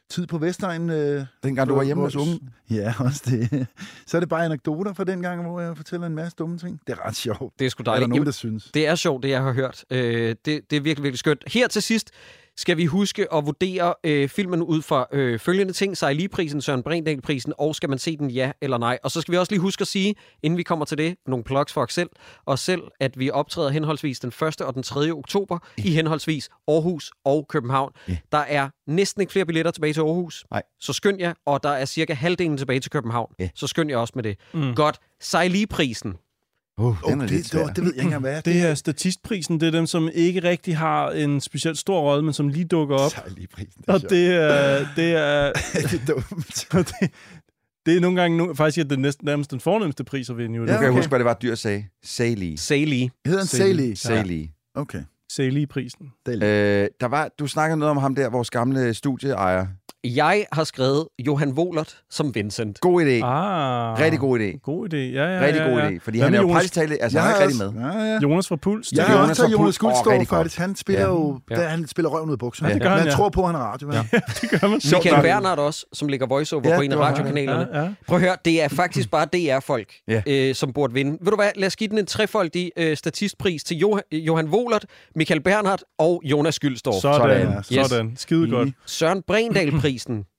Speaker 1: tid på Vestegnen. Øh,
Speaker 2: Dengang du var hjemme hos
Speaker 1: vores
Speaker 2: unge.
Speaker 1: unge. Ja, også det. Så er det bare anekdoter fra dengang, hvor jeg fortæller en masse dumme ting. Det er ret sjovt.
Speaker 4: Det er sgu
Speaker 1: Der er der
Speaker 4: dejligt.
Speaker 1: nogen, der synes.
Speaker 4: Det er sjovt, det jeg har hørt. Øh, det, det er virkelig, virkelig skønt. Her til sidst skal vi huske at vurdere øh, filmen ud fra øh, følgende ting. Sejli-prisen, Søren Brindahl-prisen, og skal man se den ja eller nej? Og så skal vi også lige huske at sige, inden vi kommer til det, nogle plugs for os selv, og selv, at vi optræder henholdsvis den 1. og den 3. oktober i henholdsvis Aarhus og København. Der er næsten ikke flere billetter tilbage til Aarhus.
Speaker 2: Nej.
Speaker 4: Så skynd jer, og der er cirka halvdelen tilbage til København.
Speaker 2: Ja.
Speaker 4: Så skynd jer også med det. Mm. Godt. Sejli-prisen.
Speaker 2: Uh,
Speaker 1: Oh,
Speaker 2: den er
Speaker 1: det,
Speaker 2: lidt
Speaker 1: det,
Speaker 2: svær.
Speaker 1: det, det ved jeg ikke engang, hvad er.
Speaker 3: Det er statistprisen. Det er dem, som ikke rigtig har en specielt stor rolle, men som lige dukker op.
Speaker 1: er lige prisen.
Speaker 3: Og det er, det er,
Speaker 1: det er dumt.
Speaker 3: og det, det er nogle gange, nu, faktisk er det næsten nærmest den fornemmeste pris at vinde. Jo.
Speaker 2: Nu
Speaker 1: Ja,
Speaker 2: kan jeg
Speaker 1: okay.
Speaker 2: huske, hvad det var, dyr sagde. Say lige.
Speaker 4: Sejli.
Speaker 1: Hedder han Sally?
Speaker 3: Sally.
Speaker 2: Say lige.
Speaker 1: Okay.
Speaker 3: Se lige prisen.
Speaker 1: Sally.
Speaker 2: Øh, der var, du snakkede noget om ham der, vores gamle studieejer.
Speaker 4: Jeg har skrevet Johan Wohlert som Vincent.
Speaker 2: God idé.
Speaker 3: Ah,
Speaker 2: Rigtig god idé.
Speaker 3: God idé, ja, ja,
Speaker 2: Rigtig
Speaker 3: ja,
Speaker 2: god
Speaker 3: ja.
Speaker 2: idé. Fordi
Speaker 3: Hvad
Speaker 2: han
Speaker 3: med
Speaker 2: er jo
Speaker 3: Jonas-
Speaker 2: praktisk talt... Altså, han er ikke rigtig med.
Speaker 1: Ja, ja.
Speaker 3: Jonas fra Puls.
Speaker 1: Jeg
Speaker 3: det-
Speaker 1: har
Speaker 2: Jonas
Speaker 1: også taget
Speaker 2: og Puk.
Speaker 1: Jonas
Speaker 2: Åh,
Speaker 1: Guldstov,
Speaker 2: rigtig
Speaker 1: faktisk. Han spiller
Speaker 2: Ja.
Speaker 1: jo...
Speaker 4: Ja.
Speaker 1: Der, han spiller røven ud af bukserne.
Speaker 3: Ja, det gør han,
Speaker 1: Man
Speaker 3: ja.
Speaker 1: tror på, han er radio. Ja.
Speaker 3: det gør man sjovt
Speaker 4: Michael
Speaker 3: nok.
Speaker 4: Bernhardt også, som ligger voiceover
Speaker 2: Ja,
Speaker 4: ja, på en af
Speaker 2: det var ham, ja.
Speaker 4: radiokanalerne.
Speaker 3: Ja, ja.
Speaker 4: Prøv at høre, det er faktisk bare DR-folk,
Speaker 2: Ja.
Speaker 4: øh, som burde vinde. Ved du hvad, lad os give den en trefoldig øh, statistpris til Joh- Johan Wohlert, Michael Bernhardt og Jonas Gyldstorff.
Speaker 3: Sådan,
Speaker 1: Sådan,
Speaker 4: yes.
Speaker 3: sådan. Skide godt.
Speaker 4: Søren Brendahl-prisen.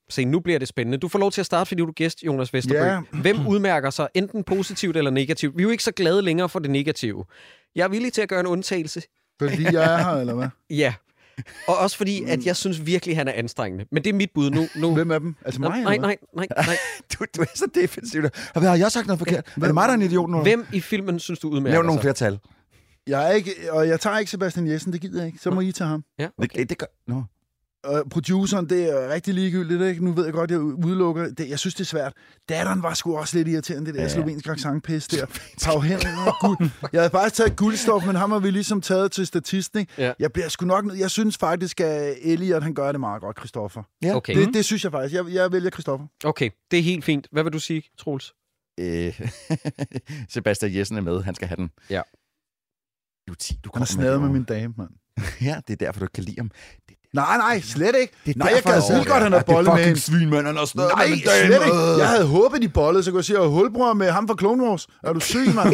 Speaker 4: Se, nu bliver det spændende. Du får lov til at starte, fordi du er gæst, Jonas Vesterbø.
Speaker 1: Ja.
Speaker 4: Hvem udmærker sig enten positivt eller negativt? Vi er jo ikke så glade længere for det negative. Jeg er villig til at gøre en undtagelse.
Speaker 1: Fordi jeg er her, eller hvad?
Speaker 4: Ja. Og også fordi,
Speaker 3: Mm.
Speaker 4: at jeg synes virkelig, han er anstrengende. Men det er mit bud nu. nu.
Speaker 1: Hvem af dem? Altså mig,
Speaker 4: nej,
Speaker 1: eller
Speaker 4: nej,
Speaker 1: hvad?
Speaker 4: nej, nej, nej.
Speaker 2: Du, du er så defensiv. Og hvad har jeg sagt noget forkert? Er det mig, der er en idiot nu?
Speaker 4: Hvem i filmen synes du udmærker
Speaker 2: Nævn nogle
Speaker 4: sig?
Speaker 2: flere tal.
Speaker 1: Jeg er ikke, og jeg tager ikke Sebastian Jessen, det gider jeg ikke. Så må I tage ham.
Speaker 2: Det, det, det gør... Nå.
Speaker 1: Og produceren, det er rigtig ligegyldigt, ikke? Nu ved jeg godt, jeg udelukker det. Jeg synes, det er svært. Datteren var sgu også lidt irriterende, det der ja. slovenske accentpis der. Pau Henrik og guld. Jeg havde faktisk taget guldstof, men ham har vi ligesom taget til statisten, ikke?
Speaker 4: Ja.
Speaker 1: Jeg bliver sgu nok... nød- Jeg synes faktisk, at Elliot, han gør det meget godt, Christoffer.
Speaker 2: flere.
Speaker 4: Okay.
Speaker 1: Det, det synes jeg faktisk. Jeg, jeg vælger Christoffer.
Speaker 4: okay, det er helt fint. Hvad vil du sige, Troels?
Speaker 2: Øh, Sebastian Jessen er med. Han skal have den.
Speaker 4: Ja.
Speaker 2: Du, er ti- du
Speaker 1: Han
Speaker 2: kommer
Speaker 1: har snadet med
Speaker 2: det
Speaker 1: min dame, mand.
Speaker 2: over. Ja, det er derfor, du ikke kan lide ham.
Speaker 1: Nej, nej, slet ikke.
Speaker 2: Det er
Speaker 1: Nej, jeg
Speaker 2: derfor,
Speaker 1: gad
Speaker 2: han
Speaker 1: vildt
Speaker 2: overgår.
Speaker 1: godt, han har
Speaker 2: Ja, det er
Speaker 1: bollet med
Speaker 2: fucking
Speaker 1: hende.
Speaker 2: svin, mand. Han har snadet
Speaker 1: Nej,
Speaker 2: med min dame.
Speaker 1: slet ikke. Jeg
Speaker 2: Øh.
Speaker 1: havde håbet, de bollede, så kunne jeg sige, at hulbror med ham fra Clone Wars. Er du syg, mand?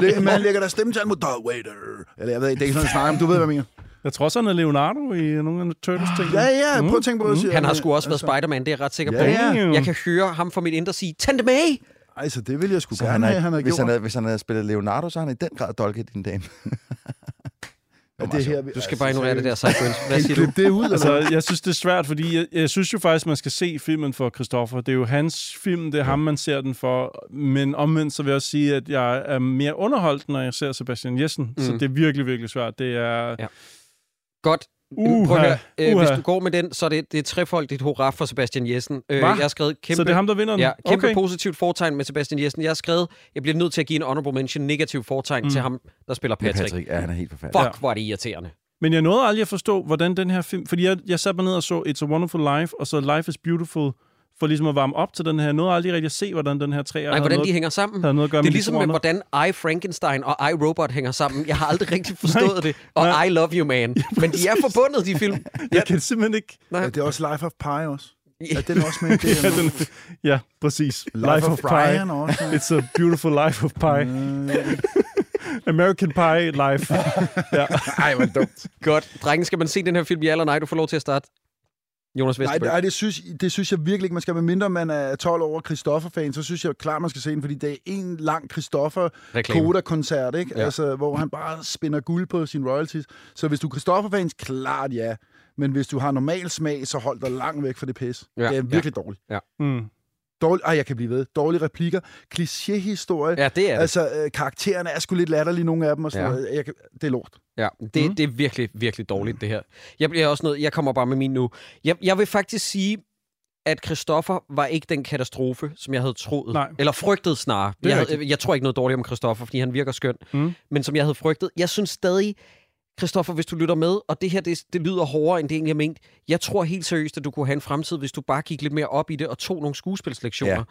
Speaker 1: Det- man lægger der stemme til alt mod The Waiter. Eller jeg ved ikke, det er ikke sådan, jeg snakker om. Du ved, hvad jeg mener.
Speaker 3: Jeg tror også, han er Leonardo i nogle af Turtles-ting.
Speaker 1: Ja, ja, prøv at tænke på det. siger
Speaker 4: Mm. Han har
Speaker 1: jeg.
Speaker 4: sgu også været Spider-Man, det er jeg ret sikker
Speaker 1: Ja,
Speaker 4: på.
Speaker 3: altså- ja.
Speaker 4: Jeg kan høre ham fra mit indre sige, Tante May!
Speaker 1: Ej, så det ville jeg sgu
Speaker 2: Så han
Speaker 1: gerne have, han
Speaker 2: er,
Speaker 1: havde
Speaker 2: hvis,
Speaker 1: gjort.
Speaker 2: han havde, hvis han havde spillet Leonardo, så har han i den grad dolket din dame.
Speaker 1: Ja, det her, vi-
Speaker 4: Du skal
Speaker 1: altså,
Speaker 4: bare ignorere det der sidequins. Hvad siger du?
Speaker 1: Klip det ud, altså.
Speaker 3: Altså, jeg synes, det er svært, fordi jeg, jeg synes jo faktisk, man skal se filmen for Christoffer. Det er jo hans film, det er ham, man ser den for. Men omvendt, så vil jeg også sige, at jeg er mere underholdt, når jeg ser Sebastian Jessen. Mm. Så
Speaker 4: Mm.
Speaker 3: det er virkelig, virkelig svært. Det er...
Speaker 4: Ja. Godt.
Speaker 3: Uha,
Speaker 4: Prøv at høre, øh,
Speaker 3: uha.
Speaker 4: Hvis du går med den, så er det, det er trefoldigt hurra for Sebastian Jessen. Øh,
Speaker 3: Hva?
Speaker 4: jeg har skrevet kæmpe...
Speaker 3: Så det er ham, der vinder den?
Speaker 4: Ja, kæmpe
Speaker 3: okay.
Speaker 4: okay. positivt fortegn med Sebastian Jessen. Jeg har skrevet, jeg bliver nødt til at give en honorable mention negativ fortegn mm. til ham, der spiller Patrick. Patrick.
Speaker 2: Patrick, ja, han er helt forfærdelig.
Speaker 4: Fuck, hvor er det irriterende.
Speaker 3: Men jeg nåede aldrig at forstå, hvordan den her film... Fordi jeg, jeg satte mig ned og så It's a Wonderful Life, og så Life is Beautiful, for ligesom at varme op til den her. Jeg nåede aldrig rigtig at se, hvordan den her træer
Speaker 4: Nej, hvordan
Speaker 3: noget,
Speaker 4: de hænger sammen.
Speaker 3: havde noget at gøre
Speaker 4: det er
Speaker 3: med
Speaker 4: ligesom med,
Speaker 3: littererne.
Speaker 4: hvordan I, Frankenstein og I, Robot hænger sammen. Jeg har aldrig rigtig forstået det. Og I Love You, Man. Men de er forbundet, de film.
Speaker 3: Jeg kan simpelthen ikke...
Speaker 1: Ja, det er også Life of Pi også. Er den også med? i Det
Speaker 3: Ja,
Speaker 1: her nu?
Speaker 3: den, ja præcis.
Speaker 1: Life of Brian
Speaker 3: Pi.
Speaker 1: også. Mm.
Speaker 3: It's a beautiful life of pie. American Pie Life. ja.
Speaker 2: Ej, hvor dumt.
Speaker 4: Godt. Drengen, skal man se den her film i eller nej? Du får lov til at starte. Jonas
Speaker 1: Nej,
Speaker 4: Vesterbøl.
Speaker 1: nej det, synes, det synes jeg virkelig ikke, man skal. Med mindre man er 12 år og Christoffer-fan, så synes jeg klart, man skal se den, fordi det er en lang Christoffer
Speaker 4: Reklame.
Speaker 1: Koda-koncert, ikke?
Speaker 4: Ja.
Speaker 1: Ja. Altså, hvor han bare spinder guld på sine royalties. Så hvis du er Christoffer-fans, klart ja. Men hvis du har normal smag, så hold dig langt væk fra det pis.
Speaker 4: Ja,
Speaker 1: Ja, det er virkelig ja. dårligt.
Speaker 3: Mm.
Speaker 1: Dårlig, ej, jeg kan blive ved. Dårlige replikker. Klichéhistorie. Ja,
Speaker 4: Ja, det er det.
Speaker 1: altså, øh, karaktererne er sgu lidt latterlige, nogle af dem. Og sådan
Speaker 4: Ja.
Speaker 1: ja. noget. Jeg kan, det er lort.
Speaker 4: Ja, det, mm.
Speaker 3: Mm.
Speaker 4: det er virkelig, virkelig dårligt, det her. Jeg bliver også nødt, jeg kommer bare med min nu. Jeg, jeg vil faktisk sige, at Christoffer var ikke den katastrofe, som jeg havde troet.
Speaker 3: Nej.
Speaker 4: Eller frygtet snarere.
Speaker 3: er
Speaker 4: Jeg, havde,
Speaker 3: rigtigt.
Speaker 4: jeg tror ikke noget dårligt om Christoffer, fordi han virker skøn.
Speaker 3: Mm.
Speaker 4: Men som jeg havde frygtet. Jeg synes stadig, Christoffer, hvis du lytter med, og det her, det, det lyder hårdere, end det egentlig er ment. Jeg tror helt seriøst, at du kunne have en fremtid, hvis du bare gik lidt mere op i det og tog nogle skuespilslektioner. Ja.
Speaker 2: Ja.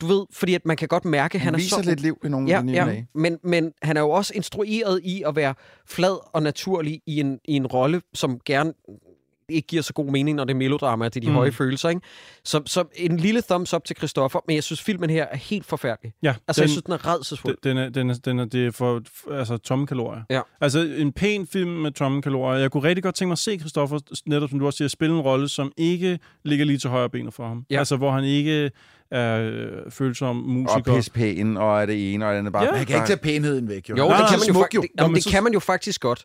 Speaker 4: Du ved, fordi at man kan godt mærke, at han,
Speaker 2: Han
Speaker 4: er
Speaker 2: viser
Speaker 4: så
Speaker 2: lidt liv i nogle
Speaker 4: Ja,
Speaker 2: ja, nye
Speaker 4: ja.
Speaker 2: dage.
Speaker 4: Men, men han er jo også instrueret i at være flad og naturlig i en, i en rolle, som gerne ikke giver så god mening, når det er melodrama, det er de mm.
Speaker 3: Mm.
Speaker 4: høje følelser. Ikke? Så, så en lille thumbs up til Christoffer, men jeg synes, filmen her er helt forfærdelig.
Speaker 3: Ja,
Speaker 4: Altså, den, jeg synes, den er redselsfuld.
Speaker 3: den, den, er, den, er, den er, det er for f- altså, tomme kalorier.
Speaker 4: Ja.
Speaker 3: Altså en pæn film med tomme kalorier. Jeg kunne rigtig godt tænke mig at se Christoffer, netop som du også siger, spille en rolle, som ikke ligger lige til højre benet for ham.
Speaker 4: Ja.
Speaker 3: Altså hvor han ikke er øh, følsom musiker.
Speaker 2: Og pisse pæn, og er det ene, og det andet bare...
Speaker 3: Ja.
Speaker 2: Ja.
Speaker 1: Man kan ikke tage pænheden væk, jo.
Speaker 4: Jo,
Speaker 3: Nej,
Speaker 4: det,
Speaker 3: nej,
Speaker 4: kan
Speaker 3: så
Speaker 4: man jo,
Speaker 1: smuk,
Speaker 4: fak-
Speaker 1: jo.
Speaker 4: det,
Speaker 3: Nå,
Speaker 4: jamen,
Speaker 3: men
Speaker 4: det
Speaker 3: så-
Speaker 4: kan man jo faktisk godt.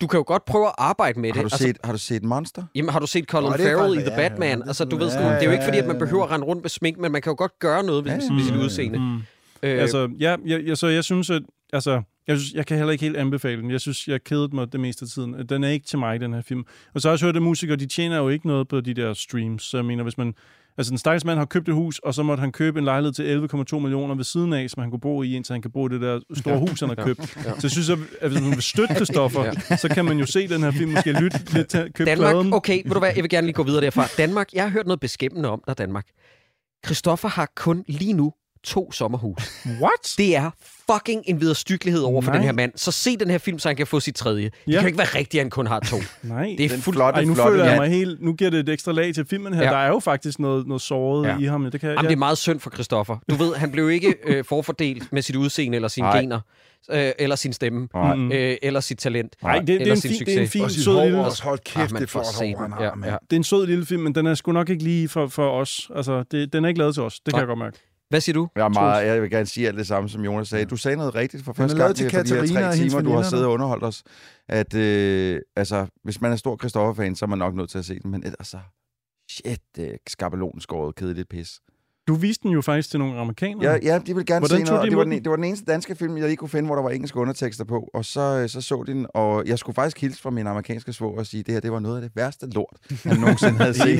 Speaker 4: Du kan jo godt prøve at arbejde med
Speaker 2: Har du,
Speaker 4: det. Altså,
Speaker 2: set, har du set Monster?
Speaker 4: Jamen, har du set
Speaker 1: Nå,
Speaker 4: Colin
Speaker 1: det er
Speaker 4: Farrell i
Speaker 1: faktisk-
Speaker 4: The
Speaker 1: ja, ja,
Speaker 4: Batman?
Speaker 1: det er
Speaker 4: altså, du
Speaker 1: sådan-
Speaker 4: ved, sådan,
Speaker 1: ja,
Speaker 4: det er jo
Speaker 1: ja,
Speaker 4: ikke, fordi at man
Speaker 1: ja, ja.
Speaker 4: behøver at rende rundt med smink, men man kan jo godt gøre noget ved,
Speaker 2: Ja,
Speaker 4: ved
Speaker 2: ja,
Speaker 4: sit
Speaker 2: ja, ja.
Speaker 4: udseende.
Speaker 3: Mm.
Speaker 4: Øh,
Speaker 3: Altså, ja, jeg, jeg, så jeg synes, at... Altså, jeg, synes, jeg kan heller ikke helt anbefale den. Jeg synes, jeg kedede mig det meste af tiden. Den er ikke til mig, den her film. Og så har jeg også hørt, at musikere, de tjener jo ikke noget på de der streams. Så jeg mener, hvis man... Altså, den stakkels mand har købt et hus, og så måtte han købe en lejlighed til 11,2 millioner ved siden af, som han kunne bo i, indtil han kan bo i det der store ja. hus, han har købt. Ja. Så jeg synes, at, at hvis man vil støtte det, Stoffer, ja. så kan man jo se den her film, måske lytte lidt til købe
Speaker 4: Danmark,
Speaker 3: pladen.
Speaker 4: okay, ved du hvad, jeg vil gerne lige gå videre derfra. Danmark, jeg har hørt noget beskæmmende om dig, Danmark. Christoffer har kun lige nu to sommerhus.
Speaker 3: What?
Speaker 4: Det er fucking en viderestykkelighed over for
Speaker 3: Nej.
Speaker 4: den her mand. Så se den her film, så han kan få sit tredje. Det
Speaker 3: Ja.
Speaker 4: kan jo ikke være rigtigt, at han kun har to.
Speaker 3: Nej.
Speaker 4: Det er
Speaker 2: Den
Speaker 4: fuldt...
Speaker 2: flotte,
Speaker 3: Ej, nu
Speaker 2: flotte
Speaker 3: føler jeg
Speaker 2: mand.
Speaker 3: mig helt... Nu giver det et ekstra lag til filmen her.
Speaker 4: Ja.
Speaker 3: Ja. Der er jo faktisk noget, noget såret
Speaker 4: Ja.
Speaker 3: ja. i ham. Det kan,
Speaker 4: Jamen, det er meget synd for Christoffer. Du ved, han blev ikke øh, forfordelt med sit udseende, eller sine
Speaker 2: Nej.
Speaker 4: gener, øh, eller sin stemme,
Speaker 2: Nej.
Speaker 3: Mm.
Speaker 4: øh, eller sit talent,
Speaker 3: Nej, det, det, er
Speaker 4: eller
Speaker 3: en
Speaker 4: sin
Speaker 3: fin, det
Speaker 4: succes.
Speaker 3: er en fin,
Speaker 1: Og sit
Speaker 3: sød lille...
Speaker 1: hår også. Hold kæft, det er flot hår, han har,
Speaker 4: ja,
Speaker 1: mand.
Speaker 4: ja.
Speaker 3: Det er en sød lille film, men den er sgu nok ikke lige for, for os. Altså, det, den er ikke lavet til os. Det
Speaker 4: Nej.
Speaker 3: kan jeg godt mærke.
Speaker 4: Hvad siger du?
Speaker 2: Jeg, er meget, jeg vil gerne sige alt det samme, som Jonas sagde. Du sagde noget rigtigt for
Speaker 1: Den er
Speaker 2: første
Speaker 1: lavet
Speaker 2: gang
Speaker 1: til
Speaker 2: efter de
Speaker 1: Katarina
Speaker 2: her
Speaker 1: og
Speaker 2: tre
Speaker 1: hendes
Speaker 2: timer, du har
Speaker 1: veninder.
Speaker 2: siddet og underholdt os. At øh, altså, hvis man er stor Christoffer-fan, så er man nok nødt til at se den. Men ellers så... Shit, øh, skabelonskåret, kedeligt pis.
Speaker 3: Du viste den jo faktisk til nogle
Speaker 1: Mm.
Speaker 3: amerikanere.
Speaker 2: Ja, ja, de ville gerne
Speaker 3: Hvordan
Speaker 2: se
Speaker 3: tog
Speaker 2: noget, og
Speaker 3: de
Speaker 2: det var,
Speaker 3: imod
Speaker 2: den,
Speaker 3: den?
Speaker 2: det var den eneste danske film, jeg lige kunne finde, hvor der var engelske undertekster på. Og så, øh, så så de den, og jeg skulle faktisk hilse fra min amerikanske svoger og sige, det her det var noget af det værste lort, han nogensinde havde set.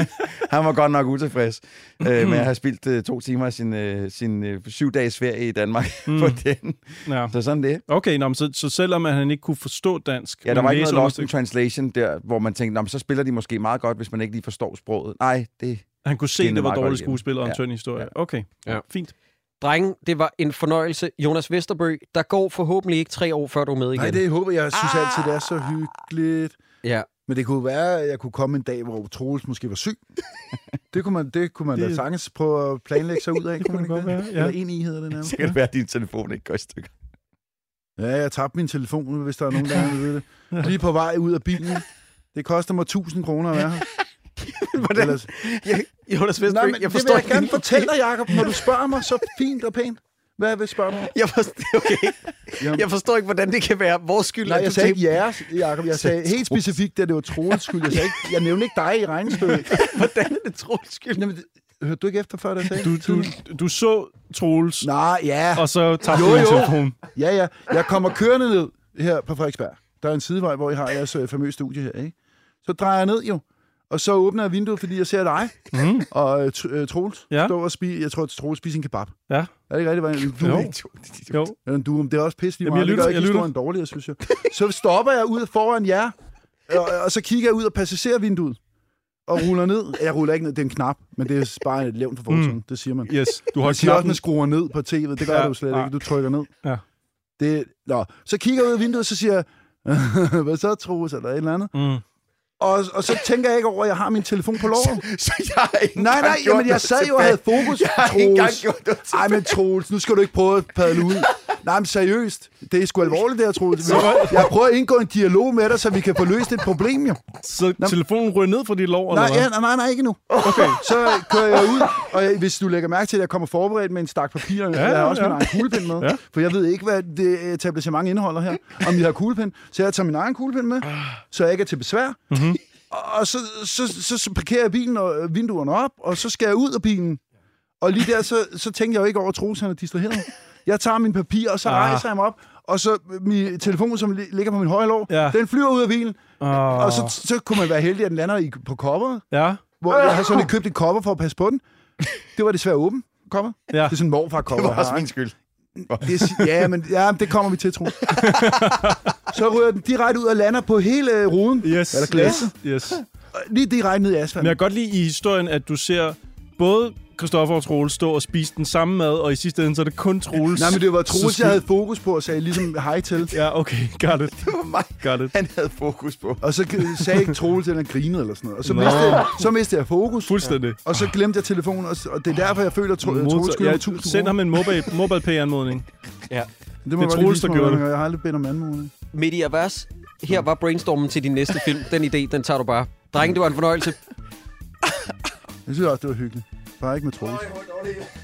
Speaker 2: han var godt nok utilfreds øh,
Speaker 1: Mm.
Speaker 2: med at have spildt øh, to timer af sin, øh, sin øh, syv dages ferie i Danmark mm. på den.
Speaker 3: ja.
Speaker 2: Så sådan det.
Speaker 3: Okay, nå, men så, så selvom at han ikke kunne forstå dansk...
Speaker 2: Ja, der
Speaker 3: men
Speaker 2: var ikke
Speaker 3: læse
Speaker 2: noget lost in
Speaker 3: undertekster-
Speaker 2: translation der, hvor man tænkte, "Nå, men så spiller de måske meget godt, hvis man ikke lige forstår sproget. Nej, det...
Speaker 3: Han kunne se,
Speaker 2: Det er
Speaker 3: det var
Speaker 2: meget godt
Speaker 3: dårligt
Speaker 2: igennem.
Speaker 3: skuespil og en
Speaker 2: Ja.
Speaker 3: tynd historie.
Speaker 2: Ja.
Speaker 3: Okay,
Speaker 4: Ja.
Speaker 3: ja. fint.
Speaker 4: Drenge, det var en fornøjelse. Jonas Vesterbø, der går forhåbentlig ikke tre år, før du er med igen.
Speaker 1: Nej, det håber jeg. Jeg synes altid, det er så hyggeligt.
Speaker 4: Ja.
Speaker 1: Men det kunne være, at jeg kunne komme en dag, hvor Troels måske var syg. Det kunne man, det kunne man
Speaker 3: Det-
Speaker 1: da sagtens prøve at planlægge sig ud af. Det
Speaker 3: kunne det godt være, ja.
Speaker 1: Eller en i hedder det nærmest.
Speaker 2: Så kan det være, at din telefon ikke går i stykker.
Speaker 1: Ja, jeg tabte min telefon, hvis der er nogen, der ved det. Lige på vej ud af bilen. Det koster mig 1000 kroner at være her. Hvordan? Ellers...
Speaker 4: Jonas
Speaker 1: Nå,
Speaker 4: Vesterbø,
Speaker 1: men jeg
Speaker 4: jeg
Speaker 1: det vil
Speaker 4: forstår
Speaker 1: jeg gerne fortælle dig, Jacob, når du spørger mig så fint og pænt. Hvad vil spørge mig?
Speaker 4: Jeg forstår, okay.
Speaker 1: Jamen.
Speaker 4: jeg forstår ikke, hvordan det kan være vores skyld,
Speaker 1: Nej,
Speaker 4: at du
Speaker 1: jeg sagde
Speaker 4: tænkte,
Speaker 1: ikke jeres, Jacob. Jeg sagde helt specifikt, at det var Troels skyld. Jeg, sagde ikke, jeg nævnte ikke dig i regnestykket.
Speaker 4: hvordan er det Troels skyld?
Speaker 1: Jamen, det- hørte du ikke efter før, da jeg sagde?
Speaker 3: Du, du, du så Troels,
Speaker 1: Nej, ja.
Speaker 3: og så tabte
Speaker 1: Jo,
Speaker 3: du din
Speaker 1: jo.
Speaker 3: telefon.
Speaker 1: Ja, ja. Jeg kommer kørende ned her på Frederiksberg. Der er en sidevej, hvor I har jeres øh, famøse studie her, ikke? Så drejer jeg ned jo, og så åbner jeg vinduet, fordi jeg ser dig
Speaker 3: Mm.
Speaker 1: og øh, Tr- øh, Troels
Speaker 3: Ja.
Speaker 1: ja. stå og spise, jeg tror, Troels spiser en kebab.
Speaker 3: Ja.
Speaker 1: Er det ikke rigtigt, hvad en duo?
Speaker 3: Jo. Jo.
Speaker 1: Eller en duo, men det er også pisse lige
Speaker 3: Jamen,
Speaker 1: meget.
Speaker 3: jeg
Speaker 1: Det
Speaker 3: lytter-
Speaker 1: gør
Speaker 3: jeg
Speaker 1: ikke
Speaker 3: lytter.
Speaker 1: historien dårligere, synes jeg. Så stopper jeg ud foran jer, og, og så kigger jeg ud af passagervinduet og ruller ned. Jeg ruller ikke ned, det er en knap, men det er bare et levn for fortiden, mm. det siger man.
Speaker 3: Yes, du
Speaker 1: Du
Speaker 3: har
Speaker 1: har siger også,
Speaker 3: knappen.
Speaker 1: man skruer ned på tv'et. Det gør
Speaker 3: Ja,
Speaker 1: ja, du slet
Speaker 3: nej.
Speaker 1: ikke. Du trykker ned.
Speaker 3: Ja.
Speaker 1: Det, nå. Så kigger jeg ud af vinduet, så siger jeg, hvad så, Troels, eller et eller andet.
Speaker 3: Mm.
Speaker 1: Og, og så tænker jeg ikke over, at jeg har min telefon på låret.
Speaker 2: Så jeg har ikke
Speaker 1: Nej, nej,
Speaker 2: engang gjort
Speaker 1: jamen, jeg
Speaker 2: noget
Speaker 1: sad jo og
Speaker 2: tilbage.
Speaker 1: havde fokus,
Speaker 2: Jeg har ikke engang gjort noget
Speaker 1: Ej, men Troels, nu skal du ikke prøve at padle ud. Nej, men seriøst. Det er sgu alvorligt, det her, Troels. Jeg prøver at indgå en dialog med dig, så vi kan få løst et problem, jo.
Speaker 3: Så telefonen røg ned fra dit lov,
Speaker 1: Nej,
Speaker 3: eller
Speaker 1: ja,
Speaker 3: hvad?
Speaker 1: nej, nej, nej, ikke nu. Okay. Så kører jeg ud, og jeg, hvis du lægger mærke til, at jeg kommer forberedt med en stak papir, ja, jeg har også
Speaker 3: ja.
Speaker 1: min egen kuglepen med,
Speaker 3: Ja.
Speaker 1: ja. for jeg ved ikke, hvad det etablissement indeholder her, om jeg har kuglepen. Så jeg tager min egen kuglepen med, så jeg ikke er til besvær.
Speaker 3: Mhm.
Speaker 1: Mm-hmm. Og så, så, så, så parkerer jeg bilen og øh, vinduerne op, og så skal jeg ud af bilen. Og lige der, så, så tænker jeg jo ikke over, at Troels han er distraheret. Jeg tager min papir, og så
Speaker 3: Ah.
Speaker 1: rejser jeg mig op, og så øh, min telefon, som li- ligger på min højre lår,
Speaker 3: Ja.
Speaker 1: ja. den flyver ud af bilen,
Speaker 3: Åh,
Speaker 1: og så, så kunne man være heldig, at den lander i, på coveret
Speaker 3: Ah. Ja,
Speaker 1: hvor jeg har sådan lidt købt et cover for at passe på den. Det var desværre åben cover.
Speaker 3: Ja.
Speaker 1: Ja. Det er sådan en morfar cover.
Speaker 2: Det var også min skyld.
Speaker 1: det er, si- ja, men ja, men det kommer vi til, tro. så ryger den direkte ud og lander på hele øh, ruden.
Speaker 3: yes,
Speaker 1: Eller
Speaker 3: yes,
Speaker 1: glasset.
Speaker 3: yes.
Speaker 1: Lige direkte ned i asfalten.
Speaker 3: Men jeg kan godt lide i historien, at du ser både Christoffer og Troels stå og spise den samme mad, og i sidste ende, så er det kun Troels.
Speaker 1: Nej, men det var
Speaker 3: Så
Speaker 1: Troels,
Speaker 3: skyld.
Speaker 1: jeg havde fokus på og sagde ligesom hej til.
Speaker 3: Ja, okay, got it. Det var
Speaker 2: mig.
Speaker 3: Got it.
Speaker 2: Han havde fokus på.
Speaker 1: Og så øh, sagde ikke Troels, at han grinede eller sådan noget. Og så
Speaker 3: Nå.
Speaker 1: mistede, jeg, så mistede jeg fokus.
Speaker 3: Fuldstændig.
Speaker 1: Og så glemte jeg telefonen, og, s- og det er derfor, jeg føler, at Tro- Troels skylder mig
Speaker 3: jeg
Speaker 1: 1000
Speaker 3: send
Speaker 1: kroner.
Speaker 3: ham en mobile, mobile pay-anmodning.
Speaker 1: må
Speaker 3: det er
Speaker 1: jeg godt lige
Speaker 3: Troels,
Speaker 1: vise
Speaker 3: der
Speaker 1: mig,
Speaker 3: gjorde det.
Speaker 1: Henrik, og Jeg har aldrig bedt om anmodning.
Speaker 4: Mediavers. Her var brainstormen til din næste film. Den idé, den tager du bare. Drenge, det var en fornøjelse.
Speaker 1: Jeg synes også, det var hyggeligt. Bare ikke med Troels.